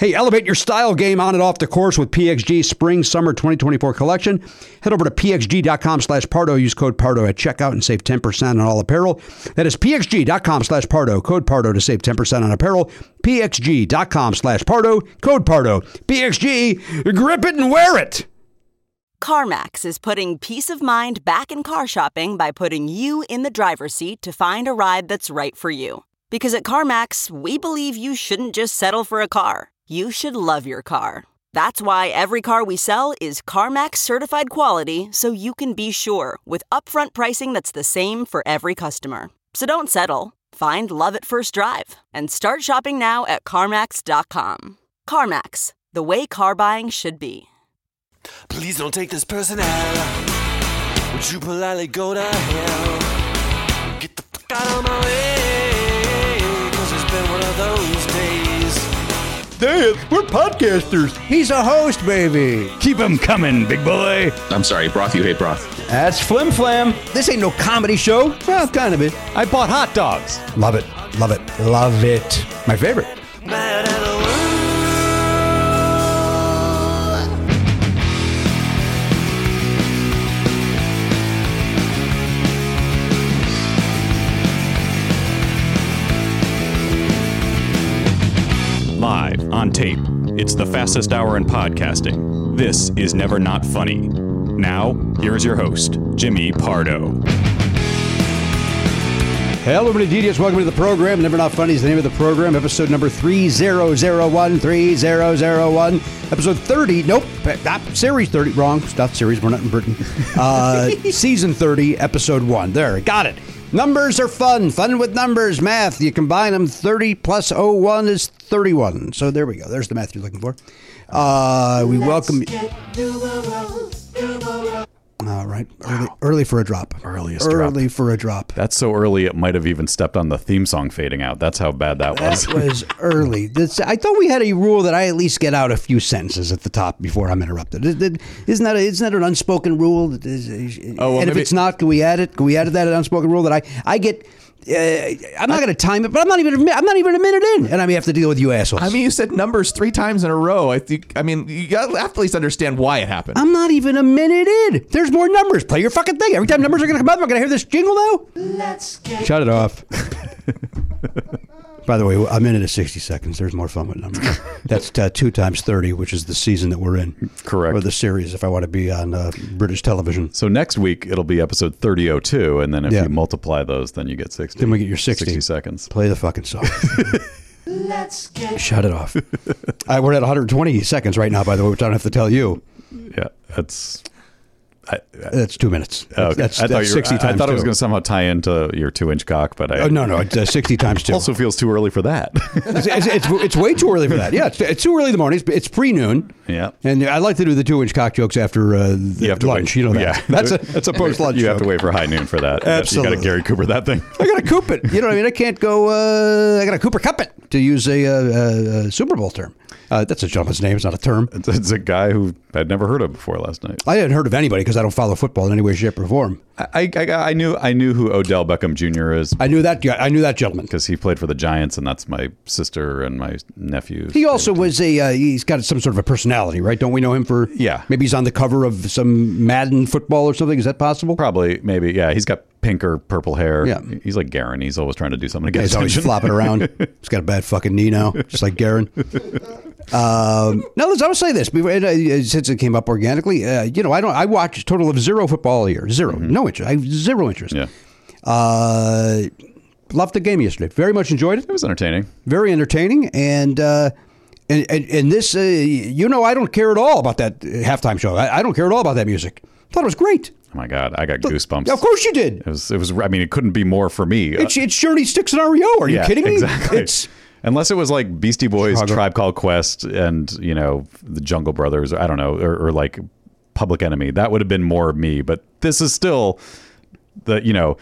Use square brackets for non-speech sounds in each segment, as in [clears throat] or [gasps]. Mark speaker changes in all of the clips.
Speaker 1: Hey, elevate your style game on and off the course with PXG Spring Summer 2024 collection. Head over to pxg.com slash Pardo. Use code Pardo at checkout and save 10% on all apparel. That is pxg.com slash Pardo. Code Pardo to save 10% on apparel. pxg.com slash Pardo. Code Pardo. PXG, grip it and wear it.
Speaker 2: CarMax is putting peace of mind back in car shopping by putting you in the driver's seat to find a ride that's right for you. Because at CarMax, we believe you shouldn't just settle for a car. You should love your car. That's why every car we sell is CarMax certified quality so you can be sure with upfront pricing that's the same for every customer. So don't settle. Find love at first drive and start shopping now at CarMax.com. CarMax, the way car buying should be.
Speaker 3: Please don't take this person out. Would you politely go to hell? Get the fuck out of my way. Cause it's been one of those days.
Speaker 1: Dance, we're podcasters. He's a host, baby.
Speaker 4: Keep them coming, big boy.
Speaker 5: I'm sorry, broth you hate broth.
Speaker 1: That's Flim Flam. This ain't no comedy show. Well, kind of it.
Speaker 4: I bought hot dogs.
Speaker 1: Love it. Love it. Love it. My favorite.
Speaker 3: Mad at the world.
Speaker 4: Live on tape. It's the fastest hour in podcasting. This is Never Not Funny. Now, here is your host, Jimmy Pardo.
Speaker 1: Hello, everybody. DDS, welcome to the program. Never Not Funny is the name of the program. Episode number 3001, 3001. Episode 30. Nope. Not series 30. Wrong. Stuff series. We're not in Britain.
Speaker 4: [laughs]
Speaker 1: Uh, season 30, episode 1. There. Got it. Numbers are fun. Fun with numbers. Math. You combine them. 30 plus 01 is 31. So there we go. There's the math you're looking for. Uh, we welcome. All right. Early, early for a drop.
Speaker 4: Earliest drop.
Speaker 1: Early for a drop.
Speaker 4: That's so early it might have even stepped on the theme song fading out. That's how bad that [laughs] was.
Speaker 1: That was early. This, I thought we had a rule that I at least get out a few sentences at the top before I'm interrupted. Is- is- Isn't that, a, isn't that an unspoken rule? That is- is-
Speaker 4: Oh, well,
Speaker 1: and if
Speaker 4: maybe-
Speaker 1: it's not, can we add it? Can we add that unspoken rule that I, I get? Uh, I'm not going to time it, but I'm not even a mi- I'm not even a minute in, and I may have to deal with you assholes.
Speaker 6: I mean, you said numbers three times in a row. I think. I mean, you gotta have to at least understand why it happened.
Speaker 1: I'm not even a minute in. There's more numbers. Play your fucking thing. Every
Speaker 4: [laughs]
Speaker 1: time numbers are going to come up, I'm going to hear this jingle now. Let's get Shut it off. [laughs] By the way, a minute and 60 seconds. There's more fun
Speaker 4: [laughs]
Speaker 1: with numbers. That's uh, two times 30, which is the season that we're in.
Speaker 4: Correct.
Speaker 1: Or the series, if I want to be on uh, British television.
Speaker 4: So next week it'll be episode 3002, and then if
Speaker 1: Yeah.
Speaker 4: you multiply those, then you get 60.
Speaker 1: Then we get your 60.
Speaker 4: 60 seconds.
Speaker 1: Play the
Speaker 4: [laughs]
Speaker 1: fucking song. Shut it off. uh, we're at 120 seconds right now, by the way, which I don't have to tell you.
Speaker 4: Yeah, that's.
Speaker 1: That's two minutes.
Speaker 4: Okay.
Speaker 1: That's,
Speaker 4: I thought,
Speaker 1: that's
Speaker 4: you were-
Speaker 1: 60
Speaker 4: I- I
Speaker 1: times
Speaker 4: thought it
Speaker 1: two.
Speaker 4: was going to somehow tie into your two-inch cock, but I
Speaker 1: Oh, no, no. It's uh, 60 times two.
Speaker 4: also feels too early for that. [laughs]
Speaker 1: it's, it's, it's, it's way too early for that. Yeah, it's, it's too early in the morning. It's, it's pre noon.
Speaker 4: Yeah.
Speaker 1: And I like to do the two inch cock jokes after uh, the
Speaker 4: you have to wait.
Speaker 1: lunch. You know
Speaker 4: [laughs]
Speaker 1: that.
Speaker 4: Yeah.
Speaker 1: That's a, that's a post lunch
Speaker 4: You
Speaker 1: joke.
Speaker 4: have to wait for high noon for [laughs] that. You got
Speaker 1: Absolutely.
Speaker 4: to Gary Cooper that thing. [laughs]
Speaker 1: I gotta coop it. You know what I mean? I can't go. Uh, I gotta Cooper cup it to use a, uh, uh uh Super Bowl term. Uh, that's a gentleman's name. It's not a term.
Speaker 4: It's, it's a guy who I'd never heard of before last night.
Speaker 1: I hadn't heard of anybody because I don't follow football in any way, shape, or form.
Speaker 4: I, I, I knew I knew who Odell Beckham Jr. is
Speaker 1: I knew that. guy. I knew that gentleman.
Speaker 4: because he played for the Giants, and that's my sister and my nephews.
Speaker 1: He also was a. Uh, he's got some sort of a personality, right? Don't we know him for?
Speaker 4: Yeah.
Speaker 1: Maybe he's on the cover of some Madden football or something. Is that possible?
Speaker 4: Probably, maybe, yeah. He's got pink or purple hair.
Speaker 1: Yeah.
Speaker 4: he's like Garen. He's always trying to do something to get
Speaker 1: He's always
Speaker 4: [laughs] attention.
Speaker 1: flopping around. He's got a bad fucking knee now, just like Garen. Um, now, Liz, I will say this before, and, uh, since it came up organically. Uh, you know, I don't. I watch a total of zero football all year. 0 no interest. I have zero interest.
Speaker 4: Mm-hmm. yeah,
Speaker 1: Uh, loved the game yesterday. Very much enjoyed it.
Speaker 4: it was entertaining.
Speaker 1: Very entertaining. And uh, and, and and this, uh, you know, I don't care at all about that uh, halftime show. I, I don't care at all about that music. Thought it was great.
Speaker 4: Oh my god, I got goosebumps. Uh,
Speaker 1: Of course you did.
Speaker 4: it was. It was. I mean, it couldn't be more for me.
Speaker 1: It's it's Journey Sticks and REO. Are you
Speaker 4: Yeah,
Speaker 1: kidding me?
Speaker 4: Exactly.
Speaker 1: It's
Speaker 4: Unless it was like Beastie Boys,
Speaker 1: Chicago.
Speaker 4: Tribe Called Quest, and you know the Jungle Brothers. I don't know, or, or like Public Enemy. That would have been more me. But this is still the you know,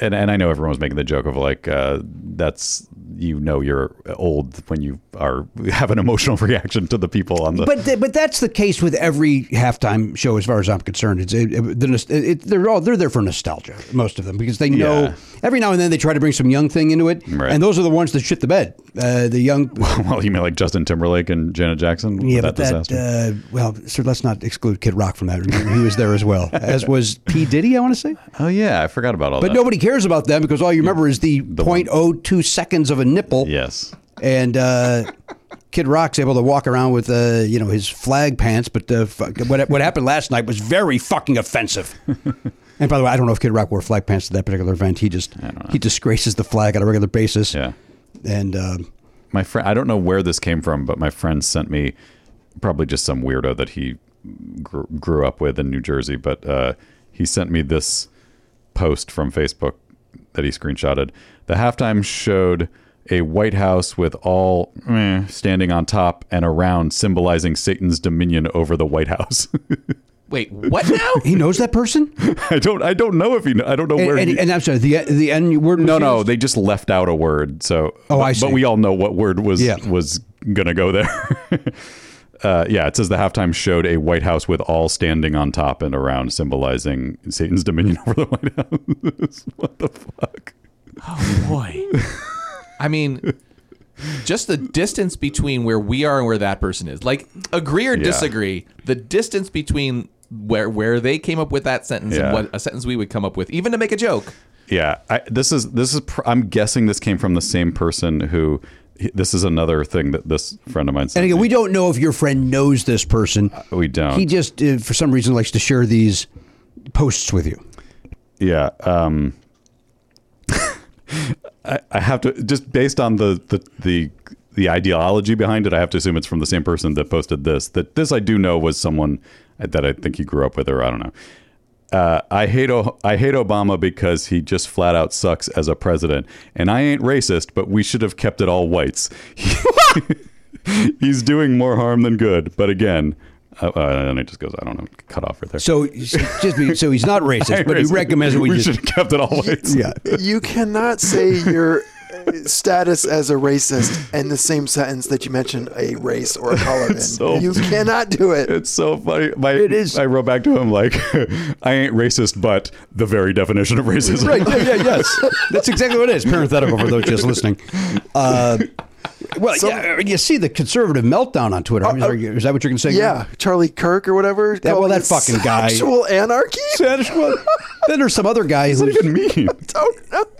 Speaker 4: and and I know everyone was making the joke of like uh, that's you know you're old when you are [laughs] have an emotional reaction to the people on the.
Speaker 1: But th- but that's the case with every halftime show, as far as I'm concerned. It's it, it, the nos- it, they're all they're there for nostalgia, most of them, because they know
Speaker 4: Yeah.
Speaker 1: every now and then they try to bring some young thing into it,
Speaker 4: Right.
Speaker 1: and those are the ones that shit the bed. Uh, the young,
Speaker 4: [laughs] well, you mean like Justin Timberlake and Janet Jackson?
Speaker 1: yeah,
Speaker 4: That
Speaker 1: but that
Speaker 4: disaster?
Speaker 1: uh, well, sir, let's not exclude Kid Rock from that. He was there
Speaker 4: [laughs]
Speaker 1: as well, as was P Diddy, I want to say.
Speaker 4: oh yeah, I forgot about all
Speaker 1: But
Speaker 4: that.
Speaker 1: nobody cares about them because all you remember is the,
Speaker 4: Uh, one.
Speaker 1: 0.02 seconds of a nipple.
Speaker 4: Yes.
Speaker 1: and uh, Kid Rock's able to walk around with uh, you know his flag pants. But uh, fu- what what happened last night was very
Speaker 4: [laughs]
Speaker 1: fucking offensive. and by the way, I don't know if Kid Rock wore flag pants to that particular event. He just he disgraces the flag on a regular basis.
Speaker 4: Yeah.
Speaker 1: and um,
Speaker 4: my friend i don't know where this came from but my friend sent me probably just some weirdo that he gr- grew up with in new jersey but uh, he sent me this post from facebook that he screenshotted the halftime showed a white house with all meh, standing on top and around symbolizing satan's dominion over the white house [laughs]
Speaker 6: Wait, what now?
Speaker 1: he knows that person.
Speaker 4: i don't i don't know if he kn- i don't know [laughs]
Speaker 1: and,
Speaker 4: where
Speaker 1: and,
Speaker 4: he,
Speaker 1: and I'm sorry, the the N word. was
Speaker 4: no no
Speaker 1: used?
Speaker 4: they just left out a word so
Speaker 1: Oh, I
Speaker 4: but-
Speaker 1: see.
Speaker 4: but we all know what word was
Speaker 1: Yeah.
Speaker 4: was gonna go there [laughs] uh, yeah it says the halftime showed a white house with all standing on top and around symbolizing satan's dominion [laughs] over the white house [laughs] what the fuck
Speaker 6: Boy. I mean, just the distance between where we are and where that person is. Like, agree or
Speaker 4: Yeah.
Speaker 6: disagree, the distance between where where they came up with that sentence
Speaker 4: Yeah.
Speaker 6: and what a sentence we would come up with, even to make a joke.
Speaker 4: Yeah, I, this is this is. Pr- I'm guessing this came from the same person who. he- This is another thing that this friend of mine. Said
Speaker 1: And again, we don't know if your friend knows this person.
Speaker 4: Uh, we don't.
Speaker 1: He just, uh, for some reason, likes to share these posts with you.
Speaker 4: Yeah. Um, [laughs] I, I have to just based on the, the the the ideology behind it. I have to assume it's from the same person that posted this. That this I do know was someone that I think he grew up with, or I don't know. Uh, I hate o- I hate Obama because he just flat out sucks as a president, and I ain't racist, but we should have kept it all whites. [laughs] He's doing more harm than good, but again, uh, uh, and it just goes. I don't know. Cut off right there.
Speaker 1: So, just be,
Speaker 4: [laughs]
Speaker 1: so he's not racist, but he recommends that we,
Speaker 4: we
Speaker 1: just
Speaker 4: should have kept it all whites.
Speaker 1: yeah.
Speaker 7: you cannot say your uh, status as a racist and the same sentence that you mention a race or a color in.
Speaker 4: So-
Speaker 7: you cannot do it.
Speaker 4: It's so funny. My,
Speaker 1: It is.
Speaker 4: I wrote back to him like, [laughs] "I ain't racist, but the very definition of racism." [laughs]
Speaker 1: Right. Yeah, yeah, yes. That's exactly what it is. Parenthetical for those just listening. Uh, well,
Speaker 7: So-
Speaker 1: yeah, you see the conservative meltdown on Twitter. I mean, are you- is that what you're going to say?
Speaker 7: Yeah, Charlie Kirk or whatever.
Speaker 1: well,
Speaker 7: called
Speaker 1: that
Speaker 7: it
Speaker 1: fucking guy.
Speaker 7: Sexual anarchy.
Speaker 1: Sexual- then there's some other guy who's
Speaker 4: even
Speaker 1: [laughs]
Speaker 4: mean?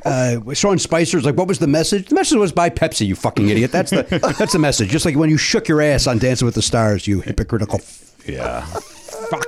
Speaker 1: uh, Sean Spicer's like, what was the message? The message was buy Pepsi, you fucking idiot. That's the that's the message. Just like when you shook your ass on Dancing with the Stars, you hypocritical.
Speaker 4: Yeah. Fuck.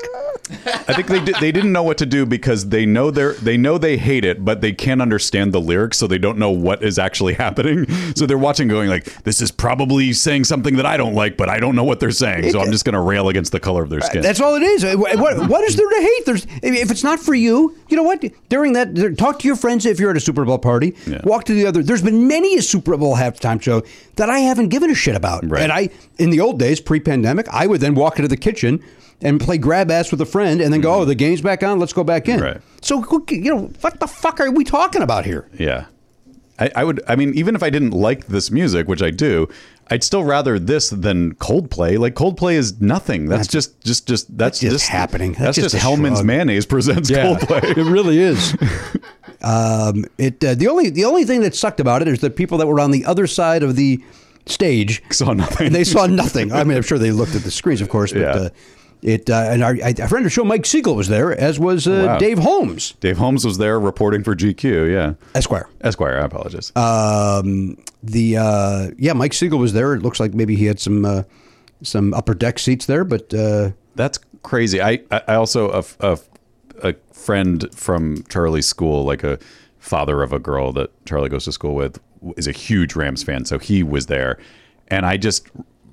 Speaker 4: I think they did, they didn't know what to do because they know they they know they hate it, but they can't understand the lyrics, so they don't know what is actually happening. So they're watching, going like, "This is probably saying something that I don't like, but I don't know what they're saying, so I'm just going to rail against the color of their skin."
Speaker 1: That's all it is. Uh, wh- What, what is there to hate? There's I mean, if it's not for you, you know what? During that, there- talk to your friends if you're at a Super Bowl party.
Speaker 4: Yeah.
Speaker 1: Walk to the other. There's been many a Super Bowl halftime show that I haven't given a shit about.
Speaker 4: Right.
Speaker 1: And I, in the old days, pre-pandemic, I would then walk into the kitchen and play grab ass with a friend, and then go, "Oh, the game's back on. Let's go back in."
Speaker 4: Mm-hmm. Right.
Speaker 1: So who ca- you know what the fuck are we talking about here?
Speaker 4: Yeah. I, I would, I mean, even if I didn't like this music, which I do, I'd still rather this than Coldplay. Like Coldplay is nothing. That's just, just, just, that's,
Speaker 1: just happening.
Speaker 4: That's,
Speaker 1: That's just
Speaker 4: just,
Speaker 1: a
Speaker 4: Hellman's
Speaker 1: shrug.
Speaker 4: Mayonnaise presents Coldplay.
Speaker 1: it really is. um, it uh, the only the only thing that sucked about it is the people that were on the other side of the stage
Speaker 4: [laughs] Saw nothing.
Speaker 1: [laughs] They saw nothing. I mean, I'm sure they looked at the screens, of course, but.
Speaker 4: Yeah.
Speaker 1: Uh, it, uh, and our, our friend of the show, Mike Siegel, was there, as was uh,
Speaker 4: Oh, Wow.
Speaker 1: Dave Holmes,
Speaker 4: Dave Holmes was there reporting for GQ. Yeah.
Speaker 1: Esquire.
Speaker 4: Esquire, I apologize.
Speaker 1: Um, the uh, yeah, Mike Siegel was there. It looks like maybe he had some uh, some upper deck seats there, but uh,
Speaker 4: That's crazy. I, I I also a, f- a f- a friend from Charlie's school, like a father of a girl that Charlie goes to school with, w- is a huge Rams fan, so he was there, and I just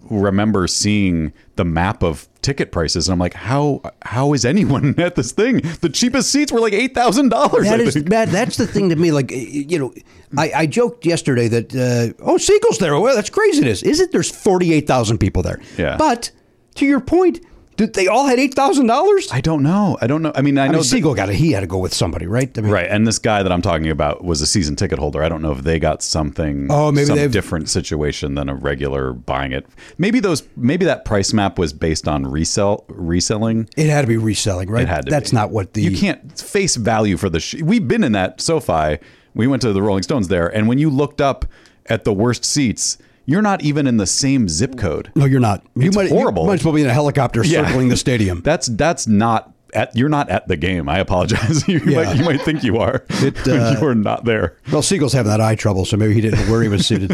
Speaker 4: remember seeing the map of ticket prices, and I'm like, how how is anyone [laughs] at this thing? The cheapest seats were like eight thousand dollars.
Speaker 1: That is that, that's the thing to me. Like you know, I, I joked yesterday that uh, oh Siegel's there. Well, that's craziness. Is it? There's forty eight thousand people there.
Speaker 4: Yeah.
Speaker 1: But to your point, did they all had eight thousand dollars?
Speaker 4: I don't know. I don't know. I mean, I,
Speaker 1: I
Speaker 4: know
Speaker 1: know
Speaker 4: that-
Speaker 1: Siegel got it. He had to go with somebody, right? I mean,
Speaker 4: Right, and this guy that I'm talking about was a season ticket holder. I don't know if they got something,
Speaker 1: Oh, maybe
Speaker 4: some
Speaker 1: they've-
Speaker 4: different situation than a regular buying it. Maybe those, maybe that price map was based on resell reselling.
Speaker 1: It had to be reselling, right?
Speaker 4: It had to.
Speaker 1: That's
Speaker 4: be.
Speaker 1: not what the
Speaker 4: you can't face value for the. Sh- We've been in that SoFi. We went to the Rolling Stones there, and when you looked up at the worst seats, you're not even in the same zip code.
Speaker 1: No, you're not. You
Speaker 4: It's
Speaker 1: might,
Speaker 4: horrible.
Speaker 1: You might as well be in a helicopter circling the stadium.
Speaker 4: [laughs] That's that's not. At, you're not at the game. I apologize. [laughs] you,
Speaker 1: Yeah.
Speaker 4: might, you might think you are. [laughs]
Speaker 1: It, uh,
Speaker 4: you are not there.
Speaker 1: Well, Siegel's having that eye trouble, so maybe he didn't know where he was seated.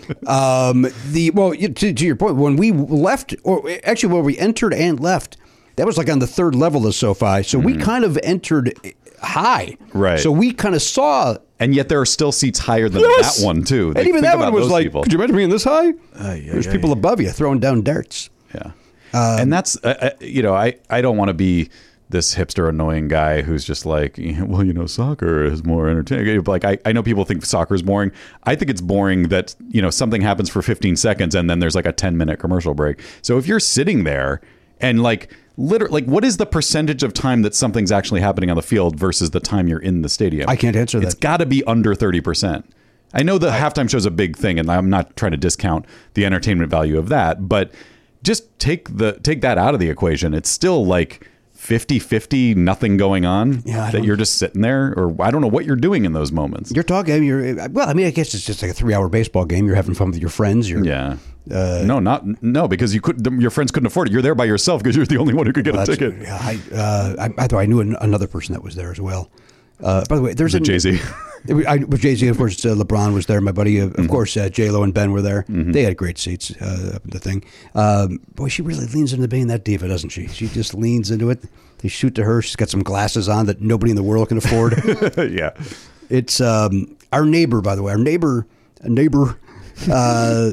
Speaker 4: [laughs]
Speaker 1: um, the well, you- to, to your point, when we left, or actually when we entered and left, that was like on the third level of SoFi. So we kind of entered high,
Speaker 4: Mm. Right.
Speaker 1: So we kind of saw.
Speaker 4: And yet there are still seats higher than that one too. Like,
Speaker 1: and even
Speaker 4: think
Speaker 1: that
Speaker 4: about
Speaker 1: one was
Speaker 4: those
Speaker 1: like,
Speaker 4: people.
Speaker 1: could you imagine being this high? There's people above you throwing down darts.
Speaker 4: yeah.
Speaker 1: Um,
Speaker 4: and that's uh, uh, you know I I don't want to be this hipster annoying guy who's just like [laughs] "Yeah, well you know soccer is more entertaining like I, I know people think soccer is boring i think it's boring that you know something happens for 15 seconds and then there's like a 10 minute commercial break so if you're sitting there and like literally like what is the percentage of time that something's actually happening on the field versus the time you're in the stadium
Speaker 1: I can't answer
Speaker 4: It's
Speaker 1: that.
Speaker 4: got to be under 30%. I know the halftime show's a big thing and I'm not trying to discount the entertainment value of that, but just take the take that out of the equation. It's still like 50-50 nothing going on
Speaker 1: Yeah, I
Speaker 4: that
Speaker 1: don't-
Speaker 4: you're just sitting there or I don't know what you're doing in those moments.
Speaker 1: You're talking. You're well. I mean, I guess it's just like a three-hour baseball game. You're having fun with your friends. You're, Uh,
Speaker 4: yeah. no, not no because you could your friends couldn't afford it. You're there by yourself because you're the only one who could get a
Speaker 1: That's-
Speaker 4: ticket.
Speaker 1: Yeah, I, uh, I, I thought I knew an, another person that was there as well. Uh, by the way, there's
Speaker 4: Is it
Speaker 1: a
Speaker 4: Jay-Z?
Speaker 1: It was- I- With Jay Z, of course, uh, LeBron was there. My buddy, uh, of
Speaker 4: Mm-hmm.
Speaker 1: course, uh, J Lo and Ben were there. They had great seats. Uh, up in the thing, um, boy, she really leans into being that diva, doesn't she? She just leans into it. They shoot to her. She's got some glasses on that nobody in the world
Speaker 4: [laughs]
Speaker 1: can afford.
Speaker 4: [laughs] yeah.
Speaker 1: It's um, our neighbor, by the way. Our neighbor, neighbor, uh,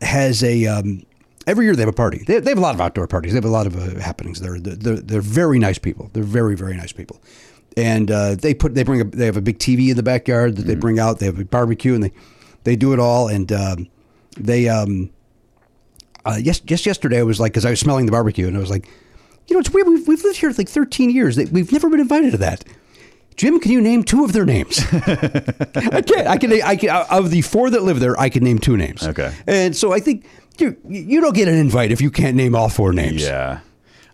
Speaker 1: has a um, every year they have a party. They, they have a lot of outdoor parties. They have a lot of uh, happenings. They're, they're they're very nice people. They're very very nice people, and uh, they put they bring a, they have a big TV in the backyard that they bring out. They have a barbecue and they they do it all and um, they. Um, uh, yes, just yesterday I was like, because I was smelling the barbecue, and I was like, you know, it's weird. We've, we've lived here like 13 years. That We've never been invited to that. Jim, can you name two of
Speaker 4: [laughs]
Speaker 1: their names? I can't. I can. I can. uh, Of the four that live there, I can name two names.
Speaker 4: Okay.
Speaker 1: And so I think you you don't get an invite if you can't name all four names.
Speaker 4: Yeah.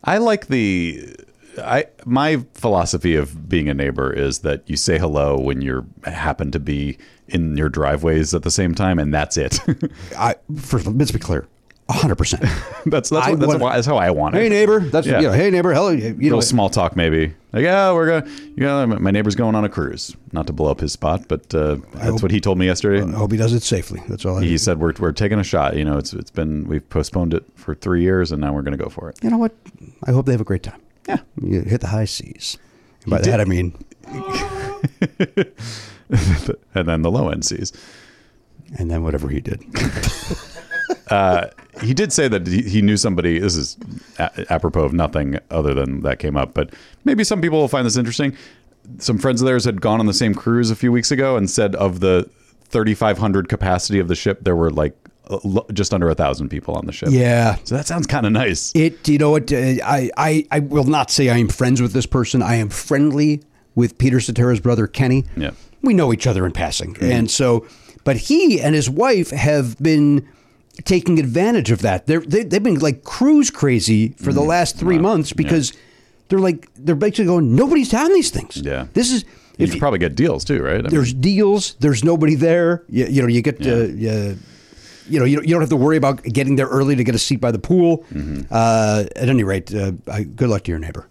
Speaker 4: I like the I my philosophy of being a neighbor is that you say hello when you're happen to be in your driveways at the same time and that's it. [laughs]
Speaker 1: I first of all, let's be clear. hundred percent.
Speaker 4: That's that's,
Speaker 1: I
Speaker 4: what, that's,
Speaker 1: want-
Speaker 4: why- that's how I want it.
Speaker 1: Hey neighbor, that's
Speaker 4: Yeah.
Speaker 1: you know, hey neighbor, hello, you
Speaker 4: a
Speaker 1: know,
Speaker 4: little small talk maybe. Like, yeah, we're gonna, you know, my- my neighbor's going on a cruise. Not to blow up his spot, but uh,
Speaker 1: Oh.
Speaker 4: that's what he told me yesterday.
Speaker 1: I hope he does it safely. That's all. I
Speaker 4: He said we're we're taking a shot. You know, it's it's been we've postponed it for three years, and now we're gonna go for it.
Speaker 1: you know what? I hope they have a great time.
Speaker 4: Yeah.
Speaker 1: You hit the high seas. And by that I mean,
Speaker 4: And then the low end sees.
Speaker 1: and then whatever he did.
Speaker 4: he did say that he, he knew somebody. This is a- apropos of nothing other than that came up, but maybe some people will find this interesting. Some friends of theirs had gone on the same cruise a few weeks ago and said of the 3,500 capacity of the ship, there were like a lo- just under a thousand people on the ship.
Speaker 1: [laughs] Yeah.
Speaker 4: So that sounds kind of nice.
Speaker 1: It, you know what? uh, I, I, I will not say I am friends with this person. I am friendly with Peter Cetera's brother Kenny.
Speaker 4: Yeah.
Speaker 1: we know each other in passing, and so, but he and his wife have been taking advantage of that. They're, they they've been like cruise crazy for the last three months because they're like they're basically going nobody's down these things.
Speaker 4: Yeah.
Speaker 1: this is
Speaker 4: you
Speaker 1: if
Speaker 4: could probably get deals too, right? I mean,
Speaker 1: there's deals. There's nobody there. You, you know, you get to, uh, you know, you don't, you don't have to worry about getting there early to get a seat by the pool. Uh, at any rate, uh, I, good luck to your neighbor.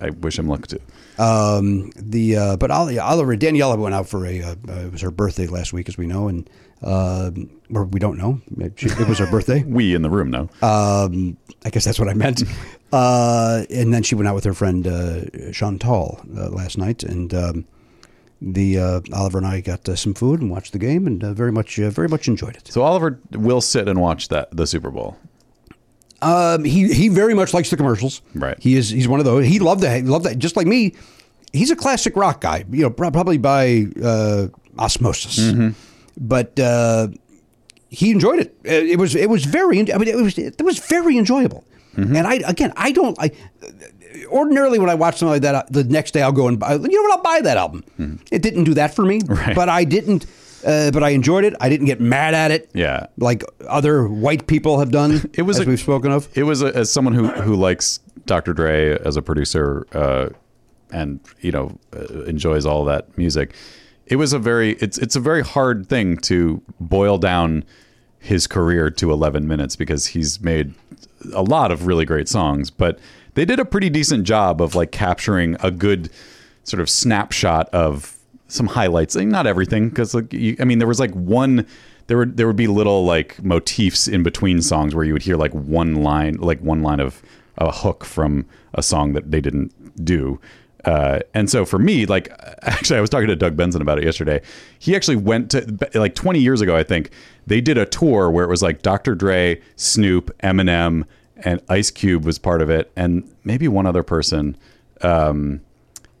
Speaker 4: I wish him luck too.
Speaker 1: um, the uh, but Oli- Oliver Daniela went out for a uh, uh, it was her birthday last week, as we know, and uh, or we don't know. She- It was her birthday.
Speaker 4: We in the room know.
Speaker 1: Um, I guess that's what I meant. Uh, and then she went out with her friend uh, Chantal uh, last night, and um, the uh, Oliver and I got uh, some food and watched the game, and uh, very much, uh, very much enjoyed it.
Speaker 4: so Oliver will sit and watch that the Super Bowl.
Speaker 1: Um, he he very much likes the commercials.
Speaker 4: Right.
Speaker 1: He is he's one of those. He loved that. He loved that. Just like me, he's a classic rock guy. You know, prob- probably by uh, osmosis.
Speaker 4: Mm-hmm.
Speaker 1: But uh, he enjoyed it. Uh, It was it was very. en- I mean, it was it was very enjoyable.
Speaker 4: Mm-hmm.
Speaker 1: And I again, I don't. I ordinarily when I watch something like that, uh, the next day I'll go and buy. You know what? I'll buy that album. It didn't do that for me,
Speaker 4: Mm-hmm. Right.
Speaker 1: but I didn't. Uh, but I enjoyed it. I didn't get mad at it.
Speaker 4: Yeah.
Speaker 1: like other white people have done.
Speaker 4: [laughs] It was
Speaker 1: as
Speaker 4: a-
Speaker 1: we've spoken of.
Speaker 4: It was a, as someone who who likes Dr. Dre as a producer, uh, and you know uh, enjoys all that music. It was a very it's it's a very hard thing to boil down his career to 11 minutes because he's made a lot of really great songs, but they did a pretty decent job of like capturing a good sort of snapshot of some highlights. And not everything, because like you, I mean, there was like one. There would there would be little like motifs in between songs where you would hear like one line, like one line of a hook from a song that they didn't do. Uh, and so for me, like [laughs] actually, I was talking to Doug Benson about it yesterday. He actually went to like 20 years ago, I think they did a tour where it was like Dr. Dre, Snoop, Eminem, and Ice Cube was part of it, and maybe one other person. Um,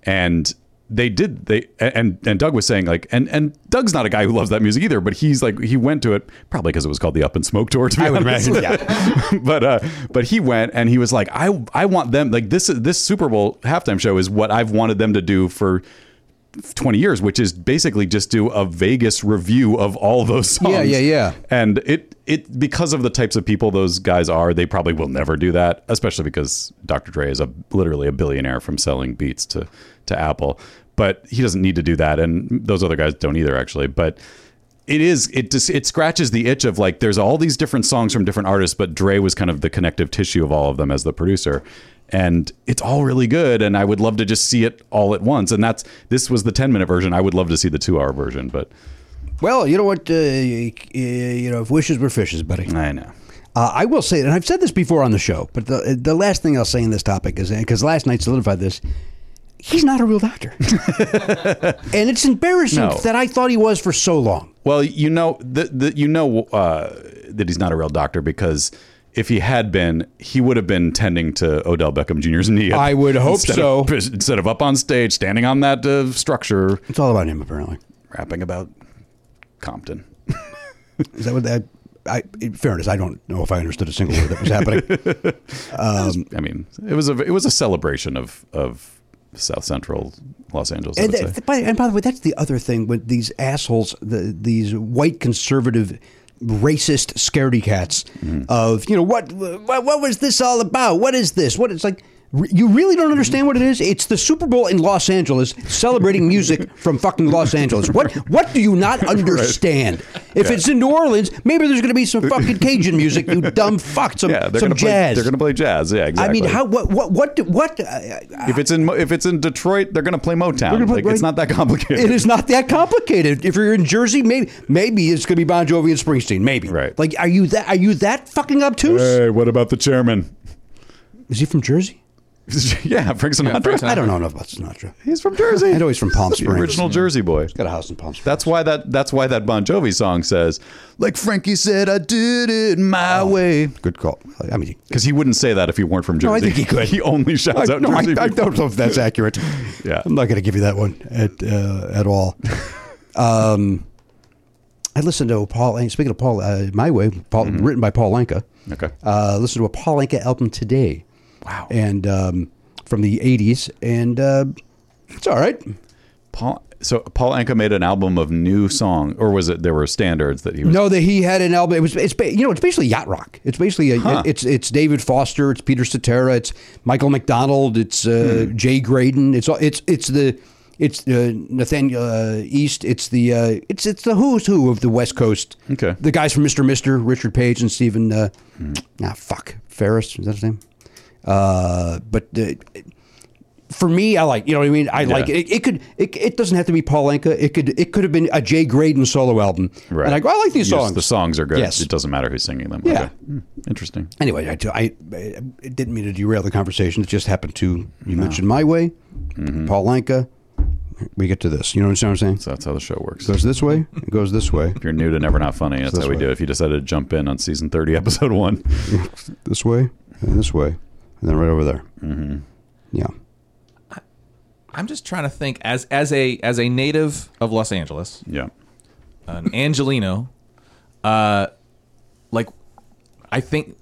Speaker 4: and they did they and and Doug was saying like and and Doug's not a guy who loves that music either, but he's like he went to it probably because it was called the Up and Smoke Tour. To be I
Speaker 1: would
Speaker 4: honest.
Speaker 1: imagine, yeah.
Speaker 4: [laughs] but uh, but he went and he was like, I I want them like this this Super Bowl halftime show is what I've wanted them to do for. 20 years which is basically just do a Vegas review of all those songs.
Speaker 1: Yeah, yeah, yeah.
Speaker 4: And it it because of the types of people those guys are, they probably will never do that, especially because Dr. Dre is a literally a billionaire from selling beats to to Apple. But he doesn't need to do that, and those other guys don't either, actually. But it is it just it scratches the itch of like there's all these different songs from different artists, but Dre was kind of the connective tissue of all of them as the producer. And it's all really good, and I would love to just see it all at once. And that's this was the 10 minute version. I would love to see the two hour version, but
Speaker 1: Well, you know what? Uh, y- y- you know, if wishes were fishes, buddy.
Speaker 4: I know.
Speaker 1: Uh, I will say, and I've said this before on the show, but the the last thing I'll say in this topic is because last night solidified this. He's not a real doctor, and it's embarrassing
Speaker 4: No.
Speaker 1: that I thought he was for so long.
Speaker 4: Well, you know that that you know uh, that he's not a real doctor because if he had been, he would have been tending to Odell Beckham Jr.'s knee.
Speaker 1: I would hope
Speaker 4: instead
Speaker 1: so.
Speaker 4: Of, [laughs] instead of up on stage, standing on that uh, structure,
Speaker 1: It's all about him, apparently.
Speaker 4: rapping about Compton.
Speaker 1: Is that what that? I, in fairness, I don't know if I understood a single word that was happening.
Speaker 4: I mean, it was a it was a celebration of of South Central Los Angeles. I
Speaker 1: And,
Speaker 4: would
Speaker 1: th-
Speaker 4: say.
Speaker 1: by, and by the way, that's the other thing with these assholes, the, these white conservative, racist
Speaker 4: Mm-hmm.
Speaker 1: scaredy cats of you know what, what what was this all about? What is this? What it's like? Re- You really don't understand what it is? It's the Super Bowl in Los Angeles celebrating music
Speaker 4: [laughs]
Speaker 1: from fucking Los Angeles. What what do you not understand? If it's in New Orleans, maybe there's going to be some fucking Cajun music,
Speaker 4: [laughs]
Speaker 1: you dumb fuck, some,
Speaker 4: Yeah, they're
Speaker 1: some
Speaker 4: gonna play.
Speaker 1: jazz.
Speaker 4: They're gonna play jazz. Yeah,
Speaker 1: I
Speaker 4: exactly.
Speaker 1: mean, how what what what do- what uh,
Speaker 4: If it's in Mo- if it's in Detroit, they're gonna play Motown.
Speaker 1: gonna play-
Speaker 4: like it's not that complicated.
Speaker 1: it is not that complicated. If you're in Jersey, maybe maybe it's going to be Bon Jovi and Springsteen. Maybe.
Speaker 4: Right. Uh,
Speaker 1: Like, are you that are you that fucking obtuse?
Speaker 4: Hey, what about the chairman?
Speaker 1: Is he from Jersey?
Speaker 4: [laughs] yeah, Frank Sinatra.
Speaker 6: Frank Sinatra.
Speaker 1: I don't know enough about Sinatra.
Speaker 4: He's from Jersey.
Speaker 1: I know he's from Palm
Speaker 4: the
Speaker 1: Springs.
Speaker 4: original Jersey boy.
Speaker 1: Got a house in Palm Springs.
Speaker 4: That's why that that's why that Bon Jovi song says, "Like Frankie said, I did it my way."
Speaker 1: Oh, good call. I mean,
Speaker 4: Because he wouldn't say that if he weren't from Jersey.
Speaker 1: No, I think he could.
Speaker 4: [laughs] He only shouts
Speaker 1: I,
Speaker 4: out
Speaker 1: no, I,
Speaker 4: Jersey.
Speaker 1: I
Speaker 4: people.
Speaker 1: don't know if that's accurate.
Speaker 4: [laughs] Yeah.
Speaker 1: I'm not going to give you that one at uh, at
Speaker 4: [laughs]
Speaker 1: all. Um, I listened to Paul. and Speaking of Paul, uh, my way, Paul,
Speaker 4: Mm-hmm.
Speaker 1: written by Paul Anka.
Speaker 4: Okay.
Speaker 1: Uh, listened to a Paul Anka album today.
Speaker 4: Wow.
Speaker 1: And um, from the '80s, and uh, it's all right.
Speaker 4: Paul. So Paul Anka made an album of new song, or was it there were standards that he was?
Speaker 1: No, that he had an album. It was it's ba- you know it's basically yacht rock. It's basically a, it's it's David Foster, it's Peter Cetera, it's Michael McDonald, it's uh,
Speaker 4: Hmm.
Speaker 1: Jay Graydon. It's all it's it's the it's uh, Nathaniel uh, East. It's the uh, it's it's the who's who of the West Coast.
Speaker 4: Okay. Hmm.
Speaker 1: the guys from Mister Mister, Richard Page and Stephen. Uh, Ah, fuck Ferris is that his name? Uh, but. Uh, for me, I like you know what I mean. I like it. It could it, it doesn't have to be Paul Anka. It could it could have been a Jay Graydon solo album.
Speaker 4: Right.
Speaker 1: And I go, I like these
Speaker 4: Yes,
Speaker 1: songs.
Speaker 4: The songs are good.
Speaker 1: Yes.
Speaker 4: It doesn't matter who's singing them.
Speaker 1: Yeah.
Speaker 4: Okay. Hmm, Interesting.
Speaker 1: Anyway, I, I, I didn't mean to derail the conversation. It just happened to you mentioned my way, Paul Anka. We get to this. You know what I'm saying?
Speaker 4: So that's how the show works.
Speaker 1: goes this way. It goes this way.
Speaker 4: If you're new to Never Not Funny, that's
Speaker 1: this
Speaker 4: how we
Speaker 1: way.
Speaker 4: do it. If you decided to jump in on season 30, episode one, [laughs]
Speaker 1: This way. And this way. And then right over there. Mm-hmm. Yeah.
Speaker 6: I'm just trying to think as as a as a native of Los Angeles,
Speaker 4: yeah,
Speaker 6: an Angelino, uh, like I think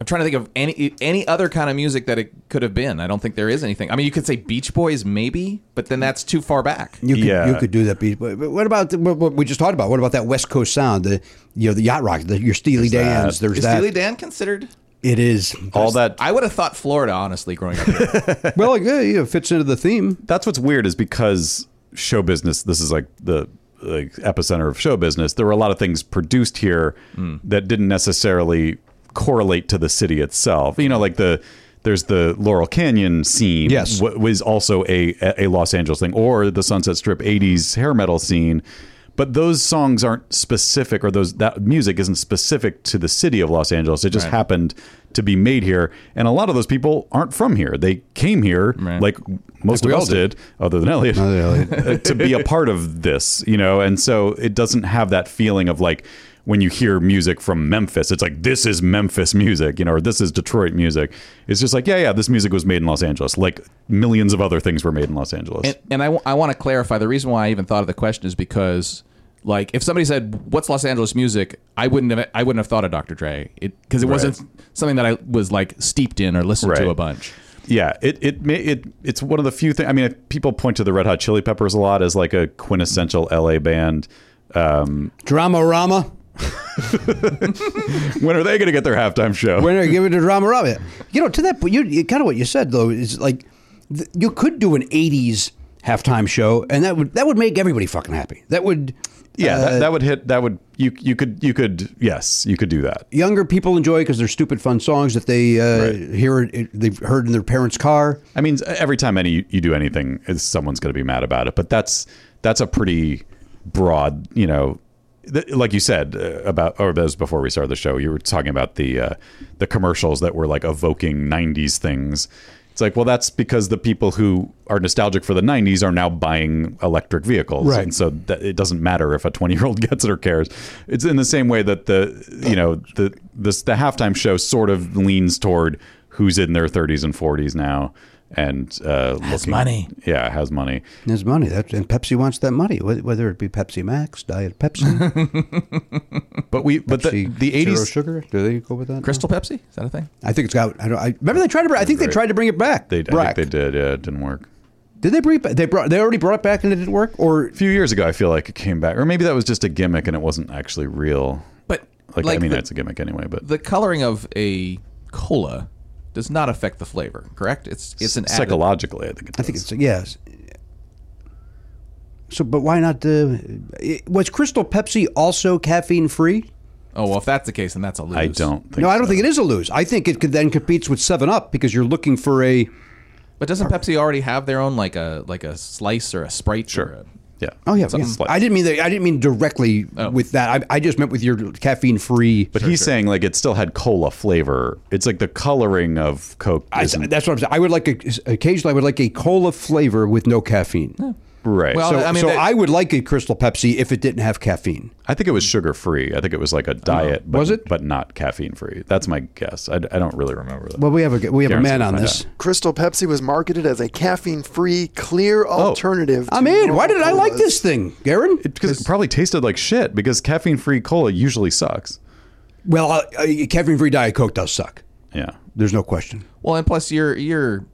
Speaker 6: I'm trying to think of any any other kind of music that it could have been. I don't think there is anything. I mean, you could say Beach Boys maybe, but then that's too far back.
Speaker 1: You could,
Speaker 4: Yeah.
Speaker 1: you could do that. Beat. But but what about the, what, what we just talked about? What about that West Coast sound? The you know the yacht rock. The, your Steely Dan's. There's
Speaker 6: Is
Speaker 1: that.
Speaker 6: Steely Dan considered?
Speaker 1: it is
Speaker 4: all that.
Speaker 6: I would have thought Florida, honestly, growing
Speaker 4: [laughs]
Speaker 6: up. Here.
Speaker 1: well, like, yeah, yeah, it fits into the theme.
Speaker 4: that's what's weird is because show business. This is like the like epicenter of show business. There were a lot of things produced here that didn't necessarily correlate to the city itself. You know, like the there's the Laurel Canyon scene,
Speaker 1: Yes.
Speaker 4: wa- was also a a Los Angeles thing, or the Sunset Strip '80s hair metal scene. But those songs aren't specific, or those that music isn't specific to the city of Los Angeles. It just happened to be made here, and a lot of those people aren't from here. They came here, like most of us did, other than Elliot, [laughs] to be a part of this, you know. And so it doesn't have that feeling of like when you hear music from Memphis, it's like this is Memphis music, you know, or this is Detroit music. It's just like, yeah, yeah, this music was made in Los Angeles, like millions of other things were made in Los Angeles.
Speaker 6: and, and I, w- I want to clarify the reason why I even thought of the question is because like if somebody said what's Los Angeles music I wouldn't have I wouldn't have thought of Dr. Dre it because it wasn't something that I was like steeped in or listened
Speaker 4: Right.
Speaker 6: to a bunch
Speaker 4: yeah, it it may it it's one of the few things. I mean, people point to the Red Hot Chili Peppers a lot as like a quintessential LA band.
Speaker 1: Drama Rama.
Speaker 4: When are they going to get their halftime show?
Speaker 1: When I give it to Drama Rama. You know, to that point, you, you kind of what you said though is like th- you could do an '80s halftime show, and that would that would make everybody fucking happy. That would
Speaker 4: yeah,
Speaker 1: uh,
Speaker 4: that, that would hit. That would you you could you could yes, you could do that.
Speaker 1: younger people enjoy because they're stupid fun songs that they uh,
Speaker 4: Right.
Speaker 1: hear it, they've heard in their parents' car.
Speaker 4: I mean, every time any you do anything, is someone's going to be mad about it. But that's that's a pretty broad, you know, th- like you said uh, about, or that was before we started the show. You were talking about the uh, the commercials that were like evoking '90s things. It's like, well, that's because the people who are nostalgic for the '90s are now buying electric vehicles,
Speaker 1: Right.
Speaker 4: And so that, it doesn't matter if a 20 year old [laughs] gets it or cares. It's in the same way that the you know the this the halftime show sort of leans toward who's in their 30s and 40s now and uh, has
Speaker 6: money.
Speaker 4: Yeah, has money.
Speaker 1: There's money, that, and Pepsi wants that money, wh- whether it be Pepsi Max,
Speaker 4: [laughs]
Speaker 1: Diet Pepsi,
Speaker 4: But we but the,
Speaker 1: Pepsi
Speaker 4: the
Speaker 1: Zero
Speaker 4: 80s
Speaker 1: Sugar. Do they go with that?
Speaker 6: Crystal Pepsi is that a thing
Speaker 1: I think it's got. I don't. I remember they tried to. br- I think they
Speaker 4: Right.
Speaker 1: tried to bring it back.
Speaker 4: they I
Speaker 1: Back.
Speaker 4: think they did. Yeah, it didn't work.
Speaker 1: Did they bring? it back? They brought. They already brought it back and it didn't work. Or
Speaker 4: A few years ago, I feel like it came back, or maybe that was just a gimmick and it wasn't actually real.
Speaker 6: but
Speaker 4: Like, I mean,
Speaker 6: the,
Speaker 4: it's a gimmick anyway. But
Speaker 6: the coloring of a cola does not affect the flavor. Correct? It's it's an added-
Speaker 4: psychologically. I think. It
Speaker 1: I think it's yes. So, but why not? Uh, it- was Crystal Pepsi also caffeine free?
Speaker 6: Oh well, if that's the case, then that's a lose.
Speaker 4: I don't think.
Speaker 1: No, I don't
Speaker 4: so.
Speaker 1: think it is a lose. I think it could then competes with Seven Up because you're looking for a.
Speaker 6: But doesn't Pepsi already have their own like a like a slice or a Sprite? Sure. Or
Speaker 4: Yeah.
Speaker 1: Oh yeah,
Speaker 4: Something
Speaker 1: yeah. Oh.
Speaker 4: slight.
Speaker 1: I didn't mean that. I didn't mean directly with that. I, I just meant with your caffeine free.
Speaker 4: But he's saying like it still had cola flavor. It's like the coloring of Coke.
Speaker 1: I,
Speaker 4: isn't-
Speaker 1: that's what I'm saying. I would like a, occasionally. I would like a cola flavor with no caffeine.
Speaker 4: right.
Speaker 6: Well,
Speaker 4: So
Speaker 1: So,
Speaker 6: I
Speaker 1: I,
Speaker 6: mean,
Speaker 1: so
Speaker 6: that-
Speaker 1: I would like a Crystal Pepsi if it didn't have caffeine.
Speaker 4: I think it was sugar free. I think it was like a diet, but,
Speaker 1: Was it?
Speaker 4: but not caffeine free. That's my guess. I, I don't really remember that.
Speaker 1: Well, we have a we have
Speaker 4: Darren's
Speaker 1: a man
Speaker 4: gonna
Speaker 1: on
Speaker 4: find
Speaker 1: this.
Speaker 4: out.
Speaker 7: Crystal Pepsi was marketed as a caffeine-free, clear alternative.
Speaker 1: I'm
Speaker 7: to
Speaker 1: in. Why
Speaker 7: normal
Speaker 1: did Oh. I like
Speaker 7: colas.
Speaker 1: this thing, Garen?
Speaker 4: because it probably tasted like shit because caffeine free cola usually sucks.
Speaker 1: Well, uh, uh, caffeine free Diet Coke does suck.
Speaker 4: Yeah.
Speaker 1: There's no question.
Speaker 6: Well, and plus you're you're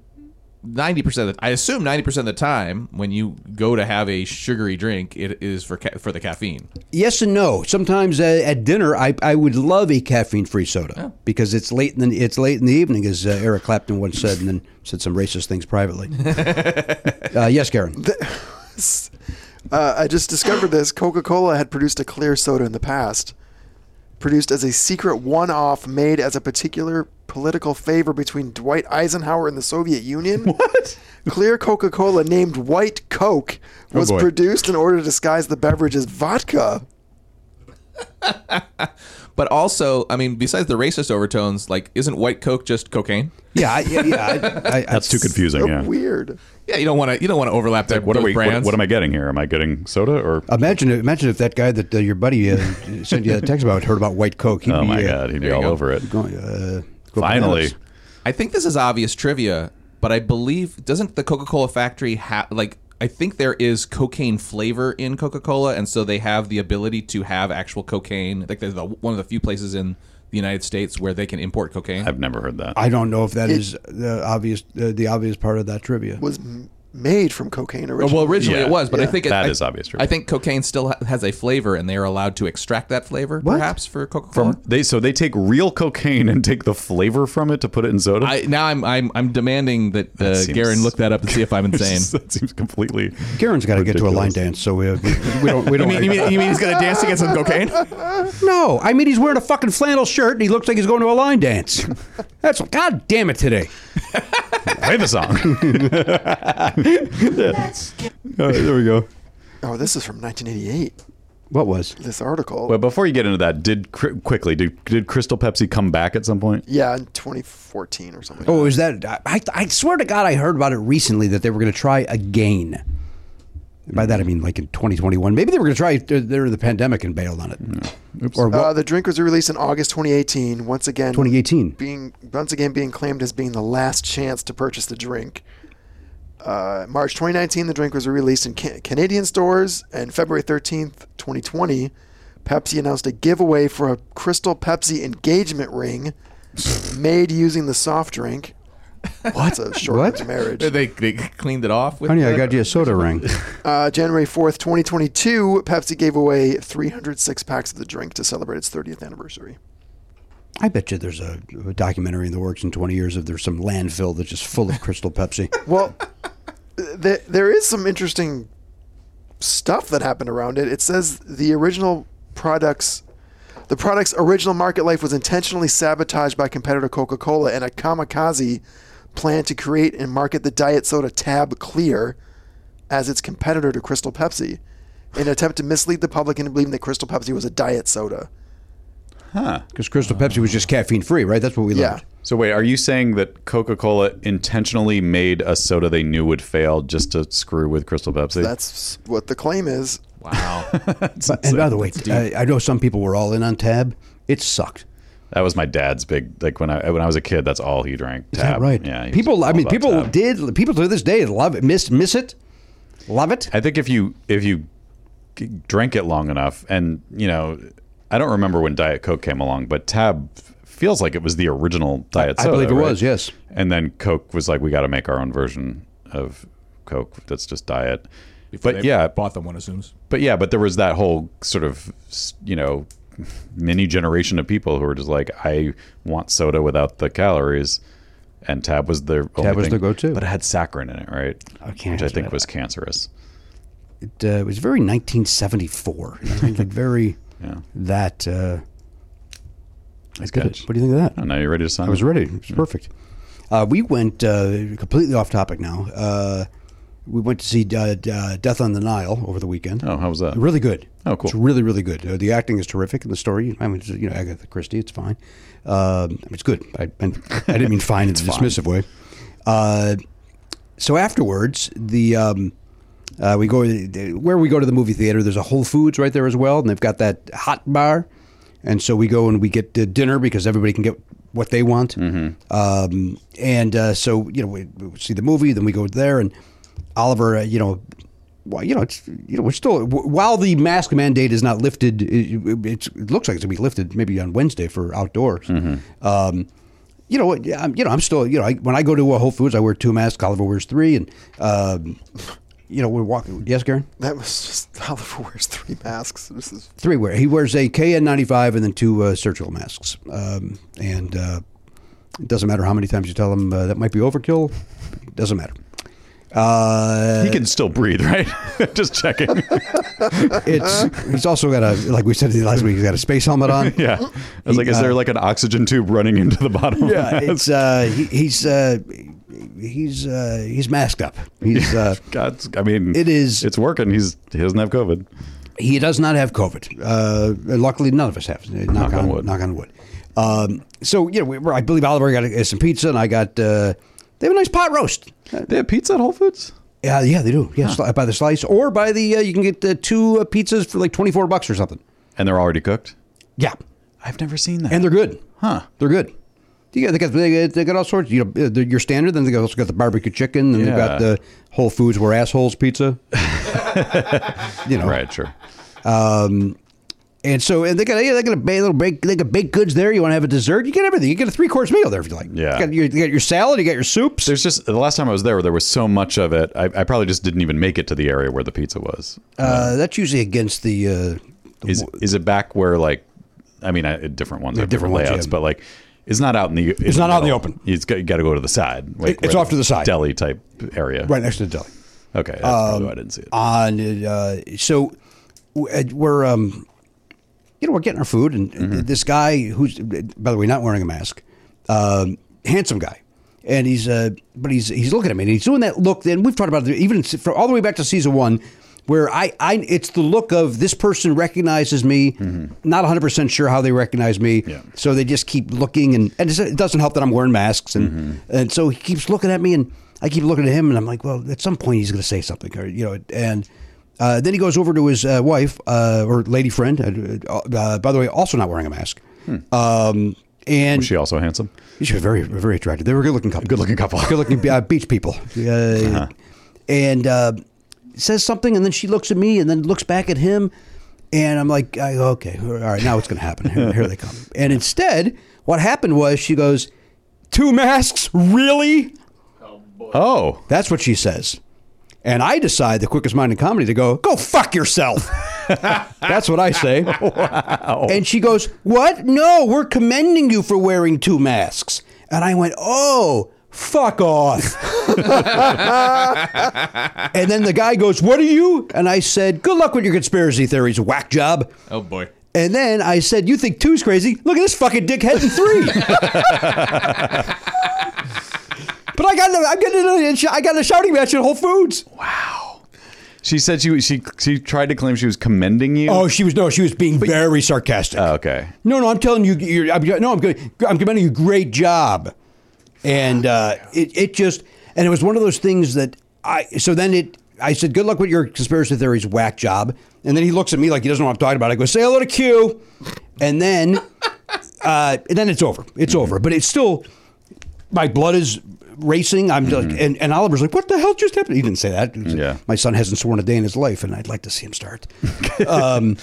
Speaker 6: ninety percent. I assume ninety percent of the time when you go to have a sugary drink, it is for ca- for the caffeine.
Speaker 1: Yes and no. Sometimes uh, at dinner, I, I would love a caffeine free soda because it's late in the, it's late in the evening, as uh, Eric Clapton once said, and then said some racist things privately. uh, yes, Garen.
Speaker 7: Uh, I just discovered this. Coca-Cola had produced a clear soda in the past, produced as a secret one-off made as a particular political favor between Dwight Eisenhower and the
Speaker 4: [laughs]
Speaker 7: Soviet Union. What? Clear Coca-Cola named White Coke was
Speaker 4: Oh, boy.
Speaker 7: produced in order to disguise the beverage as vodka.
Speaker 6: But also, I mean, besides the racist overtones, like isn't white Coke just cocaine?
Speaker 1: Yeah, I, yeah, yeah. I, I,
Speaker 4: That's too confusing.
Speaker 7: So
Speaker 4: Yeah.
Speaker 7: weird.
Speaker 6: Yeah, you don't want to you don't want to overlap that.
Speaker 4: What are
Speaker 6: those
Speaker 4: we? What,
Speaker 6: Brands.
Speaker 4: what am I getting here? Am I getting soda or?
Speaker 1: Imagine, imagine if that guy that uh, your buddy uh, sent you that text about heard about white coke. He'd
Speaker 4: Oh
Speaker 1: be,
Speaker 4: my
Speaker 1: uh,
Speaker 4: god, he'd be
Speaker 6: you
Speaker 4: all
Speaker 6: go.
Speaker 4: over it.
Speaker 1: going, uh, go
Speaker 4: Finally,
Speaker 1: bananas.
Speaker 6: I think this is obvious trivia, but I believe doesn't the Coca-Cola factory have like I think there is cocaine flavor in Coca-Cola, and so they have the ability to have actual cocaine. Like they're the, one of the few places in the United States where they can import cocaine.
Speaker 4: I've never heard that.
Speaker 1: I don't know if that is the obvious uh, the obvious part of that trivia.
Speaker 7: Was m- made from
Speaker 4: Oh,
Speaker 7: cocaine originally.
Speaker 6: well, originally
Speaker 4: Yeah.
Speaker 6: it was, but I think it,
Speaker 4: That
Speaker 6: I,
Speaker 4: is obvious trivia.
Speaker 6: I think cocaine still ha- has a flavor, and they are allowed to extract that flavor, perhaps for Coca-Cola.
Speaker 4: From they so they take real cocaine and take the flavor from it to put it in soda. [laughs]
Speaker 6: I, now I'm I'm I'm demanding that, uh,
Speaker 4: seems-
Speaker 6: Garen look that up and
Speaker 4: [laughs]
Speaker 6: see if I'm insane.
Speaker 4: that seems completely.
Speaker 1: Karen's got to get to a line
Speaker 4: Ridiculous.
Speaker 1: dance, so we, we, we don't. We don't
Speaker 6: [laughs] you mean he's gonna dance against some cocaine?
Speaker 1: no, I mean he's wearing a fucking flannel shirt and he looks like he's going to a line dance. That's god damn it today.
Speaker 4: [laughs] Play the song. [laughs] All right, there we go.
Speaker 7: oh, this is from 1988.
Speaker 1: What was?
Speaker 7: This article.
Speaker 4: But before you get into that, did cri- quickly did, did Crystal Pepsi come back at some point?
Speaker 7: yeah, in 2014 or something.
Speaker 1: Oh, is that? I, I swear to God, I heard about it recently that they were going to try again. By that I mean like in 2021. Maybe they were going to try it during the pandemic and bailed on it, or what,
Speaker 7: Uh, the drink was released in August 2018. Once again,
Speaker 1: 2018.
Speaker 7: being once again being claimed as being the last chance to purchase the drink. Uh, March 2019, the drink was released in can- Canadian stores, and February 13th, 2020, Pepsi announced a giveaway for a Crystal Pepsi engagement ring made using the soft drink. What's a short
Speaker 1: What?
Speaker 7: marriage?
Speaker 6: they, they cleaned it off. With
Speaker 1: Honey, I
Speaker 6: the-
Speaker 1: got you a soda ring.
Speaker 7: Uh, January 4th, 2022, Pepsi gave away 306 packs of the drink to celebrate its 30th anniversary.
Speaker 1: I bet you there's a, a documentary in the works in 20 years of there's some landfill that's just full of Crystal Pepsi.
Speaker 7: Well, th- there is some interesting stuff that happened around it. It says the original products, the product's original market life was intentionally sabotaged by competitor Coca Cola and a kamikaze plan to create and market the diet soda Tab Clear as its competitor to Crystal Pepsi in an attempt to mislead the public into believing that Crystal Pepsi was a diet soda.
Speaker 1: Because Crystal Pepsi was just caffeine free, right? That's what we
Speaker 7: Yeah.
Speaker 1: learned.
Speaker 4: So wait, are you saying that Coca-Cola intentionally made a soda they knew would fail just to screw with Crystal Pepsi?
Speaker 7: That's what the claim is.
Speaker 6: Wow.
Speaker 1: and by the way, I, I know some people were all in on Tab. It sucked.
Speaker 4: that was my dad's big like when I when I was a kid. That's all he drank.
Speaker 1: Is that
Speaker 4: Tab.
Speaker 1: right?
Speaker 4: Yeah. he was
Speaker 1: People, I
Speaker 4: all
Speaker 1: mean,
Speaker 4: about
Speaker 1: people
Speaker 4: Tab.
Speaker 1: did. People to this day love it. Miss miss it. Love it.
Speaker 4: I think if you if you g- drank it long enough, and you know, I don't remember when Diet Coke came along, but Tab f- feels like it was the original diet
Speaker 1: I
Speaker 4: soda.
Speaker 1: believe it
Speaker 4: right?
Speaker 1: was, yes.
Speaker 4: And then Coke was like, we got to make our own version of Coke that's just diet. [laughs] but
Speaker 6: They
Speaker 4: yeah,
Speaker 6: bought them. One assumes.
Speaker 4: but yeah, but there was that whole sort of s- you know mini generation of people who were just like, I want soda without the calories. and Tab was their Tab
Speaker 1: was their go-to.
Speaker 4: but it had saccharin in it, right?
Speaker 1: Okay,
Speaker 4: which I
Speaker 1: that's
Speaker 4: think
Speaker 1: right.
Speaker 4: was cancerous.
Speaker 1: It, uh, was very 1974. You know, like
Speaker 4: [laughs]
Speaker 1: very that. Uh,
Speaker 4: Nice
Speaker 1: did it.
Speaker 4: catch.
Speaker 1: What do you think of that?
Speaker 4: And Oh, now you're ready to sign.
Speaker 1: I was ready. It was perfect. Uh, we went uh, completely off topic now. Uh, we went to see uh, D- uh, Death on the Nile over the weekend.
Speaker 4: Oh, how was that?
Speaker 1: Really good.
Speaker 4: Oh, cool.
Speaker 1: It's really, really good. Uh, the acting is terrific, and the story. I mean, it's, you know, Agatha Christie. It's fine. Um it's good. I, I I didn't mean fine in a dismissive way. Uh, so afterwards, the um, uh, we go where we go to the movie theater. There's a Whole Foods right there as well, and they've got that hot bar. And so we go and we get uh, dinner because everybody can get what they want. Um, and uh, so you know we, we see the movie, then we go there, and Oliver, uh, you know. Well, you know, it's you know, we're still wh- while the mask mandate is not lifted, it, it's, it looks like it's gonna be lifted maybe on Wednesday for outdoors. Um, you know, what, I'm, you know, I'm still, you know, I, when I go to a Whole Foods, I wear two masks. Oliver wears three, and um, you know, we're walking. Yes, Garen,
Speaker 7: That was just [laughs] Oliver wears three masks. This is
Speaker 1: three wear. He wears a KN95 and then two uh, surgical masks. Um, and uh, it doesn't matter how many times you tell him uh, that might be overkill. Doesn't matter. Uh, [laughs]
Speaker 4: he can still breathe, [laughs] right? Just checking. [laughs]
Speaker 1: it's he's also got a like we said last week. He's got a space helmet on.
Speaker 4: yeah, I was like, is there like an oxygen tube running into the bottom? of
Speaker 1: [laughs] Yeah,
Speaker 4: that?
Speaker 1: it's uh, he, he's uh, he's uh, he's masked up. He's uh,
Speaker 4: [laughs] God, I mean,
Speaker 1: It is-
Speaker 4: It's working. He's he doesn't have COVID.
Speaker 1: He does not have COVID. Uh, and luckily, none of us have. Knock,
Speaker 4: on
Speaker 1: on,
Speaker 4: wood.
Speaker 1: Knock on wood. Um, so you know, we, I believe Oliver got uh, some pizza, and I got. Uh, they have a nice pot roast. Uh,
Speaker 4: They have pizza at Whole Foods.
Speaker 1: yeah, yeah, they do. Yeah, sli- by the slice or by the uh, you can get uh, two uh, pizzas for like twenty four bucks or something.
Speaker 4: And they're already cooked.
Speaker 1: Yeah,
Speaker 4: I've never seen that.
Speaker 1: and they're good.
Speaker 4: Huh.
Speaker 1: They're good. You got, they, got, they, got, they got all sorts. You know, uh, they're your standard. Then they got- also got the barbecue chicken. Then they've got
Speaker 4: Yeah.
Speaker 1: the Whole Foods where assholes pizza. you know,
Speaker 4: right, sure.
Speaker 1: Um, and so and they got yeah, they got a ba- little bake they got baked goods there. You want to have a dessert? You get everything. You get a three course meal there if you like.
Speaker 4: Yeah.
Speaker 1: You got, your, you got your salad. You got your soups.
Speaker 4: There's just the last time I was there, there was so much of it. I, I probably just didn't even make it to the area where the pizza was.
Speaker 1: uh, that's usually against the. Uh, the
Speaker 4: Is is it back where like, I mean, I, different ones, have different
Speaker 1: different ones,
Speaker 4: layouts,
Speaker 1: yeah.
Speaker 4: but like, it's not out in the. It's
Speaker 1: not out in the
Speaker 4: middle.
Speaker 1: open.
Speaker 4: It's got, you got to go to the side. like
Speaker 1: it's
Speaker 4: where
Speaker 1: off to the side.
Speaker 4: deli type area.
Speaker 1: right Um, next to the deli.
Speaker 4: Okay, that's probably why I didn't see it.
Speaker 1: on uh, so w- uh, we're um, you know we're getting our food and uh this guy who's by the way not wearing a mask um, handsome guy and he's uh, but he's he's looking at me and he's doing that look then we've talked about it even in se- for all the way back to season one where I, I it's the look of this person recognizes me not 100% sure how they recognize me
Speaker 4: Yeah.
Speaker 1: so they just keep looking and, and it's- it doesn't help that I'm wearing masks and and so he keeps looking at me and I keep looking at him and I'm like, well, at some point he's going to say something or you know and uh, then he goes over to his uh, wife uh, or lady friend, uh, uh, by the way, also not wearing a mask. Um, and
Speaker 4: Was she also handsome?
Speaker 1: she was very, very attractive. They were a good looking couple.
Speaker 4: Good looking couple.
Speaker 1: Good looking uh,
Speaker 4: [laughs]
Speaker 1: beach people. Uh, And uh, says something, and then she looks at me and then looks back at him. And I'm like, I, okay, all right, now what's going to happen? Here, here they come. And instead, what happened was she goes, Two masks? Really?
Speaker 4: Oh,
Speaker 1: That's what she says. And I decide the quickest mind in comedy to go, go fuck yourself. That's what I say. And she goes, what? No, we're commending you for wearing two masks. And I went, oh, fuck off. and then the guy goes, what are you? And I said, good luck with your conspiracy theories, whack job.
Speaker 6: Oh boy.
Speaker 1: And then I said, you think two's crazy? Look at this fucking dick heading [laughs] three. but I got, in a- I'm getting in a, sh- I got in a shouting match at Whole Foods.
Speaker 4: she said she she she tried to claim she was commending you.
Speaker 1: Oh, she was no, she was being very sarcastic.
Speaker 4: Oh, okay.
Speaker 1: No, no, I'm telling you, you're, I'm, no, I'm good. I'm commending you. Great job. And uh, it, it just, and it was one of those things that I, so then it, I said, good luck with your conspiracy theories, whack job. And then he looks at me like he doesn't know what I'm talking about. I go, say hello to Q. And then, [laughs] uh, and then it's over. It's over. But it's still, my blood is racing. I'm like, and, and Oliver's like, what the hell just happened? He didn't say that.
Speaker 4: Yeah.
Speaker 1: My son hasn't sworn a day in his life, and I'd like to see him start. [laughs] um,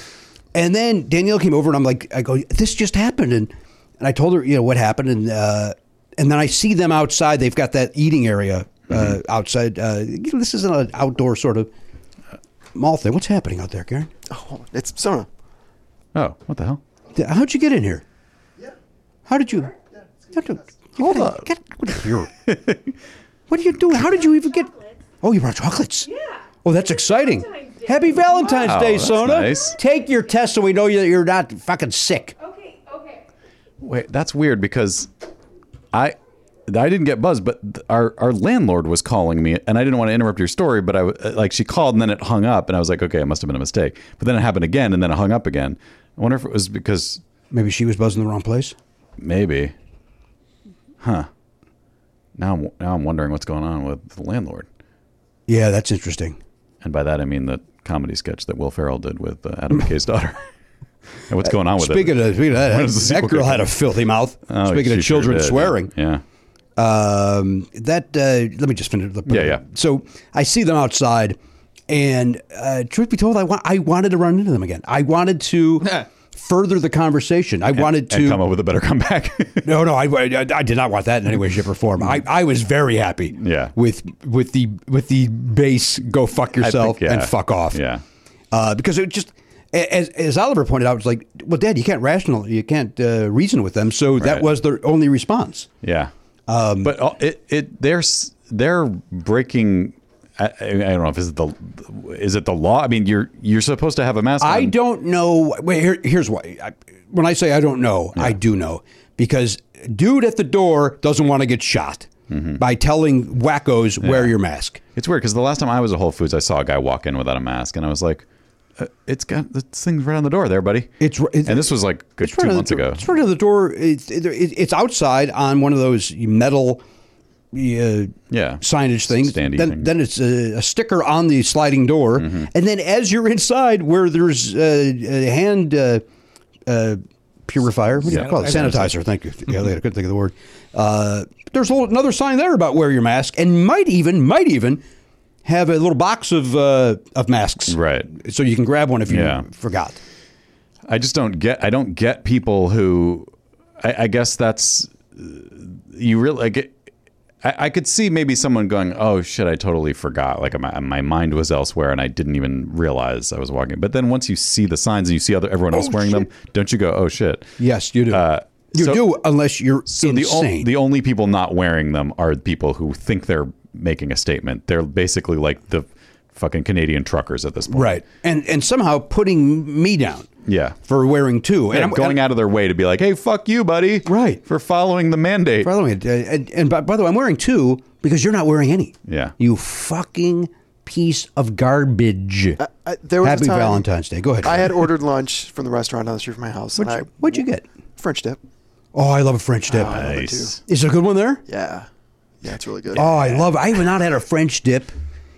Speaker 1: and then Danielle came over, and I'm like, I go, this just happened, and and I told her, you know, what happened, and uh, and then I see them outside. They've got that eating area uh, outside. Uh, you know, this isn't an outdoor sort of mall thing. What's happening out there, Karen?
Speaker 7: oh, it's someone.
Speaker 4: Oh, what the hell?
Speaker 1: How'd you get in here? Yeah. How did you?
Speaker 7: Hold up.
Speaker 1: Get out of here.
Speaker 4: [laughs]
Speaker 1: what are you doing? How did you even get? Oh, you brought chocolates. Yeah. Oh, that's exciting.
Speaker 8: Valentine's Day.
Speaker 1: Happy Valentine's
Speaker 4: Wow,
Speaker 1: Day,
Speaker 4: Oh, that's
Speaker 1: Sona.
Speaker 4: nice.
Speaker 1: Take your test so we know that you're not fucking sick.
Speaker 8: Okay, okay.
Speaker 4: Wait, that's weird because I I didn't get buzzed, but th- our our landlord was calling me, and I didn't want to interrupt your story, but I w- uh, like she called and then it hung up, and I was like, okay, it must have been a mistake. But then it happened again, and then it hung up again. I wonder if it was because
Speaker 1: Maybe she was buzzing the wrong place.
Speaker 4: maybe, huh? Now I'm now I'm wondering what's going on with the landlord,
Speaker 1: Yeah, that's interesting.
Speaker 4: and by that I mean the comedy sketch that Will Ferrell did with uh,
Speaker 1: [laughs]
Speaker 4: Adam McKay's daughter. [laughs] and what's going on with it?
Speaker 1: Uh, Speaking of, speaking of that,
Speaker 4: Oh, When is the
Speaker 1: that
Speaker 4: sequel
Speaker 1: girl
Speaker 4: coming?
Speaker 1: had a filthy mouth.
Speaker 4: Oh,
Speaker 1: speaking
Speaker 4: she
Speaker 1: of
Speaker 4: sure
Speaker 1: children
Speaker 4: did, yeah.
Speaker 1: swearing,
Speaker 4: yeah.
Speaker 1: um, that uh, let me just finish. The,
Speaker 4: Yeah, yeah.
Speaker 1: So I see them outside, and uh, truth be told, I want I wanted to run into them again. I wanted to further the conversation. I wanted to
Speaker 4: and come up with a better comeback. [laughs]
Speaker 1: No, no, I, I, I did not want that in any way, shape, or form. I, I was very happy.
Speaker 4: Mm. Yeah.
Speaker 1: With with the with the base, go fuck
Speaker 4: I think,
Speaker 1: yourself and
Speaker 4: yeah.
Speaker 1: fuck off.
Speaker 4: Yeah.
Speaker 1: Uh, because it just a- as as Oliver pointed out, it was like, well, Dad, you can't rational, you can't uh, reason with them. So that
Speaker 4: Right.
Speaker 1: was their only response.
Speaker 4: Yeah. Um, but all- it it they're s- they're breaking. I, I don't know if is it the is it the law? I mean, you're you're supposed to have a mask.
Speaker 1: I
Speaker 4: on.
Speaker 1: don't know. Wait, here, here's why. I, when I say I don't know, I do know because dude at the door doesn't want to get shot
Speaker 4: Mm-hmm.
Speaker 1: by telling wackos wear your mask.
Speaker 4: It's weird because the last time I was at Whole Foods, I saw a guy walk in without a mask, and I was like, uh, "It's got this thing's right on the door there, buddy."
Speaker 1: It's r- it-
Speaker 4: and this was like good
Speaker 1: It's
Speaker 4: two
Speaker 1: right on
Speaker 4: months
Speaker 1: the, door-
Speaker 4: ago.
Speaker 1: It's right on the door. It's, it, it, it's outside on one of those metal uh,
Speaker 4: Yeah.
Speaker 1: signage things.
Speaker 4: Standy
Speaker 1: then,
Speaker 4: thing. Mm-hmm.
Speaker 1: then it's a, a sticker on the sliding door, and then as you're inside, where there's uh, a hand uh, uh, purifier, what do you call it? Sanitizer. Thank you. Yeah,
Speaker 4: Mm-hmm.
Speaker 1: I couldn't think of the word. Uh, there's a little, another sign there about wear your mask, and might even, might even. Have a little box of uh, of masks,
Speaker 4: Right.
Speaker 1: So you can grab one if you
Speaker 4: Yeah.
Speaker 1: forgot.
Speaker 4: I just don't get. I don't get people who. I, I guess that's uh, you really. I get. I, I could see maybe someone going, "Oh shit, I totally forgot. Like my my mind was elsewhere, and I didn't even realize I was walking." But then once you see the signs and you see other everyone else wearing them, don't you go, "Oh shit"?
Speaker 1: Yes, you do.
Speaker 4: Uh,
Speaker 1: Oh, you
Speaker 4: so-
Speaker 1: do, unless you're
Speaker 4: So the,
Speaker 1: insane.
Speaker 4: o- the only people not wearing them are people who think they're making a statement. They're basically like the fucking Canadian truckers at this point,
Speaker 1: right, and and somehow putting me down.
Speaker 4: Yeah.
Speaker 1: for wearing two, and
Speaker 4: And going out of their way to be like, "Hey, fuck you, buddy!"
Speaker 1: Right.
Speaker 4: for following the mandate.
Speaker 1: By the way, uh, and, and by, by the way, I'm wearing two because you're not wearing any.
Speaker 4: Yeah.
Speaker 1: you fucking piece of garbage.
Speaker 7: I, Uh, there was a
Speaker 1: Happy
Speaker 7: time
Speaker 1: Valentine's Day. Go ahead.
Speaker 7: I had ordered lunch from the restaurant down the street from my house.
Speaker 1: What'd
Speaker 7: and
Speaker 1: you,
Speaker 7: I-
Speaker 1: what'd you get?
Speaker 7: French dip.
Speaker 1: Oh, I love a French dip.
Speaker 4: Nice.
Speaker 1: Is there a good one there?
Speaker 7: Yeah. Yeah, it's really good.
Speaker 1: Oh, I love. I have not had a French dip.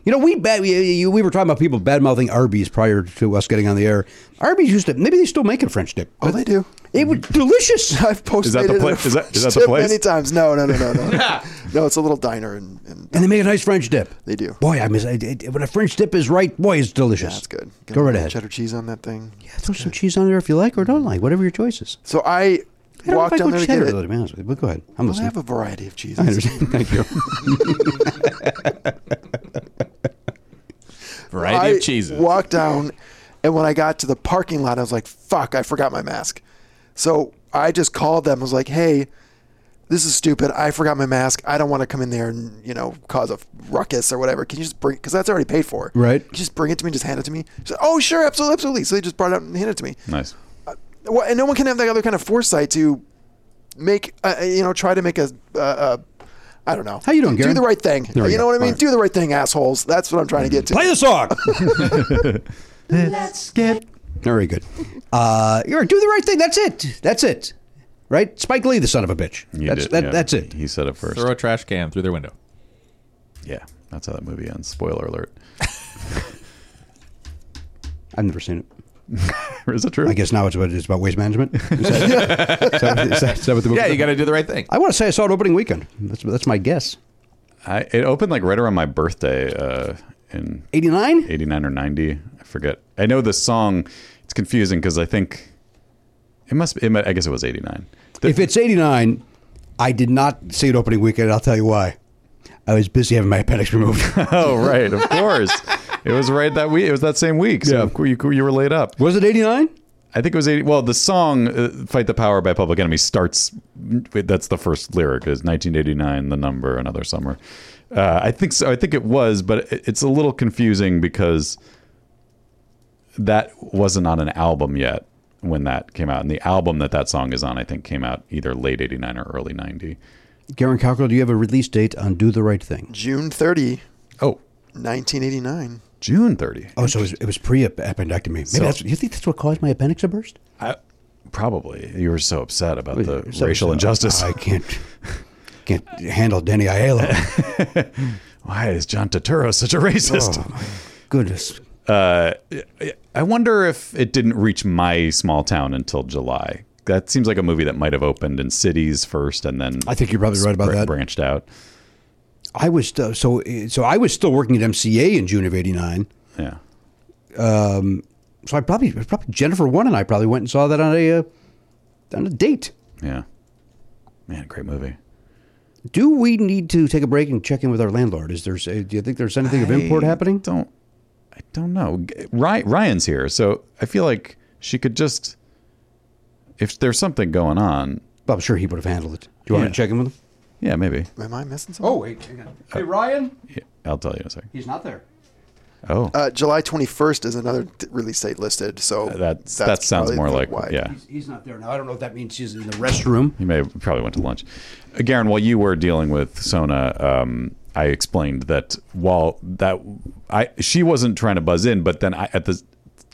Speaker 1: You know, we bad, we, we were talking about people bad mouthing Arby's prior to us getting on the air. Arby's used to maybe they still make a French dip.
Speaker 7: Oh, they do.
Speaker 1: It was delicious.
Speaker 7: [laughs] I've posted
Speaker 4: Is that the
Speaker 7: it in
Speaker 4: pla-
Speaker 7: a
Speaker 4: is that- is that
Speaker 7: French
Speaker 4: the
Speaker 7: dip
Speaker 4: place?
Speaker 7: many times. No, no, no,
Speaker 1: [laughs]
Speaker 7: no, no. no, it's a little diner, and, and
Speaker 1: and they make a nice French dip.
Speaker 7: They do.
Speaker 1: Boy, I miss it, it- when a French dip is right. Boy, it's delicious.
Speaker 7: that's good. Get
Speaker 1: Go
Speaker 7: a
Speaker 1: right
Speaker 7: little
Speaker 1: ahead.
Speaker 7: Cheddar cheese on that thing.
Speaker 1: Yeah, throw some cheese on there if you like or don't like, whatever your choice is.
Speaker 7: So I,
Speaker 1: I don't
Speaker 7: walked
Speaker 1: know
Speaker 7: down
Speaker 1: if I go
Speaker 7: there to get
Speaker 1: cheddar,
Speaker 7: it.
Speaker 1: though, to be honest with you, but go ahead. I'm
Speaker 7: I
Speaker 1: listening.
Speaker 7: have a variety of
Speaker 1: [laughs]
Speaker 7: cheeses.
Speaker 1: I
Speaker 7: [laughs]
Speaker 1: understand. Thank you.
Speaker 6: Variety
Speaker 7: I
Speaker 6: of cheeses.
Speaker 7: Walked down, and when I got to the parking lot, I was like, "Fuck, I forgot my mask." So I just called them. I was like, "Hey, this is stupid. I forgot my mask. I don't want to come in there and you know cause a ruckus or whatever. Can you just bring? Because that's already paid for,
Speaker 1: Right.
Speaker 7: Just bring it to me. Just hand it to me." She said, "Oh, sure, absolutely, absolutely." So they just brought it out and handed it to me.
Speaker 4: Nice.
Speaker 7: Well, and no one can have that other kind of foresight to make uh, you know try to make a. Uh, uh, I don't know.
Speaker 1: How you doing,
Speaker 7: Do
Speaker 1: Garen?
Speaker 7: the right thing.
Speaker 1: There we
Speaker 7: you
Speaker 1: go.
Speaker 7: know what I mean?
Speaker 1: All right.
Speaker 7: Do the right thing, assholes. That's what I'm trying to get to.
Speaker 1: Play the
Speaker 7: [laughs]
Speaker 1: song. Let's get. Very good. Uh, you're do the right thing. That's it. That's it. Right, Spike Lee, the son of a bitch.
Speaker 4: You
Speaker 1: that's
Speaker 4: did-
Speaker 1: that,
Speaker 4: yeah,
Speaker 1: that's it.
Speaker 4: He said it first.
Speaker 6: Throw a trash can through their window.
Speaker 4: Yeah, that's how that movie ends. Spoiler alert. [laughs]
Speaker 1: I've never seen it.
Speaker 4: Is it true?
Speaker 1: I guess now it's about it's about
Speaker 4: [laughs]
Speaker 1: waste management. Is that, is that- is that- is that what the movie?
Speaker 6: Yeah, you got to do the right thing.
Speaker 1: I want to say I saw it opening weekend. That's that's my guess.
Speaker 4: I, it opened like right around my birthday uh, in
Speaker 1: Eighty nine.
Speaker 4: 89 or 90. I forget. I know this song. It's confusing because I think it must be, it might, I guess it was [laughs] 89. The-
Speaker 1: If it's eighty nine, I did not see it opening weekend. I'll tell you why. I was busy having my
Speaker 4: [laughs]
Speaker 1: appendix removed.
Speaker 4: oh, right.
Speaker 1: [laughs]
Speaker 4: Of course. it was right that week. It was that same week. So
Speaker 1: Yeah.
Speaker 4: of course you, you were laid up.
Speaker 1: was it eighty nine?
Speaker 4: I think it was 80. Well, the song uh, Fight the Power by Public Enemy starts, that's the first lyric, is 1989, the number, another summer. Uh, I think so. I think it was, but it- it's a little confusing because that wasn't on an album yet when that came out. And the album that that song is on, I think, came out either late 89 or early 90.
Speaker 1: Garen Cockrell, do you have a release date on Do the Right Thing?
Speaker 7: June 30,
Speaker 4: Oh,
Speaker 7: 1989.
Speaker 4: June 30.
Speaker 1: Oh, so it was, it was pre appendectomy. Maybe that's you think that's what caused my appendix to burst?
Speaker 4: I, probably. You were so upset about the
Speaker 1: So-
Speaker 4: racial
Speaker 1: so
Speaker 4: injustice.
Speaker 1: I can't can't handle
Speaker 4: [laughs]
Speaker 1: Danny Aiello.
Speaker 4: Why is John Turturro such a
Speaker 1: Oh.
Speaker 4: racist?
Speaker 1: Goodness.
Speaker 4: uh, I wonder if it didn't reach my small town until July. That seems like a movie that might have opened in cities first and then
Speaker 1: I think you're probably right about
Speaker 4: br-
Speaker 1: that.
Speaker 4: branched out.
Speaker 1: I was still, so so I was still working at MCA in June of '89.
Speaker 4: Yeah.
Speaker 1: So I probably probably Jennifer one and I probably went and saw that on a uh, on a date.
Speaker 4: Yeah. Man, great movie.
Speaker 1: Do we need to take a break and check in with our landlord? Is there? uh, Do you think there's anything of import
Speaker 4: I
Speaker 1: happening?
Speaker 4: Don't I don't know. Ry- Ryan's here, so I feel like she could just if there's something going on.
Speaker 1: Well, I'm sure he would have handled it. Do you want me to
Speaker 4: Yeah.
Speaker 1: check in with him? Uh,
Speaker 4: Yeah, maybe.
Speaker 7: Am I missing something?
Speaker 1: Oh, wait, hang on. Hey Ryan,
Speaker 4: Yeah, I'll tell you in a second.
Speaker 1: he's not there.
Speaker 4: Oh,
Speaker 7: Uh, July 21st is another t- release date listed. So
Speaker 4: that's, that sounds
Speaker 7: probably
Speaker 4: more like
Speaker 7: why.
Speaker 4: yeah.
Speaker 1: He's not there now. I don't know if that means he's in the restroom.
Speaker 4: You may have probably went to lunch. Uh, Garen, while you were dealing with Sona, um, I explained that while that I she wasn't trying to buzz in, but then I, at the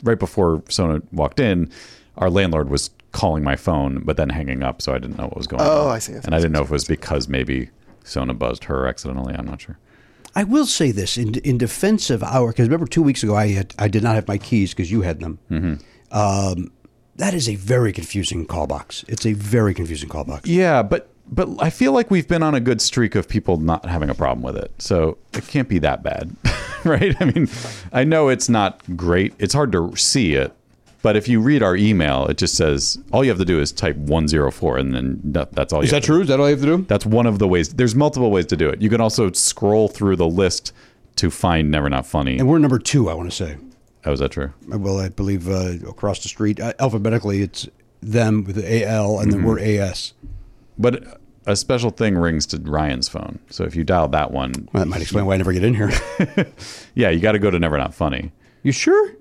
Speaker 4: right before Sona walked in, our landlord was calling my phone, but then hanging up, so I didn't know what was going on.
Speaker 7: Oh, I see, I see,
Speaker 4: and I didn't know if it was because maybe Sona buzzed her accidentally. I'm not sure.
Speaker 1: I will say this in in defense of our because remember two weeks ago I had I did not have my keys because you had them.
Speaker 4: Mm-hmm.
Speaker 1: Um, that is a very confusing call box. It's a very confusing call box.
Speaker 4: Yeah, but but I feel like we've been on a good streak of people not having a problem with it. So it can't be that bad, [laughs] right? I mean, I know it's not great. It's hard to see it, but if you read our email, it just says all you have to do is type 104 and then that, that's all you have to-
Speaker 1: Is that all you have to do?
Speaker 4: That's one of the ways. There's multiple ways to do it. You can also scroll through the list to find never not funny.
Speaker 1: And we're number two. I want to say.
Speaker 4: Oh, is that true?
Speaker 1: Well, I believe uh, across the street uh, alphabetically it's them with the AL and then
Speaker 4: Mm-hmm.
Speaker 1: we're AS.
Speaker 4: But a special thing rings to Ryan's phone. So if you dial that one,
Speaker 1: Well, that might explain why I never get in here.
Speaker 4: yeah, you got to go to never not funny.
Speaker 1: [laughs] you sure?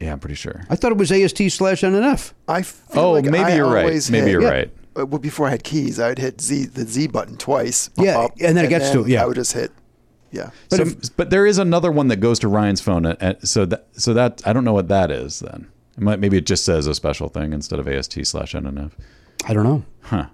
Speaker 4: Yeah, I'm pretty sure.
Speaker 1: I thought it was AST slash NNF.
Speaker 7: I feel
Speaker 4: Oh,
Speaker 7: like
Speaker 4: maybe
Speaker 7: I
Speaker 4: you're right.
Speaker 7: always
Speaker 4: Maybe
Speaker 7: hit-
Speaker 4: you're right.
Speaker 7: Uh, Well, before I had keys, I would hit Z the Z button twice.
Speaker 1: Yeah, and then it gets to it, yeah.
Speaker 7: I would just hit. Yeah.
Speaker 4: But, if, but there is another one that goes to Ryan's phone. uh, uh, so that so that I don't know what that is. Then it might, maybe it just says a special thing instead of AST slash NNF.
Speaker 1: I don't know.
Speaker 4: Huh.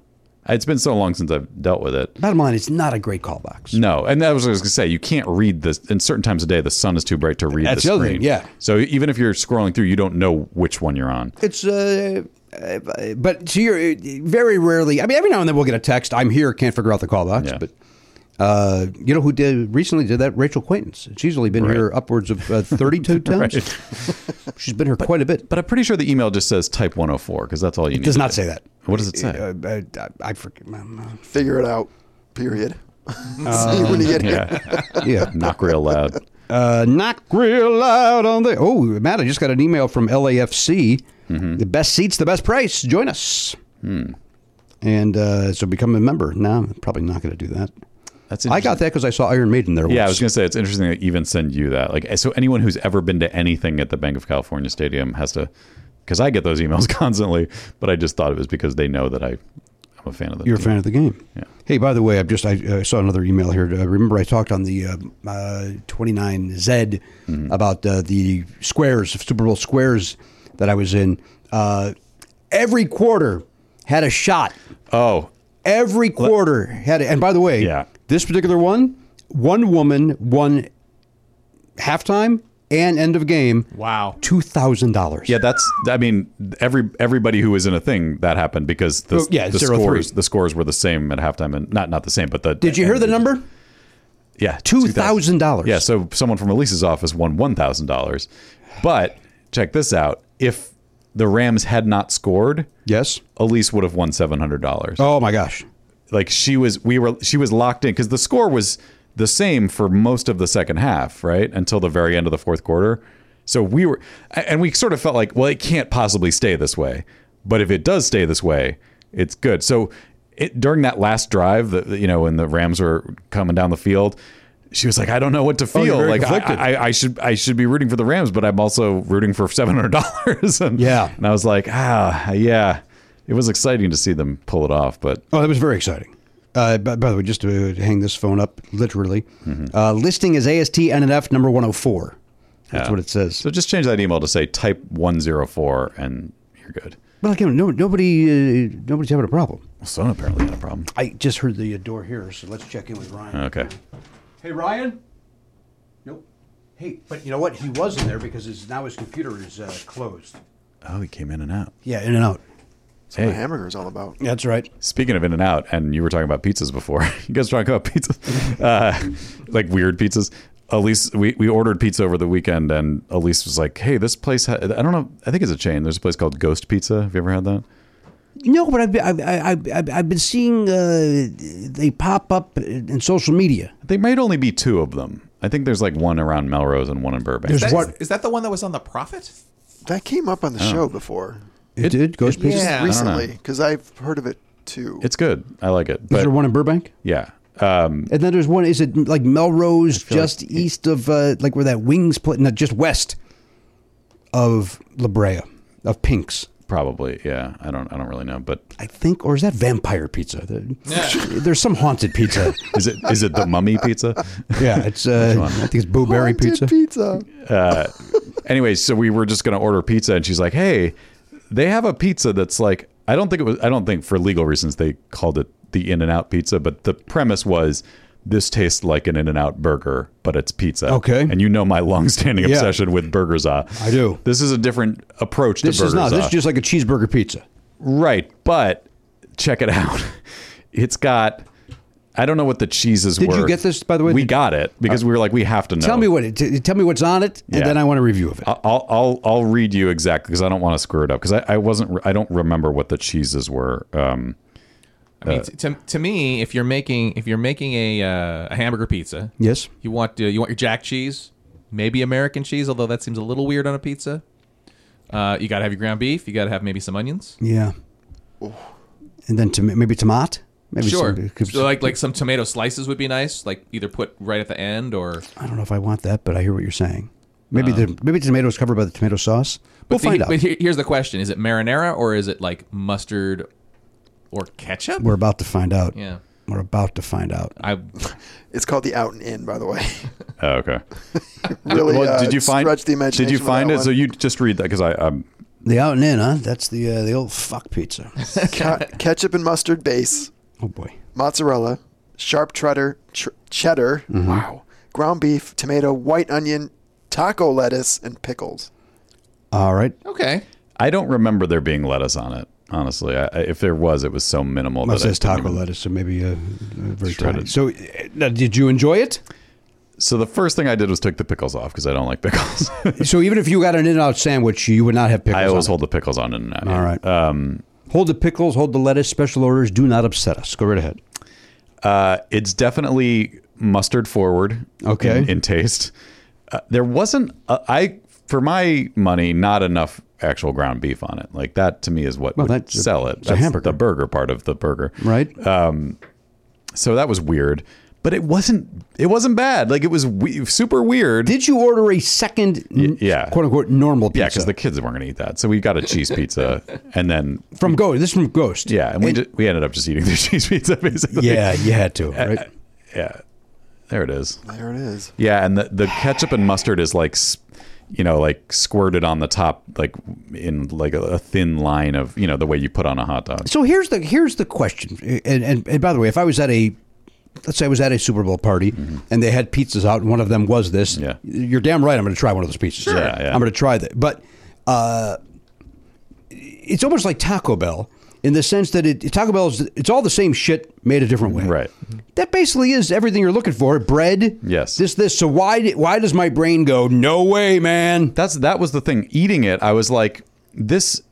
Speaker 4: It's been so long since I've dealt with it.
Speaker 1: Bottom line, it's not a great call box.
Speaker 4: No, and that was what I was gonna say. You can't read this. In certain times of day, the sun is too bright to read.
Speaker 1: That's
Speaker 4: the
Speaker 1: the other
Speaker 4: screen.
Speaker 1: thing, yeah.
Speaker 4: So e, even if you're scrolling through, you don't know which one you're on.
Speaker 1: It's uh, uh, but to your very rarely. I mean, every now and then we'll get a text. I'm here. Can't figure out the call box.
Speaker 4: Yeah.
Speaker 1: But uh, you know who did recently did that? Rachel Quaintance. She's only been
Speaker 4: Right.
Speaker 1: here upwards of [laughs] uh, 32 times. She's been here quite a bit.
Speaker 4: But I'm pretty sure the email just says type 104 because that's all you need.
Speaker 1: It does
Speaker 4: to
Speaker 1: not
Speaker 4: do.
Speaker 1: say that.
Speaker 4: What does it say?
Speaker 1: Uh, I, I, I forget. um,
Speaker 7: Figure it out. Period. [laughs] See when you get here.
Speaker 4: [laughs] yeah,
Speaker 1: uh, yeah.
Speaker 4: knock real loud.
Speaker 1: Uh, not real loud on the. Oh, Matt, I just got an email from LAFC.
Speaker 4: Mm-hmm.
Speaker 1: The best seats, the best price. Join us.
Speaker 4: Hmm.
Speaker 1: And uh, so become a member. No, I'm probably not going to do that.
Speaker 4: That's
Speaker 1: I got
Speaker 4: interesting.
Speaker 1: that because I saw Iron Maiden there.
Speaker 4: Yeah, I was
Speaker 1: once.
Speaker 4: gonna say it's interesting they even send you that. Like, so anyone who's ever been to anything at the Bank of California Stadium has to, because I get those emails [laughs] constantly. But I just thought it was because they know that I, I'm a fan of the.
Speaker 1: You're a
Speaker 4: team.
Speaker 1: fan of the game. Hey, by the way, I've just I uh, saw another email here. Uh, remember, I talked on the uh, uh, 29Z
Speaker 4: Mm-hmm.
Speaker 1: about uh, the squares, Super Bowl squares that I was in. Uh, every quarter had a shot.
Speaker 4: Oh,
Speaker 1: Every quarter had, and by the way,
Speaker 4: Yeah.
Speaker 1: this particular one, one woman won halftime and end of game.
Speaker 6: Wow.
Speaker 1: two thousand dollars.
Speaker 4: yeah. That's. I mean, every everybody who was in a thing that happened because the
Speaker 1: Oh, yeah,
Speaker 4: the
Speaker 1: zero
Speaker 4: scores
Speaker 1: three.
Speaker 4: the scores were the same at halftime and not not the same, but the.
Speaker 1: Did you hear the number?
Speaker 4: Yeah,
Speaker 1: $2,000.
Speaker 4: Yeah, so someone from Elise's office won one thousand dollars, but check this out: if the Rams had not scored,
Speaker 1: Yes.
Speaker 4: Elise would have won seven hundred dollars.
Speaker 1: Oh my gosh.
Speaker 4: like she was we were she was locked in because the score was the same for most of the second half right until the very end of the fourth quarter So we were, and we sort of felt like, well, it can't possibly stay this way. But if it does stay this way, it's good. So it, during that last drive, the, you know, when the Rams were coming down the field, she was like, I don't know what to feel.
Speaker 1: Oh, very
Speaker 4: like I,
Speaker 1: conflicted.
Speaker 4: I, I should, I should be rooting for the Rams, but I'm also rooting for seven hundred dollars. [laughs]
Speaker 1: Yeah.
Speaker 4: and I was like, ah, yeah. It was exciting to see them pull it off, but
Speaker 1: Oh, that was very exciting. Uh, by, by the way, just to hang this phone up, literally,
Speaker 4: Mm-hmm.
Speaker 1: uh, listing is AST NNF number 104. That's
Speaker 4: Yeah.
Speaker 1: what it says.
Speaker 4: So just change that email to say type 104 and you're good.
Speaker 1: But again, no, nobody, uh, nobody's having a problem.
Speaker 4: Well, Son apparently had a problem.
Speaker 1: I just heard the uh, door here, so let's check in with Ryan.
Speaker 4: Okay.
Speaker 1: Hey, Ryan. Nope. Hey, but you know what? He was in there because his, now his computer is uh, closed.
Speaker 4: Oh, he came in and out.
Speaker 1: Yeah, in and out.
Speaker 7: That's what a
Speaker 4: Hey.
Speaker 7: hamburger is all about.
Speaker 1: That's right.
Speaker 4: Speaking of in and out, and you were talking about pizzas before. [laughs] you guys were talking about pizzas, [laughs] uh, like weird pizzas. Elise, we, we ordered pizza over the weekend, and Elise was like, "Hey, this place. Ha- I don't know. I think it's a chain. There's a place called Ghost Pizza. Have you ever had that?
Speaker 1: No, but I've been, I've, I've, I've, I've been seeing uh, they pop up in social media.
Speaker 4: They might only be two of them. I think there's like one around Melrose and one in Burbank.
Speaker 1: There's
Speaker 6: That-
Speaker 1: what?
Speaker 6: is that the one that was on the Prophet?
Speaker 7: That came up on the
Speaker 4: Oh.
Speaker 7: show before
Speaker 1: It, did. Ghost
Speaker 6: it-
Speaker 1: Pieces?
Speaker 6: yeah. I don't
Speaker 7: recently because I've heard of it too.
Speaker 4: it's good. I like it.
Speaker 1: Is
Speaker 4: But
Speaker 1: there one in Burbank?
Speaker 4: yeah, um,
Speaker 1: And then there's one. Is it like Melrose, just east of uh, like where that Wings play? No, just west of La Brea, of Pink's,
Speaker 4: probably. Yeah, I don't. I don't really know, but
Speaker 1: I think, or is that Vampire Pizza? The- There's some haunted pizza.
Speaker 4: is it is it the mummy pizza?
Speaker 1: yeah, it's uh, I think it's Boo Berry
Speaker 7: Haunted
Speaker 1: Pizza.
Speaker 7: pizza.
Speaker 4: anyway, so we were just gonna order pizza, and she's like, "Hey, they have a pizza that's like I don't think it was I don't think for legal reasons they called it the In and Out pizza, but the premise was." This tastes like an In-N-Out burger, but it's pizza.
Speaker 1: Okay.
Speaker 4: and you know my long-standing
Speaker 1: [laughs] Yeah.
Speaker 4: obsession with burgers. Ah,
Speaker 1: I do.
Speaker 4: This is a different approach
Speaker 1: This
Speaker 4: to burgers. ah.
Speaker 1: is not. This is just like a cheeseburger pizza.
Speaker 4: right, but check it out. [laughs] It's got. I don't know what the cheeses
Speaker 1: Did
Speaker 4: were.
Speaker 1: you get this, by the way?
Speaker 4: We
Speaker 1: Did- Uh,
Speaker 4: got it because we were like, we have to know.
Speaker 1: Tell me what. It, t- tell me what's on it, and
Speaker 4: Yeah.
Speaker 1: then I want a review of it.
Speaker 4: I'll- I'll I'll I'll read you exactly because I don't want to screw it up because I, I wasn't re- I don't remember what the cheeses were. Um,
Speaker 6: I mean, t- to, to me, if you're making if you're making a, uh, a hamburger pizza,
Speaker 1: Yes.
Speaker 6: you want uh, you want your jack cheese, maybe American cheese, although that seems a little weird on a pizza. Uh, you gotta have your ground beef. You gotta have maybe some onions.
Speaker 1: Yeah. And then to, maybe tomato. Maybe
Speaker 6: Sure,
Speaker 1: some- could-
Speaker 6: so like like some tomato slices would be nice. Like either put right at the end or
Speaker 1: I don't know if I want that, but I hear what you're saying. Maybe the maybe the tomato is covered by the tomato sauce. We'll
Speaker 6: But the-
Speaker 1: find out.
Speaker 6: But here- here's the question: Is it marinara or is it like mustard or ketchup?
Speaker 1: We're about to find out.
Speaker 6: yeah,
Speaker 1: We're about to find out.
Speaker 6: I
Speaker 7: It's called the Out and In, by the way.
Speaker 4: oh, okay.
Speaker 7: [laughs] really?
Speaker 4: Well,
Speaker 7: uh,
Speaker 4: did you find
Speaker 7: stretched the imagination?
Speaker 4: Did you
Speaker 7: with
Speaker 4: find
Speaker 7: that
Speaker 4: it? So
Speaker 7: one.
Speaker 4: you just read that because I um,
Speaker 1: The out and in, huh? That's the uh, the old fuck [laughs] pizza.
Speaker 7: Ca- ketchup and mustard base,
Speaker 1: oh boy.
Speaker 7: mozzarella, sharp cheddar, ch- cheddar,
Speaker 6: Mm-hmm.
Speaker 7: wow, ground beef, tomato, white onion, taco lettuce, and pickles.
Speaker 1: All right.
Speaker 6: okay.
Speaker 4: I don't remember there being lettuce on it. Honestly, I, I- if there was, it was so minimal.
Speaker 1: Well, it
Speaker 4: that I
Speaker 1: says
Speaker 4: didn't
Speaker 1: taco
Speaker 4: even-
Speaker 1: lettuce, so maybe uh, uh, very tiny.
Speaker 4: Shredded.
Speaker 1: So, uh, now, did you enjoy it?
Speaker 4: So the first thing I did was took the pickles off because I don't like pickles. [laughs]
Speaker 1: So, even if you got an in-out sandwich, you would not have pickles.
Speaker 4: I always
Speaker 1: on
Speaker 4: hold the pickles on and out.
Speaker 1: it. All right. Um, hold the pickles. Hold the lettuce. Special orders. Do not upset us. Go right ahead.
Speaker 4: Uh, it's definitely mustard forward.
Speaker 1: Okay.
Speaker 4: In, in taste, uh, there wasn't. Uh, I for my money, not enough actual ground beef on it. Like that to me is what
Speaker 1: Well,
Speaker 4: would
Speaker 1: that's a-
Speaker 4: sell it.
Speaker 1: it's a hamburger.
Speaker 4: the burger part of the burger,
Speaker 1: Right.
Speaker 4: Uh, So that was weird, but it wasn't. It wasn't bad. Like it was we- super weird.
Speaker 1: did you order a second? n-
Speaker 4: yeah.
Speaker 1: Quote unquote normal pizza.
Speaker 4: yeah, because the kids weren't going to eat that. So we got a
Speaker 1: [laughs]
Speaker 4: cheese pizza, and then
Speaker 1: from Ghost. This is from Ghost.
Speaker 4: yeah, and we ju- we ended up just eating the [laughs] cheese pizza basically.
Speaker 1: Yeah, you had
Speaker 4: [laughs]
Speaker 1: to,
Speaker 4: Uh,
Speaker 1: right?
Speaker 4: yeah. There it is.
Speaker 7: There it is.
Speaker 4: Yeah, and the, the ketchup and mustard is like, s- you know, like squirted on the top, like in like a, a thin line of, you know, the way you put on a hot dog.
Speaker 1: So here's the here's the question. And, and and by the way, if I was at a let's say I was at a Super Bowl party and they had pizzas out, and one of them was this.
Speaker 4: Mm-hmm. Yeah.
Speaker 1: You're damn right. I'm going to try one of those pizzas. Sure.
Speaker 4: Yeah, yeah.
Speaker 1: I'm going to try that. But uh, it's almost like Taco Bell in the sense that it, Taco Bell is it's all the same shit made a different way.
Speaker 4: Right.
Speaker 1: That basically is everything you're looking for. Bread.
Speaker 4: Yes.
Speaker 1: This this. So why di- why does my brain go no way, man?
Speaker 4: That's that was the thing. Eating it, I was like, this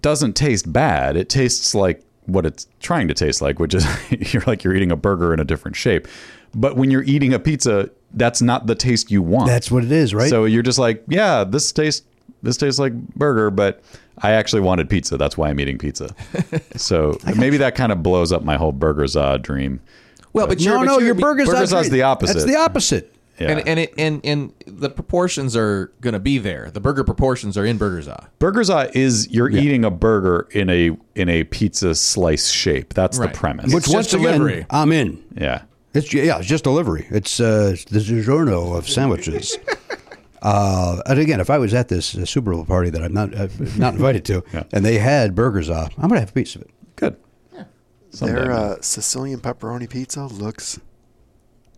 Speaker 4: doesn't taste bad. It tastes like what it's [laughs] trying to taste like, which is you're like you're eating a burger in a different shape. But when you're eating a pizza, that's not the taste you want.
Speaker 1: That's what it is, right?
Speaker 4: So you're just like, yeah, this tastes this tastes like burger, but I actually wanted pizza. That's why I'm eating
Speaker 6: [laughs]
Speaker 4: pizza. so maybe that kind of blows up my whole burger za dream.
Speaker 6: Well, but
Speaker 1: no,
Speaker 6: you're, but
Speaker 1: no,
Speaker 6: you're-
Speaker 1: your burger's
Speaker 4: Burger's
Speaker 1: not
Speaker 4: not the
Speaker 1: great.
Speaker 4: opposite.
Speaker 1: That's the opposite.
Speaker 4: Yeah.
Speaker 6: And and, it, and and the proportions are going to be there. The burger proportions are in Burger's Eye.
Speaker 4: Burger za is you're eating a burger in a in a pizza slice shape. That's
Speaker 6: Right.
Speaker 4: the premise.
Speaker 1: Which
Speaker 6: just
Speaker 1: once again,
Speaker 6: delivery.
Speaker 1: I'm in.
Speaker 4: yeah.
Speaker 1: It's yeah, it's just delivery. It's uh, it's the DiGiorno of sandwiches. Uh, and again, if I was at this uh, Super Bowl party that I'm not uh, not invited to, and they had burgers off, I'm gonna have a piece of it.
Speaker 4: Good. Someday.
Speaker 7: Their uh, Sicilian pepperoni pizza looks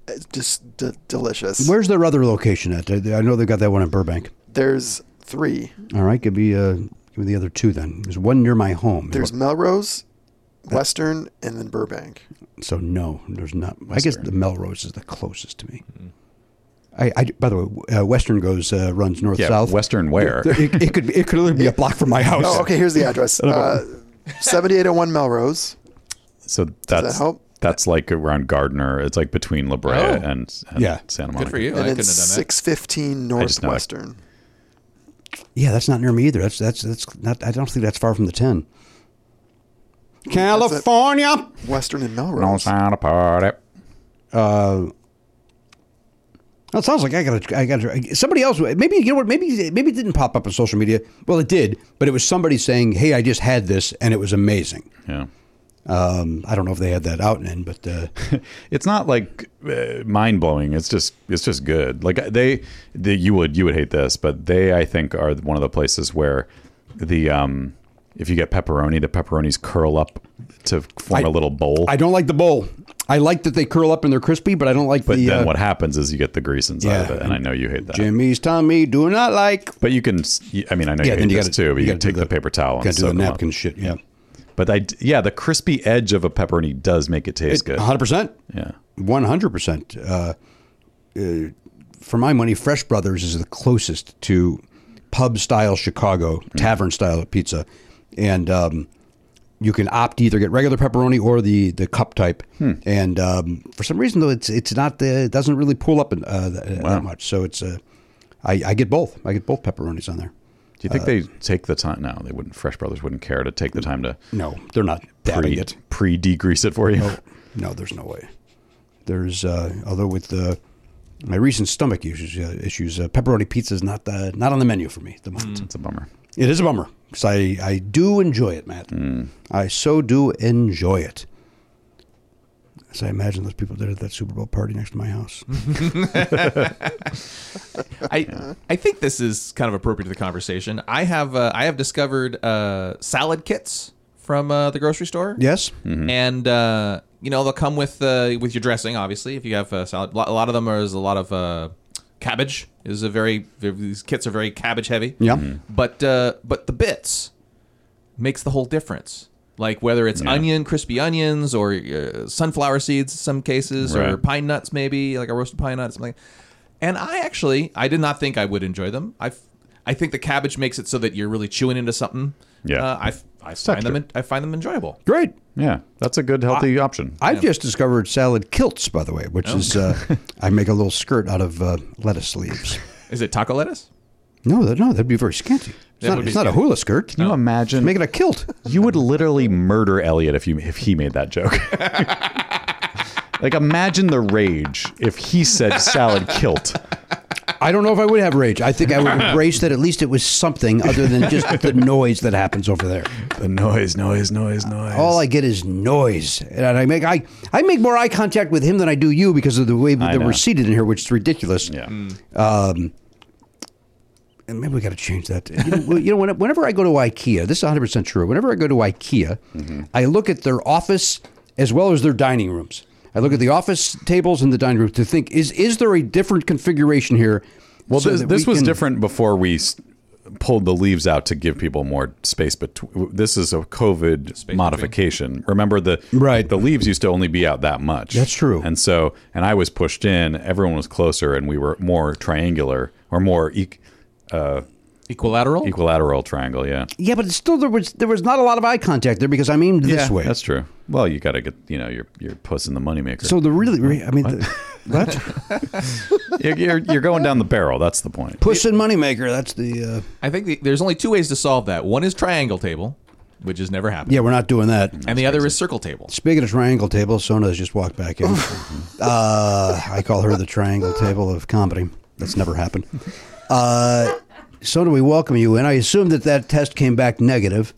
Speaker 7: uh, just d- delicious.
Speaker 1: Where's their other location at? I I know they've got that one in Burbank.
Speaker 7: There's three.
Speaker 1: All right, give me uh, give me the other two then. There's one near my home.
Speaker 7: There's Melrose, Western, and then Burbank.
Speaker 1: so no, there's not. I guess the Melrose is the closest to me.
Speaker 7: Mm-hmm.
Speaker 1: I, I by the way, uh, Western goes uh, runs north
Speaker 4: yeah,
Speaker 1: south.
Speaker 4: Western where?
Speaker 1: It, it could it could literally be a block from my house.
Speaker 7: Oh, okay. Here's the
Speaker 6: [laughs]
Speaker 7: address. Uh, 7801 Melrose.
Speaker 4: [laughs] So that's
Speaker 7: help?
Speaker 4: that's like around Gardner. It's like between La Brea
Speaker 6: Oh.
Speaker 4: and, and
Speaker 1: Yeah.
Speaker 4: Santa Monica.
Speaker 6: Good for you. I
Speaker 7: And
Speaker 6: couldn't have
Speaker 7: then
Speaker 6: done that.
Speaker 7: 615
Speaker 4: just know it.
Speaker 7: Northwestern.
Speaker 1: Yeah, that's not near me either. That's that's that's not. I don't think that's far from the ten. California.
Speaker 7: Western and
Speaker 4: Don't
Speaker 7: Melrose.
Speaker 4: sound apart it.
Speaker 1: That sounds like I got to. I got to. Somebody else. Maybe you know what? Maybe maybe it didn't pop up on social media. Well, it did, but it was somebody saying, "Hey, I just had this and it was amazing."
Speaker 4: Yeah.
Speaker 1: Um, I don't know if they had that out in, but uh,
Speaker 4: It's not like uh, mind blowing. It's just it's just good. Like they, the, you would you would hate this, but they I think are one of the places where the um if you get pepperoni, the pepperonis curl up to form a little bowl.
Speaker 1: I don't like the bowl. I like that they curl up and they're crispy, but I don't like
Speaker 4: but
Speaker 1: the
Speaker 4: then
Speaker 1: uh,
Speaker 4: what happens is you get the grease inside of
Speaker 1: Yeah.
Speaker 4: it, and I know you hate that.
Speaker 1: Jimmy's Tommy do not like.
Speaker 4: But you can, s- I mean, I know you hate this
Speaker 1: gotta-
Speaker 4: too. But you,
Speaker 1: gotta
Speaker 4: can
Speaker 1: do
Speaker 4: take the, paper towel
Speaker 1: gotta
Speaker 4: and
Speaker 1: do the
Speaker 4: soak 'em up.
Speaker 1: napkin shit. Yeah,
Speaker 4: But I, d- yeah, the crispy edge of a pepperoni does make it taste good.
Speaker 1: one hundred percent.
Speaker 4: Yeah.
Speaker 1: One hundred percent. uh, For my money, Fresh Brothers is the closest to pub style Chicago tavern style pizza, and um, you can opt to either get regular pepperoni or the the cup type. And um, for some reason though, it's it's not the it doesn't really pull up in, uh, that, that much. So it's uh, I, I get both. I get both pepperonis on there.
Speaker 4: Do
Speaker 1: Uh,
Speaker 4: you think they take the time? No, they wouldn't. Fresh Brothers wouldn't care to take the time to
Speaker 1: No, they're not dabbing
Speaker 4: pre
Speaker 1: it.
Speaker 4: pre degrease it for you.
Speaker 1: No, there's no way. There's uh, although with uh, my recent stomach issues, uh, issues uh, pepperoni pizza is not the, not on the menu for me at the moment.
Speaker 4: It's a bummer.
Speaker 1: It is a bummer because I, I do enjoy it, Matt.
Speaker 4: Mm.
Speaker 1: I so do enjoy it. As I imagine those people did at that Super Bowl party next to my house.
Speaker 4: Mm.
Speaker 6: I I think this is kind of appropriate to the conversation. I have uh, I have discovered uh, salad kits from uh, the grocery store.
Speaker 1: yes,
Speaker 4: Mm-hmm.
Speaker 6: and uh, you know they'll come with uh, with your dressing. Obviously, if you have uh, salad, Lo- a lot of them are is a lot of uh, cabbage. Is a very these kits are very cabbage heavy.
Speaker 1: Yeah.
Speaker 4: Mm-hmm.
Speaker 1: Mhm.
Speaker 6: but uh, but the bits makes the whole difference. Like whether it's onion, crispy onions, or uh, sunflower seeds in some cases, or
Speaker 4: Right.
Speaker 6: pine nuts maybe, like a roasted pine nut, something. And I actually, I did not think I would enjoy them. I, f- I think the cabbage makes it so that you're really chewing into something.
Speaker 4: Yeah.
Speaker 6: uh, I, f- I find them, en- I find them enjoyable.
Speaker 1: great.
Speaker 4: Yeah, that's a good healthy option.
Speaker 1: I've just discovered salad kilts, by the way,
Speaker 4: Oh.
Speaker 1: which is uh,
Speaker 4: [laughs]
Speaker 1: I make a little skirt out of uh, lettuce leaves.
Speaker 6: Is it taco lettuce?
Speaker 1: No, that, no, that'd be very scanty. It's, not,
Speaker 6: would be
Speaker 1: it's not a hula skirt.
Speaker 4: Can you imagine?
Speaker 1: Make it a kilt.
Speaker 4: you would literally murder Elliot if you if he made that joke. [laughs] like imagine the rage if he said salad kilt.
Speaker 1: I don't know if I would have rage. I think I would embrace that at least it was something other than
Speaker 4: [laughs]
Speaker 1: just the noise that happens over there.
Speaker 4: The [laughs] noise, noise, noise, noise.
Speaker 1: All I get is noise, and I make I, I make more eye contact with him than I do you because of the way that
Speaker 4: know.
Speaker 1: we're seated in here, which is ridiculous.
Speaker 4: yeah.
Speaker 1: And maybe we got to change that. You know, well, you know, when- whenever I go to IKEA, this is 100 percent true. Whenever I go to IKEA,
Speaker 4: Mm-hmm.
Speaker 1: I look at their office as well as their dining rooms. I look at the office tables and the dining room to think is is there a different configuration here?
Speaker 4: Well,
Speaker 1: so
Speaker 4: this,
Speaker 1: that
Speaker 4: this
Speaker 1: we
Speaker 4: was
Speaker 1: can-
Speaker 4: different before we s- pulled the leaves out to give people more space. But this is a COVID modification. Remember the
Speaker 1: Right.
Speaker 4: The leaves used to only be out that much.
Speaker 1: That's true.
Speaker 4: And so, and I was pushed in. Everyone was closer, and we were more triangular or more e-
Speaker 6: Equilateral?
Speaker 4: equilateral triangle. Yeah.
Speaker 1: Yeah, but it's still there was there was not a lot of eye contact there because I aimed this way.
Speaker 4: That's true. Well, you got to get you know your your puss in the moneymaker.
Speaker 1: so the really, re- I mean, the, [laughs] What?
Speaker 4: You're, you're, you're going down the barrel. That's the point.
Speaker 1: Puss and Moneymaker. That's the. Uh,
Speaker 6: I think the, there's only two ways to solve that. One is triangle table, which has never happened.
Speaker 1: yeah, we're not doing that.
Speaker 6: And the other is circle table.
Speaker 1: Speaking of triangle table, Sona has just walked back in. [laughs] uh, I call her the triangle table of comedy. That's never happened. Uh, Sona, we welcome you in. I assume that that test came back negative.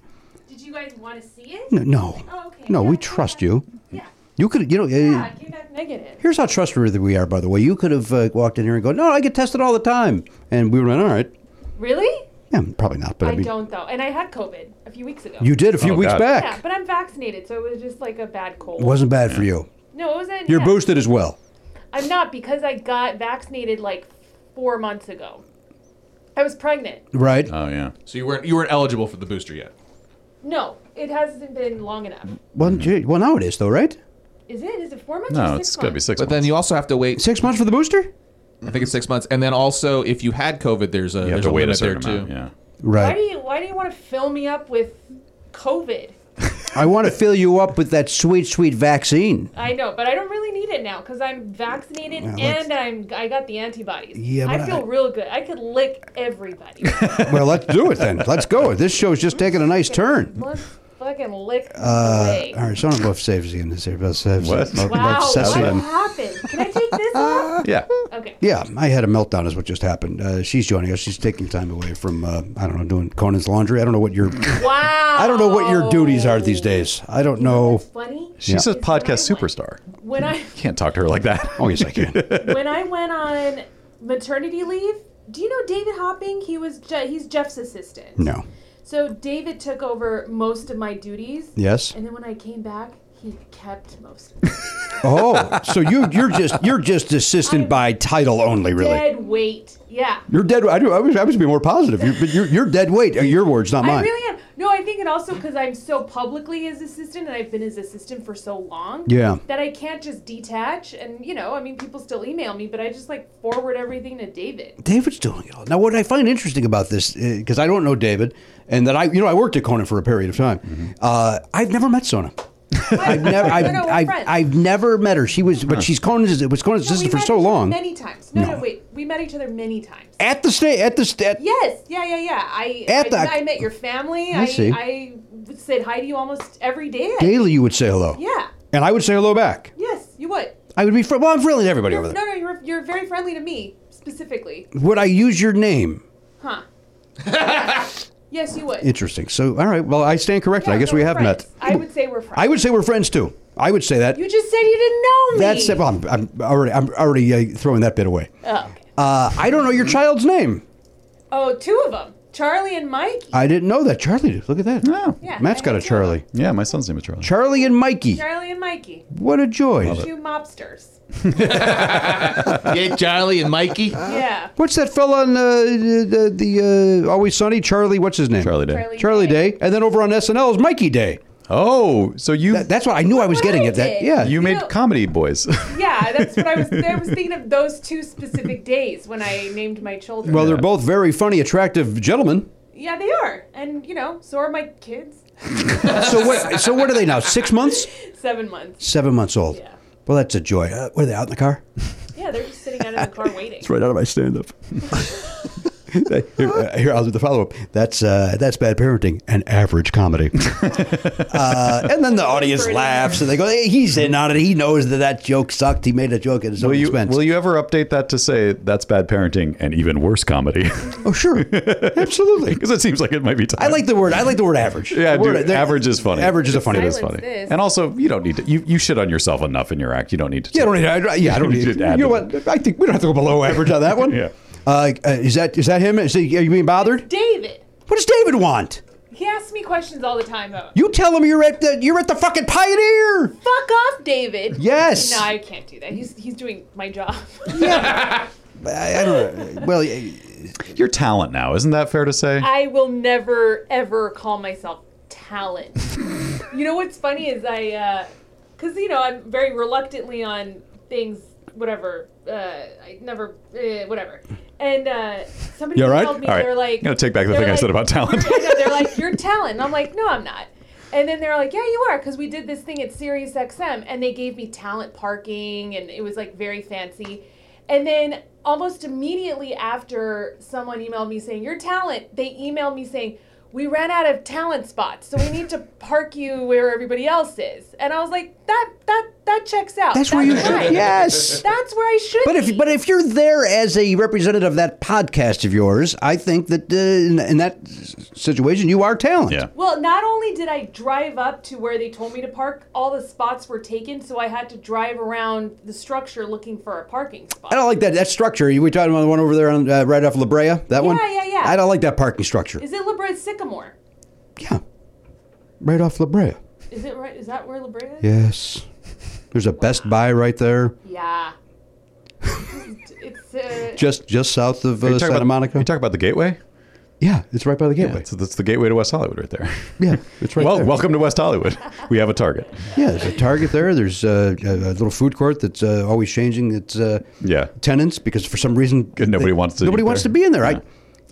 Speaker 9: Did you guys want to see it?
Speaker 1: N- No.
Speaker 9: Oh, okay.
Speaker 1: No, we
Speaker 9: Yeah,
Speaker 1: trust
Speaker 9: yeah.
Speaker 1: you.
Speaker 9: Yeah.
Speaker 1: You could, you know, uh,
Speaker 9: Yeah, it came back negative.
Speaker 1: here's how trustworthy we are, by the way. You could have uh, walked in here and go, no, I get tested all the time. And we were like, all right.
Speaker 9: Really?
Speaker 1: Yeah, probably not, but I,
Speaker 9: I
Speaker 1: mean,
Speaker 9: don't though, and I had COVID a few weeks ago.
Speaker 1: you did a few
Speaker 4: Oh,
Speaker 1: weeks
Speaker 4: God.
Speaker 1: back.
Speaker 9: Yeah, but I'm vaccinated, so it was just like a bad cold.
Speaker 1: It wasn't bad for you.
Speaker 9: No, it wasn't.
Speaker 1: You're
Speaker 9: yeah.
Speaker 1: boosted as well.
Speaker 9: I'm not because I got vaccinated like four months ago. I was pregnant.
Speaker 1: Right?
Speaker 4: Oh yeah.
Speaker 6: So you weren't you weren't eligible for the booster yet.
Speaker 9: No, it hasn't been long enough.
Speaker 1: well,
Speaker 4: mm-hmm.
Speaker 1: gee, well, now it is, though, right?
Speaker 9: Is it? Is it four months?
Speaker 4: No,
Speaker 9: or six
Speaker 4: it's gonna be
Speaker 9: months?
Speaker 4: six.
Speaker 6: But then
Speaker 4: months.
Speaker 6: you also have to wait.
Speaker 1: Six months for the booster?
Speaker 6: I think it's six months. And then also, if you had COVID, there's a
Speaker 4: you have
Speaker 6: there's
Speaker 4: to
Speaker 6: a
Speaker 4: wait a
Speaker 6: limit there
Speaker 4: certain
Speaker 6: too.
Speaker 4: amount. Yeah.
Speaker 9: Why
Speaker 1: Right.
Speaker 9: do you Why do you want to fill me up with COVID?
Speaker 1: I want to fill you up with that sweet, sweet
Speaker 9: [laughs]
Speaker 1: vaccine.
Speaker 9: I know, but I don't really need it now because I'm vaccinated
Speaker 1: let's-
Speaker 9: and I'm I got the antibodies.
Speaker 1: Yeah, but
Speaker 9: I feel
Speaker 1: I-
Speaker 9: real good. I could lick everybody.
Speaker 1: Well, let's do it then. Let's go. This show's just taking a nice [laughs] turn.
Speaker 9: Let's fucking lick
Speaker 1: Uh,
Speaker 9: away.
Speaker 1: all right, Son of Buff saves again this year. Buff saves
Speaker 4: What?
Speaker 1: Buff-
Speaker 9: Wow,
Speaker 1: Buff
Speaker 9: what
Speaker 1: saves again.
Speaker 9: happened? Can I take
Speaker 1: [laughs]
Speaker 9: this off?
Speaker 4: Yeah.
Speaker 9: Okay.
Speaker 1: Yeah, I had a meltdown. Is what just happened. Uh, she's joining us. She's taking time away from uh, I don't know doing Conan's laundry. I don't know what your
Speaker 9: Wow.
Speaker 1: I don't know what your duties are these days. I don't know.
Speaker 9: It's funny.
Speaker 4: She's
Speaker 1: Yeah.
Speaker 4: a podcast superstar.
Speaker 9: When I
Speaker 4: Can't talk to her like that.
Speaker 1: Oh yes, I can.
Speaker 4: [laughs]
Speaker 9: when I went on maternity leave, do you know David Hopping? He was Je- he's Jeff's assistant.
Speaker 1: No.
Speaker 9: So David took over most of my duties. [laughs]
Speaker 1: Yes.
Speaker 9: And then when I came back, he kept most of it.
Speaker 1: Oh, so you you're just you're just assistant by title only, really.
Speaker 9: Dead weight. Yeah.
Speaker 1: You're dead. I do. I wish I was be more positive. You're, but you're, you're dead weight. Uh, Your words, not
Speaker 9: I
Speaker 1: mine.
Speaker 9: really am. No, I think it also because I'm so publicly his assistant and I've been his assistant for so long.
Speaker 1: Yeah.
Speaker 9: That I can't just detach. And, you know, I mean, people still email me, but I just like forward everything to David.
Speaker 1: David's doing it all. Now, what I find interesting about this, because I don't know David, and that I, you know, I worked at Conan for a period of time. Uh, I've never met Sona. I've never, I've,
Speaker 9: no, we're
Speaker 1: I've,
Speaker 9: friends.
Speaker 1: I've never met her. She was, but she's Conan's. It was Conan's
Speaker 9: No, we
Speaker 1: assistant for
Speaker 9: met
Speaker 1: so
Speaker 9: each other
Speaker 1: long.
Speaker 9: Many times. No, no,
Speaker 1: No.
Speaker 9: wait. We met each other many times.
Speaker 1: At the state, at the state.
Speaker 9: Yes. Yeah, yeah, yeah. I
Speaker 1: At
Speaker 9: I,
Speaker 1: the-
Speaker 9: I met your family.
Speaker 1: I
Speaker 9: I,
Speaker 1: see.
Speaker 9: I said hi to you almost every day.
Speaker 1: Daily, you would say hello.
Speaker 9: Yeah.
Speaker 1: And I would say hello back.
Speaker 9: Yes, you would.
Speaker 1: I would be fri well. I'm friendly to everybody
Speaker 9: You're,
Speaker 1: over
Speaker 9: no,
Speaker 1: there.
Speaker 9: no, you're, you're very friendly to me specifically.
Speaker 1: Would I use your name?
Speaker 9: Huh. yes, you would.
Speaker 1: Interesting. So, all right. Well, I stand corrected.
Speaker 9: Yeah,
Speaker 1: I guess
Speaker 9: no,
Speaker 1: we
Speaker 9: we're
Speaker 1: have
Speaker 9: friends.
Speaker 1: met.
Speaker 9: I would say we're friends.
Speaker 1: I would say we're friends too. I would say that.
Speaker 9: You just said you didn't know me.
Speaker 1: That's it. Well, I'm, I'm already I'm already uh, throwing that bit away.
Speaker 9: Oh, okay.
Speaker 1: Uh, I don't know your child's name.
Speaker 9: Oh, two of them, Charlie and Mike.
Speaker 1: I didn't know that. Charlie, did. look at
Speaker 4: [laughs]
Speaker 1: that.
Speaker 4: No.
Speaker 9: Yeah,
Speaker 1: Matt's
Speaker 9: I
Speaker 1: got a
Speaker 9: had two of 'em.
Speaker 1: Charlie.
Speaker 4: Yeah. My son's name is Charlie.
Speaker 1: Oh, Charlie and Mikey.
Speaker 9: Charlie and Mikey,
Speaker 1: What a joy.
Speaker 9: two mobsters.
Speaker 6: yeah, Charlie
Speaker 4: [laughs]
Speaker 6: and Mikey.
Speaker 1: Uh,
Speaker 9: Yeah.
Speaker 1: What's that fella on uh, the, the uh, Always Sunny? Charlie, what's his name?
Speaker 4: Charlie Day.
Speaker 9: Charlie.
Speaker 1: Charlie Day. And then over on SNL is Mikey Day.
Speaker 4: Oh, so you
Speaker 1: That- that's what I knew I was
Speaker 9: What
Speaker 1: getting
Speaker 9: I
Speaker 1: at. That
Speaker 9: did.
Speaker 1: yeah.
Speaker 4: you
Speaker 9: you
Speaker 4: made
Speaker 9: know-
Speaker 4: comedy boys.
Speaker 9: Yeah, that's what I was. I was thinking of those two specific days when I named my children.
Speaker 1: well, they're both very funny, attractive gentlemen.
Speaker 9: yeah, they are, and you know, so are my kids.
Speaker 1: So what? So what are they now? Six months?
Speaker 9: Seven months.
Speaker 1: Seven months old.
Speaker 9: Yeah.
Speaker 1: Well, that's a joy. Uh, were they out in the
Speaker 4: [laughs]
Speaker 1: car?
Speaker 9: Yeah, they're just sitting out in the
Speaker 1: [laughs]
Speaker 9: car waiting.
Speaker 1: right out of my [laughs] stand-up. here, uh, here, I'll do the follow-up. That's uh, that's bad parenting and average
Speaker 4: [laughs]
Speaker 1: comedy. uh, and then the audience laughs, and they go, hey, "He's in on it. He knows that that joke sucked. He made a joke at his
Speaker 4: will
Speaker 1: own
Speaker 4: you [laughs]
Speaker 1: expense."
Speaker 4: will you ever update that to say that's bad parenting and even worse comedy? [laughs]
Speaker 1: Oh, sure, absolutely.
Speaker 4: Because it seems like it might be time.
Speaker 1: I like the word. I like the word average.
Speaker 4: Yeah,
Speaker 1: The word-
Speaker 4: dude,
Speaker 1: there-
Speaker 4: average is funny.
Speaker 1: Average is a funny
Speaker 4: It is
Speaker 1: word.
Speaker 4: funny.
Speaker 9: Silence this.
Speaker 4: And also, you don't need to. You, you shit on yourself enough in your act. You don't need to.
Speaker 1: Yeah, I don't need. I, yeah, I don't
Speaker 4: You
Speaker 1: need. You
Speaker 4: should add
Speaker 1: know
Speaker 4: to
Speaker 1: what? I think we don't have to go below average on that
Speaker 4: [laughs]
Speaker 1: one.
Speaker 4: Yeah.
Speaker 1: Uh, uh, is that is that him? Is he, are you being bothered?
Speaker 9: David,
Speaker 1: What does David want?
Speaker 9: he asks me questions all the time about.
Speaker 1: You tell him you're at the you're at the fucking Pioneer.
Speaker 9: Fuck off, David.
Speaker 1: Yes.
Speaker 9: No, I can't do that. He's he's doing my job.
Speaker 1: I, I don't know. Well, y-
Speaker 4: your talent now. Isn't that fair to say?
Speaker 9: [laughs] I will never ever call myself talent. you know what's funny is I, because you know I'm very reluctantly on things, whatever. Uh, I never, uh, whatever. And uh, somebody
Speaker 1: You all right?
Speaker 9: called me.
Speaker 4: All right.
Speaker 9: They're like,
Speaker 4: I'm gonna take back the
Speaker 9: they're
Speaker 4: thing I
Speaker 9: [laughs] like,
Speaker 4: said about talent.
Speaker 9: "You're- I know, they're like, you're talent. And I'm like, no, I'm not. And then they're like, "Yeah, you are," because we did this thing at Sirius XM, and they gave me talent parking, and it was like very fancy. And then almost immediately after, someone emailed me saying, "Your talent." They emailed me saying, "We ran out of talent spots, so we need to park you where everybody else is." And I was like, "That that that checks out.
Speaker 1: That's where you should.
Speaker 9: right.
Speaker 1: Yes.
Speaker 9: That's where I should."
Speaker 1: But
Speaker 9: be.
Speaker 1: if but if you're there as a representative of that podcast of yours, I think that uh, in, in that s- situation you are talent.
Speaker 4: Yeah.
Speaker 9: Well, not only did I drive up to where they told me to park, all the spots were taken, so I had to drive around the structure looking for a parking spot.
Speaker 1: I don't like that that structure. You were talking about the one over there on uh, right off La Brea. That one.
Speaker 9: yeah, yeah.
Speaker 1: I don't like that parking structure.
Speaker 9: Is it La Brea Sycamore?
Speaker 1: yeah. Right off La Brea.
Speaker 9: Is it right? Is that where La Brea is?
Speaker 1: Yes. There's a Best Buy right there,
Speaker 9: Yeah. it's uh,
Speaker 1: just just south of
Speaker 4: Are
Speaker 1: uh,
Speaker 4: you talking
Speaker 1: Santa
Speaker 4: about,
Speaker 1: Monica.
Speaker 4: You talk about the gateway?
Speaker 1: yeah, it's right by the
Speaker 4: Yeah,
Speaker 1: gateway.
Speaker 4: so that's the gateway to West Hollywood right there.
Speaker 1: Yeah, it's [laughs] right
Speaker 4: well,
Speaker 1: there.
Speaker 4: welcome to West Hollywood. We have a target.
Speaker 1: Yeah, there's a Target there. There's uh, a, a little food court that's uh, always changing its uh,
Speaker 4: Yeah.
Speaker 1: tenants because for some reason
Speaker 4: Good, nobody wants to
Speaker 1: nobody
Speaker 4: eat
Speaker 1: wants
Speaker 4: there.
Speaker 1: to be in there.
Speaker 4: Yeah.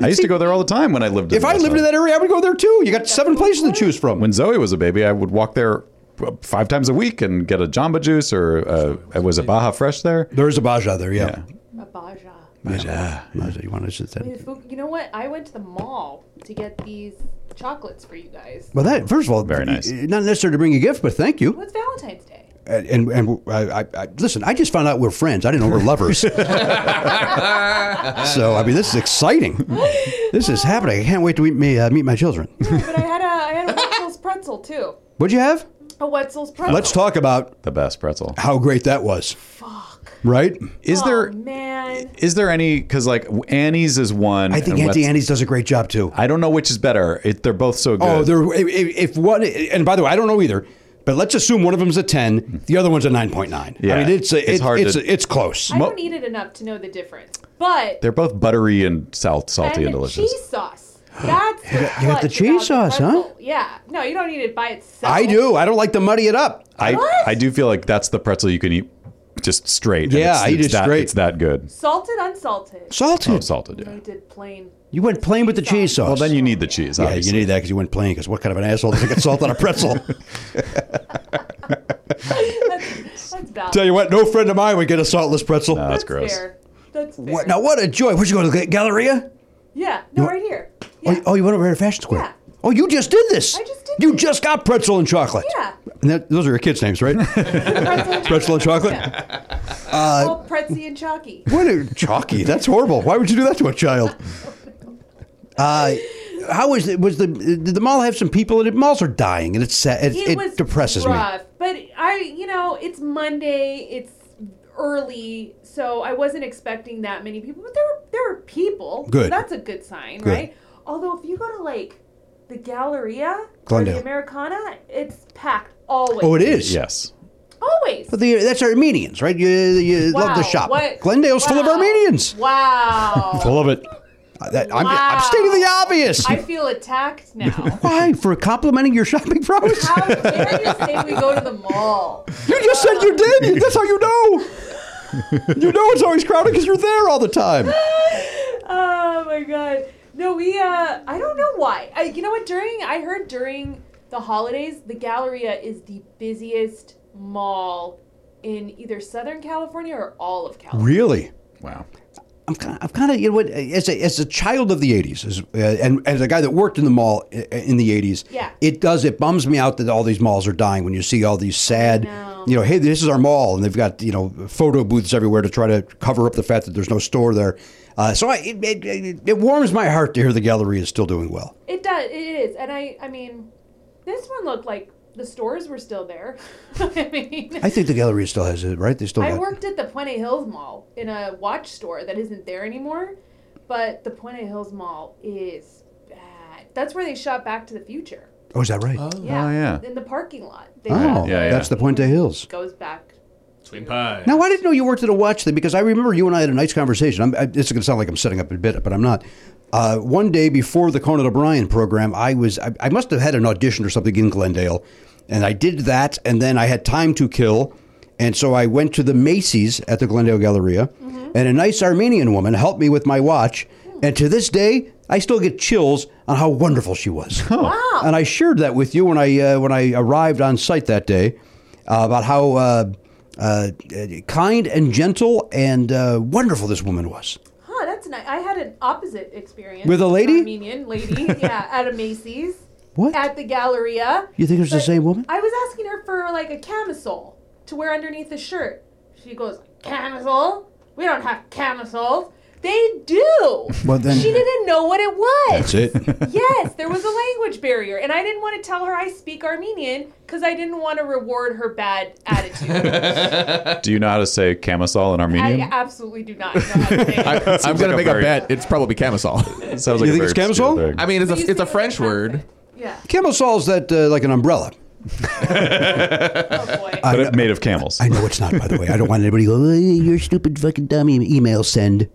Speaker 1: I,
Speaker 4: I used to go there all the time when I lived. in
Speaker 1: If I
Speaker 4: West
Speaker 1: lived in
Speaker 4: Hollywood.
Speaker 1: that area, I would go there too. You got seven places to choose from.
Speaker 4: when Zoe was a baby, I would walk there uh, five times a week and get a Jamba Juice or uh, was it Baja Fresh there?
Speaker 1: There's a Baja there, yeah.
Speaker 9: Abaja.
Speaker 1: Baja, you want to sit
Speaker 9: The
Speaker 1: there?
Speaker 9: food- You know what? I went to the mall to get these chocolates for you guys.
Speaker 1: Well, that first of all,
Speaker 4: Very nice.
Speaker 1: Not necessary to bring a gift, but thank you.
Speaker 9: What's Valentine's Day?
Speaker 1: And and, and I, I, I, listen, I just found out we're friends. I didn't know we're
Speaker 4: [laughs]
Speaker 1: lovers. so I mean, this is exciting. This is happening. I can't wait to meet me uh, meet my children.
Speaker 9: but I had a I had a Wetzel's pretzel too.
Speaker 1: What'd you have?
Speaker 9: A Wetzel's pretzel.
Speaker 1: Let's talk about
Speaker 4: The best pretzel.
Speaker 1: how great that was. Fuck. Right?
Speaker 4: Is
Speaker 9: Oh,
Speaker 4: there
Speaker 9: man.
Speaker 4: is there any because like Annie's is one.
Speaker 1: I think
Speaker 4: and
Speaker 1: Auntie
Speaker 4: West-
Speaker 1: Annie's does a great job too.
Speaker 4: I don't know which is better. It, they're both so good.
Speaker 1: Oh, there. If, if one, and by the way, I don't know either. But let's assume one of them's a ten, the other one's a nine point nine.
Speaker 4: Yeah.
Speaker 1: I mean, it's
Speaker 4: It's
Speaker 1: it's
Speaker 4: hard
Speaker 1: it's,
Speaker 4: to-
Speaker 1: it's close.
Speaker 9: I don't eat it enough to know the difference, but
Speaker 4: they're both buttery and salt, salty
Speaker 9: and
Speaker 4: and
Speaker 9: the
Speaker 4: delicious.
Speaker 9: cheese sauce. That's you
Speaker 1: got- you got the cheese sauce, huh?
Speaker 9: Yeah. No, you don't eat it by itself.
Speaker 1: I do. I don't like to muddy it up.
Speaker 4: I
Speaker 9: What?
Speaker 4: I do feel like that's the pretzel you can eat just straight. and
Speaker 1: Yeah,
Speaker 4: it's,
Speaker 1: I eat
Speaker 4: it's
Speaker 1: it
Speaker 4: that,
Speaker 1: straight.
Speaker 4: It's that good.
Speaker 9: Salted, unsalted.
Speaker 1: Salted.
Speaker 4: Oh, salted.
Speaker 9: I
Speaker 4: Yeah.
Speaker 9: did plain.
Speaker 1: You went plain with the cheese sauce.
Speaker 4: Well, then you need the cheese.
Speaker 1: Yeah,
Speaker 4: obviously.
Speaker 1: you need that because you went plain. Because what kind of an asshole does get salt on a [laughs] pretzel?
Speaker 9: That's, that's valid.
Speaker 1: Tell you what, no friend of mine would get a saltless pretzel.
Speaker 4: No, that's gross.
Speaker 9: Fair. That's fair.
Speaker 1: What, now what a joy! Where'd you go to the Galleria?
Speaker 9: Yeah. No, right here. Yeah.
Speaker 1: Oh, oh, you went over here to Fashion Square.
Speaker 9: Yeah.
Speaker 1: Oh, you just did this.
Speaker 9: I just did
Speaker 1: You
Speaker 9: this.
Speaker 1: just got pretzel and chocolate.
Speaker 9: Yeah.
Speaker 1: And that, those are your kids'
Speaker 9: [laughs]
Speaker 1: names, right? pretzel and chocolate. Uh,
Speaker 9: All pretzy and chalky.
Speaker 1: What a chalky. That's horrible. Why would you do that to a
Speaker 9: [laughs]
Speaker 1: child? Uh, how was it? Was the did the mall have some people in it? Malls are dying, and it's sad. It,
Speaker 9: It,
Speaker 1: it
Speaker 9: was
Speaker 1: depresses
Speaker 9: rough, But I, you know, it's Monday. It's early, so I wasn't expecting that many people. But there were there were people. so
Speaker 1: Good.
Speaker 9: that's a good sign,
Speaker 1: Good.
Speaker 9: right? Although if you go to like the Galleria or
Speaker 1: Glendale.
Speaker 9: the Americana, it's packed always.
Speaker 1: me. Oh, it is.
Speaker 4: Yes.
Speaker 9: Always.
Speaker 1: But the, that's Armenians, right? You, you love
Speaker 9: Wow,
Speaker 1: the shop.
Speaker 9: what-
Speaker 1: Glendale's full of
Speaker 9: wow,
Speaker 1: Armenians.
Speaker 9: Wow.
Speaker 1: Full of it. That, [laughs] I'm, I'm
Speaker 9: Wow.
Speaker 1: stating the obvious.
Speaker 9: I feel
Speaker 1: [laughs]
Speaker 9: attacked now.
Speaker 1: Why? For complimenting your shopping prowess?
Speaker 9: How dare you say we go to the mall?
Speaker 1: You just said you did. That's how you know. You know it's always crowded because you're there all the time.
Speaker 9: Oh my god. No, we uh I don't know why. I, you know what during I heard during the holidays the Galleria is the busiest mall in either Southern California or all of California.
Speaker 1: Really?
Speaker 4: Wow.
Speaker 1: I'm kind of, I'm kind of you know what, as a, as a child of the 80s, as, uh, and as a guy that worked in the mall i- in the 80s,
Speaker 9: Yeah.
Speaker 1: it does, it bums me out that all these malls are dying when you see all these sad,
Speaker 9: know.
Speaker 1: you know, hey, this is our mall, and they've got, you know, photo booths everywhere to try to cover up the fact that there's no store there. Uh, so I, it, it- it, it warms my heart to hear the gallery is still doing well.
Speaker 9: It does it is. And I I mean this one looked like the stores were still there. [laughs] I mean
Speaker 1: I think the gallery still has it, right? They still
Speaker 9: I
Speaker 1: got-
Speaker 9: worked at the Puente Hills Mall in a watch store that isn't there anymore, but the Puente Hills Mall is bad. That's where they shot Back to the Future.
Speaker 1: Oh, is that right?
Speaker 9: Yeah.
Speaker 4: Oh, yeah.
Speaker 9: In the parking lot. They
Speaker 1: Oh,
Speaker 9: have-
Speaker 4: Yeah, Oh, yeah.
Speaker 1: that's the Puente Hills.
Speaker 9: Goes back.
Speaker 10: Twin pie.
Speaker 1: Now, I didn't know you worked at a watch thing because I remember you and I had a nice conversation. I'm, I, this is going to sound like I'm setting up a bit, but I'm not. Uh, one day before the Conan O'Brien program, I was I, I must have had an audition or something in Glendale, and I did that, and then I had time to kill, and so I went to the Macy's
Speaker 4: Mm-hmm.
Speaker 1: at the Glendale Galleria, and a nice Armenian woman helped me with my watch, and to this day. I still get chills on how wonderful she was. And I shared that with you when I uh, when I arrived on site that day uh, about how uh, uh, kind and gentle and uh, wonderful this woman was.
Speaker 8: Huh, that's nice. I had an opposite experience
Speaker 1: With a lady?
Speaker 8: Armenian lady, yeah, at a Macy's.
Speaker 1: What?
Speaker 8: At the Galleria.
Speaker 1: You think it was the
Speaker 8: But
Speaker 1: same woman?
Speaker 8: I was asking her for like a camisole to wear underneath the shirt. She goes, "Camisole? We don't have camisoles. They do."
Speaker 1: Well, then-
Speaker 8: she didn't know what it was.
Speaker 1: That's it.
Speaker 8: [laughs] yes, there was a language barrier, and I didn't want to tell her I speak Armenian because I didn't want to reward her bad attitude.
Speaker 4: Do you know how to say camisole in Armenian?
Speaker 8: I
Speaker 1: [laughs]
Speaker 8: absolutely do not know how to say it.
Speaker 6: I, am
Speaker 4: like
Speaker 6: gonna
Speaker 4: a
Speaker 6: make
Speaker 4: very-
Speaker 6: a bet. It's
Speaker 4: [laughs]
Speaker 6: probably camisole.
Speaker 4: Sounds
Speaker 1: You
Speaker 4: a
Speaker 1: think it's
Speaker 4: very obscure
Speaker 1: camisole?
Speaker 4: thing.
Speaker 6: I mean, it's
Speaker 8: But you
Speaker 6: a it's
Speaker 8: say
Speaker 6: a
Speaker 8: it
Speaker 6: French
Speaker 8: with
Speaker 6: word.
Speaker 8: accent.
Speaker 1: [laughs]
Speaker 8: Yeah.
Speaker 1: Camisole's that uh, like an umbrella. Uh,
Speaker 8: Oh boy.
Speaker 4: but it made of camels.
Speaker 1: I know it's not, by the way. I don't want anybody to go, oh, you're stupid fucking dummy. Email send.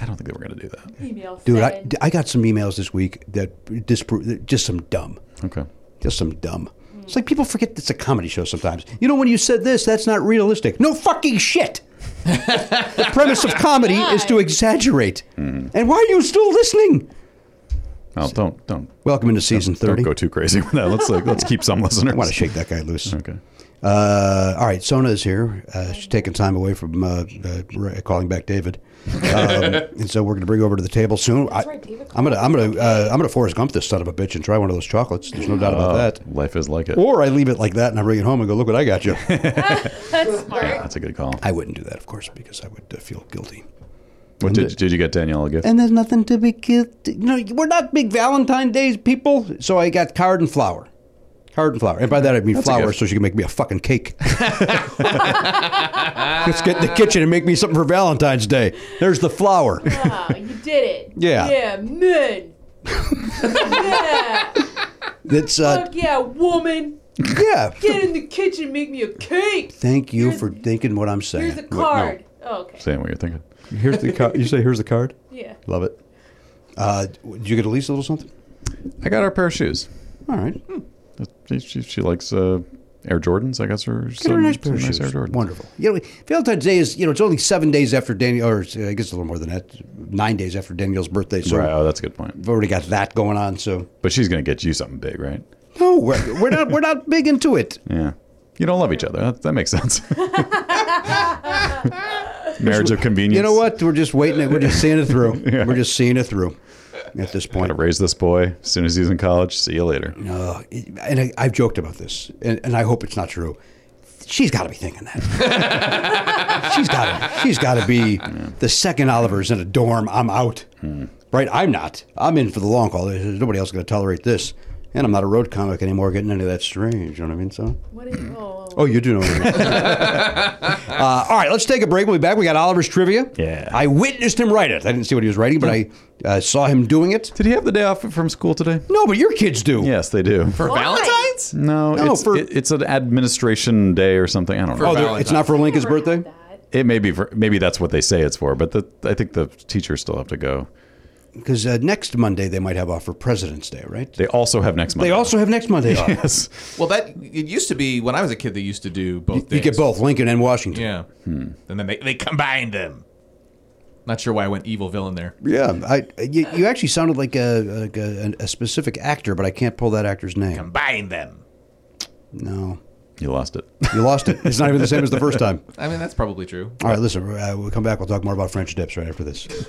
Speaker 4: I don't think they were going to do that.
Speaker 8: Email
Speaker 1: Dude, I,
Speaker 8: send.
Speaker 1: I got some emails this week that disprove that just some dumb.
Speaker 4: Okay.
Speaker 1: Just some dumb. It's like people forget it's a comedy show sometimes. You know, when you said this, that's not realistic. No fucking shit.
Speaker 4: [laughs]
Speaker 1: the premise of comedy is to exaggerate.
Speaker 4: Hmm.
Speaker 1: And why are you still listening?
Speaker 4: Well, don't don't
Speaker 1: Welcome into season 30.
Speaker 4: don't go too crazy with that. Let's like, let's keep
Speaker 1: [laughs]
Speaker 4: some listeners.
Speaker 1: I want to shake that guy loose.
Speaker 4: Okay.
Speaker 1: Uh, all right, Sona is here. Uh, she's taking time away from uh, uh, re- calling back David, um,
Speaker 4: [laughs]
Speaker 1: and so we're going to bring her over to the table soon. I,
Speaker 8: right, David
Speaker 1: I'm going to I'm going to uh, I'm going to Forrest Gump this son of a bitch and try one of those chocolates. There's no doubt
Speaker 4: Oh.
Speaker 1: about that.
Speaker 4: Life is like it.
Speaker 1: Or I leave it like that and I bring it home and go, look what
Speaker 4: [laughs]
Speaker 1: I got you.
Speaker 8: That's
Speaker 1: [laughs]
Speaker 8: smart.
Speaker 4: That's a good call.
Speaker 1: I wouldn't do that, of course, because I would uh, feel guilty.
Speaker 4: What did, did you get Danielle a gift?
Speaker 1: And there's nothing to be guilty. No, we're not big Valentine Days people. So I got card and flour. Card and flour. And by that I mean
Speaker 4: a
Speaker 1: flour
Speaker 4: gift.
Speaker 1: so she can make me a
Speaker 4: [laughs]
Speaker 1: fucking cake. [laughs] Let's get in the kitchen and make me something for Valentine's Day. There's
Speaker 8: [laughs]
Speaker 1: the flour.
Speaker 8: Wow, you did it.
Speaker 1: Yeah.
Speaker 8: Yeah, man. yeah.
Speaker 1: [laughs] That's uh
Speaker 8: Fuck yeah, woman.
Speaker 1: yeah.
Speaker 8: Get in the kitchen, make me a
Speaker 1: [laughs]
Speaker 8: cake.
Speaker 1: Thank you
Speaker 8: Here's-
Speaker 1: for thinking what I'm saying.
Speaker 8: Here's a card. Oh, okay.
Speaker 4: Saying what you're thinking.
Speaker 1: Here's the card. You say here's the card?
Speaker 8: [laughs] Yeah.
Speaker 1: Love it. Uh, did you get Elise a little something?
Speaker 4: I got her a pair of shoes.
Speaker 1: All right.
Speaker 4: She, she, she likes uh, Air Jordans. I guess her
Speaker 1: Get her
Speaker 4: some,
Speaker 1: a nice pair
Speaker 4: some
Speaker 1: of
Speaker 4: nice
Speaker 1: shoes.
Speaker 4: Air Jordans.
Speaker 1: Wonderful. You know, Valentine's Day is you know it's only seven days after Daniel, or uh, I guess a little more than that, nine days after Daniel's birthday. So
Speaker 4: Right. Oh, that's a good point.
Speaker 1: we've already got that going on. So
Speaker 4: But she's gonna get you something big, right?
Speaker 1: no, we're, we're not we're not big into it.
Speaker 4: Yeah. You don't love each other. That, that makes
Speaker 1: [laughs]
Speaker 4: sense. Marriage of convenience.
Speaker 1: You know what? We're just waiting. It. We're just seeing it through. We're just seeing it through at this point.
Speaker 4: Gotta raise this boy as soon as he's in college. See you later.
Speaker 1: Uh, and I, I've joked about this, and, and I hope it's not true. She's got to be thinking that. [laughs] she's got to. She's got to be the second Oliver's in a dorm. I'm out. Right? I'm not. I'm in for the long haul. There's nobody else going to tolerate this. And I'm not a road comic anymore. Getting any of that strange. You know what I mean? So.
Speaker 8: What is, oh,
Speaker 1: Oh, you do know. What I mean. uh, all right, let's take a break. We'll be back. We got Oliver's trivia.
Speaker 4: Yeah.
Speaker 1: I witnessed him write it. I didn't see what he was writing, but I uh, saw him doing it.
Speaker 4: Did he have the day off from school today?
Speaker 1: No, but your kids do.
Speaker 4: Yes, they do.
Speaker 6: For
Speaker 8: Why?
Speaker 6: Valentine's?
Speaker 4: No, it's,
Speaker 1: for-
Speaker 4: it- it's an administration day or something. I don't know.
Speaker 1: Oh, they're- it's not for Lincoln's
Speaker 8: never had
Speaker 1: birthday.
Speaker 8: that.
Speaker 4: It may be for, maybe that's what they say it's for, but the, I think the teachers still have to go.
Speaker 1: Because uh, next Monday they might have off for President's Day, right?
Speaker 4: They also have next month.
Speaker 1: They also have next Monday
Speaker 4: [laughs]
Speaker 1: off.
Speaker 4: yes.
Speaker 6: Well, that it used to be when I was a kid. They used to do both.
Speaker 1: You get
Speaker 6: days.
Speaker 1: both Lincoln and Washington.
Speaker 6: Yeah.
Speaker 4: Hmm.
Speaker 6: And then they, they combined them. Not sure why I went evil villain there.
Speaker 1: Yeah, I, you, you actually sounded like a, like a a specific actor, but I can't pull that actor's name.
Speaker 6: Combine them.
Speaker 1: No,
Speaker 4: You lost it.
Speaker 1: you lost it. It's not even the same as the first time.
Speaker 6: I mean, that's probably true.
Speaker 1: [laughs] All right, listen, uh, we'll come back. We'll talk more about French dips right after this. [laughs]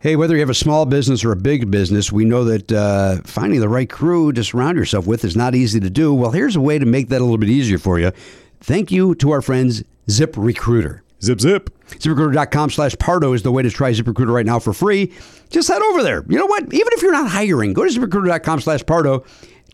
Speaker 1: Hey, whether you have a small business or a big business, we know that uh, finding the right crew to surround yourself with is not easy to do. Well, here's a way to make that a little bit easier for you. Thank you to our friends Zip Recruiter.
Speaker 4: Zip zip.
Speaker 1: ZipRecruiter.com slash Pardo is the way to try ZipRecruiter right now for free. Just head over there. You know what? Even if you're not hiring, go to ZipRecruiter.com slash Pardo.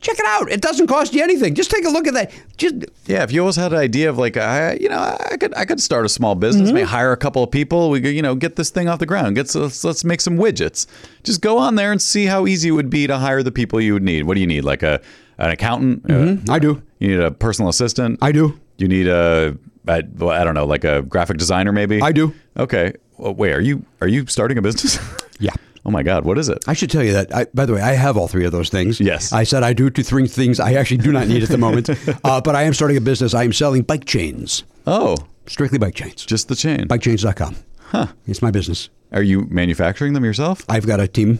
Speaker 1: Check it out. It doesn't cost you anything. Just take a look at that. Just
Speaker 4: Yeah, if you always had an idea of like, I, you know, I could, I could start a small
Speaker 1: Mm-hmm.
Speaker 4: business, may hire a couple of people. We could, you know, get this thing off the ground. Get let's, let's make some widgets. Just go on there and see how easy it would be to hire the people you would need. What do you need? Like a an accountant? Uh,
Speaker 1: I do.
Speaker 4: you need a personal assistant.
Speaker 1: Mm-hmm. I do.
Speaker 4: You need a, I, well, I don't know, like a graphic designer maybe.
Speaker 1: I do.
Speaker 4: Okay. Well, wait, are you are you starting a business? [laughs]
Speaker 1: Yeah.
Speaker 4: Oh my God, what is it?
Speaker 1: I should tell you that. I, by the way, I have all three of those things.
Speaker 4: Yes.
Speaker 1: I said I do two, three things I actually do not need at the
Speaker 4: [laughs]
Speaker 1: moment. uh, but I am starting a business. I am selling bike chains,
Speaker 4: Oh,
Speaker 1: strictly bike chains.
Speaker 4: just the chain.
Speaker 1: Bikechains.com. Huh. It's my business.
Speaker 4: Are you manufacturing them yourself?
Speaker 1: I've got a team,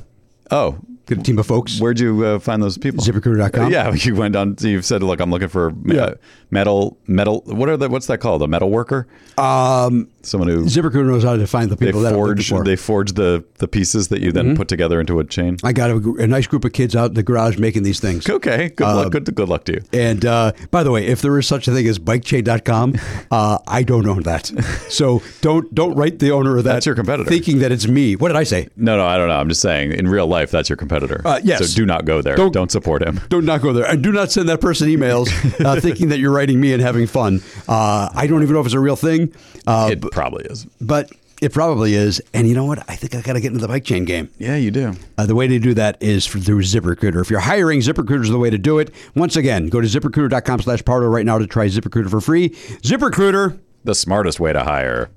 Speaker 4: Oh,
Speaker 1: got a team of folks.
Speaker 4: where'd you uh, find those people?
Speaker 1: ZipRecruiter.com.
Speaker 4: yeah, [laughs] you went on. You've said, "Look, I'm looking for me-
Speaker 1: Yeah.
Speaker 4: uh, metal, metal. What are the? What's that called? A metal worker? Um, someone who
Speaker 1: ZipRecruiter knows how to find the
Speaker 4: they
Speaker 1: people that I'm looking
Speaker 4: forge.
Speaker 1: for.
Speaker 4: They forge the the pieces that you then put together into a chain.
Speaker 1: Mm-hmm. I got a, gr- a nice group of kids out in the garage making these things.
Speaker 4: okay, good
Speaker 1: Uh,
Speaker 4: luck. Good good luck to you.
Speaker 1: And uh, by the way, if there is such a thing
Speaker 4: [laughs]
Speaker 1: as bikechain.com, uh, I don't own that. So don't don't write the owner of that.
Speaker 4: That's your competitor.
Speaker 1: Thinking that it's me. What did I say?
Speaker 4: No, no, I don't know. I'm just saying, in real life, that's your competitor.
Speaker 1: Uh, yes.
Speaker 4: So do not go there.
Speaker 1: Don't-
Speaker 4: Don't, support him.
Speaker 1: Don't not go there. And do not send that
Speaker 4: [laughs]
Speaker 1: person emails uh, thinking that you're writing me and having fun. Uh, I don't even know if it's a real thing, uh,
Speaker 4: it probably is.
Speaker 1: but it probably is. And you know what? I think I got to get into the bike chain game.
Speaker 4: Yeah, you do.
Speaker 1: Uh, the way to do that is for, through ZipRecruiter. If you're hiring, ZipRecruiter is the way to do it. Once again, go to ZipRecruiter.com slash Pardo right now to try ZipRecruiter for free. ZipRecruiter.
Speaker 4: The smartest way to hire.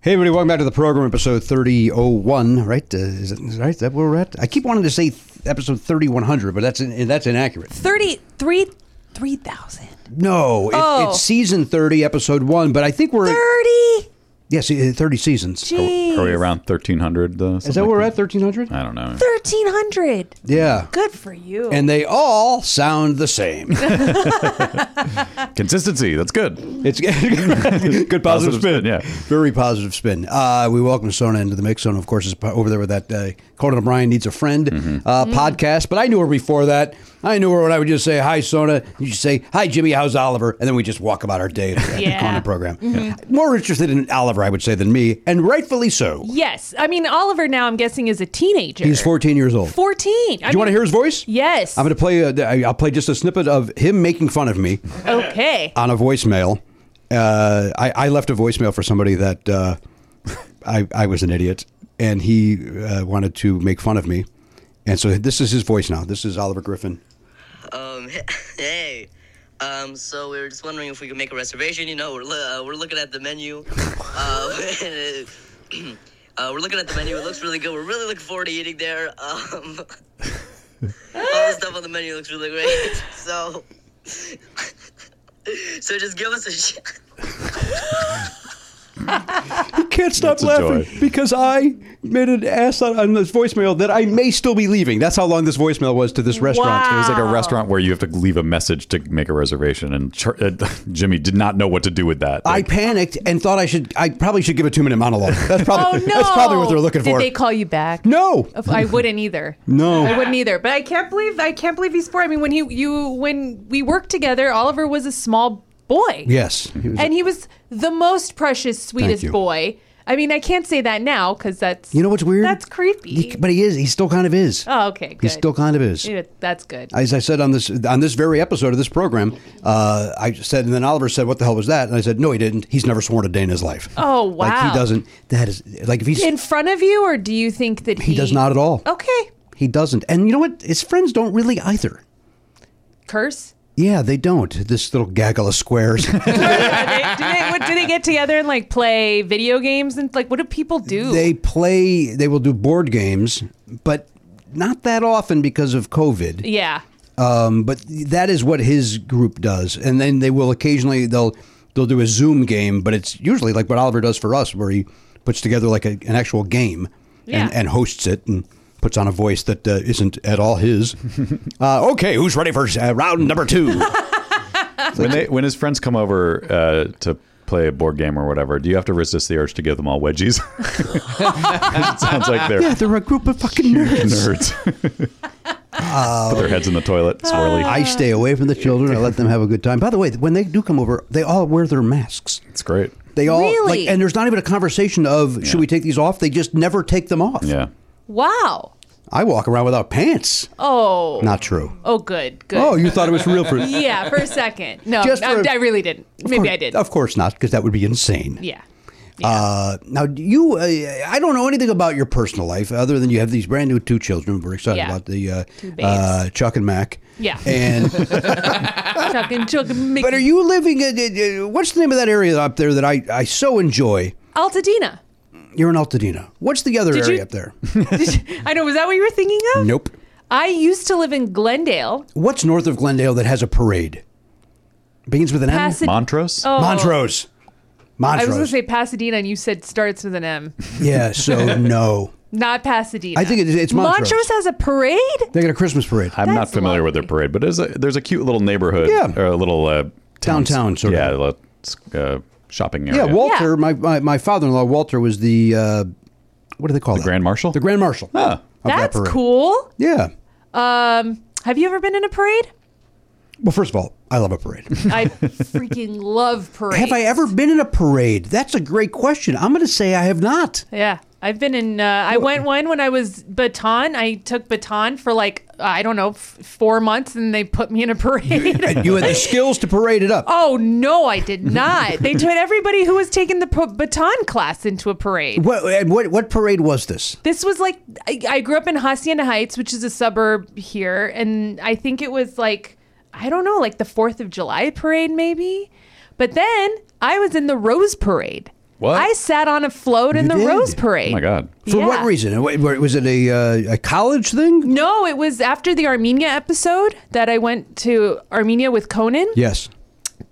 Speaker 1: Hey, everybody, welcome back to the program, episode 3001, right? Uh, is, it, is it right? Is that where we're at? I keep wanting to say th- episode 3100, but that's in, that's inaccurate.
Speaker 11: 33 3,000.
Speaker 1: No, it,
Speaker 11: Oh.
Speaker 1: it's season 30, episode 1, but I think we're...
Speaker 11: 30.
Speaker 1: Yes, eh, 30 seasons.
Speaker 11: Jeez.
Speaker 4: Are we around 1300? Uh,
Speaker 1: Is that where we're at, 1300?
Speaker 4: I don't know.
Speaker 11: 1,300.
Speaker 1: Yeah.
Speaker 11: Good for you.
Speaker 1: And they all sound the same. [laughs]
Speaker 4: Consistency. That's good. [laughs]
Speaker 1: It's good, good positive
Speaker 4: Positive
Speaker 1: spin.
Speaker 4: spin, yeah.
Speaker 1: very positive spin. Uh, we welcome Sona into the mix. Sona, of course, is po- over there with that uh, Conan O'Brien needs a friend uh, podcast. But I knew her before that. I knew her when I would just say hi, Sona. You just say hi, Jimmy. How's Oliver? And then we just walk about our day at the
Speaker 8: Yeah. Mm-hmm.
Speaker 1: Conan program. More interested in Oliver, I would say, than me, and rightfully so.
Speaker 8: Yes, I mean Oliver. Now I'm guessing is a teenager.
Speaker 1: He's 14 years old.
Speaker 8: Fourteen.
Speaker 1: Do you want to hear his voice?
Speaker 8: Yes.
Speaker 1: I'm going to play. A, I'll play just a snippet of him making fun of me.
Speaker 8: Okay.
Speaker 1: on a voicemail. Uh, I, I left a voicemail for somebody that uh, [laughs] I, I was an idiot, and he uh, wanted to make fun of me. And so this is his voice now. This is Oliver Griffin.
Speaker 12: Um, hey. Um, so we were just wondering if we could make a reservation. You know, we're, lo- uh, we're looking at the menu. Um, [laughs] uh, we're looking at the menu. It looks really good. We're really looking forward to eating there. Um, all the stuff on the menu looks really great. [laughs] So, so just give us a shot.
Speaker 1: I can't stop
Speaker 4: That's a
Speaker 1: laughing
Speaker 4: joy.
Speaker 1: because I made an ass on, on this voicemail that I may still be leaving. That's how long this voicemail was to this restaurant.
Speaker 4: It was like a
Speaker 8: Wow.
Speaker 4: restaurant where you have to leave a message to make a reservation, and Char- uh, [laughs] Jimmy did not know what to do with that.
Speaker 1: I
Speaker 4: Like,
Speaker 1: panicked and thought I should. I probably should give a two-minute monologue. [laughs]
Speaker 8: [laughs]
Speaker 1: That's
Speaker 8: Oh
Speaker 1: probably
Speaker 8: no.
Speaker 1: that's probably what they're looking
Speaker 8: Did
Speaker 1: for.
Speaker 8: they call you back?
Speaker 1: no,
Speaker 8: Of- I wouldn't either.
Speaker 1: No.
Speaker 8: I wouldn't either. But I can't believe I can't believe he's four. I mean, when he you when we worked together, Oliver was a small
Speaker 9: boy.
Speaker 1: Yes. He was-
Speaker 9: and he was the most precious,
Speaker 1: you.
Speaker 9: sweetest boy. I mean, I can't say that now because that's
Speaker 1: You know what's weird?
Speaker 9: That's creepy.
Speaker 1: He- but he is. He still kind of is.
Speaker 9: oh, okay, good.
Speaker 1: He still kind of is.
Speaker 9: Yeah, that's good.
Speaker 1: As I said on this on this very episode of this program, uh, I said, and then Oliver said, "What the hell was that?" And I said, "No, he didn't. He's never sworn a day in his life.
Speaker 9: Oh,
Speaker 1: Like
Speaker 9: wow.
Speaker 1: he doesn't. That is like if he's
Speaker 9: In Oh. front of you, or do you think that he,
Speaker 1: he does not at all.
Speaker 9: Okay,
Speaker 1: He doesn't. And you know what? His friends don't really either.
Speaker 9: curse.
Speaker 1: Yeah, they don't. This little gaggle of
Speaker 9: [laughs]
Speaker 1: squares.
Speaker 9: do, they, what, do they get together and like play video games and like what do people do?
Speaker 1: they play. They will do board games, but not that often because of COVID.
Speaker 9: yeah.
Speaker 1: Um, but that is what his group does, and then they will occasionally they'll they'll do a Zoom game, but it's usually like what Oliver does for us, where he puts together like a, an actual game
Speaker 9: Yeah.
Speaker 1: and, and hosts it and puts on a voice that uh, isn't at all [laughs] his. uh, okay, who's ready for uh, round number two?
Speaker 4: when they when his friends come over uh, to play a board game or whatever, do you have to resist the urge to give them all wedgies? [laughs] it sounds like they're
Speaker 1: [laughs] yeah, they're a group of fucking nerds. [laughs]
Speaker 4: nerds. Put their heads in the toilet, swirly.
Speaker 1: I stay away from the children. I let them have a good time. By the way, when they do come over, they all wear their masks.
Speaker 4: it's great.
Speaker 1: They all like,
Speaker 9: Really?
Speaker 1: and there's not even a conversation of should we take these off. They just never take them off.
Speaker 4: Yeah.
Speaker 9: Wow.
Speaker 1: I walk around without pants.
Speaker 9: Oh.
Speaker 1: Not true.
Speaker 9: Oh, good. Good.
Speaker 1: Oh, you thought it was real
Speaker 9: [laughs]
Speaker 1: for
Speaker 9: yeah, for a second. No,
Speaker 1: Just
Speaker 9: I,
Speaker 1: for a-
Speaker 9: I really didn't. Maybe I did.
Speaker 1: Of course not, because that would be insane.
Speaker 9: Yeah.
Speaker 1: Uh, now do you, uh, I don't know anything about your personal life other than you have these brand new two children. We're excited
Speaker 9: Yeah.
Speaker 1: about the uh,
Speaker 9: Two babes.
Speaker 1: uh, Chuck and Mac.
Speaker 9: Yeah. [laughs]
Speaker 1: And
Speaker 9: Chuck and Chuck and Mickey.
Speaker 1: Ah, but are you living? In, uh, what's the name of that area up there that I, I so enjoy?
Speaker 9: Altadena. [laughs]
Speaker 1: You're in Altadena. What's the other
Speaker 9: Did
Speaker 1: area
Speaker 9: you-
Speaker 1: up
Speaker 9: [laughs]
Speaker 1: there?
Speaker 9: Did you- I know. Was that what you were thinking of?
Speaker 1: nope.
Speaker 9: I used to live in Glendale.
Speaker 1: What's north of Glendale that has a parade? Begins with an M.
Speaker 9: Pasa-
Speaker 4: Montrose?
Speaker 9: Oh,
Speaker 1: Montrose. Montrose.
Speaker 9: I was going to say Pasadena, and you said starts with an M.
Speaker 1: yeah.
Speaker 9: [laughs]
Speaker 1: So no.
Speaker 9: Not Pasadena.
Speaker 1: I think it- it's Montrose.
Speaker 9: Montrose has a parade.
Speaker 1: They got a Christmas parade.
Speaker 4: I'm not
Speaker 9: That's
Speaker 4: familiar with their
Speaker 9: lovely.
Speaker 4: parade, but there's a, there's a cute little neighborhood
Speaker 1: Yeah.
Speaker 4: or a little uh, town-
Speaker 1: Downtown, sort of.
Speaker 4: yeah, little, uh, shopping
Speaker 1: Yeah,
Speaker 4: area.
Speaker 1: Walter,
Speaker 9: Yeah.
Speaker 1: My, my, my father-in-law, Walter, was the, uh, what do they call it? The
Speaker 4: Grand Marshal?
Speaker 1: The Grand Marshal. of
Speaker 4: Ah,
Speaker 1: that
Speaker 9: That's
Speaker 1: parade.
Speaker 9: cool.
Speaker 1: Yeah.
Speaker 9: Um, have you ever been in a parade?
Speaker 1: Well, first of all, I love a
Speaker 9: [laughs]
Speaker 1: parade.
Speaker 9: I freaking love parades.
Speaker 1: have I ever been in a parade? That's a great question. I'm going to say I have not.
Speaker 9: [laughs] Yeah, I've been in. Uh, I went one when I was baton. I took baton for like I don't know f- four months, and they put me in a [laughs] parade.
Speaker 1: You had the skills to parade it up.
Speaker 9: oh no, I did not. They turned everybody who was taking the p- baton class into a parade.
Speaker 1: What, and what what parade was this?
Speaker 9: This was like I, I grew up in Hacienda Heights, which is a suburb here, and I think it was like I don't know, like the Fourth of July parade maybe. But then I was in the Rose Parade.
Speaker 4: What?
Speaker 9: I sat on a float in
Speaker 1: You
Speaker 9: the
Speaker 1: did?
Speaker 9: Rose Parade.
Speaker 4: Oh my God.
Speaker 1: For what
Speaker 9: Yeah.
Speaker 1: reason? And what- Was it a uh, a college thing?
Speaker 9: No, it was after the Armenia episode that I went to Armenia with Conan.
Speaker 1: Yes.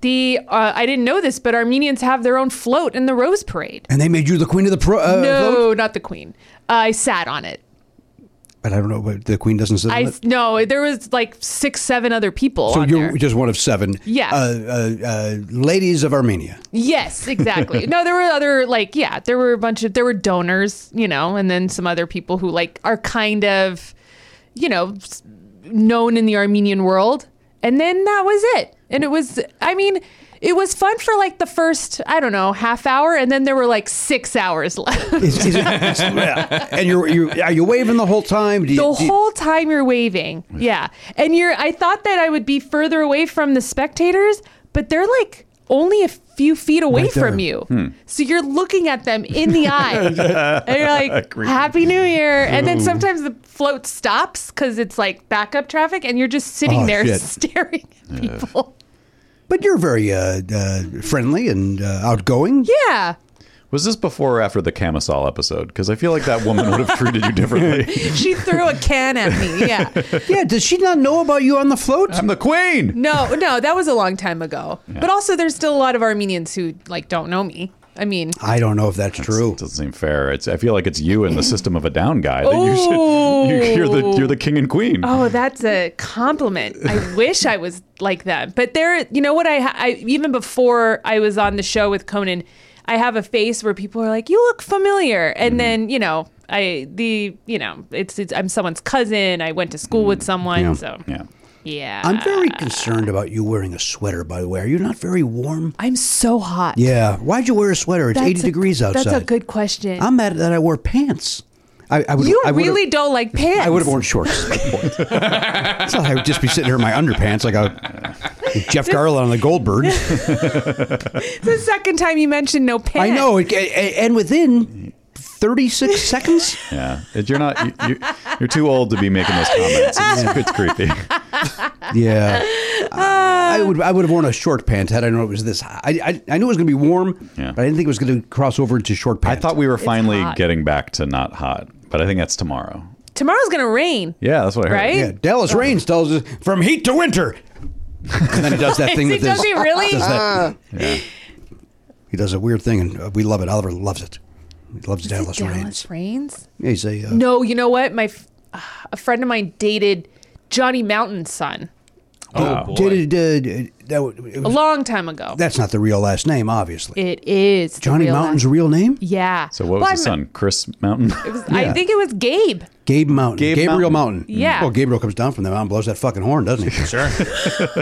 Speaker 9: The uh, I didn't know this, but Armenians have their own float in the Rose Parade.
Speaker 1: And they made you the queen of the pro. Uh,
Speaker 9: no,
Speaker 1: float?
Speaker 9: not the Queen. I sat on it.
Speaker 1: But I don't know. But the queen doesn't sit on
Speaker 9: I
Speaker 1: it.
Speaker 9: no, there was like six, seven other people.
Speaker 1: So
Speaker 9: on
Speaker 1: you're
Speaker 9: there.
Speaker 1: just one of seven.
Speaker 9: Yeah.
Speaker 1: Uh, uh, uh, ladies of Armenia.
Speaker 9: yes, exactly. no, there were other like yeah, there were a bunch of there were donors, you know, and then some other people who like are kind of, you know, s- known in the Armenian world. And then that was it. And it was, I mean, it was fun for like the first, I don't know, half hour, and then there were like six hours [laughs] left.
Speaker 1: Is- is it- it's- yeah. [laughs] And you're, you are you waving the whole time? Do you,
Speaker 9: the
Speaker 1: do you-
Speaker 9: whole time you're waving. Yeah. And you're I thought that I would be further away from the spectators, but they're like only a few feet away
Speaker 1: Right there. Hmm.
Speaker 9: from you. So you're looking at them in
Speaker 1: [laughs]
Speaker 9: the eye. and you're like,
Speaker 4: Creepy.
Speaker 9: Happy New Year. And then sometimes the float stops because it's like backup traffic and you're just sitting
Speaker 1: Oh,
Speaker 9: there
Speaker 1: shit.
Speaker 9: [laughs] staring at people.
Speaker 1: but you're very uh, uh, friendly and uh, outgoing.
Speaker 9: Yeah.
Speaker 4: Was this before or after the camisole episode? Because I feel like that woman would have treated you
Speaker 1: [laughs]
Speaker 4: differently.
Speaker 9: She threw a can at me. Yeah.
Speaker 1: Yeah. Does she not know about you on the float?
Speaker 9: Um,
Speaker 4: I'm the queen.
Speaker 9: No, no, that was a long time ago. But also there's still a lot of Armenians who like don't know me. I mean,
Speaker 1: I don't know if that's true.
Speaker 4: Doesn't seem fair. It's, I feel like it's you and the System of a Down guy. That you should, you, you're the you're the king and queen.
Speaker 9: Oh, that's a compliment.
Speaker 1: [laughs]
Speaker 9: I wish I was like that. But there, you know what? I, ha- I even before I was on the show with Conan, I have a face where people are like, "You look familiar," and
Speaker 1: Mm-hmm.
Speaker 9: then you know, I the you know, it's, it's I'm someone's cousin. I went to school with someone,
Speaker 1: Mm, Yeah.
Speaker 9: so
Speaker 4: Yeah.
Speaker 9: Yeah.
Speaker 1: I'm very concerned about you wearing a sweater, by the way. Are you not very warm?
Speaker 9: I'm so hot.
Speaker 1: Yeah. Why'd you wear a sweater? It's
Speaker 9: That's
Speaker 1: 80
Speaker 9: a-
Speaker 1: degrees outside.
Speaker 9: That's a good question.
Speaker 1: I'm mad that I wore pants. I, I would,
Speaker 9: you
Speaker 1: I would've-
Speaker 9: really don't like pants.
Speaker 1: [laughs] I would have worn shorts. That's my point. so I would just be sitting here in my underpants like a Jeff Garland on the Goldbergs.
Speaker 9: It's the second time you mentioned no pants.
Speaker 1: I know. It, a- and within
Speaker 9: [laughs]
Speaker 1: 36 seconds,
Speaker 4: Yeah, It- you're not. you- You're, you're too old to be making those comments.
Speaker 9: [laughs]
Speaker 4: It's, it's creepy.
Speaker 1: yeah. Uh, I would I would have worn a short pant had I known it was this hot. I, I, I knew it was going to be warm, but I didn't think it was going to cross over into short
Speaker 4: I
Speaker 1: pants.
Speaker 4: thought we were finally
Speaker 9: hot.
Speaker 4: getting back to not hot, but I think that's tomorrow.
Speaker 9: Tomorrow's gonna rain.
Speaker 4: Yeah, that's what I heard.
Speaker 9: Right? Yeah,
Speaker 1: Dallas Rains tells us from heat to winter. And then he does
Speaker 9: [laughs]
Speaker 1: that thing with
Speaker 9: Does
Speaker 1: his.
Speaker 9: he really?
Speaker 1: does that- He does a weird thing, and uh, we love it. Oliver loves it. He loves Dallas, Rains.
Speaker 9: Dallas Rains.
Speaker 1: Yeah, he's a uh,
Speaker 9: No, you know what? My f- a friend of mine dated Johnny Mountain's son
Speaker 1: Oh, did it, uh, that, w- it
Speaker 9: a
Speaker 1: was,
Speaker 9: long time ago.
Speaker 1: that's not the real last name, obviously.
Speaker 9: It is the
Speaker 1: Johnny
Speaker 9: real
Speaker 1: Mountain's
Speaker 9: life.
Speaker 1: real name?
Speaker 9: Yeah.
Speaker 4: So what was
Speaker 9: Well,
Speaker 4: his
Speaker 9: I'm-
Speaker 4: son? Chris Mountain. [laughs]
Speaker 9: I think it was Gabe.
Speaker 1: Gabe Mountain. Gabriel Mountain.
Speaker 9: Mm. Yeah.
Speaker 1: Well, Gabriel comes down from the mountain, blows that fucking horn, doesn't he?
Speaker 6: Sure.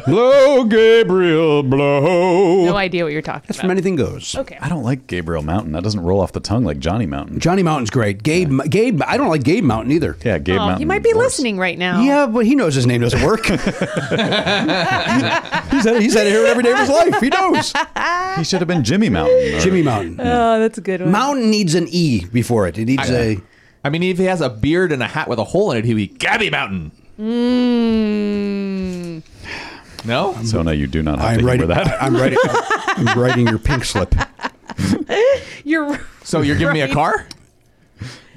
Speaker 4: blow, Gabriel, blow.
Speaker 9: No idea what you're talking
Speaker 1: That's
Speaker 9: about.
Speaker 1: from Anything Goes.
Speaker 9: Okay.
Speaker 4: I don't like Gabriel Mountain. That doesn't roll off the tongue like Johnny Mountain.
Speaker 1: Johnny Mountain's great. Gabe, Gabe, I don't like Gabe Mountain either.
Speaker 4: Yeah, Gabe
Speaker 9: Oh,
Speaker 4: Mountain.
Speaker 9: you might be listening right now.
Speaker 1: Yeah, but he knows his name
Speaker 4: [laughs]
Speaker 1: doesn't work. [laughs] he's, had, he's had it here every day of his life. He knows.
Speaker 4: He should have been Jimmy
Speaker 9: [laughs]
Speaker 4: Mountain. or-
Speaker 1: Jimmy Mountain.
Speaker 9: Oh, that's a good one.
Speaker 1: Mountain needs an E before it. It needs
Speaker 6: I-
Speaker 1: a.
Speaker 6: I mean, if he has a beard and a hat with a hole in it, he'd be Gabby Mountain.
Speaker 9: Mm.
Speaker 6: No?
Speaker 4: So now you do not have
Speaker 1: I'm
Speaker 4: to
Speaker 1: writing.
Speaker 4: remember that.
Speaker 1: I- I'm writing. I'm writing your pink slip.
Speaker 9: You're.
Speaker 1: [laughs]
Speaker 6: So you're giving me a car?
Speaker 4: [laughs] oh.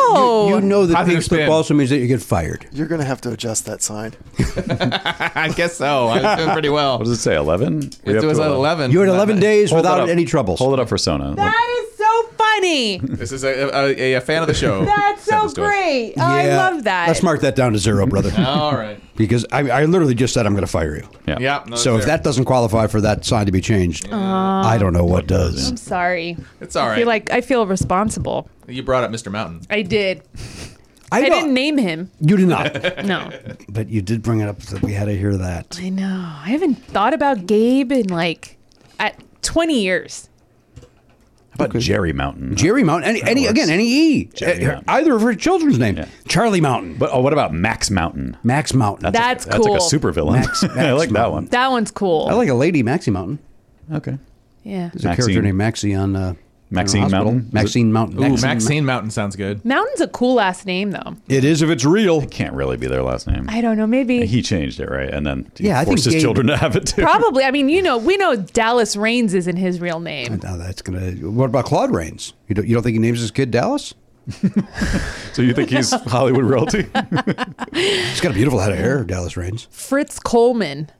Speaker 9: [laughs] Oh.
Speaker 1: You know that
Speaker 6: Positive
Speaker 1: pink slip
Speaker 6: spin.
Speaker 1: also means that you get fired.
Speaker 7: You're gonna have to adjust that sign.
Speaker 6: I guess so. I was doing pretty
Speaker 4: [laughs]
Speaker 6: well.
Speaker 4: What does it say? Eleven.
Speaker 6: it was at 11.
Speaker 1: You had 11 days
Speaker 4: Hold that
Speaker 1: without
Speaker 4: up.
Speaker 1: any troubles.
Speaker 4: uh, Hold it up for Sona.
Speaker 9: that is so
Speaker 4: [laughs]
Speaker 9: funny.
Speaker 6: This is a, a, a, a fan of the show.
Speaker 9: [laughs] That's
Speaker 6: sent
Speaker 9: so
Speaker 6: this to us.
Speaker 9: great. Oh, I
Speaker 1: Yeah.
Speaker 9: love that.
Speaker 1: Let's mark that down to zero,
Speaker 4: [laughs]
Speaker 1: brother.
Speaker 6: All right.
Speaker 1: Because I, I literally just said I'm going to fire you.
Speaker 4: Yeah.
Speaker 6: Yeah. no,
Speaker 1: so
Speaker 6: it's
Speaker 1: if
Speaker 6: there.
Speaker 1: that doesn't qualify for that sign to be changed, I don't know what does.
Speaker 9: I'm sorry.
Speaker 6: It's all
Speaker 9: I feel
Speaker 6: right.
Speaker 9: like I feel responsible.
Speaker 6: you brought up Mr. Mountain.
Speaker 9: I did. I,
Speaker 1: don't-
Speaker 9: didn't name him.
Speaker 1: You did
Speaker 9: [laughs]
Speaker 4: [laughs]
Speaker 1: not.
Speaker 9: No.
Speaker 1: but you did bring it up that we had to hear that.
Speaker 9: I know. I haven't thought about Gabe in like at 20 years.
Speaker 4: How about Jerry Mountain?
Speaker 1: Jerry Mountain. Any, any again, any E.
Speaker 4: Jerry
Speaker 1: Uh,
Speaker 4: Mountain.
Speaker 1: Either of her children's name. Charlie Mountain.
Speaker 4: But oh, what about Max Mountain?
Speaker 1: Max Mountain.
Speaker 9: That's
Speaker 4: like, That's like a
Speaker 9: cool.
Speaker 4: super villain. [laughs]
Speaker 1: Max-
Speaker 4: I
Speaker 1: Max
Speaker 4: like that one.
Speaker 9: That one's cool.
Speaker 1: I like a lady, Maxie Mountain.
Speaker 4: Okay.
Speaker 9: yeah.
Speaker 1: There's a
Speaker 4: Maxine.
Speaker 1: character named Maxie on. Uh,
Speaker 4: Maxine
Speaker 1: General Hospital.
Speaker 4: Mountain? Is
Speaker 1: Maxine Mountain.
Speaker 6: Ooh, Maxine Mountain sounds good.
Speaker 9: Mountain's a cool last name though.
Speaker 1: It is if it's real.
Speaker 4: Can't really be their last name.
Speaker 9: I don't know. Maybe
Speaker 4: he changed it, right? And then he
Speaker 1: Yeah, I think
Speaker 4: forced his
Speaker 1: Gabe-
Speaker 4: children to have it
Speaker 9: [laughs]
Speaker 4: too.
Speaker 9: probably. I mean, you know, we know Dallas Rains isn't his real name.
Speaker 1: Now that's gonna. What about Claude Rains? You don't, you don't think he names his kid Dallas?
Speaker 4: So you think
Speaker 1: [laughs]
Speaker 4: he's Hollywood royalty?
Speaker 1: He's got a beautiful head of hair, Dallas Rains.
Speaker 9: Fritz Coleman.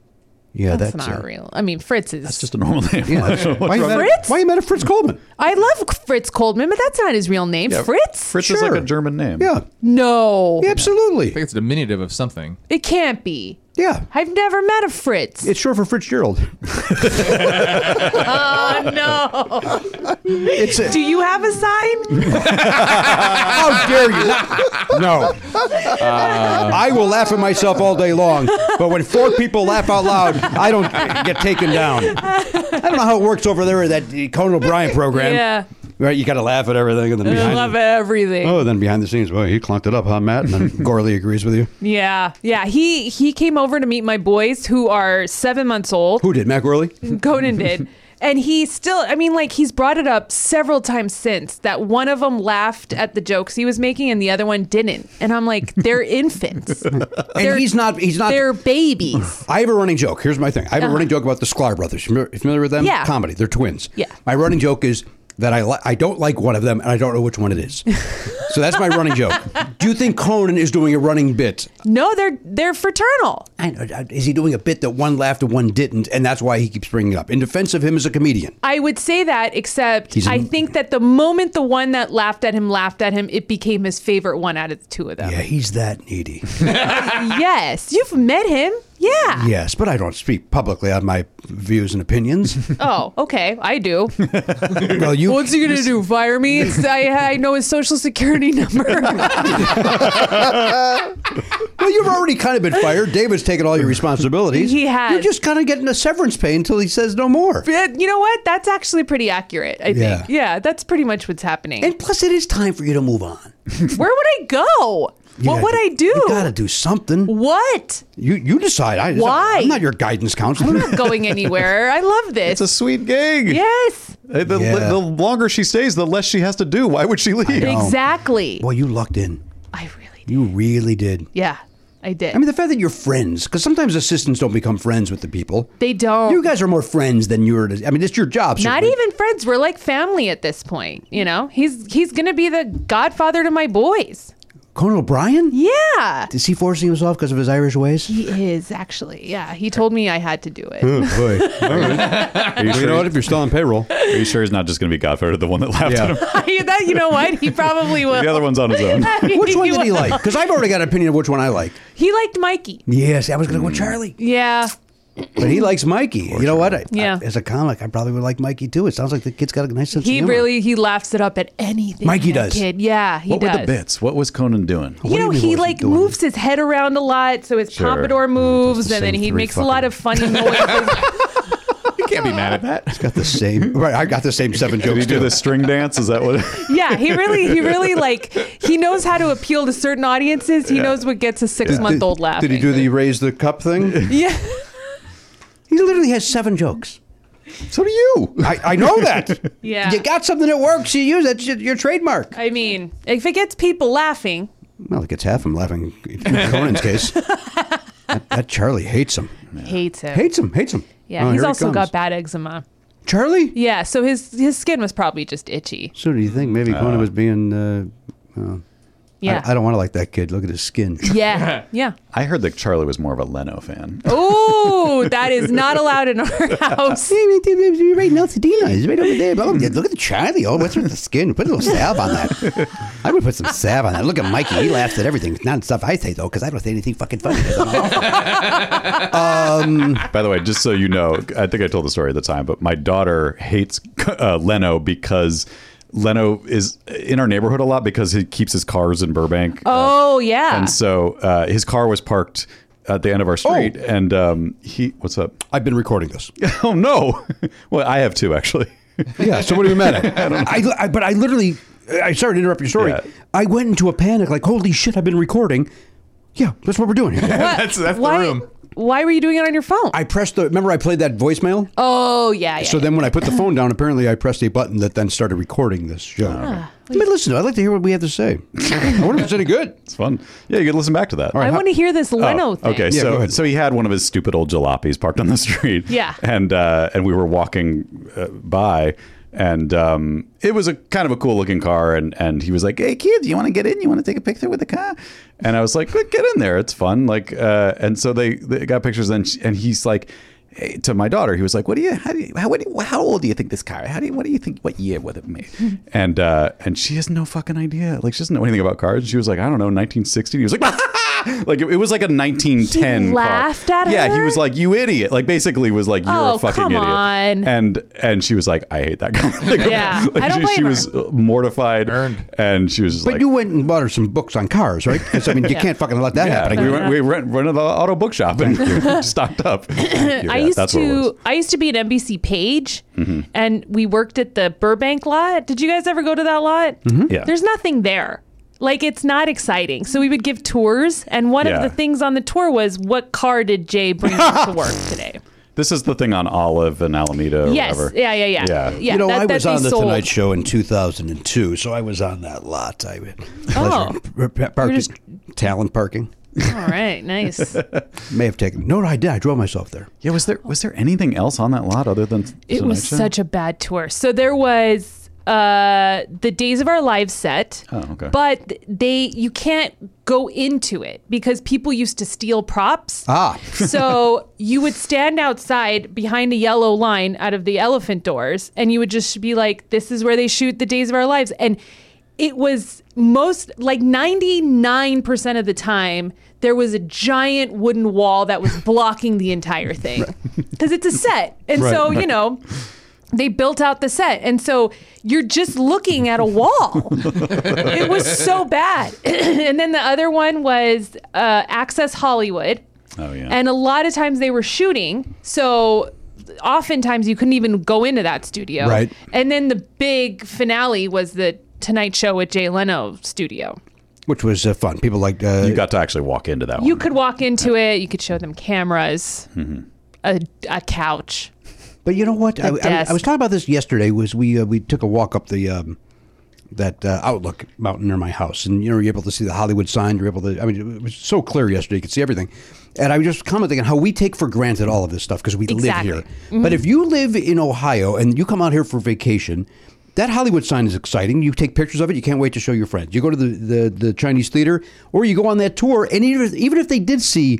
Speaker 1: Yeah,
Speaker 9: That's,
Speaker 1: that's,
Speaker 9: not
Speaker 1: uh,
Speaker 9: real. I mean, Fritz is.
Speaker 4: It's just a normal name.
Speaker 1: [laughs] Yeah, that's- why, you mad at,
Speaker 9: Fritz?
Speaker 1: why you mad at Fritz Coleman?
Speaker 9: I love Fritz Coleman, but that's not his real name.
Speaker 4: Yeah,
Speaker 9: Fritz?
Speaker 4: Fritz is like a
Speaker 1: Sure.
Speaker 4: German name.
Speaker 1: Yeah,
Speaker 9: No,
Speaker 6: I think
Speaker 1: absolutely.
Speaker 6: it's a diminutive of
Speaker 9: [laughs]
Speaker 6: something.
Speaker 9: it can't be.
Speaker 1: Yeah,
Speaker 9: I've never met a Fritz.
Speaker 1: it's short for Fitzgerald.
Speaker 9: oh no!
Speaker 1: It's a,
Speaker 9: Do you have a sign?
Speaker 1: How
Speaker 4: [laughs]
Speaker 1: dare you? No. Uh, I will laugh at myself all day long, but when four people laugh out loud, I don't get taken down. I don't know how it works over there at that Conan O'Brien program.
Speaker 9: Yeah.
Speaker 1: Right, you got to laugh at everything. And then
Speaker 9: I
Speaker 1: behind
Speaker 9: love
Speaker 1: the,
Speaker 9: everything.
Speaker 1: Oh, then behind the scenes, well, he clunked it up, huh, Matt? And then [laughs] Gorley agrees with you.
Speaker 9: Yeah, yeah. He he came over to meet my boys who are seven months old.
Speaker 1: Who did, Matt Gorley?
Speaker 9: Conan
Speaker 1: [laughs]
Speaker 9: did. And he still, I mean, like, he's brought it up several times since that one of them laughed at the jokes he was making and the other one didn't. And
Speaker 1: [laughs]
Speaker 9: I'm like, they're infants.
Speaker 1: And he's [laughs] not. He's not. [laughs]
Speaker 9: They're babies.
Speaker 1: I have a running joke. Here's my thing. I have a running joke about the Sklar brothers. You familiar- Familiar with them?
Speaker 9: Uh-huh. Yeah.
Speaker 1: Comedy. They're twins.
Speaker 9: Yeah.
Speaker 1: My running joke is that I li- I don't like one of them and I don't know which one it is. so that's my running
Speaker 9: [laughs]
Speaker 1: joke. Do you think Conan is doing a running bit?
Speaker 9: No, they're they're fraternal.
Speaker 1: I know. uh, Is he doing a bit that one laughed and one didn't, and that's why he keeps bringing it up in defense of him as a comedian?
Speaker 9: I would say that, except
Speaker 1: He's a-
Speaker 9: I think that the moment the one that laughed at him laughed at him, it became
Speaker 1: Uh,
Speaker 9: his favorite one out of the two of them.
Speaker 1: Yeah, he's that needy.
Speaker 9: Yes, you've met him. Yeah.
Speaker 1: [laughs] Yes, but I don't speak publicly on my views and [laughs] opinions.
Speaker 9: Oh, okay. I do.
Speaker 1: well, you.
Speaker 9: What's he gonna do? Fire me? It's, I I know his social security [laughs] number.
Speaker 1: Well, you've already kind of been fired. David's taken all your responsibilities.
Speaker 9: He has.
Speaker 1: You're just kind of getting a severance pay until he says no more.
Speaker 9: Yeah, you know what? That's actually pretty accurate. I
Speaker 1: Yeah.
Speaker 9: think. Yeah, that's pretty much what's happening.
Speaker 1: And plus, it is time for you to move on.
Speaker 9: Where would I go?
Speaker 1: You
Speaker 9: what
Speaker 1: gotta
Speaker 9: would I do?
Speaker 1: You got to do something.
Speaker 9: What?
Speaker 1: You you decide. I,
Speaker 9: Why?
Speaker 1: I'm not your guidance counselor.
Speaker 9: I'm
Speaker 1: [laughs]
Speaker 9: not going anywhere. I love this.
Speaker 4: It's a sweet gig.
Speaker 9: yes,
Speaker 4: Uh, The,
Speaker 1: Yeah.
Speaker 4: the longer she stays, the less she has to do. Why would she leave?
Speaker 9: exactly.
Speaker 1: Boy, you lucked in.
Speaker 9: I really.
Speaker 1: You really did.
Speaker 9: Yeah, I did.
Speaker 1: I mean, the fact that you're friends, because sometimes assistants don't become friends with the people.
Speaker 9: they don't.
Speaker 1: You guys are more friends than you're. I mean, it's your job. so-
Speaker 9: not even friends. We're like family at this point. You know, he's he's gonna be the godfather to my boys.
Speaker 1: Conan O'Brien.
Speaker 9: Yeah,
Speaker 1: Is he forcing himself because of his Irish
Speaker 9: [laughs]
Speaker 1: ways?
Speaker 9: he is actually. Yeah, he told me I had to do
Speaker 1: Hmm.
Speaker 4: Oh,
Speaker 1: [laughs]
Speaker 9: it.
Speaker 1: Boy,
Speaker 4: Are you,
Speaker 1: you
Speaker 4: sure,
Speaker 1: know what? If you're still on payroll,
Speaker 4: are you sure he's not just going to be Godfather, the one that laughed at him?
Speaker 9: [laughs] that you know what? He probably will.
Speaker 4: The other one's on his
Speaker 9: [laughs]
Speaker 4: own.
Speaker 1: which one did he
Speaker 9: will.
Speaker 1: like? Because I've already got an opinion of which one I like.
Speaker 9: He liked Mikey.
Speaker 1: Yes, I was going to go Charlie,
Speaker 9: Yeah.
Speaker 1: [laughs] but he likes Mikey. You know what? I,
Speaker 9: Yeah.
Speaker 1: I- as a comic, I probably would like Mikey too. It sounds like the kid's got a nice sense. of
Speaker 9: He
Speaker 1: humor.
Speaker 9: really he laughs it up at anything.
Speaker 1: Mikey
Speaker 9: that
Speaker 1: does.
Speaker 9: Kid. Yeah, he
Speaker 4: what
Speaker 9: does.
Speaker 4: were the bits? What was Conan doing?
Speaker 1: do you
Speaker 9: You know,
Speaker 1: mean, what
Speaker 9: he
Speaker 1: was he
Speaker 9: like
Speaker 1: doing? Mm,
Speaker 9: moves his head around a lot, so his
Speaker 4: Sure.
Speaker 9: pompadour moves, and then
Speaker 1: same
Speaker 9: he
Speaker 1: three
Speaker 9: makes a lot
Speaker 1: fucking-
Speaker 9: of funny
Speaker 1: [laughs]
Speaker 9: noises.
Speaker 4: [laughs] You can't be mad at that.
Speaker 1: got the
Speaker 9: [laughs]
Speaker 1: same. Right, I got the same seven
Speaker 4: Did he
Speaker 1: jokes
Speaker 4: do
Speaker 1: too.
Speaker 4: the string dance? Is that what?
Speaker 1: [laughs]
Speaker 9: yeah, he really, he really like he knows how to appeal to certain audiences. He knows what gets a six month old laughing.
Speaker 13: Did he do the raise the cup thing?
Speaker 9: [laughs] Yeah,
Speaker 1: He literally has seven jokes.
Speaker 4: so do you.
Speaker 1: I, I know that.
Speaker 9: [laughs] Yeah.
Speaker 1: You got something that works. You use it. It's your, your trademark.
Speaker 9: I mean, if it gets people laughing,
Speaker 1: Well, it gets half him laughing.
Speaker 9: [laughs]
Speaker 1: In Conan's case, that, that Charlie hates him.
Speaker 9: hates it.
Speaker 1: Hates him. Hates him. Oh,
Speaker 9: yeah, he's
Speaker 1: here he
Speaker 9: also
Speaker 1: comes.
Speaker 9: got bad eczema.
Speaker 1: Charlie.
Speaker 9: Yeah, so his his skin was probably just itchy.
Speaker 1: So do you think maybe Conan was being? Uh, uh,
Speaker 9: Yeah,
Speaker 1: I, I don't [laughs] want to like that kid. Look at his skin.
Speaker 9: yeah, yeah.
Speaker 4: I heard that Charlie was more of a Leno fan.
Speaker 9: Ooh, that is not allowed in our [laughs] house.
Speaker 1: You're right now, Sedina. He's right over there. Blah, blah.
Speaker 13: Hmm.
Speaker 1: Look at the Charlie. Oh, what's with the skin? Put a little salve on that. I would put some salve on that. Look at Mikey. He laughs at everything. Not stuff I say, though, because I don't say anything fucking funny.
Speaker 4: By the way, just so you know, I think I told the story at the time, but my daughter hates [laughs] uh, Leno because Leno is in our neighborhood a lot because he keeps his cars in Burbank.
Speaker 9: Oh yeah. Oh.
Speaker 4: And so uh, his car was parked at the end of our street, and um, he. What's up? [laughs]
Speaker 13: I've been recording this.
Speaker 4: Oh no! [laughs] well, I have two actually. [laughs]
Speaker 13: Yeah, so what are we mad at?
Speaker 1: [laughs] I, I, but I literally, I sorry to interrupt your story.
Speaker 4: Yeah.
Speaker 1: I went into a panic, like, holy shit, I've been recording. Yeah, that's what we're
Speaker 13: [laughs]
Speaker 1: doing here.
Speaker 9: What?
Speaker 6: That's- that's the
Speaker 9: why,
Speaker 6: room.
Speaker 9: Why were you doing it on your phone?
Speaker 1: I pressed the, remember I played that voicemail?
Speaker 9: oh yeah. yeah
Speaker 1: So then when I put the phone down, apparently I pressed a button that then started recording this show.
Speaker 13: Ah.
Speaker 1: I mean, listen, I'd like to hear what we have to
Speaker 13: [laughs]
Speaker 1: say. I wonder if it's any good.
Speaker 4: It's fun. Yeah, you can listen back to that.
Speaker 9: I want to hear this Leno
Speaker 4: Oh,
Speaker 9: thing.
Speaker 4: Okay,
Speaker 1: Yeah, go
Speaker 4: so
Speaker 1: ahead.
Speaker 4: so he had one of his stupid old jalopies parked on the street.
Speaker 9: Yeah.
Speaker 4: and uh, and we were walking uh, by, and um, it was a kind of a cool looking car, and and he was like, "Hey kid, you want to get in? You want to take a picture with the car?" And I was like, "Good, "Get in there, it's fun." Like, uh, and so they, they got pictures, and she, and he's like. hey, To my daughter, he was like, "What do you? How do you? How, what do you, how old do you think this car? How do you? What do you think? What year was it made?" and uh, and she has no fucking idea. Like she doesn't know anything about cars. She was like, "I don't know, 1960." He was like, [laughs] "Like it, it was like a 1910."
Speaker 9: He
Speaker 4: car.
Speaker 9: laughed at
Speaker 4: Yeah, he
Speaker 9: her?
Speaker 4: was like, "You idiot!" Like basically was like, "You're
Speaker 9: Oh,
Speaker 4: a fucking
Speaker 9: come
Speaker 4: idiot."
Speaker 9: on.
Speaker 4: And and she was like, "I hate that guy." [laughs] Like,
Speaker 9: Yeah,
Speaker 4: like,
Speaker 9: I don't
Speaker 4: she, she
Speaker 9: blame her.
Speaker 4: was mortified,
Speaker 6: Earned.
Speaker 4: and she was just
Speaker 1: But
Speaker 4: like,
Speaker 1: you went and bought her some books on cars, right? Because I mean, [laughs] you can't fucking let that
Speaker 4: yeah,
Speaker 1: happen.
Speaker 4: we went, we went, went to the auto bookshop
Speaker 9: [laughs]
Speaker 4: and stocked up.
Speaker 9: [clears throat] I
Speaker 4: Yeah,
Speaker 9: used
Speaker 4: that's what it was. Mm-hmm.
Speaker 9: to I used to be an NBC page and we worked at the Burbank lot. Did you guys ever go to that lot?
Speaker 4: Mm-hmm. Yeah.
Speaker 9: There's nothing there. Like it's not exciting. So we would give tours and one
Speaker 4: Yeah.
Speaker 9: of the things on the tour was what car did Jay bring
Speaker 4: [laughs]
Speaker 9: to work today?
Speaker 4: This is the thing on Olive and Alameda or
Speaker 9: yes.
Speaker 4: whatever.
Speaker 9: Yeah, yeah, yeah.
Speaker 4: Yeah.
Speaker 1: you know,
Speaker 9: that-
Speaker 1: I was
Speaker 9: that they
Speaker 1: on the
Speaker 9: sold.
Speaker 1: Tonight Show in 2002, so I was on that lot. I
Speaker 9: Oh.
Speaker 1: pleasure- p- parking,
Speaker 9: just-
Speaker 1: talent parking.
Speaker 9: All
Speaker 1: [laughs]
Speaker 9: right, nice.
Speaker 1: May have taken. No, no, I did. I drove myself there.
Speaker 4: Yeah, was there was there anything else on that lot other than
Speaker 9: It was such a bad tour. So there was uh the Days of Our Lives set.
Speaker 4: Oh, okay.
Speaker 9: But they you can't go into it because people used to steal props.
Speaker 1: Ah,
Speaker 9: [laughs] so you would stand outside behind a yellow line out of the elephant doors and you would just be like this is where they shoot the days of our lives and it was most like 99% of the time there was a giant wooden wall that was blocking the entire thing because it's a set. And
Speaker 14: Right.
Speaker 9: so, you know, they built out the set. And so you're just looking at a wall. it was so bad. [clears throat] and then the other one was uh, Access Hollywood.
Speaker 4: Oh yeah.
Speaker 9: And a lot of times they were shooting, so oftentimes you couldn't even go into that studio.
Speaker 14: Right.
Speaker 9: And then the big finale was the Tonight Show with Jay Leno studio.
Speaker 1: which was uh, fun. People like uh,
Speaker 4: you got to actually walk into that
Speaker 9: You could walk into it. You could show them cameras, a, a couch.
Speaker 1: But you know what? I, I,
Speaker 9: A
Speaker 1: I was
Speaker 9: desk.
Speaker 1: talking about this yesterday. Was we uh, we took a walk up the um, that uh, outlook mountain near my house, and you know you're able to see the Hollywood sign. You're able to. I mean, it was so clear yesterday; you could see everything. And I was just commenting on how we take for granted all of this stuff because we
Speaker 14: Exactly.
Speaker 1: live here.
Speaker 14: Mhm.
Speaker 1: But if you live in Ohio and you come out here for vacation. That Hollywood sign is exciting. You take pictures of it. You can't wait to show your friends. You go to the, the, the Chinese theater, or you go on that tour. And even if, even if they did see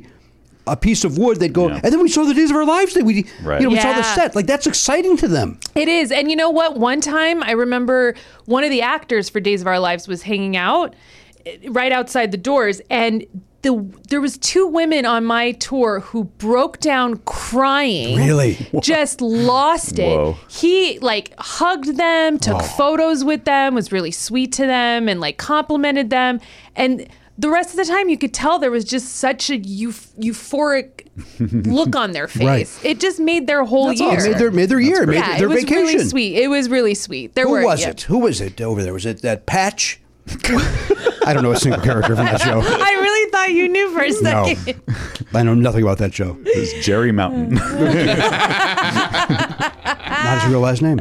Speaker 1: a piece of wood, they'd go. And then we saw the Days of Our Lives. That we
Speaker 14: Right.
Speaker 1: you know, we saw the
Speaker 9: Yeah.
Speaker 1: set. Like that's exciting to them.
Speaker 9: It is. And you know what? One time I remember one of the actors for Days of Our Lives was hanging out eh, right outside the doors and the there was two women on my tour who broke down crying.
Speaker 14: Really?
Speaker 9: [laughs] Just lost it.
Speaker 14: Whoa.
Speaker 9: He like hugged them, took photos with them, was really sweet to them and like complimented them and the rest of the time you could tell there was just such a euf-
Speaker 1: [laughs]
Speaker 9: euphoric look on their face.
Speaker 1: Right.
Speaker 9: It just made their whole
Speaker 1: That's
Speaker 9: year.
Speaker 1: awesome. Made their- made their year, made
Speaker 9: yeah,
Speaker 1: their
Speaker 9: it was really
Speaker 1: vacation.
Speaker 9: sweet. It was really sweet. There
Speaker 1: Who
Speaker 9: were
Speaker 1: was
Speaker 9: yeah.
Speaker 1: it? Who was it over there? Was it that Patch? [laughs] I don't know a single character from that show.
Speaker 9: I really thought you knew for a
Speaker 1: No.
Speaker 9: second.
Speaker 1: [laughs] I know nothing about that show. It
Speaker 4: was Jerry
Speaker 9: [laughs]
Speaker 4: Mountain. [laughs]
Speaker 1: Not his real last name.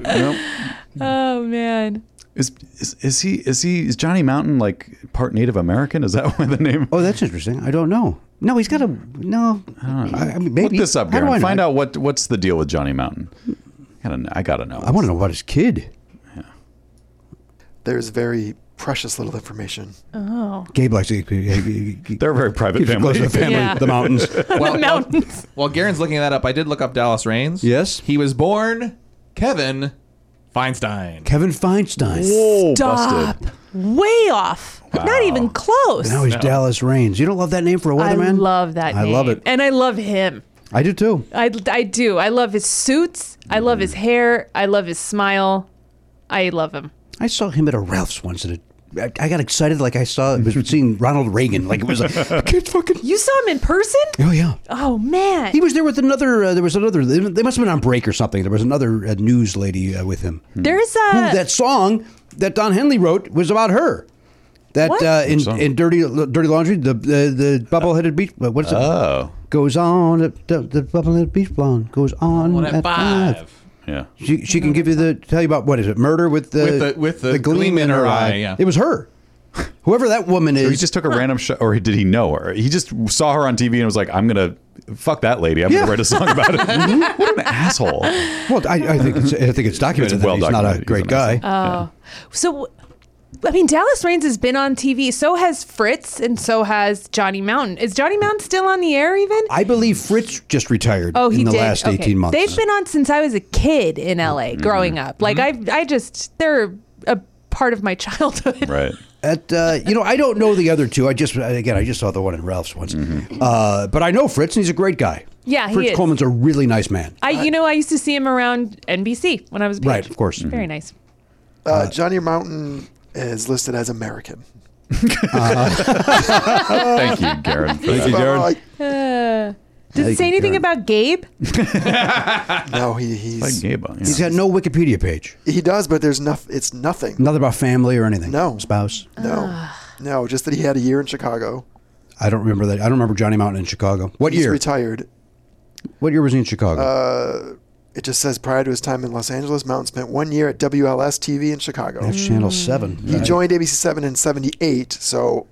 Speaker 9: Oh man.
Speaker 4: Is, is is he is he is Johnny Mountain like part Native American? Is that [laughs] why the name?
Speaker 1: Oh, that's interesting. I don't know. No, he's got a no. I don't know. I, mean, maybe.
Speaker 4: Look this up,
Speaker 1: How do I
Speaker 4: Garen.
Speaker 1: know?
Speaker 4: Find out what what's the deal with Johnny Mountain. I gotta, I gotta know. I
Speaker 1: want to know about his kid.
Speaker 7: There's very precious little information.
Speaker 9: Oh.
Speaker 1: Gabe likes to. They're
Speaker 4: a very private
Speaker 1: family.
Speaker 4: [laughs]
Speaker 1: The family,
Speaker 6: Yeah.
Speaker 1: the mountains.
Speaker 6: Well, mountains. While, while Garen's looking that up, I did look up Dallas Reigns. Yes. He was born Kevin Feinstein.
Speaker 1: Kevin Feinstein.
Speaker 4: Oh,
Speaker 9: Stop. Way off. Not even close.
Speaker 1: Now he's Dallas Reigns. You don't love that name for a
Speaker 9: I
Speaker 1: weatherman?
Speaker 9: love that
Speaker 1: I love
Speaker 9: name.
Speaker 1: it.
Speaker 9: And I love him.
Speaker 1: I do too.
Speaker 9: I, I do. I love his suits. I love
Speaker 1: Mm.
Speaker 9: his hair. I love his smile. I love him.
Speaker 1: I saw him at a Ralph's once, and it, I, I got excited like I saw was
Speaker 9: [laughs]
Speaker 1: seeing Ronald Reagan. Like it was like,
Speaker 9: You saw him in person?
Speaker 1: oh yeah.
Speaker 9: Oh man.
Speaker 1: He was there with another. Uh, there was another. They they must have been on break or something. There was another uh, news lady uh, with him.
Speaker 9: There's
Speaker 1: Who,
Speaker 9: a
Speaker 1: that song that Don Henley wrote was about her. That
Speaker 9: What?
Speaker 1: Uh, in
Speaker 9: Which song?
Speaker 1: in dirty dirty laundry the the, the bubble headed beach what's it
Speaker 9: Ah.
Speaker 4: oh
Speaker 1: goes on at the, the bubble headed beach blonde goes on
Speaker 6: One at Oh, five.
Speaker 4: Yeah.
Speaker 1: She, she can give you the tell you about what is it murder with the
Speaker 6: With the- with the gleam in her eye, yeah.
Speaker 1: It was her. Whoever that woman is.
Speaker 4: Or he just took a random shot, or did he know her? He just saw her on TV and was like, "I'm gonna fuck that lady. I'm
Speaker 1: Yeah.
Speaker 4: gonna write a song about it." [laughs]
Speaker 1: [laughs] Mhm.
Speaker 4: what an asshole!
Speaker 1: Well, I, I think it's, I think it's documented
Speaker 4: It's
Speaker 1: that
Speaker 4: well
Speaker 1: he's not a
Speaker 4: documented.
Speaker 1: great guy.
Speaker 9: Oh. So, I mean, Dallas Reigns has been on TV. So has Fritz, and so has Johnny Mountain. Is Johnny Mountain still on the air even?
Speaker 1: I believe Fritz just retired
Speaker 9: Oh, he
Speaker 1: in the
Speaker 9: did.
Speaker 1: last
Speaker 9: Okay.
Speaker 1: 18 months.
Speaker 9: They've been on since I was a kid in LA growing up. Like, I, I just, they're a part of my [laughs] childhood.
Speaker 4: right.
Speaker 1: At uh, you know, I don't know the other two. I just again, I just saw the one in Ralph's once,
Speaker 6: Mm-hmm.
Speaker 1: uh, but I know Fritz, and he's a great guy.
Speaker 9: Yeah, he
Speaker 1: Fritz
Speaker 9: is.
Speaker 1: Coleman's a really nice man.
Speaker 9: I, you know, I used to see him around NBC when I was a
Speaker 1: Right,
Speaker 9: page.
Speaker 1: of course. Mm-hmm.
Speaker 9: Very nice.
Speaker 7: Uh, Johnny Mountain is listed as American.
Speaker 4: Thank you, Garen. for
Speaker 7: Thank
Speaker 4: that.
Speaker 7: you, Garen. Bye.
Speaker 9: Uh,
Speaker 1: Thank
Speaker 9: does
Speaker 1: you,
Speaker 9: it say anything
Speaker 1: Karen.
Speaker 9: about Gabe?
Speaker 7: No, he, he's
Speaker 4: Like Gabe, yeah.
Speaker 1: He's got no Wikipedia page.
Speaker 7: He does, but there's nothing. It's nothing.
Speaker 1: Nothing about family or anything.
Speaker 7: No.
Speaker 1: spouse.
Speaker 7: No, no, just that he had a year in Chicago.
Speaker 1: I don't remember that. I don't remember Johnny Mountain in Chicago. What
Speaker 7: He's
Speaker 1: year?
Speaker 7: Retired.
Speaker 1: What year was he in Chicago?
Speaker 7: Uh, it just says prior to his time in Los Angeles, Mountain spent one year at WLS TV in Chicago.
Speaker 1: That's Channel Seven.
Speaker 7: He
Speaker 1: right?
Speaker 7: joined ABC Seven in '78, so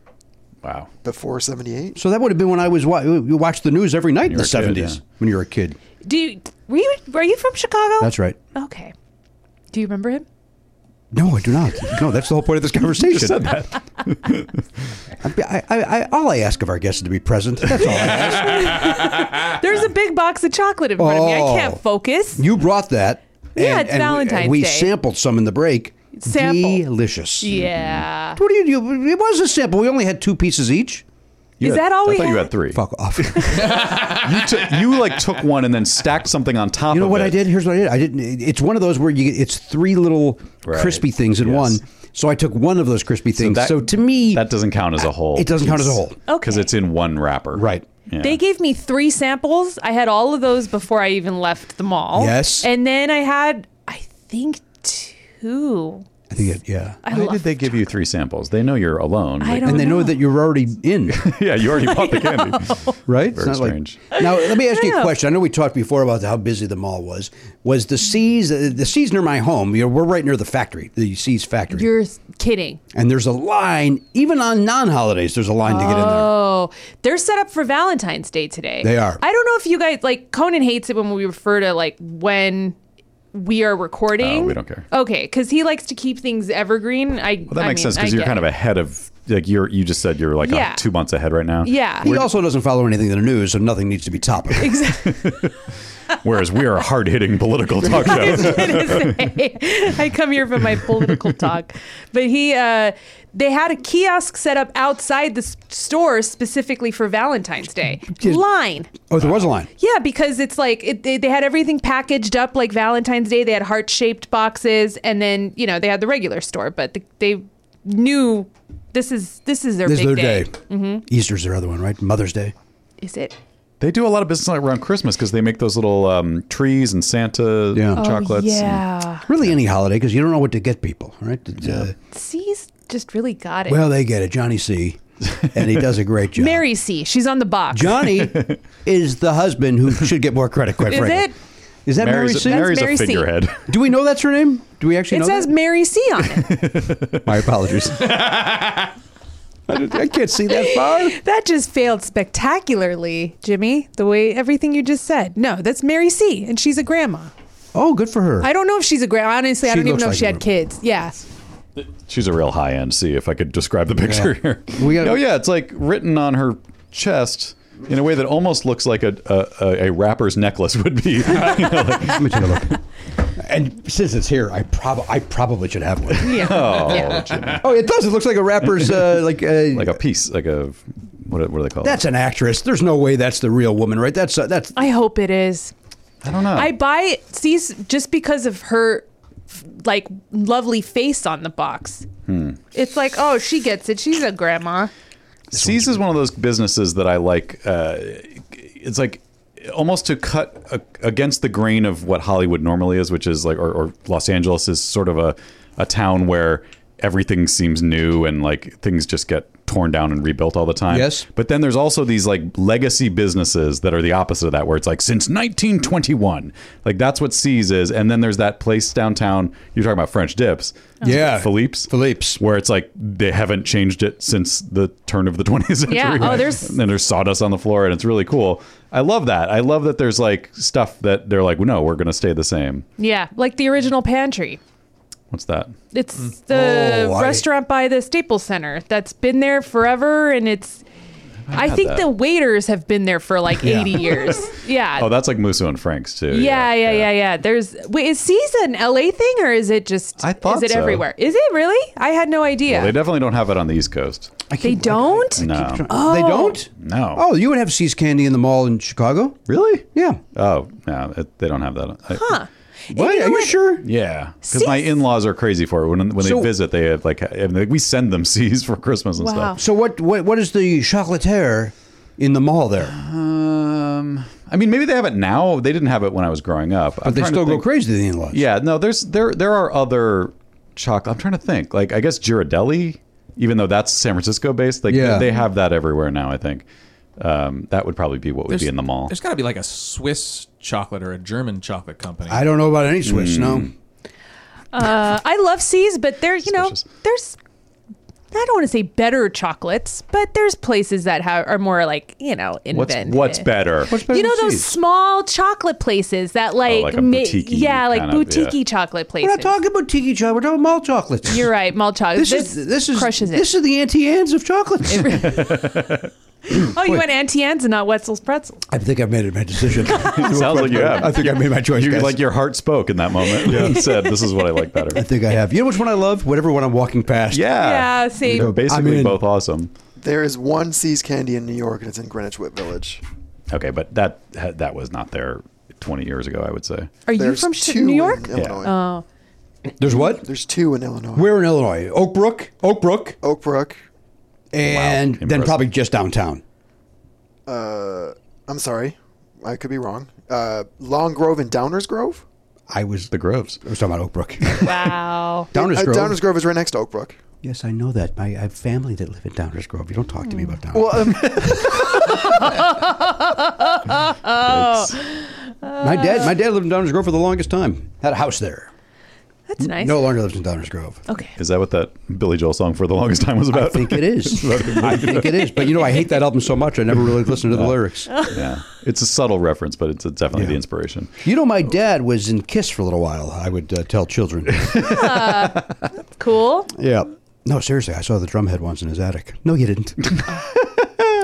Speaker 4: wow,
Speaker 7: before '78.
Speaker 1: So that would have been when I was wa- you watched the news every night in the
Speaker 7: were a kid,
Speaker 1: seventies when you were a kid.
Speaker 9: Do you, were you, were you from Chicago?
Speaker 1: That's right.
Speaker 9: Okay. Do you remember him?
Speaker 1: No, I do not. No, that's the whole point of this conversation.
Speaker 4: Just said that.
Speaker 1: I, I, I, all I ask of our guests is to be present. That's all. I ask.
Speaker 9: There's a big box of chocolate in front of me. I
Speaker 1: Oh.
Speaker 9: can't focus.
Speaker 1: You brought that.
Speaker 9: Yeah, it's
Speaker 1: we-
Speaker 9: Valentine's
Speaker 1: we,
Speaker 9: Day.
Speaker 1: sampled some in the break.
Speaker 9: Sample.
Speaker 1: Delicious.
Speaker 9: Yeah.
Speaker 1: What do you do? It was a sample. We only had two pieces each.
Speaker 4: You had- I thought you had three.
Speaker 1: Fuck off.
Speaker 4: you, took you like took one and then stacked something on top.
Speaker 1: You know
Speaker 4: of
Speaker 1: what
Speaker 4: it.
Speaker 1: I did? Here's what I did. I didn't. It's one of those where you. It's three little
Speaker 4: Right.
Speaker 1: crispy things in one. So I took one of those crispy things. So,
Speaker 4: that-
Speaker 1: to me,
Speaker 4: that doesn't count as a whole.
Speaker 1: it doesn't count as a whole.
Speaker 4: because it's in one wrapper. Right. Yeah.
Speaker 9: They gave me three samples. I had all of those before I even left the mall.
Speaker 4: Yes.
Speaker 9: And then I had, I think, two.
Speaker 4: I think it, yeah.
Speaker 9: I
Speaker 4: Why
Speaker 9: love
Speaker 4: did they give you three samples? They know you're alone.
Speaker 9: I don't
Speaker 1: and they know. that you're already
Speaker 9: [laughs]
Speaker 1: in.
Speaker 4: [laughs] yeah, you already bought the candy.
Speaker 1: Right?
Speaker 4: Very strange.
Speaker 1: Like, now, let me ask you
Speaker 9: Yeah.
Speaker 1: a question. I know we talked before about how busy the mall was. Was the C's uh, the C's near my home? You know, we're right near the factory, the C's factory,
Speaker 9: You're kidding.
Speaker 1: and there's a line. Even on non-holidays, there's a line to get in there.
Speaker 9: Oh, they're set up for Valentine's Day today.
Speaker 1: They are.
Speaker 9: I don't know if you guys like Conan hates it when we refer to like when we are
Speaker 4: Oh,
Speaker 9: recording.
Speaker 4: we don't care.
Speaker 9: Okay, because he likes to keep things evergreen. I
Speaker 4: Well, that makes sense because you're kind of ahead of like you're. You just said you're like uh,
Speaker 9: Yeah.
Speaker 4: two months ahead right now.
Speaker 9: Yeah.
Speaker 1: He also doesn't follow anything in the news, so nothing needs to be topical.
Speaker 4: Whereas we are a hard hitting political
Speaker 9: [laughs]
Speaker 4: talk
Speaker 9: I
Speaker 4: show.
Speaker 9: was gonna say, I come here for my political talk, but he, uh, they had a kiosk set up outside the s- store specifically for Valentine's Day. Line,
Speaker 1: Oh, there was a line.
Speaker 9: yeah, because it's like it, they, they had everything packaged up like Valentine's Day. They had heart shaped boxes, and then you know they had the regular store, but the, they knew this is this is their
Speaker 1: This is
Speaker 9: big
Speaker 1: their day.
Speaker 9: Mhm.
Speaker 1: Mm-hmm. Easter's their other one, right? Mother's Day.
Speaker 9: Is it?
Speaker 4: They do a lot of business around Christmas because they make those little um, trees and Santa
Speaker 9: Oh,
Speaker 4: chocolates. and-
Speaker 9: yeah.
Speaker 1: Really, any holiday because you don't know what to get people, right? It's, uh,
Speaker 9: C's just really got it.
Speaker 1: well, they get it. Johnny C. and he does a
Speaker 9: [laughs]
Speaker 1: great job.
Speaker 9: Mary C. She's on the box.
Speaker 1: [laughs] Johnny is the husband who should get more credit, quite
Speaker 9: Is
Speaker 1: frankly.
Speaker 9: it?
Speaker 1: Is that
Speaker 4: Mary's-
Speaker 1: Mary C?
Speaker 4: Mary's a That's Mary C. figurehead.
Speaker 1: Do we know that's her name? Do we actually
Speaker 9: It
Speaker 1: know
Speaker 9: says Mary C on it.
Speaker 1: that? My apologies. [laughs] I did- I can't see that far.
Speaker 9: That just failed spectacularly, Jimmy. The way everything you just said. No, that's Mary C. And she's a grandma.
Speaker 1: Oh, good for her.
Speaker 9: I don't know if she's a grandma. Honestly, I
Speaker 4: She
Speaker 9: don't even
Speaker 4: looks
Speaker 9: know
Speaker 4: like
Speaker 9: if she
Speaker 4: a
Speaker 9: had kids. Yeah.
Speaker 4: She's a real high end. See if I could describe the picture
Speaker 1: Yeah.
Speaker 4: here.
Speaker 1: We got-
Speaker 4: oh yeah, it's like written on her chest in a way that almost looks like a a, a, a rapper's necklace would be. [laughs]
Speaker 1: Let me take a look.
Speaker 9: [laughs]
Speaker 1: And since it's here, I prob- I probably should have one. [laughs]
Speaker 9: Yeah.
Speaker 4: Oh,
Speaker 1: Yeah.
Speaker 4: Jimmy.
Speaker 1: Oh, it does. It looks like a rapper's uh, like uh,
Speaker 4: like a piece, like a what? are- What do they call
Speaker 1: that's
Speaker 4: it?
Speaker 1: an actress. There's no way that's the real woman, right? That's uh, that's
Speaker 9: I hope it is.
Speaker 4: I don't know.
Speaker 9: I buy C's just because of her f- like lovely face on the box.
Speaker 4: Hmm.
Speaker 9: It's like, oh, she gets it. She's a grandma.
Speaker 4: C's is one of those businesses that I like. Uh, it's like almost to cut a, against the grain of what Hollywood normally is, which is like, or, or Los Angeles is sort of a, a town where everything seems new and like things just get torn down and rebuilt all the time.
Speaker 1: Yes.
Speaker 4: But then there's also these like legacy businesses that are the opposite of that, where it's like since 1921, like that's what C's is. And then there's that place downtown. You're talking about French dips.
Speaker 1: Yeah.
Speaker 4: Philippe's.
Speaker 1: Philippe's.
Speaker 4: Where it's like they haven't changed it since the turn of the [laughs] 20th century.
Speaker 9: Yeah. Oh, there's-
Speaker 4: And then there's sawdust on the floor, and it's really cool. I love that. I love that there's like stuff that they're like, no, we're going to stay the same.
Speaker 9: Yeah, like the original pantry.
Speaker 4: What's that?
Speaker 9: It's the
Speaker 4: Oh, I-
Speaker 9: restaurant by the Staples Center that's been there forever, and it's. I,
Speaker 4: had
Speaker 9: think
Speaker 4: that.
Speaker 9: the waiters have been there for like
Speaker 4: Yeah.
Speaker 9: 80
Speaker 4: [laughs]
Speaker 9: years. Yeah.
Speaker 4: Oh, that's like Musso and Frank's too.
Speaker 9: yeah, yeah, yeah, yeah, There's wait, is C's an LA thing or is it just
Speaker 4: I thought
Speaker 9: is it
Speaker 4: so.
Speaker 9: everywhere? Is it really? I had no idea.
Speaker 4: Well, they definitely don't have it on the East Coast.
Speaker 9: they don't?
Speaker 4: No.
Speaker 9: Oh.
Speaker 1: They don't?
Speaker 4: No.
Speaker 1: Oh, you would have C's candy in the mall in Chicago?
Speaker 4: Really?
Speaker 1: Yeah.
Speaker 4: Oh, no. It, they don't have that. I-
Speaker 9: Huh.
Speaker 1: What? Are you sure?
Speaker 4: Yeah, because my in-laws are crazy for it. When when
Speaker 1: So-
Speaker 4: they visit, they have like and they- we send them [laughs] C's for Christmas and stuff.
Speaker 1: So what, what what is the chocolatier in the mall there?
Speaker 4: Um, I mean, maybe they have it now. They didn't have it when I was growing up.
Speaker 1: But they still go crazy, the in-laws.
Speaker 4: Yeah, no, there's there there are other chocolate. I'm trying to think. Like I guess Girardelli, even though that's San Francisco based, like
Speaker 1: Yeah.
Speaker 4: they have that everywhere now. I think um, that would probably be what would be in the mall. [laughs]
Speaker 6: There's got to be like a Swiss chocolate or a German chocolate company.
Speaker 1: I don't know about any Swiss, no.
Speaker 9: Uh, I love C's, but there, you know, there's I don't want to say better chocolates, but there's places that have, are more like you know
Speaker 4: What's
Speaker 9: invented.
Speaker 4: what's better? What's
Speaker 9: you know those small chocolate places that like,
Speaker 4: like a
Speaker 9: ma-
Speaker 4: boutique-y
Speaker 9: yeah, like
Speaker 4: kind of, yeah.
Speaker 9: boutique chocolate
Speaker 1: We're
Speaker 9: places.
Speaker 1: not talking about tiki chocolate, we're talking mall chocolates.
Speaker 9: You're right, malt chocolate.
Speaker 1: This,
Speaker 9: This,
Speaker 1: is this is
Speaker 9: crushes it.
Speaker 1: This is the Auntie Anne's of chocolates.
Speaker 9: Oh, you went Auntie Anne's and not Wetzel's Pretzels.
Speaker 1: [laughs] I think I've made
Speaker 4: [laughs]
Speaker 1: my decision.
Speaker 4: Sounds like you have.
Speaker 1: I think I made my choice.
Speaker 4: You,
Speaker 1: guys.
Speaker 4: like your heart spoke in that moment. and said, "This is what I like better."
Speaker 1: I think I have. You know which one I love? Whatever one I'm walking past.
Speaker 4: Yeah.
Speaker 9: Yeah, same.
Speaker 4: They're
Speaker 1: I'm
Speaker 4: basically
Speaker 1: in.
Speaker 4: both awesome.
Speaker 7: There is one See's Candy in New York, and it's in Greenwich Whit Village.
Speaker 4: Okay, but that that was not there 20 years ago. I would say.
Speaker 9: Are you
Speaker 7: There's
Speaker 9: from Chi-
Speaker 7: two
Speaker 9: New York?
Speaker 7: in Illinois.
Speaker 9: Oh,
Speaker 1: There's what?
Speaker 7: There's two in Illinois.
Speaker 1: Where in Illinois? Oak Brook? Oak Brook?
Speaker 7: Oak Brook.
Speaker 1: And then
Speaker 4: Impressive.
Speaker 1: probably just downtown.
Speaker 7: Uh, I'm sorry, I could be wrong. Uh, Long Grove and Downers Grove.
Speaker 1: I was
Speaker 4: the Groves.
Speaker 1: I was talking about Oak Brook. [laughs]
Speaker 4: [laughs]
Speaker 9: wow.
Speaker 1: Downers
Speaker 7: Uh,
Speaker 1: Grove.
Speaker 7: Downers Grove is right next to Oak Brook.
Speaker 1: Yes, I know that. My, I have family that live in Downers Grove. You don't talk to me
Speaker 4: Mm.
Speaker 1: about Downers.
Speaker 7: Well, um,
Speaker 1: my dad, my dad lived in Downers Grove for the longest time. Had a house there.
Speaker 9: That's nice.
Speaker 1: No longer lives in Downers Grove.
Speaker 9: Okay.
Speaker 4: Is that what that Billy Joel song for the longest time was about?
Speaker 1: I think it [laughs] is. I think it is. But you know, Uh, I hate that album so much. I never really listened to [laughs] the lyrics.
Speaker 4: [laughs] yeah, it's a subtle reference, but it's definitely the inspiration.
Speaker 1: You know, my dad was in Kiss for a little while. I would uh, tell children. [laughs]
Speaker 9: Cool.
Speaker 1: yeah. No, seriously, I saw the drumhead once in his attic. No, you [laughs] didn't.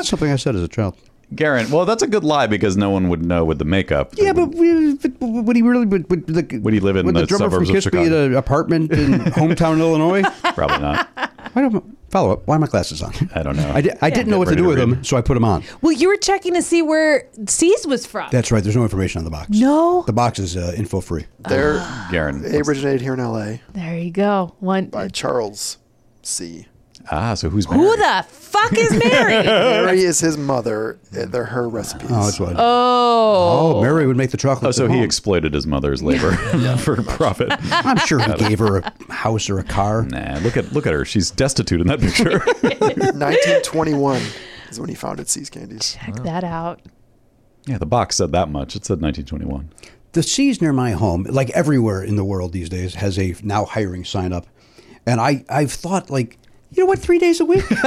Speaker 1: Something I said as a child.
Speaker 4: Garen, well, that's a good lie because no one would know with the makeup.
Speaker 1: Yeah, but, we, but would he really? Would, would, the,
Speaker 4: Would he live in
Speaker 1: would
Speaker 4: the
Speaker 1: drummer
Speaker 4: suburbs of
Speaker 1: from Kiss be
Speaker 4: Chicago?
Speaker 1: at an apartment [laughs] in hometown Illinois?
Speaker 4: probably not.
Speaker 1: Why don't follow up? Why are my glasses on?
Speaker 4: I don't know.
Speaker 1: [laughs] I, di- I didn't know what to
Speaker 4: ready
Speaker 1: do
Speaker 4: to
Speaker 1: with
Speaker 4: read.
Speaker 1: them, so I put them on.
Speaker 15: Well, you were checking to see where C's was from.
Speaker 1: That's right. There's no information on the box.
Speaker 15: No?
Speaker 1: the box is uh, info free.
Speaker 7: they're
Speaker 1: Ah.
Speaker 4: Garen.
Speaker 7: they originated here in L.A.
Speaker 9: There you go. One.
Speaker 7: by Charles C.
Speaker 4: Ah, so who's married?
Speaker 15: Who the fuck is
Speaker 9: [laughs]
Speaker 15: Mary?
Speaker 7: Mary is his mother. and They're her recipes.
Speaker 1: Oh, that's what.
Speaker 9: Oh.
Speaker 1: oh, Mary would make the chocolate.
Speaker 4: Oh, so
Speaker 1: at
Speaker 4: he
Speaker 1: home.
Speaker 4: exploited his mother's labor [laughs] for profit.
Speaker 1: I'm sure
Speaker 4: [laughs]
Speaker 1: he gave her a house or a car.
Speaker 4: Nah, look at look at her. She's destitute in that
Speaker 1: [laughs]
Speaker 4: picture.
Speaker 7: 1921 is when he founded See's Candies.
Speaker 9: Check that out.
Speaker 4: yeah, the box said that much. It said 1921.
Speaker 1: The C's near my home, like everywhere in the world these days, has a now hiring sign up, and I I've thought like. You know what? Three days a week.
Speaker 9: [laughs]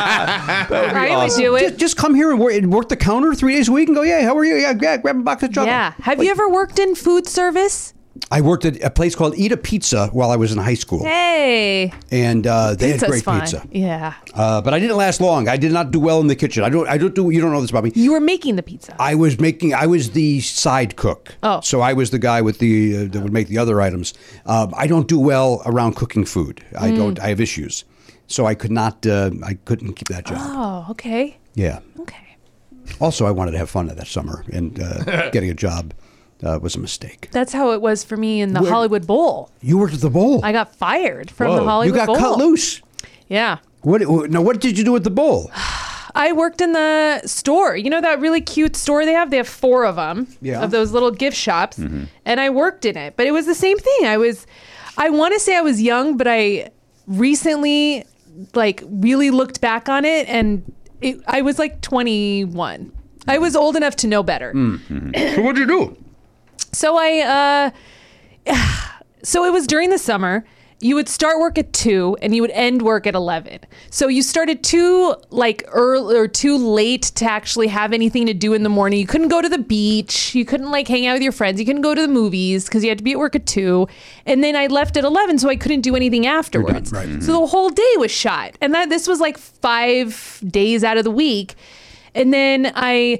Speaker 9: I always do
Speaker 1: just,
Speaker 9: it.
Speaker 1: just come here and work, and work the counter three days a week and go, yeah, how are you? Yeah, yeah grab a box of chocolate.
Speaker 9: Yeah. Have you ever worked in food service?
Speaker 1: I worked at a place called Eat a Pizza while I was in high school.
Speaker 9: Hey.
Speaker 1: And uh, they had
Speaker 9: Pizza's
Speaker 1: great
Speaker 9: fine.
Speaker 1: pizza.
Speaker 9: Yeah.
Speaker 1: Uh, but I didn't last long. I did not do well in the kitchen. I don't. I don't do. You don't know this about me.
Speaker 9: You were making the pizza.
Speaker 1: I was making. I was the side cook.
Speaker 9: Oh.
Speaker 1: So I was the guy with the uh, that would make the other items. Um, I don't do well around cooking food. I
Speaker 9: Mm.
Speaker 1: don't. I have issues. So I could not. Uh, I couldn't keep that job.
Speaker 9: oh, okay.
Speaker 1: Yeah.
Speaker 9: Okay.
Speaker 1: Also, I wanted to have fun that summer, and
Speaker 9: [laughs]
Speaker 1: uh, getting a job uh, was a mistake.
Speaker 9: That's how it was for me in the Hollywood Bowl.
Speaker 1: You worked at the bowl.
Speaker 9: I got fired from the
Speaker 4: Whoa.
Speaker 9: Hollywood
Speaker 1: you got
Speaker 9: Bowl.
Speaker 1: cut loose.
Speaker 9: Yeah.
Speaker 1: What? Now, what did you do at the
Speaker 9: [sighs]
Speaker 1: bowl?
Speaker 9: I worked in the store. You know that really cute store they have? They have four of them
Speaker 1: Yeah.
Speaker 9: of those little gift shops. And I worked in it. But it was the same thing. I was I want to say I was young, but I recently like really looked back on it and it, I was like 21. I was old enough to know better.
Speaker 1: so what did you do?
Speaker 9: So I, uh, [sighs] so it was during the summer. You would start work at two and you would end work at 11. So you started too like early or too late to actually have anything to do in the morning. You couldn't go to the beach. You couldn't like hang out with your friends. You couldn't go to the movies because you had to be at work at two. And then I left at 11, so I couldn't do anything afterwards.
Speaker 1: right.
Speaker 9: So the whole day was shot. And that this was like five days out of the week. And then I,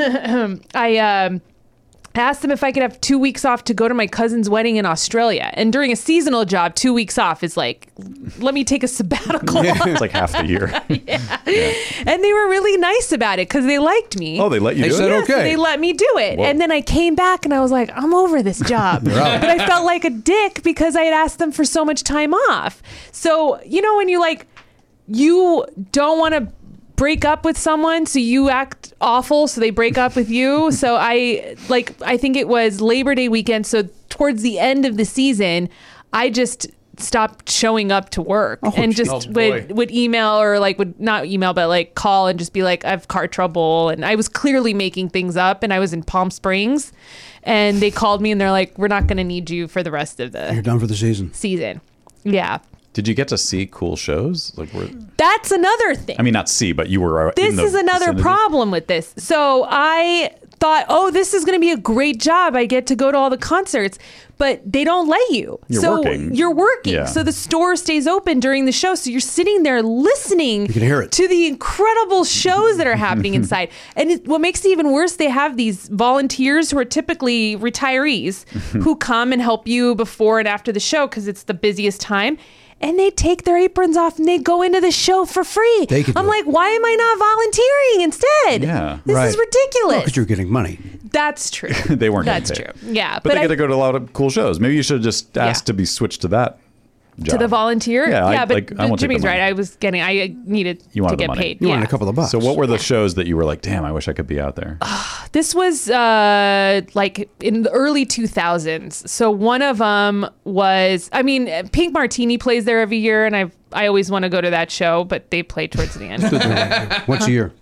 Speaker 9: I, um, asked them if I could have two weeks off to go to my cousin's wedding in Australia. And during a seasonal job, two weeks off is like, let me take a sabbatical.
Speaker 4: It's like half the year.
Speaker 9: [laughs] and they were really nice about it because they liked me.
Speaker 4: Oh, they let you
Speaker 1: They
Speaker 4: do
Speaker 1: said,
Speaker 4: it.
Speaker 9: Yeah, so
Speaker 1: okay.
Speaker 9: they let me do it.
Speaker 4: Whoa.
Speaker 9: And then I came back and I was like, I'm over this
Speaker 6: [laughs]
Speaker 9: job. but I felt like a dick because I had asked them for so much time off. So, you know, when you like, you don't want to break up with someone, so you act awful, so they break up
Speaker 6: [laughs]
Speaker 9: with you. So I, like, I think it was Labor Day weekend. So towards the end of the season, I just stopped showing up to work and just
Speaker 6: Oh, boy.
Speaker 9: would would email or like would not email but like call and just be like i've car trouble and i was clearly making things up and i was in palm springs and they called me and they're like we're not going to need you for the rest of
Speaker 1: You're
Speaker 9: the
Speaker 1: done for the season.
Speaker 9: season yeah
Speaker 4: Did you get to see cool shows? Like, were,
Speaker 9: that's another thing
Speaker 4: I mean, not see, but you were. uh, in
Speaker 9: this
Speaker 4: the
Speaker 9: is another
Speaker 4: vicinity.
Speaker 9: problem with this so i thought, oh, this is going to be a great job. I get to go to all the concerts, but they don't let you.
Speaker 4: You're
Speaker 9: so
Speaker 4: working.
Speaker 9: you're working.
Speaker 4: Yeah.
Speaker 9: So the store stays open during the show. So you're sitting there listening
Speaker 4: You can hear it.
Speaker 9: to the incredible shows that
Speaker 4: [laughs]
Speaker 9: are happening inside. And it, what makes it even worse, they have these volunteers who are typically retirees
Speaker 4: [laughs]
Speaker 9: who come and help you before and after the show because it's the busiest time. And they take their aprons off and they go into the show for free.
Speaker 1: They could do
Speaker 9: I'm
Speaker 1: it.
Speaker 9: like, why am I not volunteering instead? This is ridiculous.
Speaker 1: because you're getting money.
Speaker 4: [laughs]
Speaker 9: That's true.
Speaker 4: [laughs] they weren't. getting
Speaker 9: That's
Speaker 4: paid.
Speaker 9: true. Yeah.
Speaker 4: but, they
Speaker 9: I-
Speaker 4: get to go to a lot of cool shows. Maybe you should just ask to be switched to that. Job.
Speaker 9: to the volunteer.
Speaker 4: Yeah, I-
Speaker 9: but
Speaker 4: like, I won't take the
Speaker 9: Jimmy's
Speaker 4: money.
Speaker 9: right. I was getting. I needed
Speaker 4: You wanted
Speaker 9: to get
Speaker 4: the money.
Speaker 9: paid.
Speaker 4: You
Speaker 9: yeah.
Speaker 4: wanted a couple of bucks. So
Speaker 1: [laughs]
Speaker 4: what were the shows that you were like, damn, I wish I could be out there?
Speaker 9: This was uh, like in the early 2000s. So one of them was, I mean, Pink Martini plays there every year, and I've I always want to go to that show, but they play towards the end.
Speaker 1: [laughs] Once a year.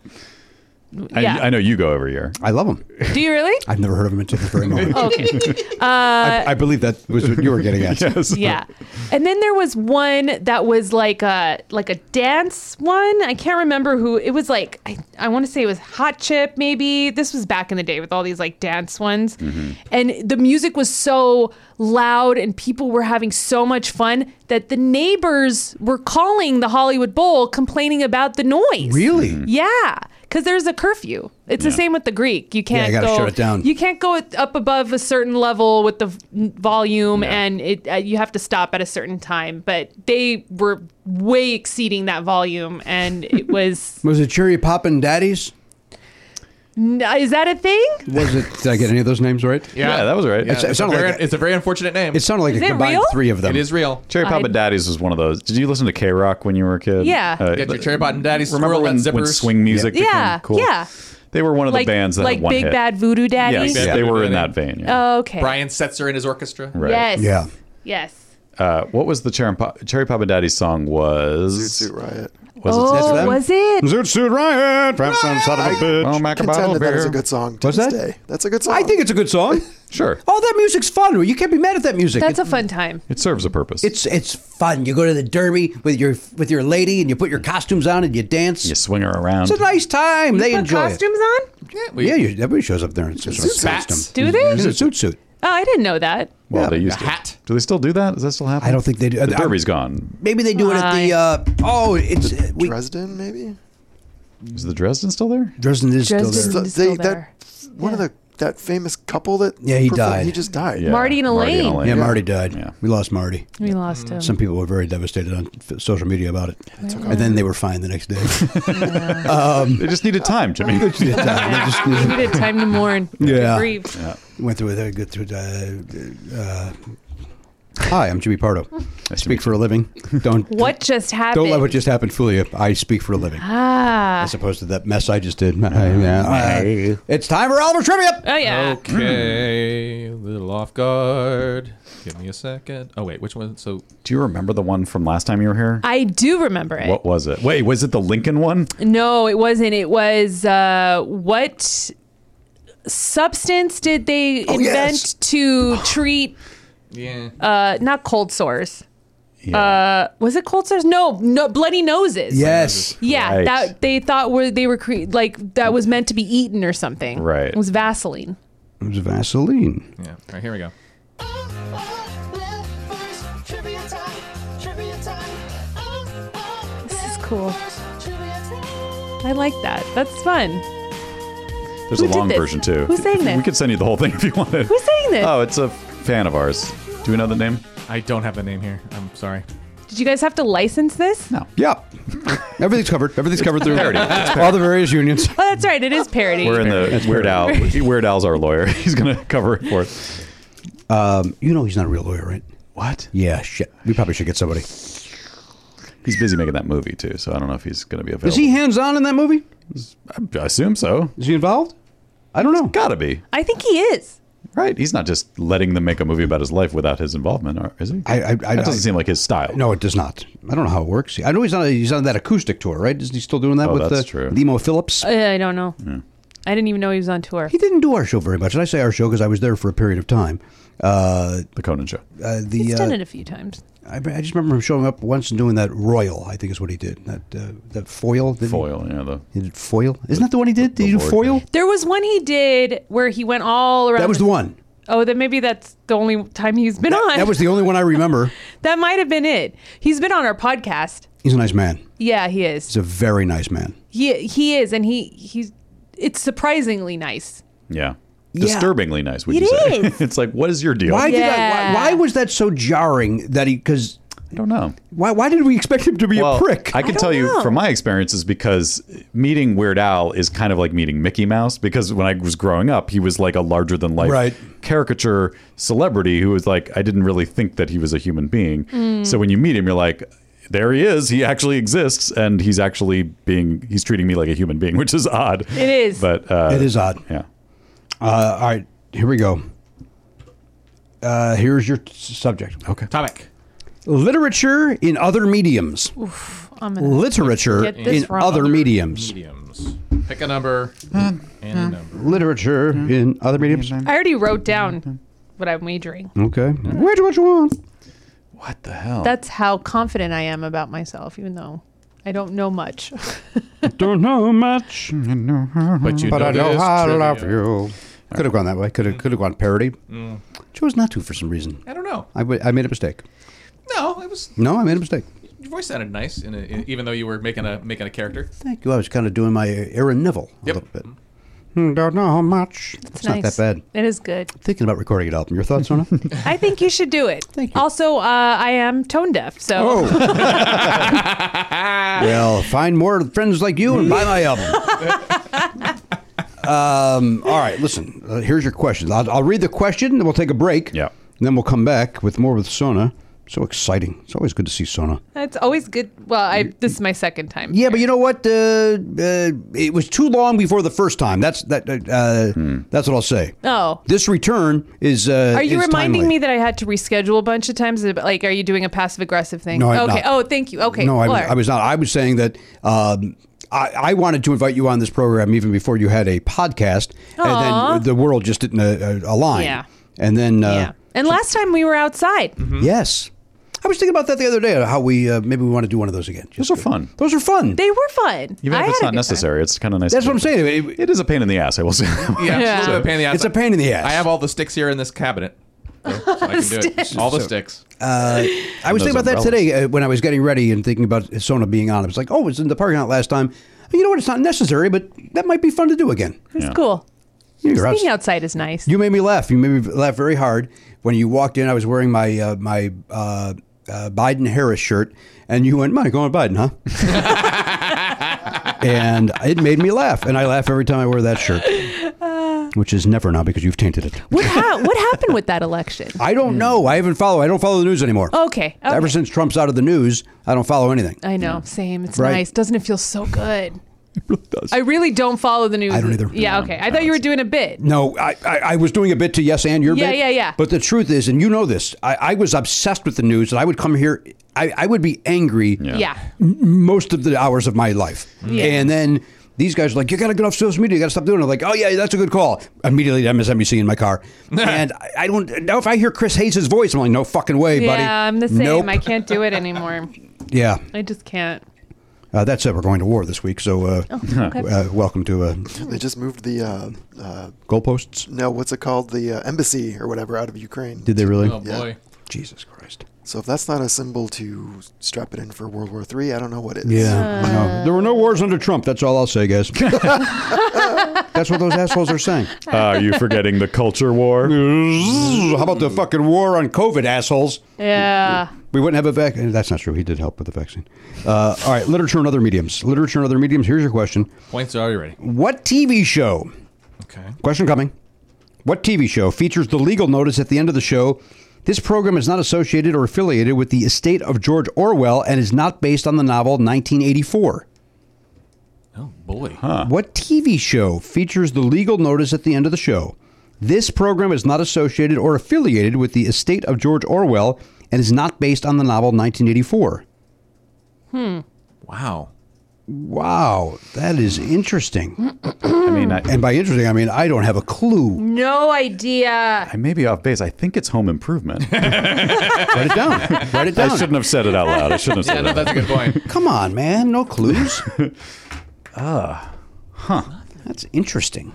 Speaker 4: I,
Speaker 9: Yeah.
Speaker 4: I know you go every year. [laughs]
Speaker 1: I love them.
Speaker 9: Do you really?
Speaker 1: I've never heard of them until this very moment.
Speaker 9: [laughs] Okay. Uh,
Speaker 1: I, I believe that was what you were getting
Speaker 9: [laughs]
Speaker 1: at.
Speaker 9: Yeah. And then there was one that was like a like a dance one. I can't remember who it was like I, I want to say it was Hot Chip maybe. This was back in the day with all these like dance ones. And the music was so loud and people were having so much fun that the neighbors were calling the Hollywood Bowl complaining about the noise.
Speaker 1: Really? Mhm.
Speaker 9: Yeah. Cause there's a curfew. It's the same with the Greek. You can't
Speaker 1: gotta
Speaker 9: go.
Speaker 1: shut it down.
Speaker 9: You can't go at- up above a certain level with the v- volume, and it uh, you have to stop at a certain time. But they were way exceeding that volume,
Speaker 1: [laughs]
Speaker 9: and it was.
Speaker 1: Was it Cherry Poppin' Daddies?
Speaker 9: N- uh, is that a thing?
Speaker 1: Was it? Did I get any of those names right?
Speaker 4: Yeah, that was right.
Speaker 1: It, it um,
Speaker 6: it's, a
Speaker 1: sounded
Speaker 6: very,
Speaker 1: like
Speaker 6: it's a very unfortunate name.
Speaker 1: it sounded like
Speaker 9: Is
Speaker 1: a
Speaker 9: it
Speaker 1: combined
Speaker 9: real?
Speaker 1: three of them.
Speaker 6: It is real.
Speaker 4: Cherry
Speaker 9: I-
Speaker 4: Papa Daddies was one of those. Did you listen to K Rock when you were a kid? Uh,
Speaker 9: Yeah.
Speaker 6: Get your Cherry Papa Daddies,
Speaker 4: Remember
Speaker 6: Squirrel
Speaker 4: when,
Speaker 6: Nut
Speaker 4: when
Speaker 6: Zippers?
Speaker 4: swing music became
Speaker 9: yeah,
Speaker 4: cool?
Speaker 9: yeah.
Speaker 4: They were one of the
Speaker 9: like
Speaker 4: bands that
Speaker 9: like
Speaker 4: had one
Speaker 9: Big
Speaker 4: hit.
Speaker 9: Bad Voodoo Daddy.
Speaker 4: Yes,
Speaker 6: Bad
Speaker 4: they
Speaker 6: Voodoo
Speaker 4: were in
Speaker 6: Daddy.
Speaker 4: that vein. Yeah.
Speaker 9: Oh, okay.
Speaker 6: Brian Setzer and his orchestra.
Speaker 4: Right.
Speaker 9: Yes.
Speaker 1: Yeah.
Speaker 9: Yes.
Speaker 4: Uh, what was the Cherry, pa- Cherry Papa Daddy's song? Was
Speaker 7: Zoot Suit Riot.
Speaker 4: Was
Speaker 9: oh,
Speaker 1: that's them?
Speaker 9: was it?
Speaker 1: Zoot Suit Riot, from some son of a bitch.
Speaker 4: Oh, Mac about
Speaker 7: Contend that
Speaker 4: over
Speaker 7: that is
Speaker 4: here.
Speaker 7: a good song to
Speaker 1: What's
Speaker 7: this
Speaker 1: that?
Speaker 7: day. That's a good song.
Speaker 1: I think it's a good song.
Speaker 4: Sure,
Speaker 1: All that music's fun. You can't be mad at that music.
Speaker 9: That's a
Speaker 1: It-
Speaker 9: fun time.
Speaker 4: it serves a purpose.
Speaker 1: it's it's fun. You go to the derby with your with your lady, and you put your costumes on and you dance.
Speaker 4: you swing her around.
Speaker 1: It's a nice time. they
Speaker 9: Put
Speaker 1: enjoy
Speaker 9: costumes on?
Speaker 6: Yeah,
Speaker 1: it.
Speaker 6: we-
Speaker 1: Yeah, you, everybody shows up there and it's just
Speaker 6: Spats.
Speaker 9: Do they?
Speaker 1: It's a suit suit.
Speaker 9: Oh, I didn't know that.
Speaker 4: well, they used
Speaker 6: a
Speaker 4: to.
Speaker 6: hat.
Speaker 4: Do they still do that? Does that still happen?
Speaker 1: I don't think they do.
Speaker 4: The
Speaker 1: I'm-
Speaker 4: Derby's gone.
Speaker 1: Maybe they do it at the. Uh, oh, it's uh, we,
Speaker 7: Dresden, maybe.
Speaker 4: Is the Dresden still there?
Speaker 1: Dresden is still
Speaker 9: Dresden.
Speaker 1: there.
Speaker 7: So
Speaker 9: It's still
Speaker 7: they, that one of the that famous couple that
Speaker 1: Yeah, he
Speaker 7: performed-
Speaker 1: died.
Speaker 7: He just died.
Speaker 4: Yeah,
Speaker 9: Marty and Elaine.
Speaker 1: Yeah, Marty died.
Speaker 4: Yeah.
Speaker 1: We lost Marty.
Speaker 9: We lost him.
Speaker 1: Some people were very devastated on f- social media about it, and then they were fine the [laughs] next day.
Speaker 4: They just needed time, Jimmy.
Speaker 1: [laughs] Yeah, they
Speaker 9: [laughs] we
Speaker 1: just-
Speaker 9: needed time to mourn.
Speaker 1: [laughs] Yeah.
Speaker 9: To grieve.
Speaker 1: went through a good through. Uh, uh, hi, I'm Jimmy Pardo. I speak for a living. Don't
Speaker 9: [laughs] What just happened?
Speaker 1: don't let what just happened fool you. I speak for a living,
Speaker 9: Ah.
Speaker 1: as opposed to that mess I just did. [laughs] Uh, it's time for Oliver trivia.
Speaker 9: Oh yeah.
Speaker 6: Okay, little off guard. Give me a second. Oh wait, which one? So
Speaker 4: do you remember the one from last time you were here?
Speaker 9: I do remember it.
Speaker 4: What was it? Wait, was it the Lincoln one?
Speaker 9: No, it wasn't. It was uh, what substance did they invent
Speaker 1: Oh, yes. [sighs]
Speaker 9: to treat
Speaker 6: yeah,
Speaker 9: uh, not cold sores?
Speaker 4: Yeah.
Speaker 9: Uh, was it cold sores? No, no, bloody noses.
Speaker 1: Yes,
Speaker 9: Yeah,
Speaker 4: Right.
Speaker 9: that they thought were they were cre- like that was meant to be eaten or something.
Speaker 4: Right.
Speaker 9: It was Vaseline.
Speaker 1: it was Vaseline.
Speaker 6: yeah. All right, here we go.
Speaker 9: This is cool. I like that. That's fun.
Speaker 4: There's
Speaker 9: Who
Speaker 4: a
Speaker 9: did
Speaker 4: long
Speaker 9: this?
Speaker 4: version too.
Speaker 9: Who sang this?
Speaker 4: We could send you the whole thing if you wanted.
Speaker 9: Who's saying this?
Speaker 4: Oh, it's a fan of ours. Do we know the name?
Speaker 6: I don't have the name here. I'm sorry.
Speaker 9: Did you guys have to license this?
Speaker 4: No.
Speaker 1: Yeah, everything's covered. Everything's covered through
Speaker 4: parody.
Speaker 1: all the various unions.
Speaker 9: Oh, that's right. It is parody.
Speaker 4: We're in the Weird Al.
Speaker 9: [laughs]
Speaker 4: Weird Al's our lawyer. [laughs] He's gonna cover it for us.
Speaker 1: Um, you know he's not a real lawyer, right?
Speaker 4: What?
Speaker 1: Yeah, shit. We probably should get somebody.
Speaker 4: He's busy making that movie too, so I don't know if he's gonna be available.
Speaker 1: Is he hands on in that movie?
Speaker 4: I assume so.
Speaker 1: Is he involved? I don't know.
Speaker 4: Gotta be
Speaker 9: I think he is.
Speaker 4: right. He's not just letting them make a movie about his life without his involvement, or is he?
Speaker 1: I- I- I-
Speaker 4: that doesn't
Speaker 1: I-
Speaker 4: seem like his style.
Speaker 1: No, it does not. I don't know how it works. I know he's on. He's on that acoustic tour, right? Isn't he still doing that
Speaker 4: Oh,
Speaker 1: with
Speaker 4: that's
Speaker 1: uh,
Speaker 4: true.
Speaker 1: Nemo Phillips?
Speaker 9: Uh, I don't know. I didn't even know he was on tour.
Speaker 1: he didn't do our show very much. And I say our show because I was there for a period of time. Uh,
Speaker 4: the Conan show.
Speaker 1: uh, the
Speaker 9: He's
Speaker 1: uh,
Speaker 9: done it a few times.
Speaker 1: I, I just remember him showing up once and doing that royal. I think is what he did. That uh, that foil. didn't he?
Speaker 4: Foil, yeah. The,
Speaker 1: he did foil. Isn't that the one he did? Did he do
Speaker 4: board
Speaker 1: foil?
Speaker 9: There was one he did where he went all around.
Speaker 1: That was the one.
Speaker 9: Oh, then maybe that's the only time he's been on.
Speaker 1: That was the only one I remember.
Speaker 9: [laughs] That might have been it. He's been on our podcast.
Speaker 1: He's a nice man.
Speaker 9: Yeah, he is.
Speaker 1: He's a very nice man.
Speaker 9: He he is, and he he's. It's surprisingly nice.
Speaker 4: Yeah.
Speaker 1: Yeah.
Speaker 4: Disturbingly nice, would
Speaker 9: It
Speaker 4: you say? [laughs]
Speaker 9: is.
Speaker 4: it's like, what is your deal?
Speaker 1: Why did I, why, why was that so jarring that he? Because I
Speaker 4: don't know.
Speaker 1: Why why did we expect him to be a prick?
Speaker 4: I can tell you
Speaker 1: know.
Speaker 4: from my experiences because meeting Weird Al is kind of like meeting Mickey Mouse because when I was growing up, he was like a larger than life
Speaker 1: Right.
Speaker 4: caricature celebrity who was like, I didn't really think that he was a human being.
Speaker 16: Mm.
Speaker 4: So when you meet him, you're like, there he is. He actually exists and he's actually being, he's treating me like a human being, [laughs] which is odd.
Speaker 9: It is.
Speaker 4: But uh,
Speaker 1: It is odd.
Speaker 4: Yeah.
Speaker 1: Uh, all right, here we go. Uh, here's your s- subject. Okay.
Speaker 6: Topic.
Speaker 1: Literature in other mediums.
Speaker 9: I'm gonna
Speaker 1: Literature
Speaker 9: get this
Speaker 1: in
Speaker 9: wrong.
Speaker 1: other mediums.
Speaker 6: mediums. Pick a number
Speaker 1: Hmm.
Speaker 6: and a number.
Speaker 1: Literature
Speaker 9: Hmm.
Speaker 1: in other mediums.
Speaker 9: I already wrote down what I'm wagering.
Speaker 1: Okay. Which what you want?
Speaker 4: What the hell?
Speaker 9: That's how confident I am about myself, even though I don't know much. [laughs]
Speaker 1: don't know much, but
Speaker 6: you
Speaker 1: but
Speaker 6: know
Speaker 1: I
Speaker 6: it
Speaker 1: know
Speaker 6: is
Speaker 1: how to
Speaker 6: trivia.
Speaker 1: love you. Could have gone that way. Could have could have gone parody.
Speaker 6: Mm.
Speaker 1: Chose not to for some reason.
Speaker 6: I don't know.
Speaker 1: I, w- I made a mistake.
Speaker 6: No, it was
Speaker 1: No, I made a mistake.
Speaker 6: your voice sounded nice, in a, in- even though you were making a making a character.
Speaker 1: Thank you. I was kind of doing my Aaron Neville a
Speaker 6: Yep.
Speaker 1: little bit. Hmm, Don't know how much.
Speaker 9: It's,
Speaker 1: not
Speaker 9: nice.
Speaker 1: that bad.
Speaker 9: It is good.
Speaker 1: Thinking about recording an album. Your thoughts on it?
Speaker 6: [laughs]
Speaker 9: [laughs] I think you should do
Speaker 1: [laughs]
Speaker 9: it. Thank you. Also, uh, I am tone deaf, so
Speaker 1: Oh. well, find more friends like you and buy my album. um,
Speaker 6: [laughs]
Speaker 1: all right, listen. Uh, here's your question. I'll, I'll read the question, and we'll take a break. Yeah. And then we'll come back with more with Sona. So exciting! It's always good to see Sona.
Speaker 9: that's always good. Well, I this is my second time.
Speaker 1: Yeah, but you know what? Uh, uh, it was too long before the first time. That's that. Uh, That's what I'll say.
Speaker 9: Oh.
Speaker 1: This return is. Uh,
Speaker 9: Are you
Speaker 1: is
Speaker 9: reminding
Speaker 1: timely.
Speaker 9: me that I had to reschedule a bunch of times? But, Like, are you doing a passive aggressive thing?
Speaker 1: No, I'm
Speaker 9: okay.
Speaker 1: not.
Speaker 9: Oh, thank you. Okay.
Speaker 1: No, I was,
Speaker 9: All right.
Speaker 1: I was not. I was saying that um, I, I wanted to invite you on this program even before you had a podcast,
Speaker 9: Aw.
Speaker 1: and then the world just didn't uh, uh, align.
Speaker 9: Yeah. Mm-hmm.
Speaker 1: And then, uh, Mm-hmm.
Speaker 9: And last time we were outside.
Speaker 1: yes, I was thinking about that the other day. How we uh, maybe we want to do one of those again. Just
Speaker 4: Those are fun.
Speaker 1: Those are fun.
Speaker 9: They were fun.
Speaker 4: Even
Speaker 9: I
Speaker 4: if
Speaker 9: had
Speaker 4: it's
Speaker 9: a
Speaker 4: not
Speaker 9: good
Speaker 4: necessary, it's kind of nice.
Speaker 1: That's
Speaker 4: to
Speaker 1: what I'm
Speaker 4: do.
Speaker 1: saying. It-
Speaker 4: it is a pain in the ass, I will say. [laughs]
Speaker 6: Yeah, it's a little bit of a pain in the ass.
Speaker 1: It's a pain in the ass.
Speaker 6: I have all the sticks here in this
Speaker 9: [laughs]
Speaker 6: cabinet, so, so I can do
Speaker 1: Sticks.
Speaker 6: it. All the
Speaker 1: So-
Speaker 6: sticks.
Speaker 1: Uh, I was
Speaker 6: And
Speaker 1: thinking
Speaker 6: those
Speaker 1: about that
Speaker 6: umbrellas.
Speaker 1: today uh, when I was getting ready and thinking about Sona being on. I was like, oh, it was in the parking lot last time. You know what? It's not necessary, but that might be fun to do again.
Speaker 9: time. It's cool.
Speaker 1: You're
Speaker 9: Just
Speaker 1: outs-
Speaker 9: being outside is nice.
Speaker 1: You made me laugh. You made me laugh very hard when you walked in. I was wearing my uh, my uh, uh, Biden Harris shirt, and you went, "Mike, going Biden, huh?" and it made me laugh, and I laugh every time I wear that shirt, which is never now because you've tainted it.
Speaker 9: What ha- what
Speaker 1: [laughs]
Speaker 9: happened with that election?
Speaker 1: I don't know. I haven't follow. I don't follow the news anymore.
Speaker 9: Okay. Oh, okay.
Speaker 1: Ever since Trump's out of the news, I don't follow anything.
Speaker 9: I know. Same. It's
Speaker 1: Right.
Speaker 9: nice. Doesn't it feel so good? I really don't follow the news.
Speaker 1: I don't either.
Speaker 9: Yeah. Okay. I thought you were doing a bit.
Speaker 1: No, I, I, I was doing a bit to yes and your
Speaker 9: Yeah,
Speaker 1: bit.
Speaker 9: yeah, yeah.
Speaker 1: But the truth is, and you know this, I, I was obsessed with the news, and I would come here, I, I would be angry
Speaker 9: Yeah.
Speaker 1: m- most of the hours of my life.
Speaker 9: Yeah.
Speaker 1: And then these guys are like, you got to get off social media, you got to stop doing it. I'm like, oh, yeah, that's a good call. Immediately to MSNBC in my
Speaker 9: [laughs]
Speaker 1: car. and I, I don't, now if I hear Chris Hayes' voice, I'm like, no fucking way, [laughs] buddy.
Speaker 9: Yeah. I'm the same.
Speaker 1: Nope.
Speaker 9: I can't do it anymore.
Speaker 1: Yeah.
Speaker 9: I
Speaker 1: [laughs]
Speaker 9: just can't.
Speaker 1: Uh, that said, we're going to war this week, so uh,
Speaker 9: Oh, okay.
Speaker 1: uh, welcome to uh,
Speaker 7: They just moved the uh, uh,
Speaker 1: Goalposts.
Speaker 7: no, what's it called, the uh, embassy or whatever, out of Ukraine.
Speaker 1: Did they really? Oh,
Speaker 7: Yeah.
Speaker 1: boy. Jesus Christ.
Speaker 7: So if that's not a symbol to strap it in for World War Three, I don't know what is.
Speaker 9: Uh,
Speaker 1: Yeah, I know. There were no wars under Trump. That's all I'll say, guys. That's what those assholes are saying.
Speaker 4: Uh, Are you forgetting the culture
Speaker 9: [laughs]
Speaker 4: war?
Speaker 1: How about the fucking war on COVID, assholes?
Speaker 9: Yeah.
Speaker 1: We wouldn't have a vaccine. That's not true. He did help with the vaccine. Uh, all right, literature and other mediums. Literature and other mediums. Here's your question.
Speaker 6: Points are already ready.
Speaker 1: What TV show?
Speaker 6: Okay.
Speaker 1: Question coming. What TV show features the legal notice at the end of the show? This program is not associated or affiliated with the estate of George Orwell and is not based on the novel 1984.
Speaker 6: Oh boy.
Speaker 1: What TV show features the legal notice at the end of the show? This program is not associated or affiliated with the estate of George Orwell and is not based on the novel 1984.
Speaker 9: Hmm.
Speaker 6: Wow.
Speaker 1: Wow, that
Speaker 4: [clears throat]
Speaker 1: is interesting. I mean, and by interesting, I mean I don't have a clue.
Speaker 4: [laughs]
Speaker 9: No idea.
Speaker 4: I may be off base. I think it's Home
Speaker 1: [laughs]
Speaker 4: Improvement.
Speaker 1: Write it down. Write it down.
Speaker 4: I shouldn't have said it out loud. I shouldn't have said
Speaker 6: Yeah, no,
Speaker 4: it. out
Speaker 6: that's a good point.
Speaker 1: Come on, man.
Speaker 4: [laughs]
Speaker 1: No clues.
Speaker 4: Ah,
Speaker 1: huh. That's interesting.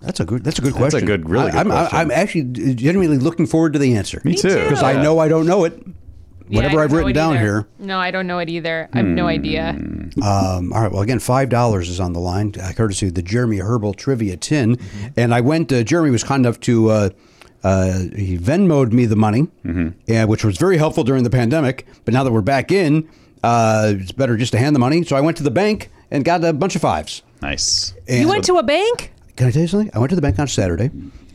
Speaker 1: That's a good. That's a good
Speaker 4: That's a
Speaker 1: question.
Speaker 4: good- really good
Speaker 1: I, am
Speaker 4: question.
Speaker 1: I'm actually genuinely looking forward to the answer.
Speaker 4: Me Me too. too.
Speaker 1: Because I know I don't know it. Whatever I've written down here.
Speaker 9: No, I don't know it either. I have no idea.
Speaker 1: Um, all right. Well, again, five dollars is on the line, uh, courtesy of the Jeremy Herbal Trivia Tin. And I went. Uh, Jeremy was kind enough to uh, uh, he Venmoed me the money, and which was very helpful during the pandemic. But now that we're back in, uh, it's better just to hand the money. So I went to the bank and got a bunch of fives.
Speaker 4: Nice.
Speaker 1: And
Speaker 9: you went to a [laughs] bank?
Speaker 1: Can I tell you something? I went to the bank on Saturday,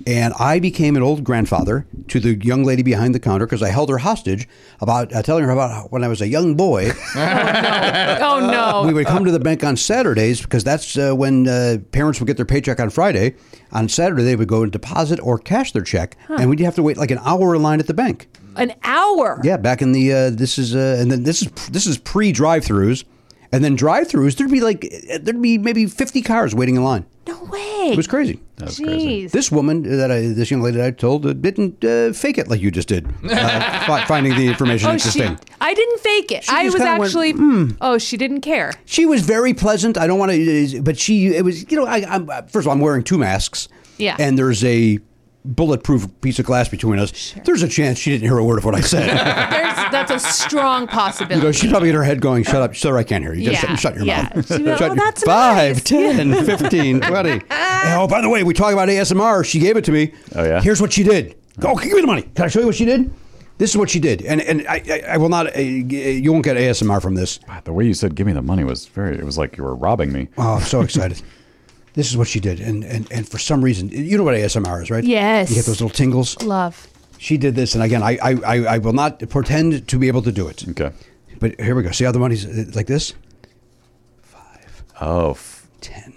Speaker 1: and I became an old grandfather to the young lady behind the counter because I held her hostage about uh, telling her about when I was a young boy.
Speaker 9: Oh no.
Speaker 1: we would come to the bank on Saturdays because that's uh, when uh, parents would get their paycheck on Friday. On Saturday, they would go and deposit or cash their check, and we'd have to wait like an hour in line at the bank.
Speaker 9: An hour.
Speaker 1: Yeah, back in the uh, this is uh, and then this is this is pre drive-throughs, and then drive-throughs. There'd be like uh, there'd be maybe fifty cars waiting in line.
Speaker 9: No way.
Speaker 1: It was crazy.
Speaker 9: Jeez. Crazy.
Speaker 1: This woman that I, this young lady that I told, uh, didn't uh, fake it like you just did, uh,
Speaker 9: [laughs]
Speaker 1: fi- finding the information
Speaker 9: Oh, she,
Speaker 1: interesting.
Speaker 9: I didn't fake it.
Speaker 1: She
Speaker 9: I
Speaker 1: just
Speaker 9: was
Speaker 1: kinda went, hmm.
Speaker 9: actually. Oh, she didn't care.
Speaker 1: She was very pleasant. I don't want to, but she it was you know I, I'm first of all I'm wearing two masks.
Speaker 9: Yeah.
Speaker 1: And there's a bulletproof piece of glass between us. There's a chance she didn't hear a word of what I
Speaker 9: [laughs]
Speaker 1: said.
Speaker 9: There's, that's a
Speaker 1: [laughs]
Speaker 9: strong
Speaker 1: you
Speaker 9: possibility.
Speaker 1: know, she's probably in her head going, "Shut up, sir! I can't hear you. Just
Speaker 9: Yeah,
Speaker 1: shut, shut your
Speaker 9: yeah.
Speaker 1: mouth."
Speaker 9: She'd be like,
Speaker 1: Shut
Speaker 9: "Oh,
Speaker 1: your-
Speaker 9: that's
Speaker 1: five,
Speaker 9: nice." [laughs]
Speaker 1: 10, 15, 20. oh, by the way, we talk about ASMR. She gave it to me.
Speaker 4: Oh, yeah?
Speaker 1: Here's what she did. Oh, give me the money. Can I show you what she did? This is what she did, and and I I, I will not. Uh, you won't get ASMR from this.
Speaker 4: God, the way you said "give me the money" was very. It was like you were robbing me.
Speaker 1: Oh, I'm so excited. this is what she did. And, and and for some reason, you know what ASMR is, right?
Speaker 9: Yes.
Speaker 1: You get those little tingles.
Speaker 9: Love.
Speaker 1: She did this. And again, I, I, I, I will not pretend to be able to do it.
Speaker 4: Okay.
Speaker 1: But here we go. See how the money's uh, like this?
Speaker 4: Oh, f-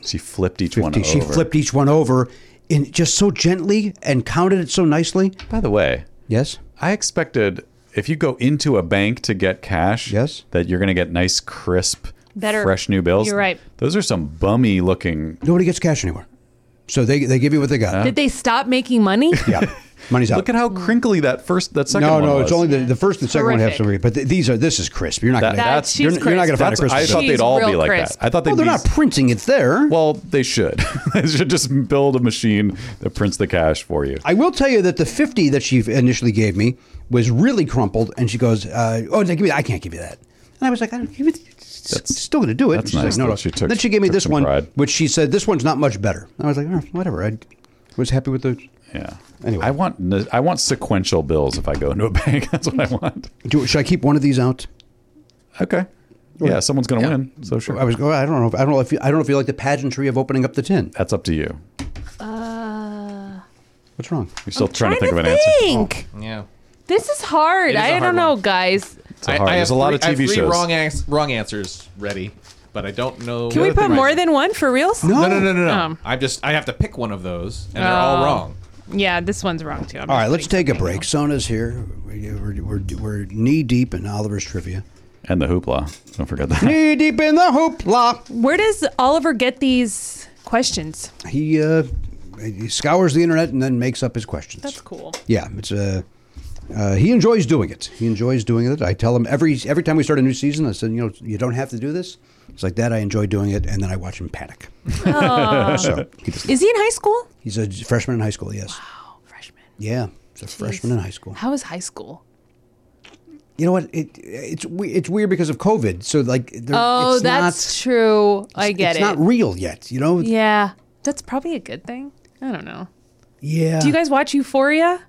Speaker 4: She flipped each one
Speaker 1: 50.
Speaker 4: over.
Speaker 1: She flipped each one over in just so gently and counted it so nicely.
Speaker 4: By the way,
Speaker 1: Yes.
Speaker 4: I expected if you go into a bank to get cash,
Speaker 1: Yes.
Speaker 4: that you're going to get nice, crisp,
Speaker 9: Better.
Speaker 4: fresh new bills.
Speaker 9: You're right.
Speaker 4: Those are some bummy looking.
Speaker 1: Nobody gets cash anymore. So they, they give you what they got.
Speaker 9: Did they stop
Speaker 1: [laughs]
Speaker 9: making money?
Speaker 4: [laughs]
Speaker 1: yeah. Money's out.
Speaker 4: Look at how crinkly that first, that second
Speaker 1: no,
Speaker 4: one
Speaker 1: no,
Speaker 4: was.
Speaker 1: it's only the, the first and second one have
Speaker 9: Horrific.
Speaker 1: some. re- But th- these are this is crisp. You're not
Speaker 4: That-
Speaker 1: gonna.
Speaker 4: that's-
Speaker 9: she's
Speaker 1: you're, you're not gonna find a
Speaker 4: That's,
Speaker 1: crisp.
Speaker 4: I
Speaker 1: bill.
Speaker 4: thought
Speaker 9: She's
Speaker 4: they'd all be
Speaker 9: real
Speaker 4: like
Speaker 9: crisp.
Speaker 4: that. I thought they'd
Speaker 1: Well,
Speaker 4: be.
Speaker 1: they're not printing it there.
Speaker 4: well, they should. [laughs] they should just build a machine that prints the cash for you.
Speaker 1: I will tell you that the 50 that she initially gave me was really crumpled, and she goes, uh, "Oh, give me! I can't give you that." And I was like, "I don't give it.
Speaker 4: That's-
Speaker 1: That's, still going to do it."
Speaker 4: that's
Speaker 1: She's like,
Speaker 4: nice
Speaker 1: no,
Speaker 4: that
Speaker 1: no.
Speaker 4: she took-
Speaker 1: then she gave me
Speaker 4: took
Speaker 1: this
Speaker 4: some
Speaker 1: one,
Speaker 4: pride.
Speaker 1: which she said this one's not much better. And I was like, oh, "Whatever." I was happy with the.
Speaker 4: Yeah.
Speaker 1: Anyway.
Speaker 4: I want n- I want sequential bills if I go into a [laughs] bank. That's what I want.
Speaker 1: Do, should I keep one of these out?
Speaker 4: Okay. Yeah, someone's gonna win. So sure.
Speaker 1: I was. Oh, I don't know. If, I don't know if you, I don't know if you like the pageantry of opening up the tin.
Speaker 4: That's up to you.
Speaker 1: What's wrong?
Speaker 4: You're still trying, to
Speaker 9: Trying
Speaker 4: think of an answer.
Speaker 9: Uh, think.
Speaker 6: [laughs] Yeah.
Speaker 9: This is hard.
Speaker 6: It is a
Speaker 9: I
Speaker 6: hard
Speaker 9: don't know,
Speaker 6: one.
Speaker 9: guys.
Speaker 4: a hard- there's a lot of
Speaker 6: three- I have
Speaker 4: TV
Speaker 6: three
Speaker 4: shows.
Speaker 6: Wrong, ans- wrong answers ready, but I don't know.
Speaker 9: Can we put more than one for reals?
Speaker 6: No, no, no, no, no.
Speaker 9: Um.
Speaker 6: I'm just. I have to pick one of those, and they're all
Speaker 9: Oh.
Speaker 6: wrong.
Speaker 9: Yeah, this one's wrong too.
Speaker 1: All right, let's take a break. Sona's here. We're, we're, we're, we're knee deep in Oliver's trivia.
Speaker 4: And the hoopla. Don't forget that.
Speaker 1: Knee deep in the hoopla.
Speaker 9: Where does Oliver get these questions?
Speaker 1: he uh, he scours the internet and then makes up his questions.
Speaker 9: That's cool.
Speaker 1: Yeah, it's uh, uh, he enjoys doing it. He enjoys doing it. I tell him every every time we start a new season. I said, you know, you don't have to do this. It's like that. I enjoy doing it, and then I watch him panic. so he just,
Speaker 9: Is he in high school?
Speaker 1: he's a freshman in high school. Yes.
Speaker 9: Oh, Freshman.
Speaker 1: Yeah, he's a freshman in high school.
Speaker 9: How is high school?
Speaker 1: You know what? It it's we- it's weird because of COVID. So like, there-
Speaker 9: Oh,
Speaker 1: it's
Speaker 9: that's
Speaker 1: not,
Speaker 9: true. I get
Speaker 1: it's
Speaker 9: it.
Speaker 1: not real yet. You know?
Speaker 9: yeah, that's probably a good thing. I don't know.
Speaker 1: Yeah.
Speaker 9: Do you guys watch Euphoria?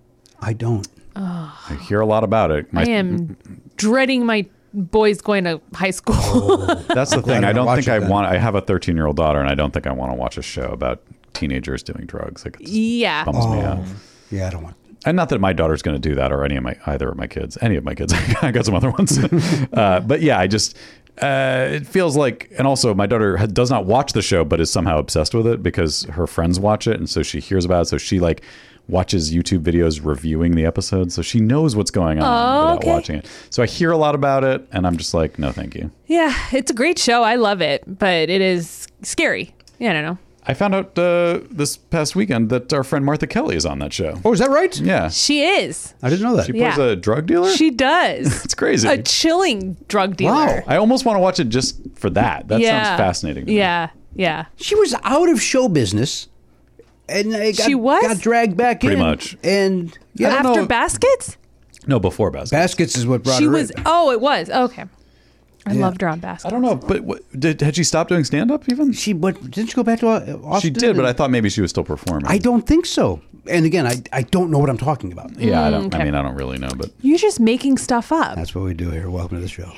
Speaker 1: I don't.
Speaker 4: I hear a lot about it. My-
Speaker 9: I am dreading my boys going to high school.
Speaker 1: [laughs]
Speaker 4: That's the thing.
Speaker 1: I'm
Speaker 4: I don't
Speaker 1: watching
Speaker 4: think I
Speaker 1: that.
Speaker 4: want. I have a 13 year old daughter, and I don't think I want to watch a show about teenagers doing drugs. Like, it just
Speaker 9: yeah.
Speaker 4: bums me out.
Speaker 1: Yeah, I don't want.
Speaker 4: And not that my daughter's going to do that, or any of my either of my kids, any of my kids. [laughs] I got some other ones, uh, but yeah, I just. Uh, it feels like, and also my daughter ha- does not watch the show, but is somehow obsessed with it because her friends watch it, and so she hears about it. So she like watches YouTube videos reviewing the episode, so she knows what's going on
Speaker 9: Oh,
Speaker 4: without
Speaker 9: okay.
Speaker 4: watching it. So I hear a lot about it, and I'm just like, no, thank you.
Speaker 9: Yeah, it's a great show. I love it, but it is scary. Yeah, I don't know.
Speaker 4: I found out uh, this past weekend that our friend Martha Kelly is on that show.
Speaker 1: Oh, is that right?
Speaker 4: Yeah.
Speaker 9: She is.
Speaker 4: I didn't know
Speaker 9: that.
Speaker 4: She
Speaker 9: Yeah.
Speaker 4: plays a drug dealer?
Speaker 9: She does.
Speaker 4: [laughs] That's crazy.
Speaker 9: A chilling drug dealer.
Speaker 4: Wow. I almost want to watch it just for that. That
Speaker 9: Yeah.
Speaker 4: sounds fascinating. to me.
Speaker 9: Yeah, yeah.
Speaker 1: She was out of show business, and it got,
Speaker 9: She was?
Speaker 1: got dragged back
Speaker 4: Pretty
Speaker 1: in.
Speaker 4: much.
Speaker 1: And yeah, I don't
Speaker 9: After
Speaker 1: know-
Speaker 9: Baskets?
Speaker 4: No, before Baskets.
Speaker 1: Baskets is what brought
Speaker 9: She
Speaker 1: her
Speaker 9: was.
Speaker 1: in.
Speaker 9: Oh, it was. Okay. I
Speaker 1: Yeah.
Speaker 9: loved her on Baskets.
Speaker 4: I don't know, but what, did had she stopped doing stand up even?
Speaker 1: She but didn't she go back to uh, Austin?
Speaker 4: She did, but
Speaker 1: and-
Speaker 4: I thought maybe she was still performing.
Speaker 1: I don't think so. And again, I, I don't know what I'm talking about.
Speaker 4: yeah, I don't.
Speaker 9: Mm, okay.
Speaker 4: I mean, I don't really know, but
Speaker 9: You're just making stuff up.
Speaker 1: That's what we do here. Welcome to the show. All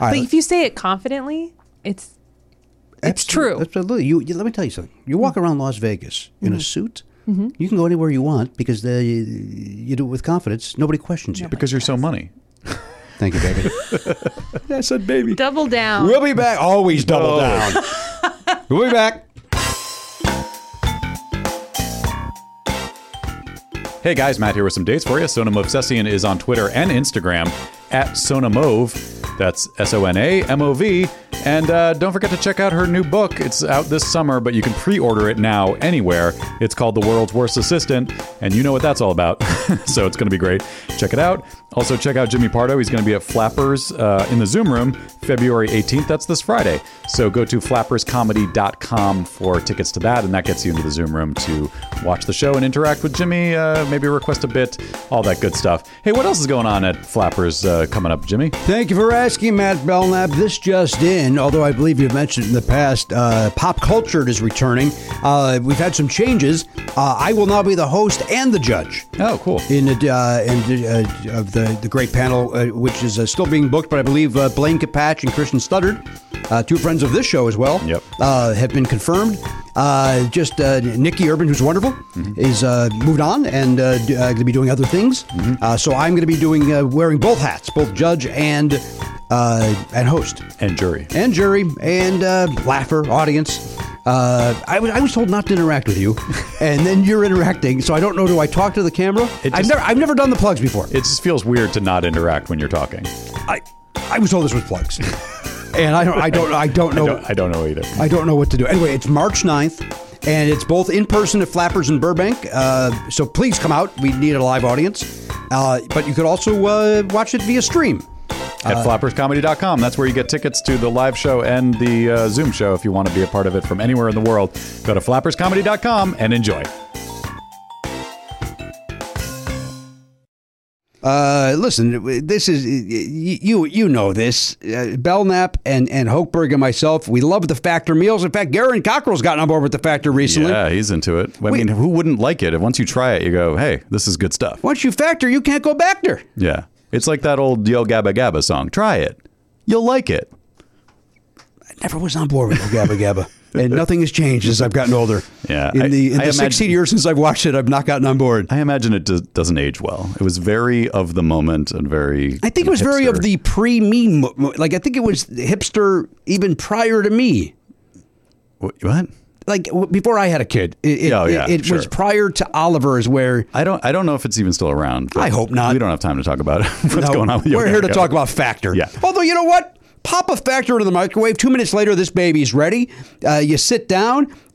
Speaker 9: but
Speaker 1: right,
Speaker 9: if you say it confidently, it's it's true. Mm-hmm.
Speaker 1: absolutely. You, you- let me tell you something. You walk around Las Vegas in a suit. You can go anywhere you want because they, you do it with confidence. Nobody questions you.
Speaker 4: because you're so money.
Speaker 1: Thank
Speaker 4: [laughs]
Speaker 1: you, baby.
Speaker 4: I said baby.
Speaker 9: Double down.
Speaker 1: We'll be back. Always double
Speaker 4: Oh.
Speaker 1: down. we'll be back.
Speaker 4: Hey guys, Matt here with some dates for you. Sonam Obsessian is on Twitter and Instagram at Sonamove. That's S O N A M O V. And uh, don't forget to check out her new book. It's out this summer, but you can pre order it now anywhere. It's called The World's Worst Assistant, and you know what that's all about. [laughs] so it's going to be great. Check it out. Also, check out Jimmy Pardo. He's going to be at Flappers uh, in the Zoom Room February 18th. That's this Friday. So go to flapperscomedy.com for tickets to that, and that gets you into the Zoom Room to watch the show and interact with Jimmy, uh, maybe request a bit, all that good stuff. Hey, what else is going on at Flappers uh, coming up, Jimmy?
Speaker 1: Thank you for asking, Matt Belknap. This just in, although I believe you've mentioned in the past, uh, Pop Cultured is returning. Uh, we've had some changes. Uh, I will now be the host and the judge.
Speaker 4: Oh, cool.
Speaker 1: in the, uh, in the, uh, of the the great panel, uh, which is uh, still being booked, but I believe uh, Blaine Capatch and Christian Studdard, uh, two friends of this show as well,
Speaker 4: Yep.
Speaker 1: uh, have been confirmed. Uh, just uh, Nikki Urban, who's wonderful,
Speaker 4: Mm-hmm.
Speaker 1: is uh, moved on and uh, d- uh, going to be doing other things.
Speaker 4: Mm-hmm.
Speaker 1: Uh, so I'm going to be doing uh, wearing both hats, both judge and uh, and host
Speaker 4: And jury.
Speaker 1: and jury and uh, laugher audience. Uh, I was I was told not to interact with you, [laughs] and then you're interacting. So I don't know. Do I talk to the camera?
Speaker 4: It
Speaker 1: I've
Speaker 4: just-
Speaker 1: never I've never done the plugs before.
Speaker 4: It just feels weird to not interact when you're talking.
Speaker 1: I I was told this was
Speaker 4: [laughs]
Speaker 1: plugs, and I don't I don't I don't
Speaker 4: I,
Speaker 1: know.
Speaker 4: don't, I don't know either.
Speaker 1: I don't know what to do. Anyway, it's March 9th, and it's both in person at Flappers in Burbank. Uh, so please come out. We need a live audience. Uh, but you could also uh, watch it via stream.
Speaker 4: at flapperscomedy.com. That's where you get tickets to the live show and the uh, Zoom show if you want to be a part of it from anywhere in the world. Go to flapperscomedy.com and enjoy.
Speaker 1: Uh, listen, this is y- you. You know this. Uh, Belknap and and Hochberg and myself. We love the Factor meals. In fact, Garen Cockrell's gotten on board with the Factor recently.
Speaker 4: Yeah, he's into it. I mean, who wouldn't like it? And once you try it, you go, hey, this is good stuff.
Speaker 1: Once you factor, you can't go back there.
Speaker 4: Yeah. It's like that old Yo Gabba Gabba song. Try it. You'll like it.
Speaker 1: I never was on board with the Gabba
Speaker 4: [laughs]
Speaker 1: Gabba, and nothing has changed as I've gotten older.
Speaker 4: Yeah,
Speaker 1: in
Speaker 4: I- I
Speaker 1: the in the
Speaker 4: imagine-
Speaker 1: sixteen years since I've watched it, I've not gotten on board.
Speaker 4: I imagine it do- doesn't age well. It was very of the moment and very.
Speaker 1: I think it was very
Speaker 4: hipster.
Speaker 1: of the pre me, mo- mo- like I think it was hipster even prior to me.
Speaker 4: What? what?
Speaker 1: Like w- before I had a kid, it, it,
Speaker 4: Oh, yeah,
Speaker 1: it, it
Speaker 4: sure.
Speaker 1: was prior to Oliver's, where
Speaker 4: I don't. I don't know if it's even still around. but
Speaker 1: I hope not.
Speaker 4: We don't have time to talk about [laughs] what's
Speaker 1: No,
Speaker 4: going on with Yo
Speaker 1: We're
Speaker 4: Gabba
Speaker 1: here to
Speaker 4: Gabba.
Speaker 1: talk about Factor.
Speaker 4: Yeah.
Speaker 1: Although you know what, pop a Factor into the microwave. Two minutes later, this baby's ready. Uh, you sit down,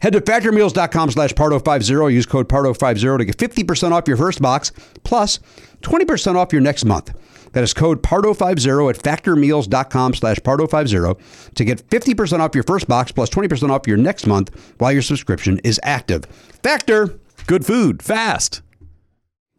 Speaker 1: Head to factormeals.com slash pardo50. Use code pardo50 to get 50% off your first box plus 20% off your next month. That is code pardo50 at factormeals.com slash pardo50 to get 50% off your first box plus 20% off your next month while your subscription is active. Factor.
Speaker 4: Good food, fast.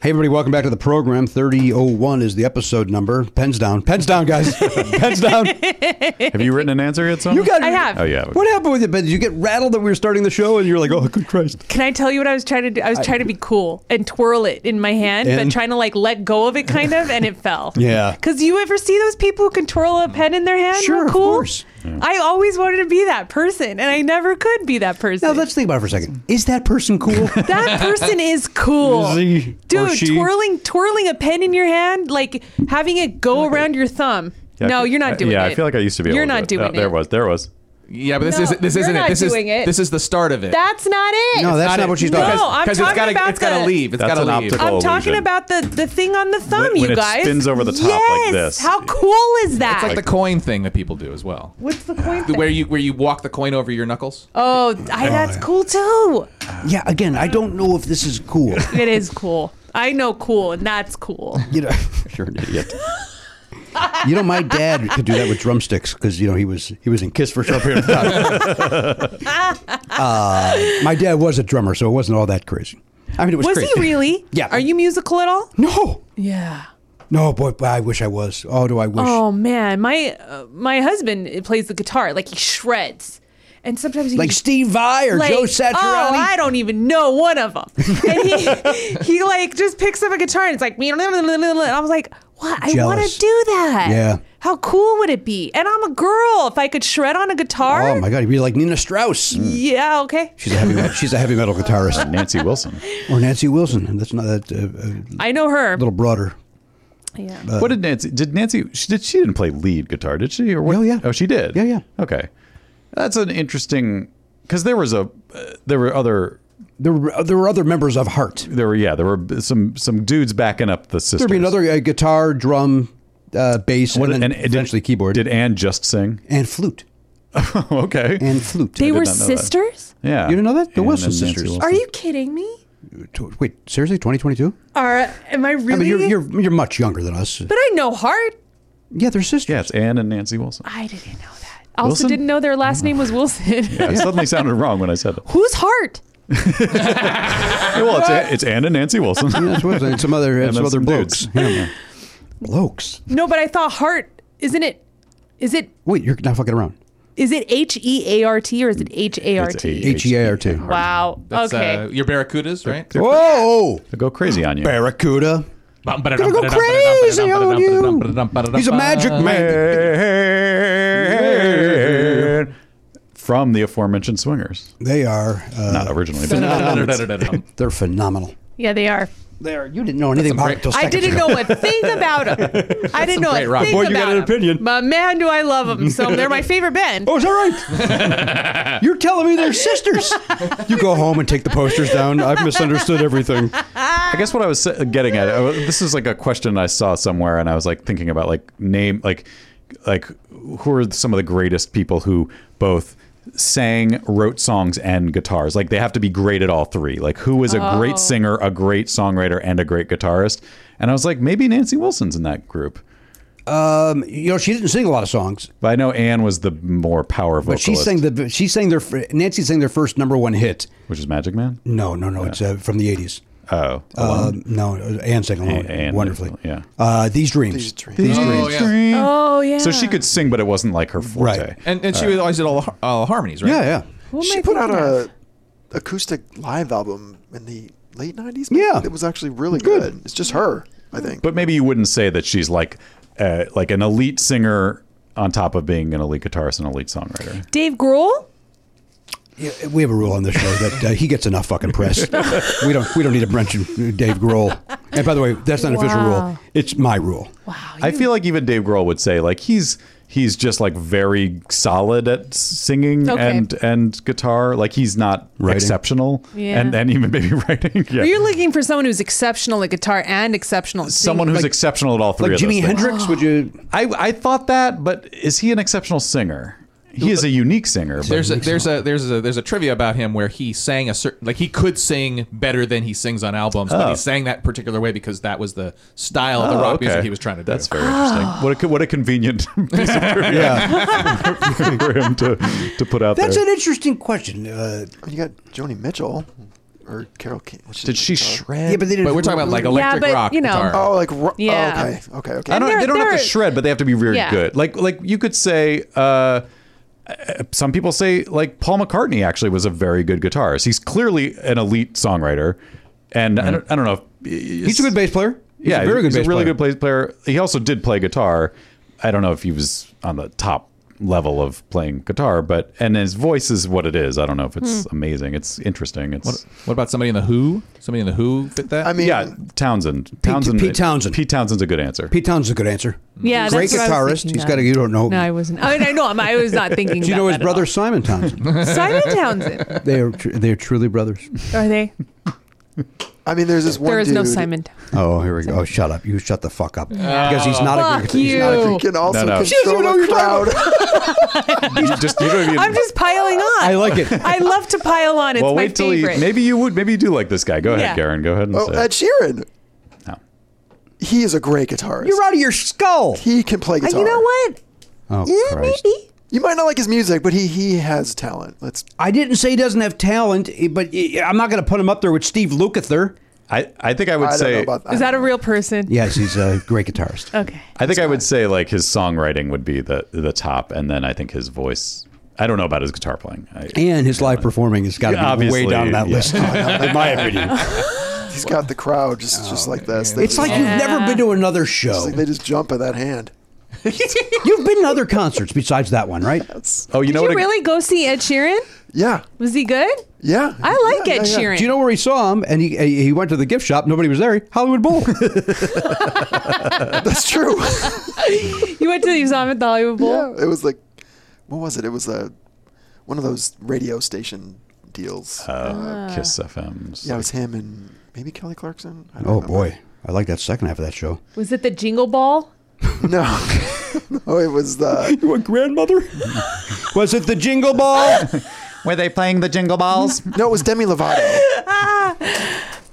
Speaker 13: Hey everybody, welcome back to the program. 3001 is the episode number. Pens down. Pens down,
Speaker 9: [laughs]
Speaker 13: guys. Pens down.
Speaker 4: Have you written an answer yet? Someone?
Speaker 13: You got
Speaker 9: I have.
Speaker 4: Oh yeah.
Speaker 13: What happened with you, Ben? Did you get rattled that we were starting the show and you're like, "Oh, good Christ."
Speaker 9: Can I tell you what I was trying to do? I was trying to be cool and twirl it in my hand,
Speaker 13: And-
Speaker 9: but trying to like let go of it kind
Speaker 4: [laughs]
Speaker 9: of, and it fell.
Speaker 13: Yeah.
Speaker 9: Because you ever see those people who can twirl a pen in their hand?
Speaker 13: Sure,
Speaker 9: real
Speaker 13: of
Speaker 9: cool?
Speaker 13: course.
Speaker 9: I always wanted to be that person, and I never could be that person.
Speaker 13: Now let's think about it for a second. Is that person
Speaker 9: [laughs]
Speaker 13: cool?
Speaker 4: [laughs]
Speaker 9: that person is cool.
Speaker 13: Is he or
Speaker 9: Dude,
Speaker 13: she?
Speaker 9: twirling twirling a pen in your hand, like having it go around your thumb.
Speaker 4: Yeah, I
Speaker 9: no,
Speaker 4: feel-
Speaker 9: you're
Speaker 4: I-
Speaker 9: not doing
Speaker 4: yeah,
Speaker 9: it.
Speaker 4: I feel like I used to be.
Speaker 9: You're
Speaker 4: able
Speaker 9: not
Speaker 4: to do it.
Speaker 9: doing
Speaker 4: Oh, There
Speaker 9: it.
Speaker 4: was. There was.
Speaker 6: Yeah, but this
Speaker 9: No,
Speaker 6: isn't this
Speaker 9: you're
Speaker 6: isn't
Speaker 9: not
Speaker 6: it. This
Speaker 9: doing
Speaker 6: is
Speaker 9: it.
Speaker 6: this is the start of it.
Speaker 9: That's not it.
Speaker 13: No, that's not what she's talking
Speaker 9: No,
Speaker 13: about.
Speaker 9: I'm
Speaker 6: Because it's
Speaker 9: talking
Speaker 6: gotta
Speaker 9: about
Speaker 6: it's gotta
Speaker 9: the-
Speaker 6: leave. It's
Speaker 4: That's
Speaker 6: gotta
Speaker 4: an
Speaker 6: leave.
Speaker 4: optical-
Speaker 9: I'm
Speaker 4: illusion.
Speaker 9: talking about the, the thing on the thumb,
Speaker 4: When-
Speaker 9: you
Speaker 4: when it
Speaker 9: guys.
Speaker 4: spins over the top like
Speaker 9: Yes!
Speaker 4: this.
Speaker 9: How cool is that?
Speaker 6: It's like the coin thing that people do as well.
Speaker 9: What's the coin
Speaker 6: The-
Speaker 9: thing?
Speaker 6: Where you where you walk the coin over your knuckles?
Speaker 9: oh, I, that's cool too.
Speaker 13: yeah, again, I don't know if this is cool.
Speaker 9: It is cool. I know cool, and that's cool.
Speaker 13: You
Speaker 4: [laughs]
Speaker 13: know, you're an idiot. You know, my dad could do that with drumsticks because you know he was he was in Kiss for a short period of time.
Speaker 9: [laughs]
Speaker 13: Uh, my dad was a drummer, so it wasn't all that crazy. I mean, it was.
Speaker 9: Was
Speaker 13: crazy.
Speaker 4: [laughs]
Speaker 9: he really?
Speaker 13: Yeah.
Speaker 9: Are you musical at all?
Speaker 13: No,
Speaker 9: Yeah.
Speaker 13: no, boy, boy, I wish I was. Oh, do I wish?
Speaker 9: Oh man, my uh, my husband plays the guitar. Like he shreds, and sometimes he
Speaker 13: like Steve Vai or
Speaker 9: like,
Speaker 13: Joe Satriani.
Speaker 9: Oh, I don't even know one of them. And he, [laughs] he like just picks up a guitar and it's like, and I was like, what? I want
Speaker 13: Jealous.
Speaker 9: to do that.
Speaker 13: Yeah.
Speaker 9: How cool would it be? And I'm a girl. If I could shred on a guitar.
Speaker 13: Oh my God, he'd be like Nina Strauss. Mm,
Speaker 9: Yeah. Okay.
Speaker 13: She's a heavy she's a heavy metal guitarist.
Speaker 9: [laughs]
Speaker 4: Nancy Wilson.
Speaker 13: Or Nancy Wilson. That's not that uh,
Speaker 9: I know her.
Speaker 13: a little broader.
Speaker 9: yeah.
Speaker 4: what did Nancy? Did Nancy? She, did she didn't play lead guitar? Did she? Or what?
Speaker 13: Oh, yeah.
Speaker 4: Oh, she did.
Speaker 13: Yeah, yeah.
Speaker 4: Okay, that's an interesting because there was a uh, there were other
Speaker 13: There were there were other members of Heart.
Speaker 4: there were yeah there were some some dudes backing up the sisters.
Speaker 13: There'd be another uh, guitar, drum, uh, bass,
Speaker 4: What-
Speaker 13: and, then
Speaker 4: did-
Speaker 13: eventually keyboard
Speaker 4: Did Anne just sing? [laughs]
Speaker 13: and flute
Speaker 4: okay.
Speaker 13: and flute.
Speaker 9: They were
Speaker 4: not know that.
Speaker 9: sisters.
Speaker 4: yeah.
Speaker 13: You didn't know that? The
Speaker 4: Anne
Speaker 13: Wilson
Speaker 4: and Nancy
Speaker 13: sisters.
Speaker 4: Wilson.
Speaker 9: Are you kidding me?
Speaker 13: Tw- Wait, seriously, 2022?
Speaker 9: Are am I really?
Speaker 13: I mean, you're, you're you're much younger than us.
Speaker 9: but I know heart.
Speaker 13: yeah, they're sisters.
Speaker 4: Yeah, it's Anne and Nancy Wilson.
Speaker 13: Ah,
Speaker 9: I didn't know that. I also
Speaker 4: Wilson?
Speaker 9: didn't know their last name was Wilson. [laughs]
Speaker 4: Yeah, it suddenly sounded wrong when
Speaker 13: [laughs]
Speaker 4: I said it.
Speaker 9: Who's heart?
Speaker 4: Hey, well, it's, Anne- it's Anne and Nancy Wilson.
Speaker 13: Yeah, that's what- and some other and
Speaker 4: [laughs] And
Speaker 13: some
Speaker 4: then
Speaker 13: other
Speaker 4: some
Speaker 13: blokes. Yeah. blokes.
Speaker 9: No, but I thought heart. Isn't it? Is it
Speaker 13: Wait, you're not fucking around.
Speaker 9: Is it H E A R T or is it H A R
Speaker 4: It's
Speaker 9: T?
Speaker 4: H E A R T.
Speaker 9: Wow.
Speaker 6: That's
Speaker 9: okay.
Speaker 6: uh, your barracudas, right?
Speaker 1: Whoa!
Speaker 4: They go crazy on you.
Speaker 1: Barracuda.
Speaker 6: Gonna
Speaker 1: go crazy on you. He's a magic
Speaker 6: [laughs]
Speaker 4: man. From the aforementioned swingers.
Speaker 1: They are uh,
Speaker 4: Not originally, but-
Speaker 1: phenomenal. They're phenomenal.
Speaker 9: yeah, they are.
Speaker 1: They are. You didn't know anything about it. till
Speaker 9: I
Speaker 1: seconds
Speaker 9: didn't
Speaker 1: ago.
Speaker 4: [laughs]
Speaker 9: know a thing about them. I didn't know
Speaker 1: great
Speaker 9: a
Speaker 1: rock.
Speaker 9: thing
Speaker 1: Boy,
Speaker 9: about
Speaker 1: you got an
Speaker 9: them.
Speaker 1: opinion.
Speaker 9: But man, do I love them. So they're my favorite band.
Speaker 1: Oh, is that [laughs] right? You're telling me they're sisters. you go home and take the posters down. I've misunderstood everything.
Speaker 4: I guess what I was uh, getting at I was- this is like a question I saw somewhere, and I was like thinking about like name like like who are some of the greatest people who both sang, wrote songs, and guitars. Like they have to be great at all three. Like who is a
Speaker 9: Oh.
Speaker 4: great singer, a great songwriter, and a great guitarist? And I was like, maybe Nancy Wilson's in that group.
Speaker 1: Um, you know, she didn't sing a lot of songs,
Speaker 4: But I know Anne was the more power
Speaker 1: but
Speaker 4: vocalist,
Speaker 1: she sang the she sang their fir- Nancy sang their first number one hit.
Speaker 4: which is Magic Man.
Speaker 1: No, no, no. It's uh, from the '80s.
Speaker 4: Oh,
Speaker 1: Um, no, Anne sang alone
Speaker 4: A- Anne,
Speaker 1: wonderfully.
Speaker 4: yeah.
Speaker 1: Uh, These dreams. These
Speaker 7: dreams.
Speaker 9: Oh yeah.
Speaker 4: So she could sing, but it wasn't like her forte.
Speaker 1: Right.
Speaker 6: And, and she was always did all the har- all the harmonies, right?
Speaker 1: Yeah, yeah.
Speaker 9: Who am I
Speaker 7: she put out
Speaker 9: thinking of?
Speaker 7: a acoustic live album in the late '90s.
Speaker 1: Yeah.
Speaker 7: it was actually really good. It's just her, I think.
Speaker 4: But maybe you wouldn't say that she's like uh, like an elite singer on top of being an elite guitarist and elite songwriter.
Speaker 9: Dave Grohl.
Speaker 1: Yeah, we have a rule on this show that uh, he gets enough fucking
Speaker 9: [laughs]
Speaker 1: press. we don't. We don't need to mention Dave Grohl. And by the way, that's not an official
Speaker 9: Wow.
Speaker 1: rule. It's my rule.
Speaker 9: Oh,
Speaker 4: I feel like even Dave Grohl would say like he's he's just like very solid at s- singing
Speaker 9: Okay.
Speaker 4: and and guitar. Like he's not
Speaker 1: Writing.
Speaker 4: exceptional.
Speaker 9: Yeah.
Speaker 4: And and even maybe [laughs] writing. Yeah.
Speaker 9: You're looking for someone who's exceptional at guitar and exceptional at singing.
Speaker 4: Someone who's exceptional at all three
Speaker 1: Like
Speaker 4: of those
Speaker 1: Jimi
Speaker 4: things.
Speaker 1: Hendrix, would you?
Speaker 9: [gasps]
Speaker 4: I I thought that, but is he an exceptional singer? He is a unique singer. But
Speaker 6: There's a, there's a there's a there's a trivia about him where he sang a certain like he could sing better than he sings on albums, but
Speaker 4: Oh.
Speaker 6: he sang that particular way because that was the style of the
Speaker 1: Oh,
Speaker 6: rock music he was trying to do.
Speaker 4: That's very
Speaker 1: [gasps]
Speaker 4: interesting. What a what a convenient [laughs] piece of trivia [laughs] for him to, to put out
Speaker 1: That's
Speaker 4: there.
Speaker 1: an interesting question. Uh,
Speaker 7: You got Joni Mitchell or Carol King. what's
Speaker 4: Did she
Speaker 7: guitar?
Speaker 4: shred?
Speaker 1: yeah, but they didn't.
Speaker 6: But we're talking about like
Speaker 9: Yeah,
Speaker 6: electric
Speaker 9: but,
Speaker 6: rock
Speaker 9: you know.
Speaker 6: guitar.
Speaker 7: Oh, like ro-
Speaker 9: Yeah.
Speaker 7: Oh, okay, okay, okay.
Speaker 4: I don't.
Speaker 9: And
Speaker 4: They don't have to
Speaker 9: they're-
Speaker 4: shred, but they have to be really
Speaker 9: Yeah.
Speaker 4: good. Like like you could say. Uh, uh, some people say like Paul McCartney actually was a very good guitarist. He's clearly an elite songwriter, and I, don't, I don't know. If,
Speaker 1: he's a good bass player. He's
Speaker 4: yeah,
Speaker 1: a very good.
Speaker 4: He's
Speaker 1: bass
Speaker 4: a really
Speaker 1: player.
Speaker 4: good bass player. He also did play guitar. I don't know if he was on the top level of playing guitar, but and his voice is what it is. I don't know if it's
Speaker 9: Hmm.
Speaker 4: amazing. It's interesting. It's
Speaker 6: What about somebody in the Who? Somebody in the Who fit that?
Speaker 7: I mean,
Speaker 4: yeah, Townsend. Townsend.
Speaker 1: Pete Townsend.
Speaker 4: Pete Townsend's a good answer.
Speaker 1: Pete Townsend's a good answer.
Speaker 9: Yeah,
Speaker 1: great
Speaker 9: that's what I was
Speaker 1: guitarist.
Speaker 9: thinking
Speaker 1: He's
Speaker 9: of.
Speaker 1: got a. You don't know.
Speaker 9: No, I wasn't. I mean, I know. I'm, I was not thinking.
Speaker 1: [laughs] Do you
Speaker 9: about
Speaker 1: know his
Speaker 9: that at all.
Speaker 1: brother Simon
Speaker 9: [laughs]
Speaker 1: Townsend?
Speaker 9: Simon Townsend?
Speaker 1: they are. Tr- they are truly brothers.
Speaker 9: Are they?
Speaker 7: I mean, there's this one.
Speaker 9: There is
Speaker 7: dude,
Speaker 9: no Simon. Tow-
Speaker 1: Oh, here we go. Oh, shut up. You shut the fuck up. Because he's not a
Speaker 9: Fuck
Speaker 1: good. He's not a
Speaker 9: you.
Speaker 1: good.
Speaker 7: He can also
Speaker 4: No, no. She
Speaker 7: control a crowd.
Speaker 4: you just you don't even.
Speaker 9: [laughs] I'm just piling on.
Speaker 1: I like it.
Speaker 9: I love to pile on. It's
Speaker 4: well,
Speaker 9: my
Speaker 4: wait till
Speaker 9: favorite.
Speaker 4: he. Maybe you would. Maybe you do like this guy. Go
Speaker 9: Yeah.
Speaker 4: ahead, Garen. Go ahead and
Speaker 7: oh,
Speaker 4: say.
Speaker 7: Ed
Speaker 4: it.
Speaker 7: Sheeran.
Speaker 4: No.
Speaker 7: He is a great guitarist.
Speaker 1: You're out of your skull.
Speaker 7: He can play
Speaker 9: And
Speaker 7: guitar.
Speaker 9: Uh, you know what?
Speaker 1: Oh,
Speaker 9: Yeah,
Speaker 1: Christ.
Speaker 9: maybe.
Speaker 7: You might not like his music, but he he has talent. Let's.
Speaker 1: I didn't say he doesn't have talent, eh, but I'm not going to put him up there with Steve Lukather.
Speaker 4: I, I think I would
Speaker 7: I don't know
Speaker 4: say.
Speaker 7: about that.
Speaker 9: Is that a real person?
Speaker 1: Yes, he's a great guitarist.
Speaker 9: Okay.
Speaker 4: I think I would say like his songwriting would be the the top, and then I think his voice. I don't know about his guitar playing. I,
Speaker 1: And his live performing has got to be
Speaker 4: Obviously,
Speaker 1: way down on that
Speaker 4: yeah.
Speaker 1: list, [laughs] in my opinion.
Speaker 7: He's got the crowd just
Speaker 4: Oh,
Speaker 7: just like this. They
Speaker 1: It's
Speaker 7: just-
Speaker 1: like you've never been to another show.
Speaker 7: [laughs] it's like they just jump at that hand.
Speaker 1: [laughs] You've been to other concerts besides that one, right?
Speaker 4: oh, you
Speaker 9: Did
Speaker 4: know
Speaker 9: you
Speaker 4: what?
Speaker 9: really go see Ed Sheeran?
Speaker 7: Yeah,
Speaker 9: Was he good?
Speaker 7: yeah.
Speaker 9: I like
Speaker 7: Yeah,
Speaker 9: Ed
Speaker 7: yeah, yeah.
Speaker 9: Sheeran.
Speaker 1: Do you know where he saw him? And he he went to the gift shop. Nobody was there. Hollywood [laughs] Bowl.
Speaker 7: That's
Speaker 9: [laughs]
Speaker 7: true.
Speaker 9: You went to the Usama at the Hollywood Bowl?
Speaker 7: yeah, it was like, what was it? It was a one of those radio station deals.
Speaker 4: Uh, Kiss FM's.
Speaker 7: yeah, it was him and maybe Kelly Clarkson. I don't
Speaker 1: oh
Speaker 7: remember.
Speaker 1: boy, I like that second half of that show.
Speaker 9: Was it the Jingle Ball?
Speaker 7: [laughs] No, no, it was uh, the.
Speaker 1: You a grandmother? [laughs] was it the Jingle Ball?
Speaker 4: Were they playing the Jingle
Speaker 9: [laughs]
Speaker 4: Balls?
Speaker 7: No, it was Demi Lovato.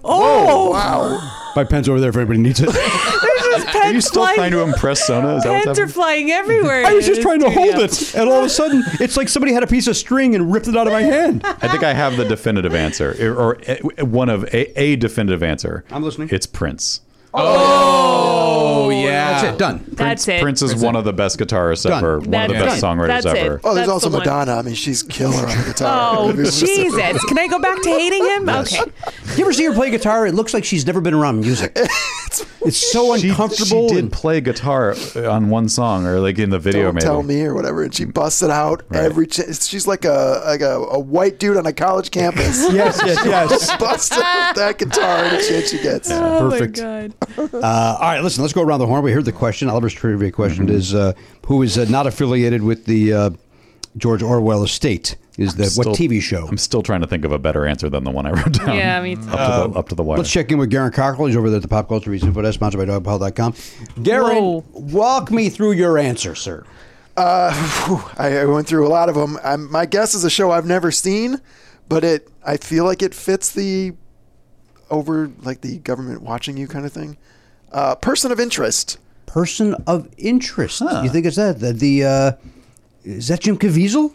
Speaker 9: Oh,
Speaker 7: Wow.
Speaker 1: [laughs] my pen's over there if anybody needs it.
Speaker 9: there's just pens
Speaker 4: Are you still
Speaker 9: flying.
Speaker 4: trying to impress Sona? Is that what's
Speaker 9: Pens are
Speaker 4: happening?
Speaker 9: flying everywhere.
Speaker 1: I was
Speaker 9: in
Speaker 1: just
Speaker 9: the
Speaker 1: trying to
Speaker 9: studio.
Speaker 1: hold it, and all of a sudden, it's like somebody had a piece of string and ripped it out of my hand. [laughs]
Speaker 4: I think I have the definitive answer, or- or eh, a- one of a, a definitive answer.
Speaker 1: I'm listening.
Speaker 4: It's Prince.
Speaker 6: oh yeah, Yeah.
Speaker 1: That's it. Done.
Speaker 9: That's it.
Speaker 4: Prince is one of the best guitarists
Speaker 1: Done.
Speaker 4: ever, one of the
Speaker 9: That's
Speaker 4: best
Speaker 9: done.
Speaker 4: songwriters
Speaker 9: That's it.
Speaker 4: ever.
Speaker 7: Oh, there's
Speaker 9: That's
Speaker 7: also
Speaker 9: the one.
Speaker 7: Madonna. I mean, she's killer on the guitar.
Speaker 17: Oh,
Speaker 7: [laughs] If you listen-
Speaker 17: Jesus. Can I go back to hating him? Okay.
Speaker 1: You ever see her play guitar? It looks like she's never been around music. [laughs] It's so
Speaker 4: She-
Speaker 1: Oh, uncomfortable.
Speaker 4: She,
Speaker 1: and-
Speaker 4: did play guitar uh, on one song, or like in the video,
Speaker 7: Don't
Speaker 4: maybe. Mm.
Speaker 7: tell me or whatever. And she busts it out
Speaker 4: Right.
Speaker 7: every. Ch- she's like a like a, a white dude on a college
Speaker 4: [laughs]
Speaker 7: campus.
Speaker 1: Yes, yes, yes.
Speaker 7: busts out that guitar any chance she gets.
Speaker 4: Oh,
Speaker 9: Oh,
Speaker 1: Perfect. Uh, all right, listen, let's go around the horn. We heard the question. Oliver's trivia question is uh, who is uh, not affiliated with the uh, George Orwell estate? Is that what
Speaker 4: Still-
Speaker 1: TV show?
Speaker 4: I'm still trying to think of a better answer than the one I wrote down.
Speaker 9: Yeah, me too.
Speaker 4: Up to the, up to the wire.
Speaker 1: Um, Let's check in with Garen Cockrell. He's over there at the Pop Culture Reason for that, sponsored by dogpile.com. Garen, walk me through your answer, sir.
Speaker 7: Uh, phew, I, I went through a lot of them. I'm, my guess is a show I've never seen, but it I feel like it fits the over like the government watching you kind of thing. Uh, person of interest.
Speaker 1: Person of interest. You think it's that? The, the uh, Is that Jim Caviezel?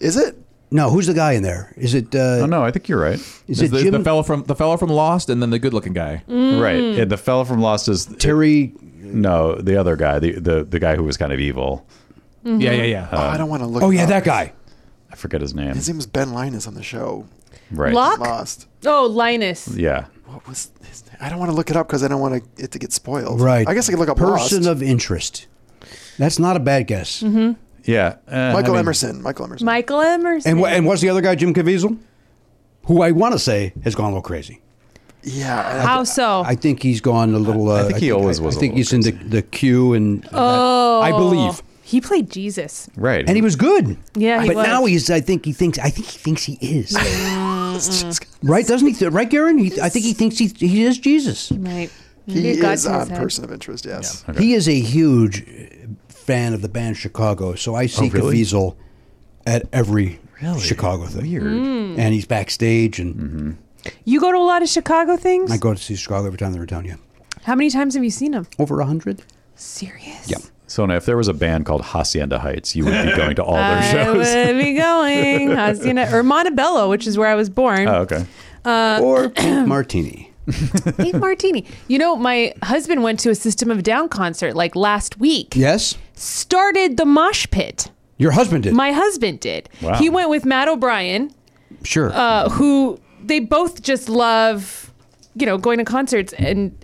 Speaker 7: Is it?
Speaker 1: No, who's the guy in there? Is it.
Speaker 4: Oh
Speaker 1: Uh,
Speaker 4: no, I think you're right.
Speaker 1: Is
Speaker 6: There's
Speaker 1: it
Speaker 6: the,
Speaker 1: Jim?
Speaker 6: the fellow from the fellow from Lost, and then the good-looking guy.
Speaker 9: Mm-hmm.
Speaker 4: Right.
Speaker 9: Mm.
Speaker 4: Yeah, the fellow from Lost is
Speaker 1: Terry.
Speaker 4: No, the other guy, the, the the guy who was kind of evil.
Speaker 6: Yeah, yeah, yeah.
Speaker 4: Uh,
Speaker 7: Oh, I don't want to look.
Speaker 1: Oh, yeah,
Speaker 7: it up.
Speaker 1: that guy.
Speaker 4: I forget his name.
Speaker 7: His name was Ben Linus on the show.
Speaker 4: Right.
Speaker 9: Locke?
Speaker 7: Lost.
Speaker 9: Oh, Linus.
Speaker 4: Yeah.
Speaker 7: What was his name? I don't want to look it up because I don't want it to get spoiled.
Speaker 1: Right.
Speaker 7: I guess I could look up
Speaker 1: Person
Speaker 7: Lost.
Speaker 1: of interest. That's not a bad guess.
Speaker 4: Yeah. Uh,
Speaker 7: Michael
Speaker 4: I mean,
Speaker 7: Emerson. Michael Emerson.
Speaker 9: Michael Emerson.
Speaker 1: And, wha- and what's the other guy, Jim Caviezel? Who I want to say has gone a little crazy.
Speaker 7: yeah.
Speaker 9: How so? Oh,
Speaker 1: I think he's gone a little. Uh,
Speaker 4: I think he always was
Speaker 1: I
Speaker 4: a
Speaker 1: think
Speaker 4: little
Speaker 1: he's in the, the queue, and
Speaker 9: oh,
Speaker 1: I believe.
Speaker 9: he played Jesus.
Speaker 4: Right.
Speaker 1: And he was good.
Speaker 9: Yeah, he
Speaker 1: but
Speaker 9: was.
Speaker 1: now he's. I think he thinks. I think he thinks he is.
Speaker 9: Mm.
Speaker 1: [laughs] right? Doesn't he? Th- right, Garen? He, I think he thinks he he is Jesus.
Speaker 9: Right.
Speaker 7: He
Speaker 9: It got
Speaker 7: is
Speaker 9: to his
Speaker 7: on
Speaker 9: head.
Speaker 7: Person of Interest, yes.
Speaker 1: He is a huge uh, fan of the band Chicago, so I see
Speaker 4: Oh, really?
Speaker 1: Caviezel at every Chicago thing. Weird.
Speaker 9: Mm.
Speaker 1: And he's backstage, and
Speaker 4: Mm-hmm.
Speaker 9: You go to a lot of Chicago things.
Speaker 1: I go to see Chicago every time they're in town. Yeah,
Speaker 9: How many times have you seen him?
Speaker 1: over a hundred.
Speaker 9: Serious.
Speaker 1: Yeah.
Speaker 4: So now, if there was a band called Hacienda Heights, you would be going to all their
Speaker 9: [laughs] I
Speaker 4: shows.
Speaker 9: would
Speaker 4: [laughs]
Speaker 9: be going. Hacienda or Montebello, which is where I was born.
Speaker 4: Oh, okay.
Speaker 9: Uh,
Speaker 1: or
Speaker 9: [clears throat]
Speaker 1: Pink Martini.
Speaker 9: Dave Martini. You know, my husband went to a System of a Down concert like last week.
Speaker 1: Yes,
Speaker 9: Started the mosh pit.
Speaker 1: your husband did.
Speaker 9: My husband did.
Speaker 4: Wow.
Speaker 9: He went with Matt O'Brien,
Speaker 1: sure.
Speaker 9: uh, who they both just love, you know, going to concerts. And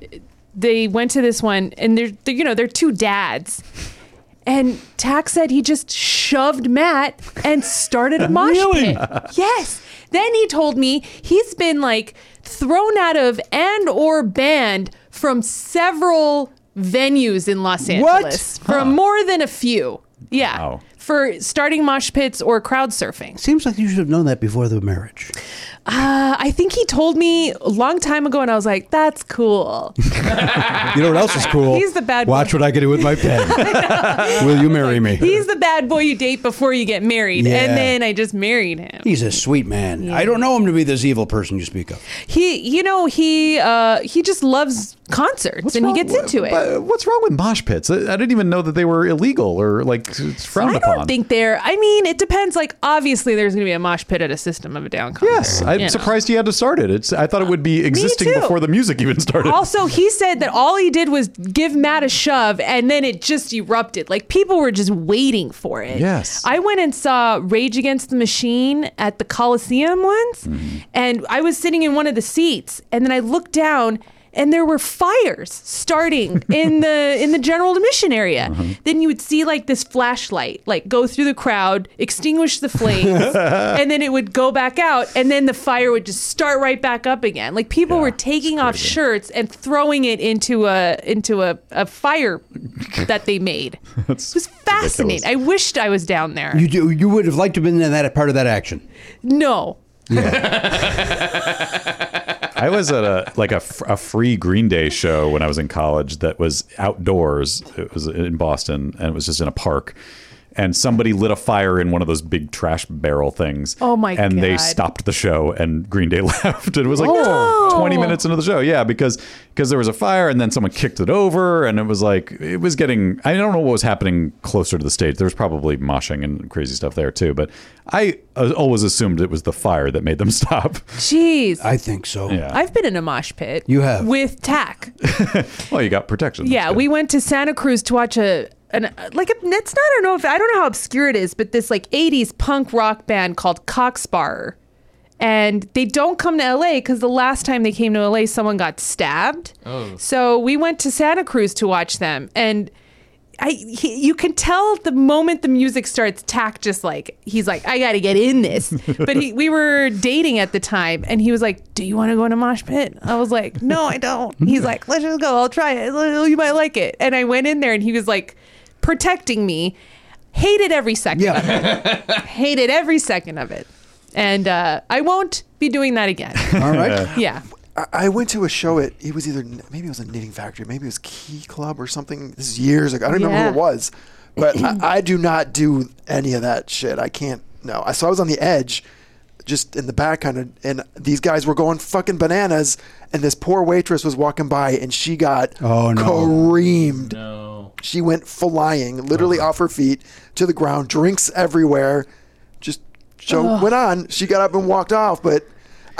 Speaker 9: they went to this one, and they're, they're you know, they're two dads. And Tack said he just shoved Matt and started a mosh pit. Yes. Then he told me he's been like thrown out of and or banned from several venues in Los Angeles. From more than a few. Yeah.
Speaker 4: Wow.
Speaker 9: For starting mosh pits or crowd surfing.
Speaker 1: Seems like you should have known that before the marriage.
Speaker 9: Uh, I think he told me a long time ago, and I was like, that's cool.
Speaker 1: You know what else is cool?
Speaker 9: [laughs] He's the bad
Speaker 1: Watch
Speaker 9: boy.
Speaker 1: what I can do with my pen.
Speaker 9: [laughs]
Speaker 1: Will you marry me?
Speaker 6: [laughs]
Speaker 9: He's the bad boy you date before you get married.
Speaker 1: Yeah.
Speaker 9: And then I just married him.
Speaker 1: He's a sweet man. I don't know him to be this evil person you speak of.
Speaker 9: He, you know, he uh, he just loves concerts and he
Speaker 4: wrong
Speaker 9: gets
Speaker 4: with-
Speaker 9: into it.
Speaker 4: but what's wrong with mosh pits? I, I didn't even know that they were illegal or like it's frowned
Speaker 9: I
Speaker 4: upon.
Speaker 9: don't think there. I mean, it depends. Like, obviously, there's going to be a mosh pit at a System of a Down concert.
Speaker 4: Yes, I'm
Speaker 9: you know.
Speaker 4: surprised he had to start it. It's I thought it would be existing
Speaker 9: too.
Speaker 4: before the music even started.
Speaker 9: [laughs] Also, he said that all he did was give Matt a shove, and then it just erupted. Like people were just waiting for it.
Speaker 4: Yes.
Speaker 9: I went and saw Rage Against the Machine at the Coliseum once, and I was sitting in one of the seats, and then I looked down. And there were fires starting in the in the general admission area. Then you would see like this flashlight like go through the crowd, extinguish the flames, and then it would go back out, and then the fire would just start right back up again. Like people were taking off shirts and throwing it into a into a, a fire that they made. it was fascinating. I wished I was down there.
Speaker 1: You do, you would have liked to have been in that part of that action.
Speaker 9: no.
Speaker 4: I was at a like a, f- a free Green Day show when I was in college that was outdoors. It was in Boston and it was just in a park. and somebody lit a fire in one of those big trash barrel things.
Speaker 9: Oh my
Speaker 4: And they
Speaker 9: God.
Speaker 4: stopped the show, and Green Day [laughs] left. It was like
Speaker 9: No.
Speaker 4: 20 minutes into the show, yeah, because because there was a fire, and then someone kicked it over, and it was like it was getting. I don't know what was happening closer to the stage. There was probably moshing and crazy stuff there too, but I uh, always assumed it was the fire that made them [laughs] stop.
Speaker 9: Jeez.
Speaker 13: I think so.
Speaker 4: Yeah.
Speaker 9: I've been in a mosh pit.
Speaker 4: You have.
Speaker 9: with tack.
Speaker 4: well, you got protection.
Speaker 9: yeah, we went to Santa Cruz to watch a an like a, it's not I don't know if I don't know how obscure it is, but this like '80s punk rock band called Coxbar, and they don't come to LA because the last time they came to LA, someone got stabbed.
Speaker 14: Oh.
Speaker 9: So we went to Santa Cruz to watch them, and I he, you can tell the moment the music starts, Tack just like he's like I got to get in this. but he, we were dating at the time, and he was like, "Do you want to go in a mosh pit?" I was like, "No, I don't." He's like, "Let's just go. I'll try it. You might like it." And I went in there, and he was like protecting me. Hated every second of it. Hated every second of it. And uh, I won't be doing that again.
Speaker 7: All right.
Speaker 9: yeah.
Speaker 7: I, I went to a show at it was either maybe it was a knitting factory, maybe it was Key Club or something. This is years ago. I don't remember
Speaker 9: Yeah.
Speaker 7: who [laughs] it was, but I, I do not do any of that shit. I can't. No, I so I was on the edge, just in the back kind of, and these guys were going fucking bananas, and this poor waitress was walking by, and she got
Speaker 13: Oh, no.
Speaker 7: careened. No. She went flying, literally off her feet to the ground. Drinks everywhere, just show
Speaker 4: Ugh.
Speaker 7: went on. She got up and walked off, but.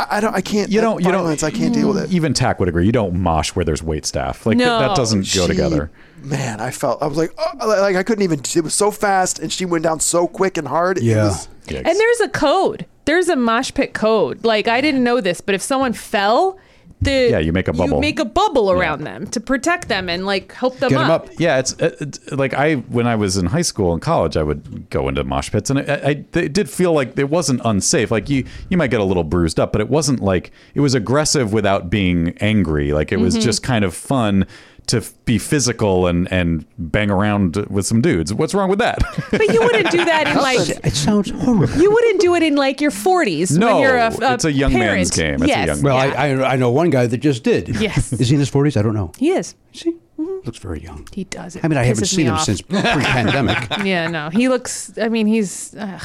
Speaker 7: I, I don't. I can't. You don't. Mm, You don't. I can't deal with it.
Speaker 4: Even Tack would agree. You don't mosh where there's wait staff. Like th- that doesn't go
Speaker 7: She-
Speaker 4: together.
Speaker 7: Man, I felt I was like, oh, like I couldn't even. It was so fast, and she went down so quick and hard. It was,
Speaker 9: And there's a code. There's a mosh pit code. Like I didn't know this, but if someone fell, the
Speaker 4: Yeah, you make a bubble.
Speaker 9: make a bubble around them to protect them and like help them up.
Speaker 4: Yeah, it's, it- it's like I when I was in high school and college, I would go into mosh pits, and I, I it did feel like it wasn't unsafe. Like you, you might get a little bruised up, but it wasn't like it was aggressive without being angry. Like it was
Speaker 9: Mm-hmm.
Speaker 18: Mhm.
Speaker 4: just kind of fun to f- be physical and and bang around with some dudes. What's wrong with that? [laughs]
Speaker 9: But you wouldn't do that in
Speaker 4: Oh,
Speaker 9: like
Speaker 13: it sounds horrible.
Speaker 9: you wouldn't do it in like your 40s
Speaker 4: No,
Speaker 9: when you're a,
Speaker 4: it's a young
Speaker 9: parent.
Speaker 4: man's game. It's a
Speaker 9: yes.
Speaker 4: young-
Speaker 13: Well, I, I I know one guy that just did.
Speaker 9: Yes.
Speaker 13: Is he in his forties? I don't know.
Speaker 9: He is. See?
Speaker 13: Looks very young.
Speaker 9: He does it.
Speaker 13: I mean, I haven't
Speaker 9: pisses
Speaker 13: seen
Speaker 9: me
Speaker 13: him
Speaker 9: off. [laughs]
Speaker 13: since pre-pandemic.
Speaker 9: yeah, no. He looks I mean, he's ugh.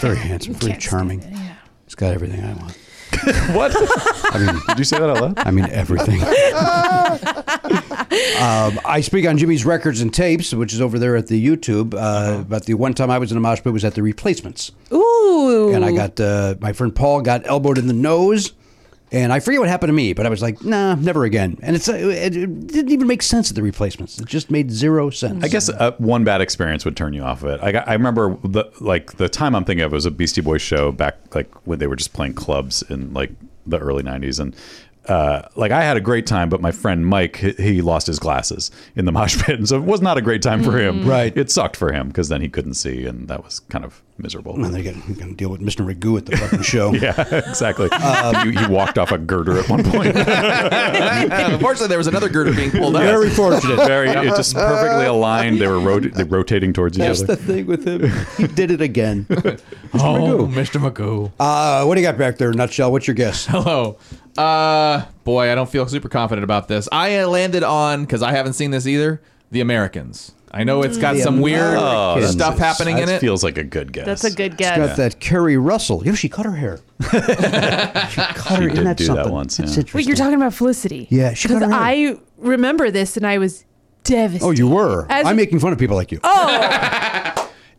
Speaker 13: Very handsome, very charming. He's got everything I want.
Speaker 7: [laughs]
Speaker 4: what?
Speaker 13: I mean,
Speaker 4: did you say that out loud?
Speaker 13: I mean,
Speaker 4: [laughs]
Speaker 13: everything. um, I speak on Jimmy's records and tapes, which is over there at the YouTube.
Speaker 4: Uh-huh.
Speaker 13: Uh, But the one time I was in a mosh pit was at the Replacements,
Speaker 9: Ooh.
Speaker 13: and I got uh, my friend Paul got elbowed in the nose. And I forget what happened to me, but I was like, "Nah, never again." And it's uh, it, it didn't even make sense at the replacements. It just made zero sense.
Speaker 4: I guess uh, one bad experience would turn you off of it. I, got- I remember the like the time I'm thinking of was a Beastie Boys show back like when they were just playing clubs in like the early '90s, and uh, like I had a great time, but my friend Mike he, he lost his glasses in the [laughs] mosh pit, and so it was not a great time for him.
Speaker 13: Mm. Right.
Speaker 4: it sucked for him because then he couldn't see, and that was kind of
Speaker 13: [laughs]
Speaker 4: miserable.
Speaker 13: And they're going to deal with Mr. Magoo at the fucking show.
Speaker 4: [laughs] yeah, exactly.
Speaker 13: Um,
Speaker 4: you, you walked off a
Speaker 13: [laughs]
Speaker 4: girder at one point.
Speaker 6: Unfortunately, there was another girder being pulled up.
Speaker 13: Very fortunate.
Speaker 4: Very, it just perfectly aligned. They were rot- they rotating towards each
Speaker 13: That's
Speaker 4: other.
Speaker 13: the thing with him. He did it again. [laughs] Mr.
Speaker 6: [laughs] Oh,
Speaker 13: Magoo.
Speaker 6: Mr. McGoo.
Speaker 13: Uh, what do you got back there, Nutshell? What's your guess?
Speaker 6: Hello. Uh, boy, I don't feel super confident about this. I uh, landed on because I haven't seen this either. The Americans. I know it's got
Speaker 13: The
Speaker 6: some weird
Speaker 13: Americans.
Speaker 6: stuff happening in
Speaker 13: That
Speaker 6: it.
Speaker 4: feels like a good guess.
Speaker 9: That's a good
Speaker 13: It's
Speaker 9: guess.
Speaker 13: got that Carrie Russell. Yo, she cut her
Speaker 4: [laughs]
Speaker 13: hair. she cut her.
Speaker 4: She
Speaker 13: Isn't
Speaker 4: did
Speaker 13: that
Speaker 4: do that
Speaker 13: something?
Speaker 4: once,
Speaker 13: That's
Speaker 4: yeah.
Speaker 13: interesting.
Speaker 9: Wait, you're talking about Felicity.
Speaker 13: Yeah, she got
Speaker 9: Cuz
Speaker 13: her hair.
Speaker 9: I remember this and I was devastated.
Speaker 13: Oh, you were.
Speaker 9: As- Oh.
Speaker 13: I'm making fun of people like you.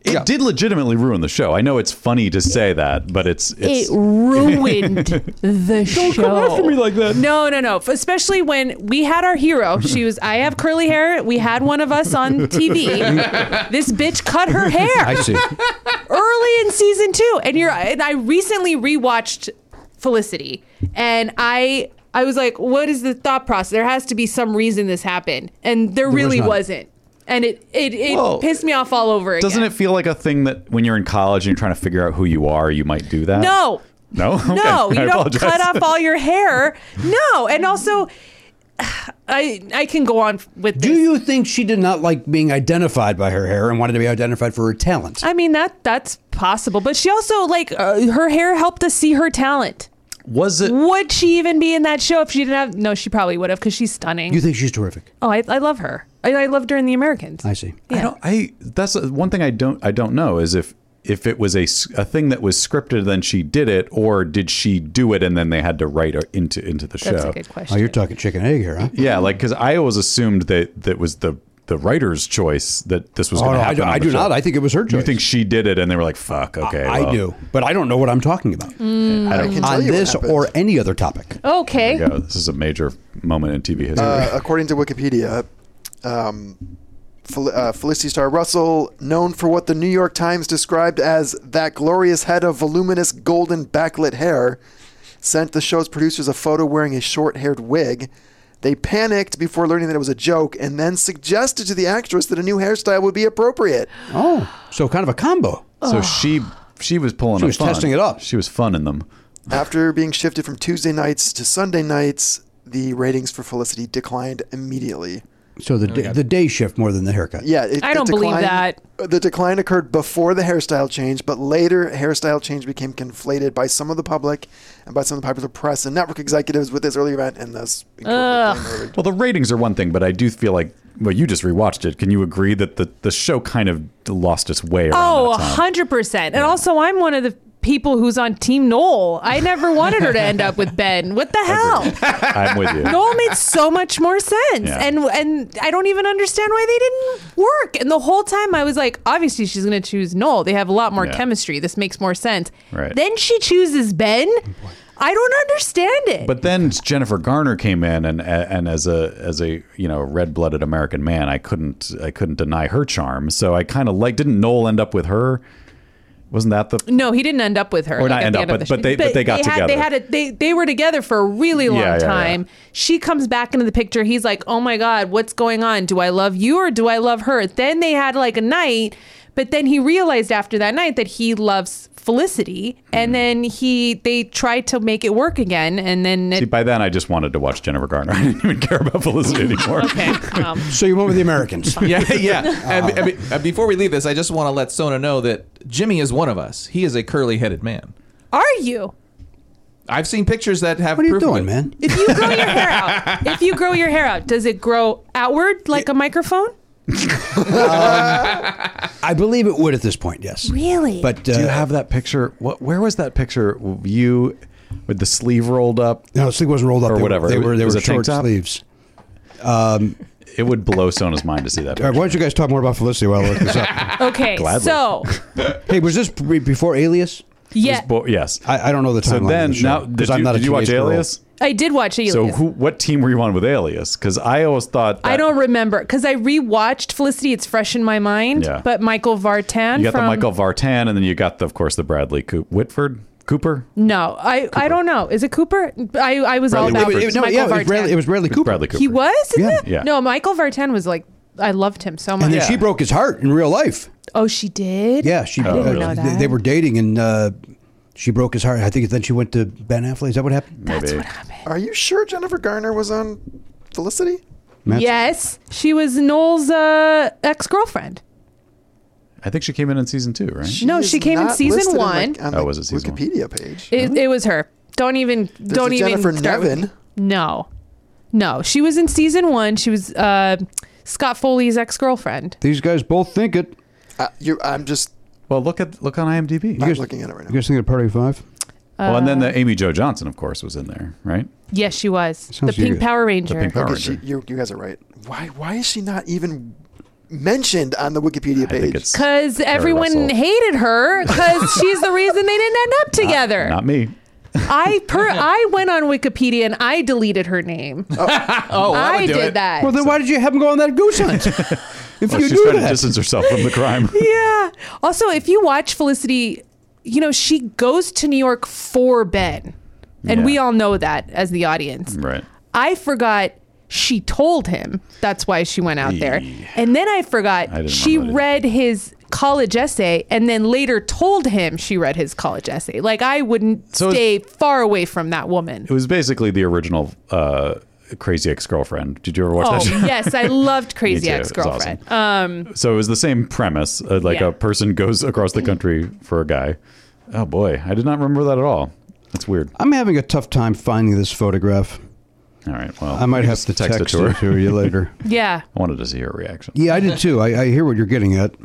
Speaker 4: It did legitimately ruin the show. I know it's funny to say that, but it's, it's
Speaker 9: [laughs] it ruined the show. Don't come after me like that. No, no, no. Especially when we had our hero. She was. I have curly hair. We had one of us on TV. this bitch cut her hair.
Speaker 13: I see.
Speaker 9: Early in season two, and you're. And I recently rewatched Felicity, and I. I was like, what is the thought process? There has to be some reason this happened, and there,
Speaker 4: There was
Speaker 9: really
Speaker 4: not.
Speaker 9: was not And it it, it
Speaker 4: Well,
Speaker 9: pissed me off all over again.
Speaker 4: doesn't it feel like a thing that when you're in college and you're trying to figure out who you are, you might do that?
Speaker 9: No.
Speaker 4: No? [laughs] Okay.
Speaker 9: No,
Speaker 4: I
Speaker 9: you don't
Speaker 4: apologize.
Speaker 9: cut off all your hair. No, and also, [sighs] I I can go on with.
Speaker 13: Do you think she did not like being identified by her hair and wanted to be identified for her talent?
Speaker 9: I mean that that's possible, but she also like uh, her hair helped us see her talent.
Speaker 4: [laughs] Was it?
Speaker 9: Would she even be in that show if she didn't have? No, she probably would have because she's stunning.
Speaker 13: You think she's terrific?
Speaker 9: Oh, I, I love her. I, I loved her in The Americans.
Speaker 13: I see.
Speaker 4: I don't. I that's uh, one thing I don't. I don't know is if if it was a, s- a thing that was scripted, then she did it, or did she do it and then they had to write her into into the show?
Speaker 9: That's a good question.
Speaker 13: Oh, you're talking chicken egg here, huh?
Speaker 4: Yeah, like because I always assumed that that was the the writer's choice that this was
Speaker 13: Oh,
Speaker 4: going to
Speaker 13: no, I
Speaker 4: happen.
Speaker 13: do-
Speaker 4: on
Speaker 13: I
Speaker 4: the
Speaker 13: do
Speaker 4: show.
Speaker 13: not. I think it was her
Speaker 4: You
Speaker 13: choice.
Speaker 4: think she did it, and they were like, "Fuck, okay."
Speaker 13: I
Speaker 4: well,
Speaker 13: do, but I don't know what I'm talking about
Speaker 4: I don't
Speaker 13: on this or any other topic.
Speaker 9: Okay.
Speaker 4: There you go. This is a major moment in TV history.
Speaker 7: Uh, according to Wikipedia, um, Fel- uh, Felicity Star Russell, known for what the New York Times described as that glorious head of voluminous golden backlit hair, sent the show's producers a photo wearing a short haired wig. They panicked before learning that it was a joke and then suggested to the actress that a new hairstyle would be appropriate.
Speaker 13: Oh, so kind of a combo. [sighs]
Speaker 4: so she she was pulling.
Speaker 13: Uh, She
Speaker 4: a
Speaker 13: was
Speaker 4: fun.
Speaker 13: testing it up.
Speaker 4: She was funning them.
Speaker 7: After being shifted from Tuesday nights to Sunday nights, the ratings for Felicity declined immediately.
Speaker 13: So the da- the day shift more than the haircut.
Speaker 7: Yeah, it,
Speaker 9: I
Speaker 7: the
Speaker 9: don't believe that.
Speaker 7: The decline occurred before the hairstyle change, but later hairstyle change became conflated by some of the public and by some of the popular press and network executives with this early event and this.
Speaker 9: Ugh.
Speaker 4: Well, the ratings are one thing, but I do feel like well, you just rewatched it. Can you agree that the the show kind of lost its way? Around
Speaker 9: Oh,
Speaker 4: that time?
Speaker 9: 100%. And also, I'm one of the people who's on Team Noel. I never wanted her to end up with Ben. What the [laughs] hell?
Speaker 4: I'm with you.
Speaker 9: Noel made so much more sense.
Speaker 4: Yeah.
Speaker 9: And and I don't even understand why they didn't work. And the whole time I was like, obviously she's going to choose Noel. They have a lot more
Speaker 4: Yeah.
Speaker 9: chemistry. This makes more sense.
Speaker 4: Right.
Speaker 9: Then she chooses Ben. I don't understand it.
Speaker 4: But then Jennifer Garner came in, and and as a as a you know red blooded American man, I couldn't I couldn't deny her charm. So I kind of like. Didn't Noel end up with her? Wasn't that the?
Speaker 9: no, he didn't end up with her.
Speaker 4: Or not
Speaker 9: at
Speaker 4: end
Speaker 9: the
Speaker 4: up,
Speaker 9: of
Speaker 4: but-
Speaker 9: the
Speaker 4: but they- but they got
Speaker 9: had, They
Speaker 4: together.
Speaker 9: had a, they they were together for a really long
Speaker 4: Yeah, yeah, yeah.
Speaker 9: time. She comes back into the picture. He's like, "Oh my god, what's going on? Do I love you or do I love her?" Then they had like a night, but then he realized after that night that he loves Felicity,
Speaker 4: Hmm.
Speaker 9: and then he they tried to make it work again, and then
Speaker 4: See,
Speaker 9: it,
Speaker 4: by then I just wanted to watch Jennifer Garner. [laughs] I didn't even care about Felicity anymore.
Speaker 9: [laughs] okay, um,
Speaker 13: So you went with the Americans.
Speaker 6: [laughs] yeah, yeah. And, be- and be- and before we leave this, I just want to let Sona know that Jimmy is one of us. He is a curly-headed man.
Speaker 9: are you?
Speaker 6: I've seen pictures that have.
Speaker 13: what are you
Speaker 6: proof of
Speaker 13: doing,
Speaker 6: it.
Speaker 13: man?
Speaker 9: If you grow your hair
Speaker 4: [laughs]
Speaker 9: out, if you grow your hair out, does it grow outward like a microphone?
Speaker 13: I believe it would at this point. Yes.
Speaker 9: Really?
Speaker 13: But uh,
Speaker 4: Do you have that picture? What? Where was that picture? of You with the sleeve rolled up.
Speaker 13: no, sleeve wasn't rolled up.
Speaker 4: Or
Speaker 13: They were-
Speaker 4: whatever.
Speaker 13: They
Speaker 4: It
Speaker 13: were they
Speaker 4: was
Speaker 13: were
Speaker 4: a tank
Speaker 13: short
Speaker 4: top?
Speaker 13: sleeves.
Speaker 4: It would blow Sona's mind to see that.
Speaker 13: All right,
Speaker 4: Picture.
Speaker 13: why don't you guys talk more about Felicity while I look this up?
Speaker 4: [laughs]
Speaker 9: Okay,
Speaker 4: Gladly. [laughs]
Speaker 9: so
Speaker 13: hey, was this pre- before Alias?
Speaker 9: yeah,
Speaker 4: Bo- yes.
Speaker 13: I, I don't know the timeline.
Speaker 4: so
Speaker 13: of
Speaker 4: then
Speaker 13: the show,
Speaker 4: now
Speaker 13: 'cause
Speaker 4: did
Speaker 13: I'm
Speaker 4: you,
Speaker 13: not a
Speaker 4: did you watch
Speaker 13: teenage girl.
Speaker 4: Alias?
Speaker 9: I did watch Alias.
Speaker 4: So who? What team were you on with Alias? Because I always thought that
Speaker 9: I don't remember because I rewatched Felicity. It's fresh in my mind.
Speaker 4: Yeah.
Speaker 9: But Michael Vartan.
Speaker 4: You got
Speaker 9: from,
Speaker 4: the Michael Vartan, and then you got, the, of course, the Bradley Coop Whitford Cooper.
Speaker 9: No, I, I don't know. Is it Cooper? I, I was all
Speaker 4: Bradley
Speaker 9: about
Speaker 4: Cooper.
Speaker 13: It- no,
Speaker 9: Michael
Speaker 13: yeah, it was,
Speaker 9: Vartan.
Speaker 13: Bradley, it was Bradley Cooper.
Speaker 4: Bradley Cooper.
Speaker 9: He was. in
Speaker 13: Yeah.
Speaker 9: that?
Speaker 4: Yeah.
Speaker 9: No, Michael Vartan was like I loved him so much.
Speaker 13: And then she broke his heart in real life.
Speaker 9: oh, she did.
Speaker 13: Yeah,
Speaker 4: Oh,
Speaker 13: she.
Speaker 9: I didn't
Speaker 13: uh,
Speaker 9: know
Speaker 13: they-
Speaker 9: that.
Speaker 13: They, were dating, and uh, she broke his heart. I think then she went to Ben Affleck. Is that what happened?
Speaker 4: Maybe.
Speaker 7: Are you sure Jennifer Garner was on Felicity?
Speaker 13: Matt?
Speaker 9: Yes, she was Noel's uh, ex girlfriend.
Speaker 4: I think she came in in season two, right?
Speaker 9: No,
Speaker 7: is
Speaker 9: she came in
Speaker 7: not
Speaker 9: season
Speaker 7: listed in the-
Speaker 9: one.
Speaker 7: on
Speaker 4: Oh,
Speaker 7: the
Speaker 4: was it season one?
Speaker 7: Wikipedia page.
Speaker 9: It, it was her. Don't even. don't
Speaker 7: a
Speaker 9: even.
Speaker 7: Jennifer
Speaker 9: start with-
Speaker 7: Nevin.
Speaker 9: No, no. She was in season one. She was uh, Scott Foley's ex girlfriend.
Speaker 13: These guys both think it.
Speaker 7: Uh, you I'm just
Speaker 4: Well, look at look on IMDb.
Speaker 7: I'm looking at it right
Speaker 13: You
Speaker 7: now.
Speaker 13: guys think of Party Five?
Speaker 4: well, and then the Amy Jo Johnson, of course, was in there, right?
Speaker 9: Yes, she was the
Speaker 13: Sounds
Speaker 9: Pink
Speaker 13: serious.
Speaker 9: Power Ranger.
Speaker 4: Pink Power
Speaker 7: Okay,
Speaker 4: Ranger.
Speaker 7: she, you, you guys are right. Why why is she not even mentioned on the Wikipedia
Speaker 4: I
Speaker 7: page?
Speaker 4: think it's
Speaker 9: because
Speaker 4: Carrie
Speaker 9: everyone
Speaker 4: Russell.
Speaker 9: hated her because she's the reason they didn't end up together.
Speaker 4: Not me.
Speaker 9: I per I went on Wikipedia and I deleted her name.
Speaker 6: Oh, I, would
Speaker 9: I
Speaker 6: do
Speaker 9: did
Speaker 6: it.
Speaker 9: that.
Speaker 13: Well, then why did you have him go on that goose hunt? if
Speaker 4: Well,
Speaker 13: you
Speaker 4: she's
Speaker 13: do
Speaker 4: trying to
Speaker 13: that,
Speaker 4: distance herself
Speaker 1: [laughs]
Speaker 4: from the crime.
Speaker 9: yeah. Also, if you watch Felicity, you know she goes to New York for Ben, and
Speaker 4: Yeah.
Speaker 9: we all know that as the audience.
Speaker 4: right.
Speaker 9: I forgot she told him that's why she went out there.
Speaker 4: Yeah.
Speaker 9: And then I forgot
Speaker 4: I didn't
Speaker 9: she
Speaker 4: remember that
Speaker 9: read his college essay and then later told him she read his college essay. Like I wouldn't
Speaker 4: So
Speaker 9: stay far away from that woman.
Speaker 4: It was basically the original uh, Crazy Ex-Girlfriend. Did you ever watch
Speaker 9: Oh,
Speaker 4: that [laughs] show?
Speaker 9: yes, I loved Crazy
Speaker 4: too. It
Speaker 9: Ex
Speaker 4: was
Speaker 9: Girlfriend. Um
Speaker 4: So it was the same premise. Uh, like
Speaker 9: Yeah.
Speaker 4: a person goes across the country for a guy. Oh boy, I did not remember that at all. That's weird.
Speaker 13: I'm having a tough time finding this photograph.
Speaker 4: All right. Well,
Speaker 1: I might
Speaker 4: you
Speaker 1: have
Speaker 4: just
Speaker 1: to text, it to, you later.
Speaker 9: Yeah.
Speaker 4: [laughs] I wanted to see her reaction.
Speaker 1: yeah, I did too. I, I hear what you're getting at.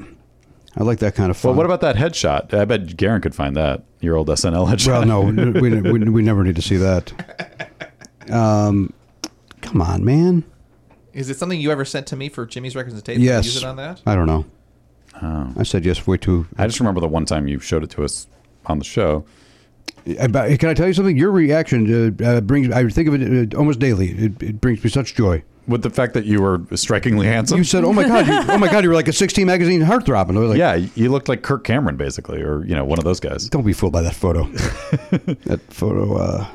Speaker 1: I like that kind of fun.
Speaker 4: Well, what about that headshot? I bet Garen could find that your old SNL
Speaker 1: Well,
Speaker 4: headshot.
Speaker 6: [laughs]
Speaker 1: no, we, we, we never need to see that. Um, come on, man.
Speaker 6: [laughs] Is it something you ever sent to me for Jimmy's Records and Tapes? Did you
Speaker 1: Yes.
Speaker 6: Use it on that?
Speaker 1: I don't know. I said yes way too.
Speaker 4: [laughs] I just remember the one time you showed it to us on the show.
Speaker 1: About, Uh, can I tell you something? Your reaction uh, uh, brings. I think of it uh, almost daily. It, it brings me such joy.
Speaker 4: With the fact that you were strikingly handsome,
Speaker 1: You said, "Oh my god! You, oh my god! You were like a 16 magazine heartthrob." And I was like,
Speaker 4: yeah, you looked like Kirk Cameron, basically, or you know, one of those
Speaker 1: [laughs]
Speaker 4: guys.
Speaker 1: Don't be fooled by that photo. that photo. Uh,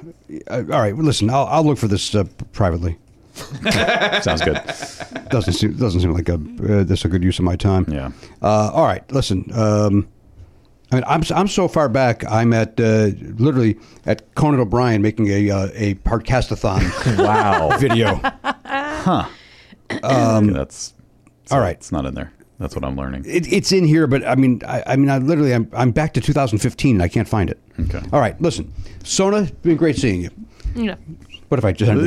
Speaker 1: uh, all right, well, listen. I'll, I'll look for this uh, privately.
Speaker 4: Sounds good.
Speaker 1: Doesn't seem doesn't seem like a uh, this a good use of my time.
Speaker 4: Yeah.
Speaker 1: Uh, all right. Listen. Um, I mean, I'm I'm so far back. I'm at uh, literally at Conan O'Brien making a uh, a
Speaker 4: [laughs]
Speaker 1: podcastathon
Speaker 4: Wow.
Speaker 1: video.
Speaker 4: Huh. Okay, that's
Speaker 1: Um, All right.
Speaker 4: It's not in there. That's what I'm learning.
Speaker 1: It, it's in here, but I mean, I, I mean, I literally, I'm, I'm back to 2015. And I can't find it.
Speaker 4: Okay.
Speaker 1: All right. Listen, Sona, it's been great seeing you.
Speaker 9: Yeah.
Speaker 1: [laughs] What if I just?
Speaker 4: what?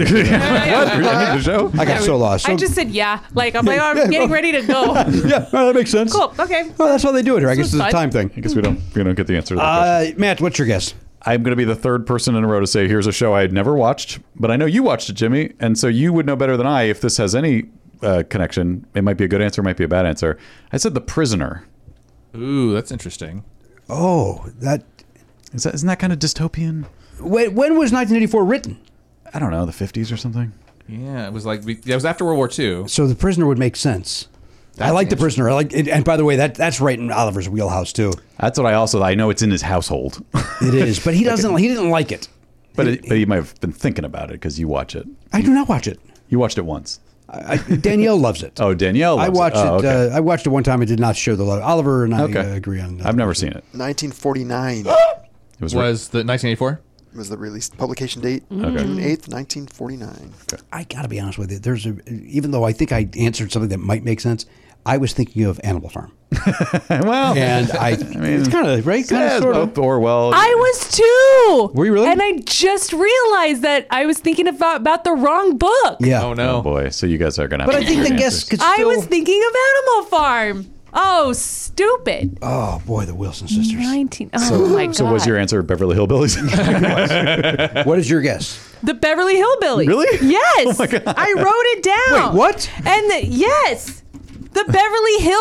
Speaker 4: I need the show.
Speaker 1: I got so lost. So,
Speaker 9: [laughs] I just said yeah. Like
Speaker 4: [laughs]
Speaker 9: I'm like, oh, I'm getting ready to go.
Speaker 1: yeah, well, oh, that makes sense.
Speaker 9: Cool. Okay.
Speaker 1: Well, that's how they do it here. I
Speaker 9: This
Speaker 1: guess
Speaker 9: was
Speaker 1: it's a
Speaker 9: fun.
Speaker 1: time thing.
Speaker 4: I guess we don't we don't get the answer to that question.
Speaker 1: Uh, Matt, what's your guess?
Speaker 4: I'm going to be the third person in a row to say, here's a show I had never watched, but I know you watched it, Jimmy. And so you would know better than I if this has any uh, connection. It might be a good answer, it might be a bad answer. I said The Prisoner.
Speaker 6: Ooh, that's interesting.
Speaker 1: Oh, that.
Speaker 4: Is that, isn't that kind of dystopian?
Speaker 1: When, when was 1984 written?
Speaker 4: I don't know, the 50s or something?
Speaker 6: Yeah, it was like it was after World War II.
Speaker 1: So the prisoner would make sense. I like the prisoner. I like, it, and by the way, that that's right in Oliver's wheelhouse too.
Speaker 4: That's what I also, I know it's in his household. [laughs]
Speaker 1: It is, but he doesn't. He didn't like it.
Speaker 4: but, it, but you might have been thinking about it because you watch it.
Speaker 1: I do not watch it.
Speaker 4: You watched it once.
Speaker 1: I, I- Danielle loves [laughs] it.
Speaker 4: Oh, Danielle.
Speaker 1: I
Speaker 4: loves
Speaker 1: watched it.
Speaker 4: Oh, okay.
Speaker 1: uh, I watched it one time. It did not show the love. Oliver and I
Speaker 4: Okay.
Speaker 1: uh, agree on that.
Speaker 4: I've never seen it.
Speaker 9: [gasps]
Speaker 7: [gasps] 1949
Speaker 4: It was,
Speaker 6: Was the 1984?
Speaker 7: was the release publication date.
Speaker 4: Mm-hmm. Okay.
Speaker 7: June 8th, 1949.
Speaker 1: I gotta be honest with you. There's a even though I think I answered something that might make sense. I was thinking of Animal Farm,
Speaker 4: [laughs] well,
Speaker 1: and [laughs] I, it's kind of right, kind
Speaker 4: yeah, oh,
Speaker 1: of
Speaker 4: it's
Speaker 1: sort of.
Speaker 4: both Orwell.
Speaker 9: I was too.
Speaker 1: Were you really?
Speaker 9: And I just realized that I was thinking about, about the wrong book.
Speaker 1: Yeah,
Speaker 6: Oh
Speaker 4: Oh
Speaker 6: no.
Speaker 4: boy! So you guys are gonna. Have
Speaker 1: but
Speaker 4: to
Speaker 1: I think
Speaker 4: your
Speaker 1: the
Speaker 4: answers.
Speaker 1: guess could still.
Speaker 9: I was thinking of Animal Farm. Oh, stupid.
Speaker 1: oh boy, the Wilson sisters.
Speaker 9: [laughs] 19. Oh, my God.
Speaker 4: So was your answer Beverly
Speaker 1: [laughs]
Speaker 4: Hillbillies?
Speaker 1: What is your guess?
Speaker 9: The Beverly Hillbillies.
Speaker 4: Really? [laughs] Oh
Speaker 9: Yes. I wrote it down.
Speaker 1: Wait, what?
Speaker 9: And the, yes. The Beverly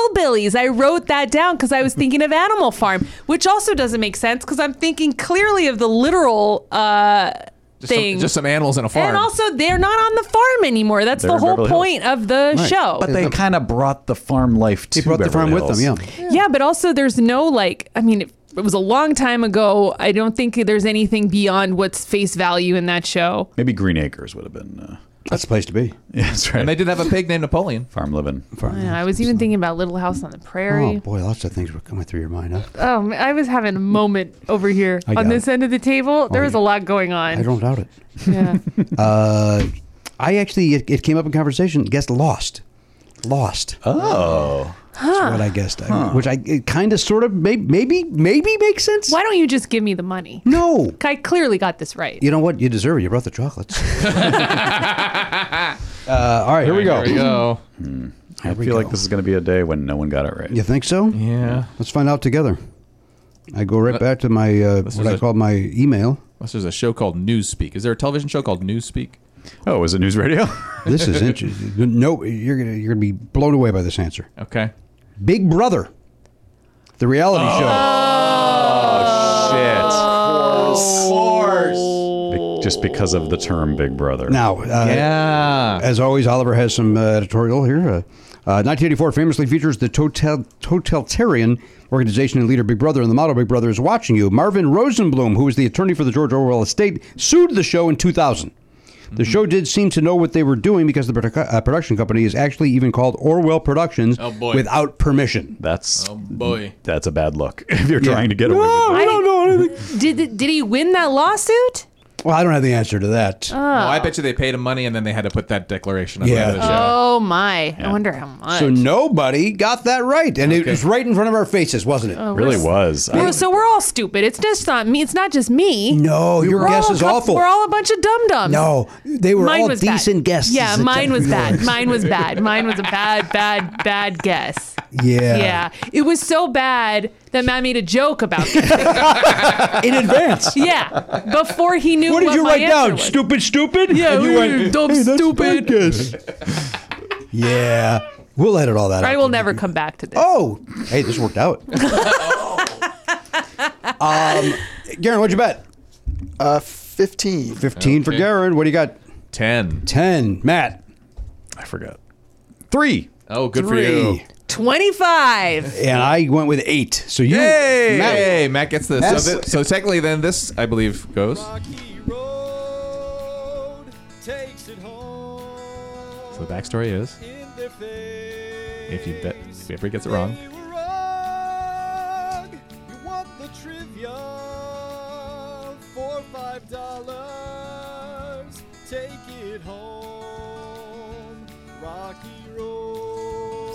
Speaker 9: Hillbillies. I wrote that down because I was thinking of Animal Farm, which also doesn't make sense because I'm thinking clearly of the literal uh,
Speaker 6: Just
Speaker 9: thing.
Speaker 6: Some, just some animals in a farm.
Speaker 9: And also, they're not on the farm anymore. That's
Speaker 4: They're
Speaker 9: the
Speaker 4: in
Speaker 9: whole
Speaker 4: Beverly Hills.
Speaker 9: point of the show.
Speaker 4: but they kind of brought the farm life to
Speaker 1: They brought the farm
Speaker 4: Beverly
Speaker 1: with them.
Speaker 4: Hills.
Speaker 1: Yeah,
Speaker 9: yeah, but also, there's no like, I mean, it, it was a long time ago. I don't think there's anything beyond what's face value in that show.
Speaker 4: Maybe Green Acres would have been. Uh, [laughs]
Speaker 1: that's the place to be.
Speaker 4: yeah, that's right.
Speaker 6: and they did have a pig named Napoleon.
Speaker 4: farm living.
Speaker 9: Yeah, I was even thinking about Little House on the Prairie.
Speaker 1: Oh boy, lots of things were coming through your mind. Huh?
Speaker 9: Oh, man, I was having a moment over here
Speaker 1: I
Speaker 9: on
Speaker 1: got
Speaker 9: this
Speaker 1: it.
Speaker 9: end of the table. There was a lot going on.
Speaker 1: I don't doubt it. [laughs]
Speaker 9: Yeah.
Speaker 1: Uh, I actually, it, it came up in conversation. Guessed lost, lost.
Speaker 4: Oh,
Speaker 1: That's what I guessed. I- Which I it kind of, sort of, maybe, maybe, maybe makes sense.
Speaker 9: Why don't you just give me the money?
Speaker 1: No.
Speaker 9: I clearly got this right.
Speaker 1: You know what? You deserve it. You brought the chocolates. uh, all right, here we go.
Speaker 6: There we go.
Speaker 4: I
Speaker 1: we
Speaker 4: feel like
Speaker 1: go.
Speaker 4: this is going to be a day when no one got it right.
Speaker 1: You think so?
Speaker 6: Yeah.
Speaker 1: Let's find out together. I go right back to my uh,
Speaker 6: This
Speaker 1: what
Speaker 6: is
Speaker 1: I
Speaker 6: a-
Speaker 1: call my email.
Speaker 6: Unless there's a show called Newspeak. Is there a television show called Newspeak?
Speaker 4: Oh, was it news radio? [laughs]
Speaker 1: This is interesting. [laughs] No, you're gonna you're gonna be blown away by this answer.
Speaker 6: Okay.
Speaker 1: Big Brother, the reality
Speaker 6: Oh.
Speaker 4: Shit!
Speaker 6: Horse.
Speaker 4: Be- Just because of the term Big Brother.
Speaker 1: show. Now, uh,
Speaker 6: Yeah.
Speaker 1: as always, Oliver has some uh, editorial here. Uh, uh, 1984 famously features the total, totalitarian organization and leader Big Brother, and the model Big Brother is watching you. Marvin Rosenblum, who was the attorney for the George Orwell estate, sued the show in 2000. The
Speaker 6: Mm-hmm.
Speaker 1: show did seem to know what they were doing because the produ- uh, production company is actually even called Orwell Productions
Speaker 6: Oh, boy.
Speaker 1: without permission.
Speaker 4: That's
Speaker 6: Oh boy.
Speaker 4: that's [laughs]
Speaker 6: Oh,
Speaker 4: a bad look if you're trying to get away. with
Speaker 1: I don't know anything.
Speaker 9: Did did he win that lawsuit?
Speaker 1: Well, I don't have the answer to that.
Speaker 9: Oh.
Speaker 6: No, I bet you they paid him money and then they had to put that declaration on
Speaker 1: Yeah.
Speaker 6: the show.
Speaker 9: Oh my! I wonder how much.
Speaker 1: So nobody got that right, and it was right in front of our faces, wasn't it?
Speaker 9: Oh, Really we're-
Speaker 4: was.
Speaker 9: We're- so we're all stupid. It's just not me. It's not just me.
Speaker 1: No, your
Speaker 9: We're
Speaker 1: guess
Speaker 9: all
Speaker 1: is
Speaker 9: a cou-
Speaker 1: awful.
Speaker 9: We're all a bunch of dum dums.
Speaker 1: No, they were all
Speaker 9: bad.
Speaker 1: decent guesses.
Speaker 9: Yeah,
Speaker 1: It
Speaker 9: mine was
Speaker 1: doesn't
Speaker 9: bad.
Speaker 1: matter.
Speaker 9: Mine was bad. Mine was a bad, bad, bad guess.
Speaker 1: Yeah.
Speaker 9: Yeah, it was so bad that Matt made a joke about it.
Speaker 1: [laughs] in
Speaker 9: [laughs]
Speaker 1: advance.
Speaker 9: Yeah, before he knew
Speaker 1: What
Speaker 9: what,
Speaker 1: did you
Speaker 9: my
Speaker 1: write
Speaker 9: answer
Speaker 1: down?
Speaker 9: was.
Speaker 1: Stupid, stupid.
Speaker 9: Yeah,
Speaker 1: and you went,
Speaker 9: dumb,
Speaker 1: "Hey, that's
Speaker 9: stupid.
Speaker 1: bad guess."
Speaker 9: [laughs]
Speaker 1: yeah, we'll edit all that.
Speaker 9: I
Speaker 1: out.
Speaker 9: will never come back to this.
Speaker 1: Oh, hey, this worked
Speaker 9: [laughs]
Speaker 1: out. [laughs] um, Garen, what'd you bet?
Speaker 7: Uh, fifteen.
Speaker 1: Fifteen for
Speaker 7: Okay.
Speaker 1: Garen. What do you got?
Speaker 6: Ten.
Speaker 1: Ten. Matt.
Speaker 4: I forgot. Three.
Speaker 6: Oh, good for
Speaker 1: Three.
Speaker 6: you.
Speaker 9: 25.
Speaker 1: And I went with eight. So you,
Speaker 6: Yay!
Speaker 1: Matt-
Speaker 6: Hey, Matt gets this.
Speaker 1: That's-
Speaker 6: So, thi- so technically, then this I believe goes. So the backstory is, if you bet, if everybody gets it wrong,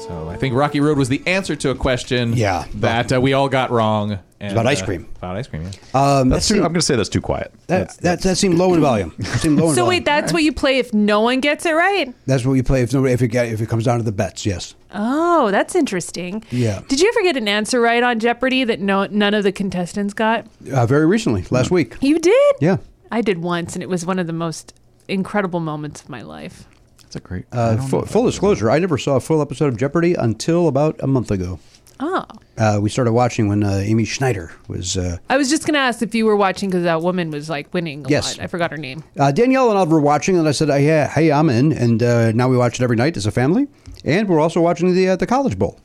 Speaker 6: So I think Rocky Road was the answer to a question.
Speaker 1: Yeah.
Speaker 6: that uh, we all got wrong. And,
Speaker 1: about ice
Speaker 6: uh,
Speaker 1: cream.
Speaker 6: about ice cream. Yeah.
Speaker 1: Um,
Speaker 4: That's
Speaker 1: that
Speaker 4: too, I'm
Speaker 1: seemed-
Speaker 4: going to say that's too quiet.
Speaker 1: that, that, that seemed low in volume.
Speaker 4: [laughs]
Speaker 1: Seemed low in
Speaker 9: So
Speaker 1: volume.
Speaker 9: wait, that's what you play if no one gets it right?
Speaker 1: That's what you play if nobody if it get, if it comes down to the bets. Yes.
Speaker 9: Oh, that's interesting.
Speaker 1: Yeah.
Speaker 9: Did you ever get an answer right on Jeopardy that no none of the contestants got?
Speaker 1: Uh, very recently, last week.
Speaker 9: You did?
Speaker 1: Yeah.
Speaker 9: I did once, and it was one of the most incredible moments of my life.
Speaker 4: That's a great.
Speaker 1: Uh, full, full disclosure: I never saw a full episode of Jeopardy until about a month ago.
Speaker 9: Oh.
Speaker 1: Uh, we started watching when uh, Amy Schneider was. Uh,
Speaker 9: I was just going to ask if you were watching because that woman was like winning a
Speaker 1: Yes.
Speaker 9: lot. I forgot her name.
Speaker 1: uh, Danielle and I were watching, and I said, uh, "Hey, yeah, hey I'm in." And uh, now we watch it every night as a family, and we're also watching the uh, the College Bowl,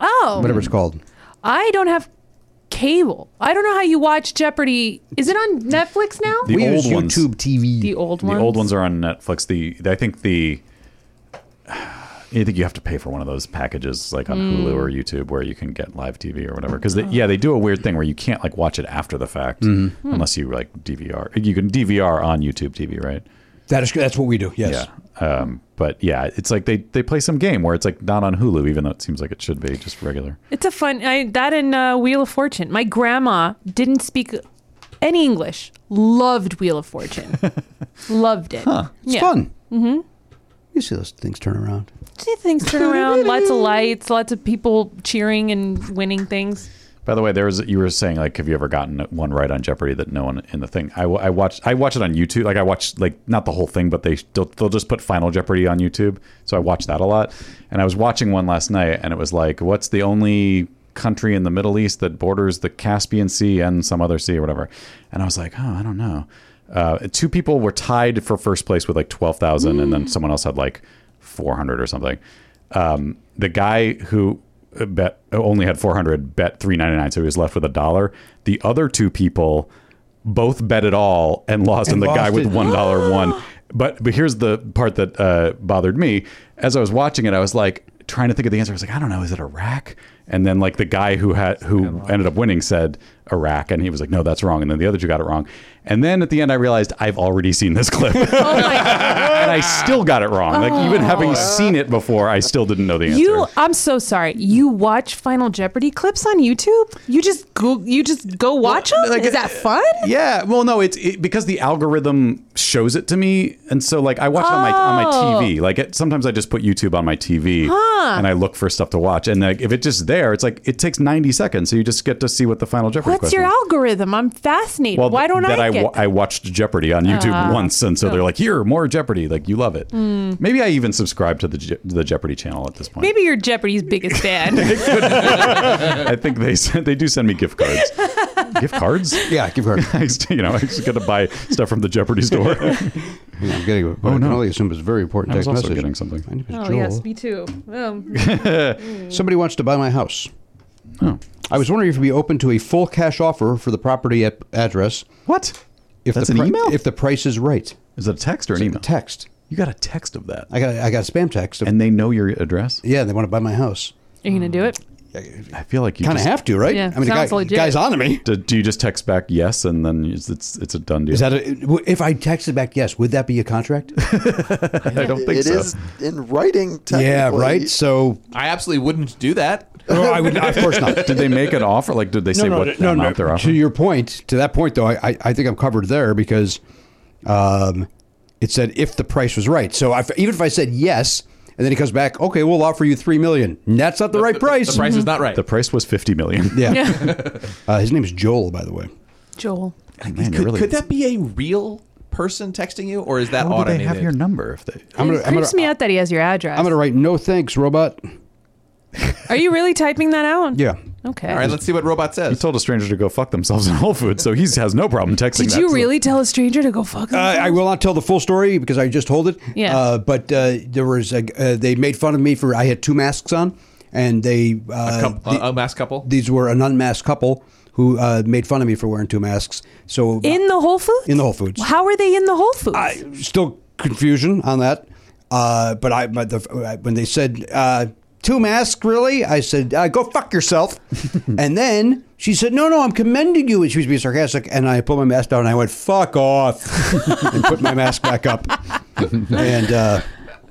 Speaker 9: Oh.
Speaker 1: whatever
Speaker 4: Mm.
Speaker 1: it's called.
Speaker 9: I don't have cable. I don't know how you watch Jeopardy. Is it on Netflix now?
Speaker 4: The
Speaker 1: we
Speaker 4: old
Speaker 1: use YouTube
Speaker 4: ones.
Speaker 1: TV.
Speaker 9: The old
Speaker 4: The
Speaker 9: ones.
Speaker 4: old ones are on Netflix. The I think the I think you have to pay for one of those packages, like on Hulu or YouTube, where you can get live TV or whatever. Because yeah, they do a weird thing where you can't like watch it after the fact
Speaker 1: Mm-hmm.
Speaker 4: unless you like DVR. You can DVR on YouTube TV, right?
Speaker 1: That is that's what we do. Yes.
Speaker 4: Yeah. Um, but yeah, it's like they they play some game where it's like not on Hulu, even though it seems like it should be just regular.
Speaker 9: It's a fun I, that and uh, Wheel of Fortune. My grandma didn't speak any English. Loved Wheel
Speaker 4: [laughs]
Speaker 9: of Fortune. Loved it.
Speaker 1: It's
Speaker 9: Yeah.
Speaker 1: fun. Mm-hmm. You see those things turn around.
Speaker 9: See things turn around. lots of lights. Lots of people cheering and winning things.
Speaker 4: By the way, there was you were saying like, have you ever gotten one right on Jeopardy that no one in the thing? I, wa- I watched I watch it on YouTube. Like I watch like not the whole thing, but they they'll, they'll just put Final Jeopardy on YouTube. So I watch that a lot. And I was watching one last night, and it was like, what's the only country in the Middle East that borders the Caspian Sea and some other sea or whatever? And I was like, oh, I don't know. Uh, two people were tied for first place with like twelve thousand, and then someone else had like four hundred or something um, the guy who bet only had 400 bet 399 so he was left with a dollar the other two people both bet it all and lost and,
Speaker 1: And
Speaker 4: the guy
Speaker 1: lost
Speaker 4: with
Speaker 1: it.
Speaker 4: one
Speaker 1: [gasps]
Speaker 4: dollar won but but here's the part that uh, bothered me as i was watching it i was like trying to think of the answer i was like i don't know is it iraq and then like the guy who had who ended up winning said iraq and he was like no that's wrong and then the other two got it wrong and then at the end i realized i've already seen this clip [laughs]
Speaker 9: Oh my god.
Speaker 4: and i still got it wrong like even having seen it before i still didn't know the answer
Speaker 9: Oh. You, I'm so sorry. You watch Final Jeopardy clips on YouTube? You just go, you just go watch them?
Speaker 4: like,
Speaker 1: uh,
Speaker 9: Is that fun?
Speaker 4: Yeah, well, no, it's it, because the algorithm shows it to me, and so like I watch it on my on my
Speaker 9: Oh.
Speaker 4: TV. Like it, sometimes I just put YouTube on my TV and I look for stuff to watch, and like if it's just there, it's like it takes ninety seconds, so you just get to see what the final Jeopardy.
Speaker 9: What's
Speaker 4: question
Speaker 9: your
Speaker 4: was.
Speaker 9: algorithm? I'm fascinated.
Speaker 4: Well,
Speaker 9: Why don't
Speaker 4: that
Speaker 9: I get? Uh-huh.
Speaker 4: wa- I watched Jeopardy on YouTube once, and so they're like, "Here, more Jeopardy!" Like you love it. Maybe I even subscribe to the Je- the Jeopardy channel at this point.
Speaker 9: Mm. Maybe you're Jeopardy's biggest
Speaker 1: [laughs]
Speaker 9: fan.
Speaker 4: I think they send- they do send me gift cards. gift cards?
Speaker 1: Yeah, give [laughs] her.
Speaker 4: I just- you know, I just got to buy stuff from the Jeopardy [laughs] store.
Speaker 1: Yeah, I'm getting. What I can
Speaker 4: Oh, no.
Speaker 1: only assume is a very important
Speaker 4: I was
Speaker 1: text
Speaker 4: also
Speaker 1: message.
Speaker 4: getting something.
Speaker 1: My name is
Speaker 9: oh
Speaker 1: Joel.
Speaker 9: yes, me too. Um,
Speaker 1: Somebody wants to buy my house.
Speaker 4: Oh.
Speaker 1: I was wondering if you'd be open to a full cash offer for the property at address.
Speaker 4: What?
Speaker 1: If
Speaker 4: That's
Speaker 1: the
Speaker 4: an
Speaker 1: pri-
Speaker 4: email?
Speaker 1: If the price is right.
Speaker 4: Is that a text or an
Speaker 1: It's
Speaker 4: email?
Speaker 1: a text.
Speaker 4: You got a text of that.
Speaker 1: I got. I got a spam text. Of,
Speaker 4: and they know your address?
Speaker 1: yeah, they want to buy my house.
Speaker 9: are you gonna do it?
Speaker 4: I feel like you
Speaker 1: Kinda
Speaker 4: just-
Speaker 1: have to, right? Yeah, I mean, the sounds guy- legit. guy's onto me.
Speaker 4: Do, do you just text back yes, and then it's it's, it's a done deal?
Speaker 1: Is that a, w- if I texted back yes, would that be a contract?
Speaker 4: [laughs] I don't think
Speaker 7: It
Speaker 4: so.
Speaker 7: is in writing.
Speaker 1: yeah,
Speaker 7: technically.
Speaker 4: [laughs]
Speaker 1: right. So
Speaker 6: I absolutely wouldn't do that.
Speaker 1: I would of course not.
Speaker 4: Did they make an offer? Like, did they say what amount they're
Speaker 1: To
Speaker 4: offering?
Speaker 1: your point, to that point though, I, I, I think I'm covered there because um, it said if the price was right. So if, even if I said yes, and then he comes back, okay, we'll offer you three million. That's not the, right price.
Speaker 6: the price is not right.
Speaker 4: The price was fifty million.
Speaker 1: Yeah. [laughs] uh, his name is Joel, by the way.
Speaker 9: Joel.
Speaker 4: [laughs] Man,
Speaker 6: could,
Speaker 4: it really,
Speaker 6: could that be a real person texting you, or is that
Speaker 4: How do
Speaker 6: automated?
Speaker 4: they have your number if they?
Speaker 1: I'm gonna,
Speaker 9: it
Speaker 1: I'm gonna,
Speaker 9: creeps me out that he has your address.
Speaker 1: I'm gonna write no thanks, robot.
Speaker 9: Are you really typing that out?
Speaker 1: Yeah.
Speaker 9: Okay.
Speaker 6: All right, let's see what robot
Speaker 4: He
Speaker 6: says.
Speaker 4: told a stranger to go fuck themselves in Whole Foods, so he has no problem texting.
Speaker 9: Did
Speaker 4: that
Speaker 9: you
Speaker 4: to-
Speaker 9: really tell a stranger to go fuck
Speaker 1: Uh,
Speaker 9: themselves?
Speaker 1: I will not tell the full story because I just told it.
Speaker 9: Yeah.
Speaker 1: Uh, but uh, there was a, uh, they made fun of me for I had two masks on, and they uh,
Speaker 6: a, couple,
Speaker 1: the-
Speaker 6: a, a masked couple.
Speaker 1: these were an unmasked couple who uh, made fun of me for wearing two masks. So uh,
Speaker 9: in the Whole Foods?
Speaker 1: in the Whole Foods,
Speaker 9: How are they in the Whole Foods?
Speaker 1: still confusion on that. Uh, but I but the, when they said uh, two masks, really, I said uh, go fuck
Speaker 9: [laughs]
Speaker 1: yourself. and then she said, no, no, I'm commending you. And she was being sarcastic, and I pulled my mask down and I went fuck
Speaker 9: [laughs]
Speaker 1: off and put my mask back up. and uh,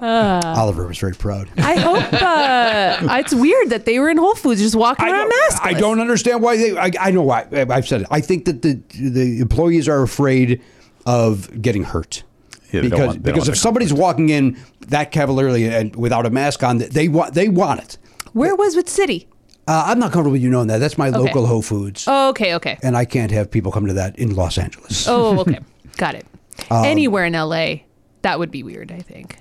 Speaker 9: Ah.
Speaker 1: Oliver was very proud.
Speaker 9: [laughs] I hope uh, it's weird that they were in Whole Foods just walking around maskless.
Speaker 1: I don't understand why they. I, I know why. I- I've said it. I think that the the employees are afraid of getting hurt.
Speaker 4: Yeah, they don't want-
Speaker 1: because
Speaker 4: they don't
Speaker 1: because
Speaker 4: want
Speaker 1: if
Speaker 4: to-
Speaker 1: somebody's walking in that cavalierly and without a mask on, they want they want it.
Speaker 9: Where was with City?
Speaker 1: Uh, I'm not comfortable with you knowing that. That's my
Speaker 9: Okay.
Speaker 1: local Whole Foods,
Speaker 9: Oh, okay, okay.
Speaker 1: and I can't have people come to that in Los Angeles.
Speaker 9: [laughs] Oh, [laughs] okay. Got it. Anywhere in LA, that would be weird, I think.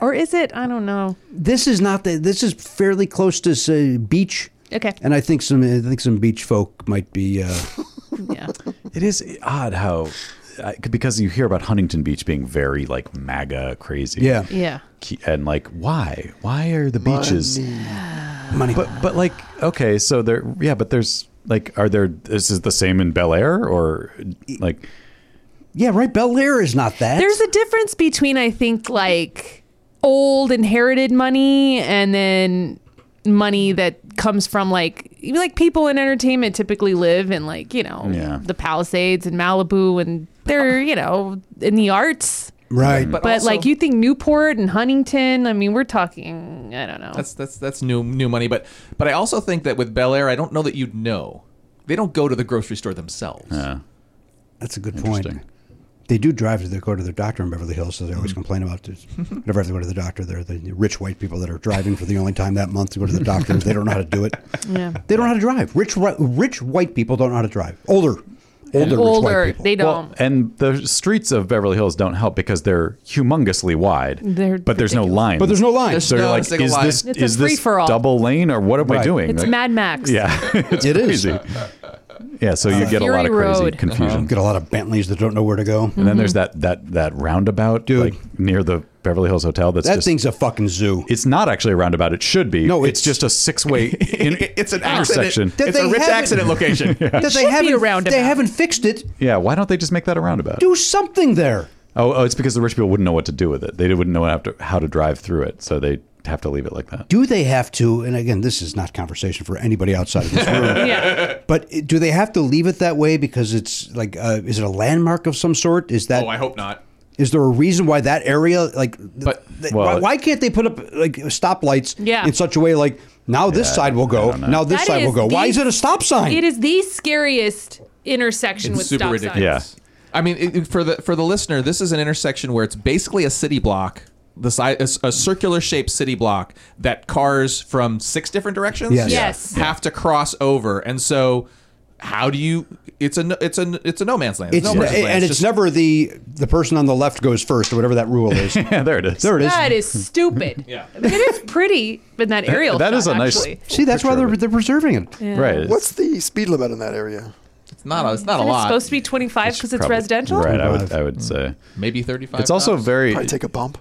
Speaker 9: or is it? I don't know.
Speaker 1: This is not the. This is fairly close to uh, beach.
Speaker 9: Okay.
Speaker 1: And I think some I think some beach folk might be. Uh,
Speaker 9: [laughs] Yeah.
Speaker 4: It is odd how, I- because you hear about Huntington Beach being very like MAGA crazy.
Speaker 1: Yeah.
Speaker 9: Yeah.
Speaker 4: Ke- And like, why? Why are the beaches?
Speaker 1: Money.
Speaker 4: But but like, okay, so there. Yeah, but there's like, are there? This is the same in Bel Air or like?
Speaker 1: yeah, right. Bel Air is not that.
Speaker 9: There's a difference between, I think, like old inherited money and then money that comes from like you know, like people in entertainment typically live in like you know
Speaker 4: Yeah.
Speaker 9: the Palisades and Malibu and they're you know in the arts
Speaker 1: right.
Speaker 9: but like you think Newport and Huntington I mean we're talking I don't know
Speaker 6: That's that's that's new new money, but but I also think that with Bel Air, I don't know that you'd know. They don't go to the grocery store themselves.
Speaker 4: Uh,
Speaker 1: That's a good
Speaker 4: Interesting. Mm-hmm.
Speaker 1: point. They do drive to their, go to their doctor in Beverly Hills, so they always complain about
Speaker 4: [laughs]
Speaker 1: this. Whenever I have to go to the doctor, they're the rich white people that are driving for the only time that month to go to the doctor. they don't know how to do it.
Speaker 9: [laughs] Yeah.
Speaker 1: They don't know how to drive. Rich, whi- rich white people don't know how to drive. Older, older, rich white
Speaker 9: older
Speaker 1: people.
Speaker 9: they
Speaker 4: well,
Speaker 9: don't
Speaker 4: and the streets of Beverly Hills don't help because they're humongously wide.
Speaker 9: They're
Speaker 4: but there's no
Speaker 9: ridiculous.
Speaker 4: line.
Speaker 1: but there's no line.
Speaker 6: There's
Speaker 4: So you're
Speaker 6: No,
Speaker 4: like,
Speaker 6: single
Speaker 4: is
Speaker 6: line.
Speaker 4: this
Speaker 9: It's a
Speaker 4: is this
Speaker 9: free-for-all.
Speaker 4: double lane or what am I
Speaker 1: Right.
Speaker 4: doing?
Speaker 9: it's
Speaker 4: Like-
Speaker 9: Mad Max
Speaker 4: Yeah, it's
Speaker 1: It is.
Speaker 4: crazy. Yeah, so you get a lot of
Speaker 9: Fury
Speaker 4: crazy
Speaker 9: Road.
Speaker 4: confusion.
Speaker 1: Get a lot of Bentleys that don't know where to go.
Speaker 9: Mm-hmm.
Speaker 4: And then there's that that that roundabout
Speaker 1: Dude.
Speaker 4: like near the Beverly Hills Hotel. That's
Speaker 1: That
Speaker 4: just,
Speaker 1: thing's a fucking zoo.
Speaker 4: It's not actually a roundabout. It should be.
Speaker 1: No,
Speaker 4: it's,
Speaker 1: it's-
Speaker 4: just a six
Speaker 1: [laughs]
Speaker 4: way.
Speaker 6: it's an
Speaker 4: intersection.
Speaker 6: accident.
Speaker 1: That
Speaker 6: It's a
Speaker 1: they
Speaker 6: rich
Speaker 1: haven't- [laughs]
Speaker 6: accident location.
Speaker 1: That they
Speaker 9: should be
Speaker 1: haven't,
Speaker 9: a roundabout.
Speaker 1: They haven't fixed it.
Speaker 4: Yeah. Why don't they just make that a roundabout?
Speaker 1: Do something there.
Speaker 4: Oh, oh, it's because the rich people wouldn't know what to do with it. They wouldn't know how to how to drive through it, so they have to leave it like that.
Speaker 1: Do they have to? And again, this is not conversation for anybody outside of
Speaker 4: [laughs]
Speaker 1: this room.
Speaker 9: yeah
Speaker 1: But do they have to leave it that way because it's like, uh, is it a landmark of some sort? Is that is
Speaker 6: oh, I hope not.
Speaker 1: there a reason why that area like? th-
Speaker 6: But-
Speaker 1: th-
Speaker 4: Well,
Speaker 1: why, why can't they put up like stoplights
Speaker 9: Yeah.
Speaker 1: in such a way like now this side will go, now this
Speaker 9: That
Speaker 1: side will
Speaker 9: is
Speaker 1: go? why
Speaker 9: the-
Speaker 1: is it a stop sign?
Speaker 9: it is the scariest intersection
Speaker 6: It's
Speaker 9: with
Speaker 6: super
Speaker 9: stop
Speaker 6: ridiculous.
Speaker 9: signs.
Speaker 4: Yeah.
Speaker 6: I mean, it, it- for the for the listener, this is an intersection where it's basically a city block, the side a, s- a circular shaped city block that cars from six different directions
Speaker 1: Yes.
Speaker 9: Yes.
Speaker 6: have to cross over, and so. How do you? It's a no- it's a it's a no man's land.
Speaker 1: It's
Speaker 6: no
Speaker 1: n-
Speaker 6: man's land.
Speaker 1: and it's
Speaker 6: just-
Speaker 1: never the the person on the left goes first or whatever that rule
Speaker 6: [laughs]
Speaker 1: is.
Speaker 4: Yeah, there it is.
Speaker 1: there it is.
Speaker 9: That is stupid.
Speaker 6: Yeah.
Speaker 9: I mean, it is pretty in that aerial.
Speaker 4: That
Speaker 9: shot,
Speaker 4: is a nice-
Speaker 9: actually.
Speaker 1: See, that's why they're, they're preserving it.
Speaker 4: Right. it's-
Speaker 7: What's the speed limit in that area?
Speaker 6: it's not a, it's not a
Speaker 9: Isn't it
Speaker 6: lot.
Speaker 9: supposed to be 25 because it's,
Speaker 4: probably-
Speaker 9: residential?
Speaker 1: Mm.
Speaker 4: Right. I would I would say
Speaker 6: Maybe thirty five.
Speaker 4: it's also very
Speaker 7: Probably take a bump.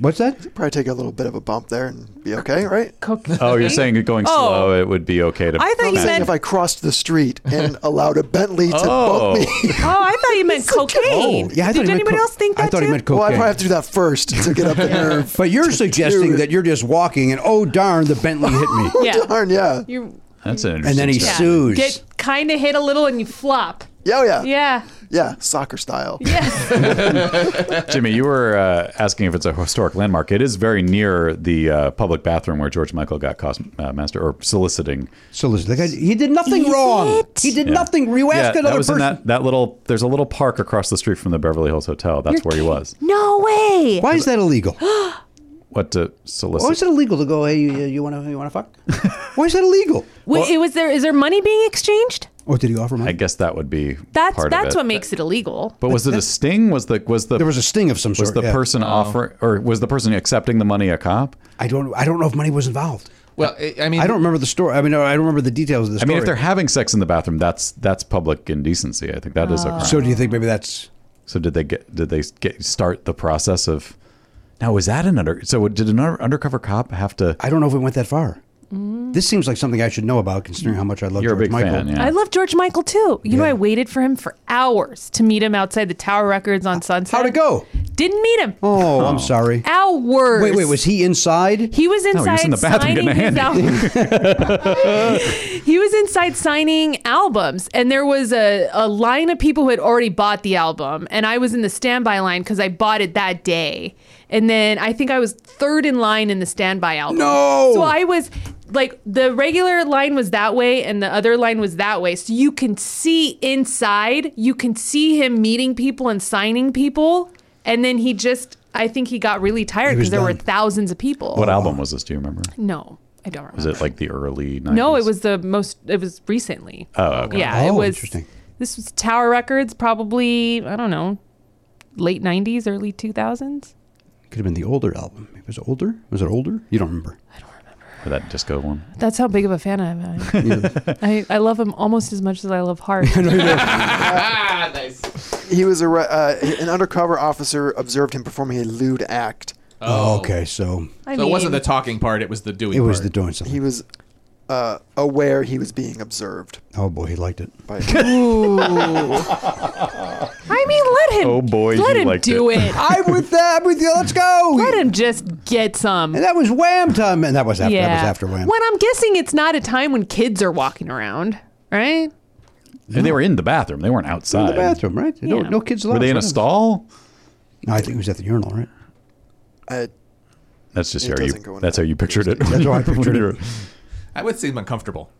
Speaker 1: What's that?
Speaker 7: Probably take a little bit of a bump there and be okay, right?
Speaker 4: Oh, you're saying it going
Speaker 7: Oh.
Speaker 4: slow, it would be okay to.
Speaker 7: I
Speaker 2: thought you
Speaker 4: match.
Speaker 2: meant-
Speaker 7: if I crossed the street
Speaker 4: [laughs]
Speaker 7: and allowed a Bentley to
Speaker 4: Oh.
Speaker 7: bump me.
Speaker 2: Oh, I thought you meant cocaine. Did anybody else think that too?
Speaker 7: Well, I probably have to do that first to get up the nerve.
Speaker 1: But
Speaker 7: [laughs]
Speaker 1: you're suggesting
Speaker 7: it.
Speaker 1: that you're just walking and oh darn, the Bentley hit me.
Speaker 9: Yeah.
Speaker 7: Darn, yeah.
Speaker 9: You
Speaker 4: That's an
Speaker 1: And then he
Speaker 9: yeah.
Speaker 1: sues.
Speaker 9: Get kind of hit a little and you flop.
Speaker 7: Yeah, oh, yeah.
Speaker 9: Yeah.
Speaker 7: Yeah, soccer style.
Speaker 4: [laughs] Jimmy, you were uh, asking if it's a historic landmark. It is very near the uh, public bathroom where George Michael got cost, uh, master or soliciting.
Speaker 1: Soliciting. He did nothing wrong. He did
Speaker 4: Yeah.
Speaker 1: nothing. You ask
Speaker 4: yeah,
Speaker 1: another
Speaker 4: that was
Speaker 1: person.
Speaker 4: in that, that little. There's a little park across the street from the Beverly Hills Hotel. That's where he was.
Speaker 2: No way.
Speaker 1: Why is that illegal? Why
Speaker 4: What to solicit?
Speaker 1: is it illegal to go? Hey, you, you want to you want
Speaker 4: [laughs]
Speaker 1: to fuck? Why is that illegal?
Speaker 9: Wait, it was there. Is there money being exchanged?
Speaker 1: What did he offer money?
Speaker 4: I guess that would be
Speaker 9: That's
Speaker 4: part
Speaker 9: that's
Speaker 4: of it.
Speaker 9: what makes it illegal.
Speaker 4: But was it a sting? Was the was the
Speaker 1: There was a sting of some
Speaker 4: was
Speaker 1: sort,
Speaker 4: the
Speaker 1: yeah. Oh.
Speaker 4: person offering or was the person accepting the money a cop?
Speaker 1: I don't I don't know if money was involved.
Speaker 6: Well, I- I mean,
Speaker 1: I don't remember the story. I mean, I don't remember the details of
Speaker 4: I
Speaker 1: the story.
Speaker 4: mean, if they're having sex in the bathroom, that's that's public indecency. I think that is a
Speaker 1: Oh.
Speaker 4: crime.
Speaker 1: So do you think maybe that's?
Speaker 4: So did they get? Did they get start the process of? Now was that an under? So did an under- undercover cop have to?
Speaker 1: I don't know if we went that far. This seems like something I should know about, considering how much I love
Speaker 4: You're a
Speaker 1: George
Speaker 4: big
Speaker 1: Michael.
Speaker 4: fan, yeah.
Speaker 9: I love George Michael too. You know, I waited for him for hours to meet him outside the Tower Records on Sunset. How'd it
Speaker 1: go?
Speaker 9: Didn't meet him.
Speaker 1: Oh, I'm sorry.
Speaker 9: Hours.
Speaker 1: Wait, wait, was he inside?
Speaker 9: He was
Speaker 1: No,
Speaker 9: inside
Speaker 1: he was in the bathroom
Speaker 9: signing
Speaker 1: getting
Speaker 9: his
Speaker 1: a
Speaker 9: al- [laughs] he was inside signing albums, and there was a, a line of people who had already bought the album, and I was in the standby line because I bought it that day. And then I think I was third in line in the standby album.
Speaker 2: No!
Speaker 9: So I was like the regular line was that way and the other line was that way. So you can see inside, you can see him meeting people and signing people, and then he just I think he got really tired
Speaker 4: He was
Speaker 9: because there were
Speaker 4: done.
Speaker 9: thousands of people.
Speaker 4: What album was this? Do you remember?
Speaker 9: No, I don't remember.
Speaker 4: Was it like the early? 90s?
Speaker 9: No, it was the most. It was recently.
Speaker 4: Oh, okay.
Speaker 9: Yeah, it
Speaker 4: Oh,
Speaker 9: was.
Speaker 4: interesting.
Speaker 9: This was Tower Records, probably. I don't know, late '90s, early 2000s.
Speaker 1: Could have been the older album. It was older. Was it older? You don't remember. [laughs]
Speaker 4: Or that disco one.
Speaker 9: That's how big of a fan
Speaker 1: [laughs]
Speaker 9: I am. I, I, I love him almost as much as I love Heart.
Speaker 6: ah,
Speaker 7: He was a, re- uh, an undercover officer observed him performing a lewd act.
Speaker 1: Oh, okay. So
Speaker 9: I
Speaker 6: so it wasn't the
Speaker 9: mean-
Speaker 6: talking part; it was the doing.
Speaker 1: it was
Speaker 6: part.
Speaker 1: the doing something.
Speaker 7: He was uh, aware he was being observed.
Speaker 1: Oh boy, he liked it.
Speaker 7: By
Speaker 9: I mean, let him.
Speaker 1: Oh, boy,
Speaker 9: let
Speaker 1: he
Speaker 9: him
Speaker 1: liked
Speaker 9: do
Speaker 1: it.
Speaker 9: it.
Speaker 1: [laughs] I'm with that. I'm with you. Let's [laughs] go.
Speaker 9: Let him just get some.
Speaker 1: And that was Wham time, and that was after.
Speaker 9: yeah.
Speaker 1: That was after Wham.
Speaker 9: When I'm guessing it's not a time when kids are walking around, right?
Speaker 4: And they were in the bathroom. They weren't outside.
Speaker 1: In the bathroom, right? No,
Speaker 9: Yeah.
Speaker 1: no kids allowed.
Speaker 4: Were they in a stall?
Speaker 1: No, I think it was at the urinal, right?
Speaker 7: Uh,
Speaker 4: That's just
Speaker 1: It
Speaker 4: how
Speaker 1: doesn't
Speaker 4: you. That's how you pictured it.
Speaker 1: That's how I
Speaker 4: [laughs]
Speaker 1: pictured it.
Speaker 6: I would seem uncomfortable.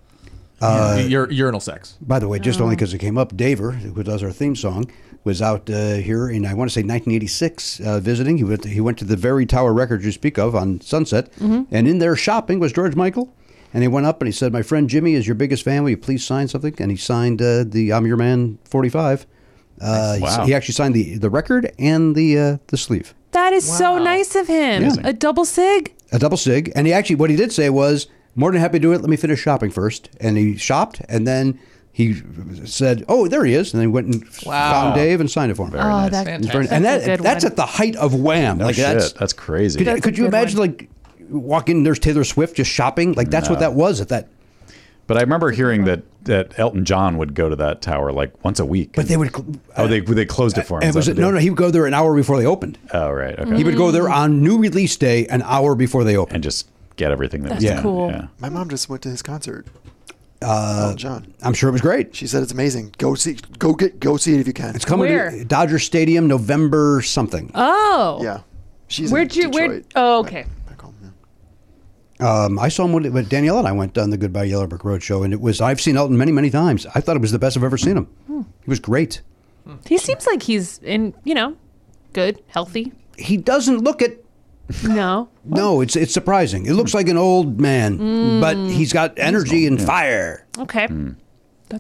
Speaker 1: Uh,
Speaker 6: Uh, Ur- urinal sex.
Speaker 1: By the way, just only 'cause only because it came up, Daver, who does our theme song, was out uh, here in I want to say 1986 uh, visiting. He went he went to the very Tower Records you speak of on Sunset,
Speaker 2: Mhm.
Speaker 1: and in there shopping was George Michael. And he went up and he said, "My friend Jimmy is your biggest fan. Will you please sign something?" And he signed uh, the "I'm Your Man" 45. Uh, he-
Speaker 9: Wow.
Speaker 1: He actually signed the the record and the uh, the sleeve.
Speaker 9: That is so nice of him.
Speaker 1: Amazing.
Speaker 9: A double sig.
Speaker 1: a double sig. And he actually, what he did say was, more than happy to do it. Let me finish shopping first. And he shopped, and then he said, "Oh, there he is." And then he went and
Speaker 4: Wow.
Speaker 1: found Dave and signed it for him.
Speaker 4: Very Oh, nice. that's-
Speaker 1: It's very- and
Speaker 4: that's
Speaker 1: that,
Speaker 4: a good
Speaker 1: that's
Speaker 4: one.
Speaker 1: at the height of Wham.
Speaker 4: No
Speaker 1: like
Speaker 4: shit.
Speaker 1: that's
Speaker 4: That's crazy.
Speaker 1: Could,
Speaker 4: That's a
Speaker 1: could you
Speaker 4: good
Speaker 1: imagine like walk in? There's Taylor Swift just shopping. Like that's what
Speaker 4: No.
Speaker 1: that was at that.
Speaker 4: But I remember hearing that that Elton John would go to that tower like once a week. But
Speaker 1: they would. uh,
Speaker 4: oh, they they closed it for him.
Speaker 1: And it was
Speaker 4: Is that
Speaker 1: no,
Speaker 4: what
Speaker 1: no. He would go there an hour before they opened.
Speaker 4: they did? Oh right. Okay.
Speaker 1: He would go there on new release day an hour before they opened
Speaker 4: and just get everything that was
Speaker 1: Yeah.
Speaker 4: in it, Yeah.
Speaker 7: My mom just went to his concert.
Speaker 1: Uh,
Speaker 7: Elton John.
Speaker 1: I'm sure it was great.
Speaker 7: She said it's amazing. Go see, go get, go see it if you can.
Speaker 1: It's coming
Speaker 9: Where?
Speaker 1: to Dodger Stadium November something.
Speaker 9: Oh.
Speaker 7: Yeah. She's in
Speaker 9: Where'd you where
Speaker 7: Detroit.
Speaker 9: Oh, okay.
Speaker 1: Um, I saw him when, when Danielle and I went on the Goodbye Yellow Brick Road show, and it was I've seen Elton many, many times. I thought it was the best I've ever seen him. He was great.
Speaker 9: He seems like he's in, you know, good, healthy.
Speaker 1: He doesn't look it.
Speaker 9: No.
Speaker 1: No, it's it's surprising. It looks like an old man, but
Speaker 9: Mm.
Speaker 1: he's got energy and fire.
Speaker 9: Okay.
Speaker 6: And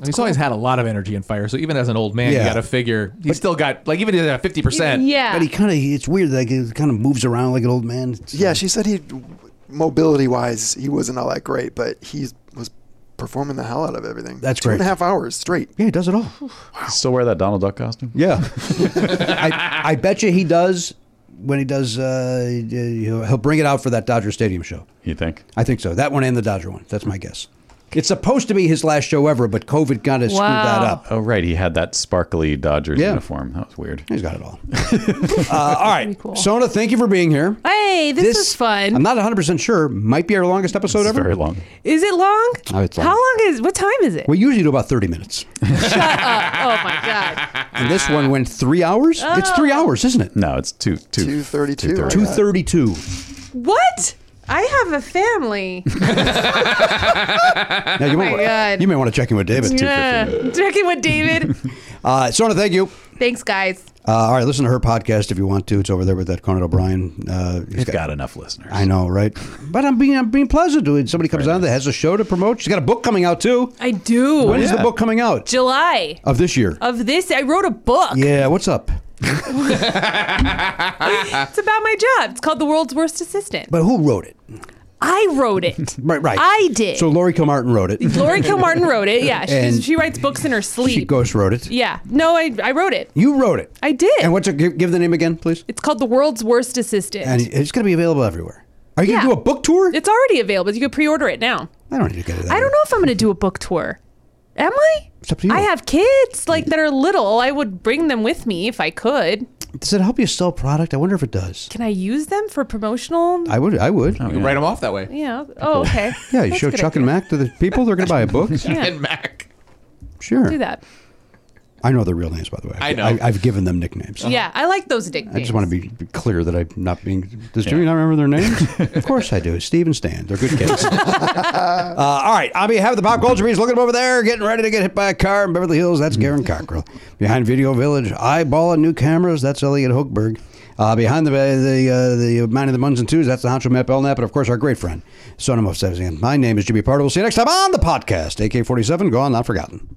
Speaker 6: he's always had a lot of energy and fire, so even as an old man,
Speaker 1: Yeah.
Speaker 6: you got to figure he's still got like even at fifty percent.
Speaker 1: but he kind of it's weird. Like he kind of moves around like an old man. uh,
Speaker 7: Yeah, she said he, mobility wise, he wasn't all that great, but he was performing the hell out of everything.
Speaker 1: That's
Speaker 7: Two and a
Speaker 1: great.
Speaker 7: half hours straight.
Speaker 1: Yeah, he does it all.
Speaker 4: Still wear that Donald Duck costume?
Speaker 1: Yeah. I, I bet you he does when he does, uh, he'll he'll bring it out for that Dodger Stadium show.
Speaker 4: You think?
Speaker 1: I think so. That one and the Dodger one. That's my guess. It's supposed to be his last show ever, but COVID kind of screwed that up.
Speaker 4: Oh, right. He had that sparkly Dodgers
Speaker 1: Yeah.
Speaker 4: uniform. That was weird.
Speaker 1: He's got it all. [laughs] Uh, all right. Sona, thank you for being here.
Speaker 9: Hey, this, is fun.
Speaker 1: I'm not 100% sure. Might be our longest episode ever.
Speaker 4: very long.
Speaker 9: is it long?
Speaker 1: Oh, it's long.
Speaker 9: How long is? What time is it?
Speaker 1: We usually do about 30 minutes.
Speaker 9: oh my god.
Speaker 1: And this one went three hours? It's three
Speaker 9: Oh.
Speaker 1: hours, isn't it?
Speaker 4: No, it's two, two,
Speaker 7: 232.
Speaker 1: 232.
Speaker 9: What? I have
Speaker 1: [laughs]
Speaker 9: a family. [laughs]
Speaker 1: Now, you, might
Speaker 9: Oh my
Speaker 1: wa-
Speaker 9: God.
Speaker 1: you may want to check in with David.
Speaker 9: Yeah. Checking with David. [laughs]
Speaker 1: Uh, Sona, thank you.
Speaker 9: Thanks, guys.
Speaker 1: Uh, all right, listen to her podcast if you want to. It's over there with that Conan O'Brien. Uh,
Speaker 4: He's got enough listeners.
Speaker 1: I know, right? But I'm being I'm being pleasant to it. Somebody comes on that has a show to promote. She's got a book coming out too.
Speaker 9: I do.
Speaker 1: When is the book coming out?
Speaker 9: July
Speaker 1: Of this year.
Speaker 9: of this. I wrote a book.
Speaker 1: Yeah, what's up?
Speaker 9: It's about my job. It's called The World's Worst Assistant.
Speaker 1: But who wrote it?
Speaker 9: I
Speaker 1: [laughs]
Speaker 9: wrote it.
Speaker 1: Right, right.
Speaker 9: I did.
Speaker 1: So Lori Kilmartin wrote it.
Speaker 9: Lori
Speaker 1: [laughs]
Speaker 9: Kilmartin wrote it. Yeah, she's,
Speaker 1: And-
Speaker 9: she writes books in her
Speaker 1: She
Speaker 9: sleep.
Speaker 1: ghost wrote it.
Speaker 9: yeah. No, I, I wrote it.
Speaker 1: You wrote it.
Speaker 9: I did.
Speaker 1: And what's it? Give, give the name again, please.
Speaker 9: It's called The World's Worst Assistant.
Speaker 1: And it's going to be available everywhere. Are you
Speaker 9: yeah.
Speaker 1: going to do a book tour?
Speaker 9: It's already available. You can pre-order it now.
Speaker 1: I don't need to go to that.
Speaker 9: I don't know if I'm going to do a book tour. Am I?
Speaker 1: It's up to you.
Speaker 9: I have kids like that are little. I would bring them with me if I could.
Speaker 1: Does it help you sell product? I wonder if it does.
Speaker 9: Can I use them for promotional?
Speaker 1: I would. I would.
Speaker 6: You can write them off that way.
Speaker 9: Yeah. Oh, okay.
Speaker 1: Yeah, you
Speaker 9: That's
Speaker 1: show
Speaker 9: a good
Speaker 1: Chuck and
Speaker 9: idea.
Speaker 1: Mac to the people. They're going to buy a book.
Speaker 9: [laughs] Yeah,
Speaker 6: And Mac.
Speaker 1: Sure.
Speaker 9: do that.
Speaker 1: I know their real names, by the way.
Speaker 6: I know.
Speaker 1: I, have given them nicknames.
Speaker 9: Yeah, I like those nicknames.
Speaker 1: Uh-huh. I just want to be be clear that I'm not being. Does Jimmy not remember their names? of course I do. Steve and Stan. They're good kids. uh, all right. On behalf of the pop culture bees, look at them over there, getting ready to get hit by a car in Beverly Hills. That's Garen Cockrell. Behind Video Village, eyeballing new cameras. That's Elliot Hochberg. Uh, behind the the uh, the mind of the Muns and Twos, that's the honcho Matt Belknap, and of course our great friend Sonamo Sevzian. My name is Jimmy Pardo. We'll see you next time on the podcast. AK forty seven, gone not forgotten.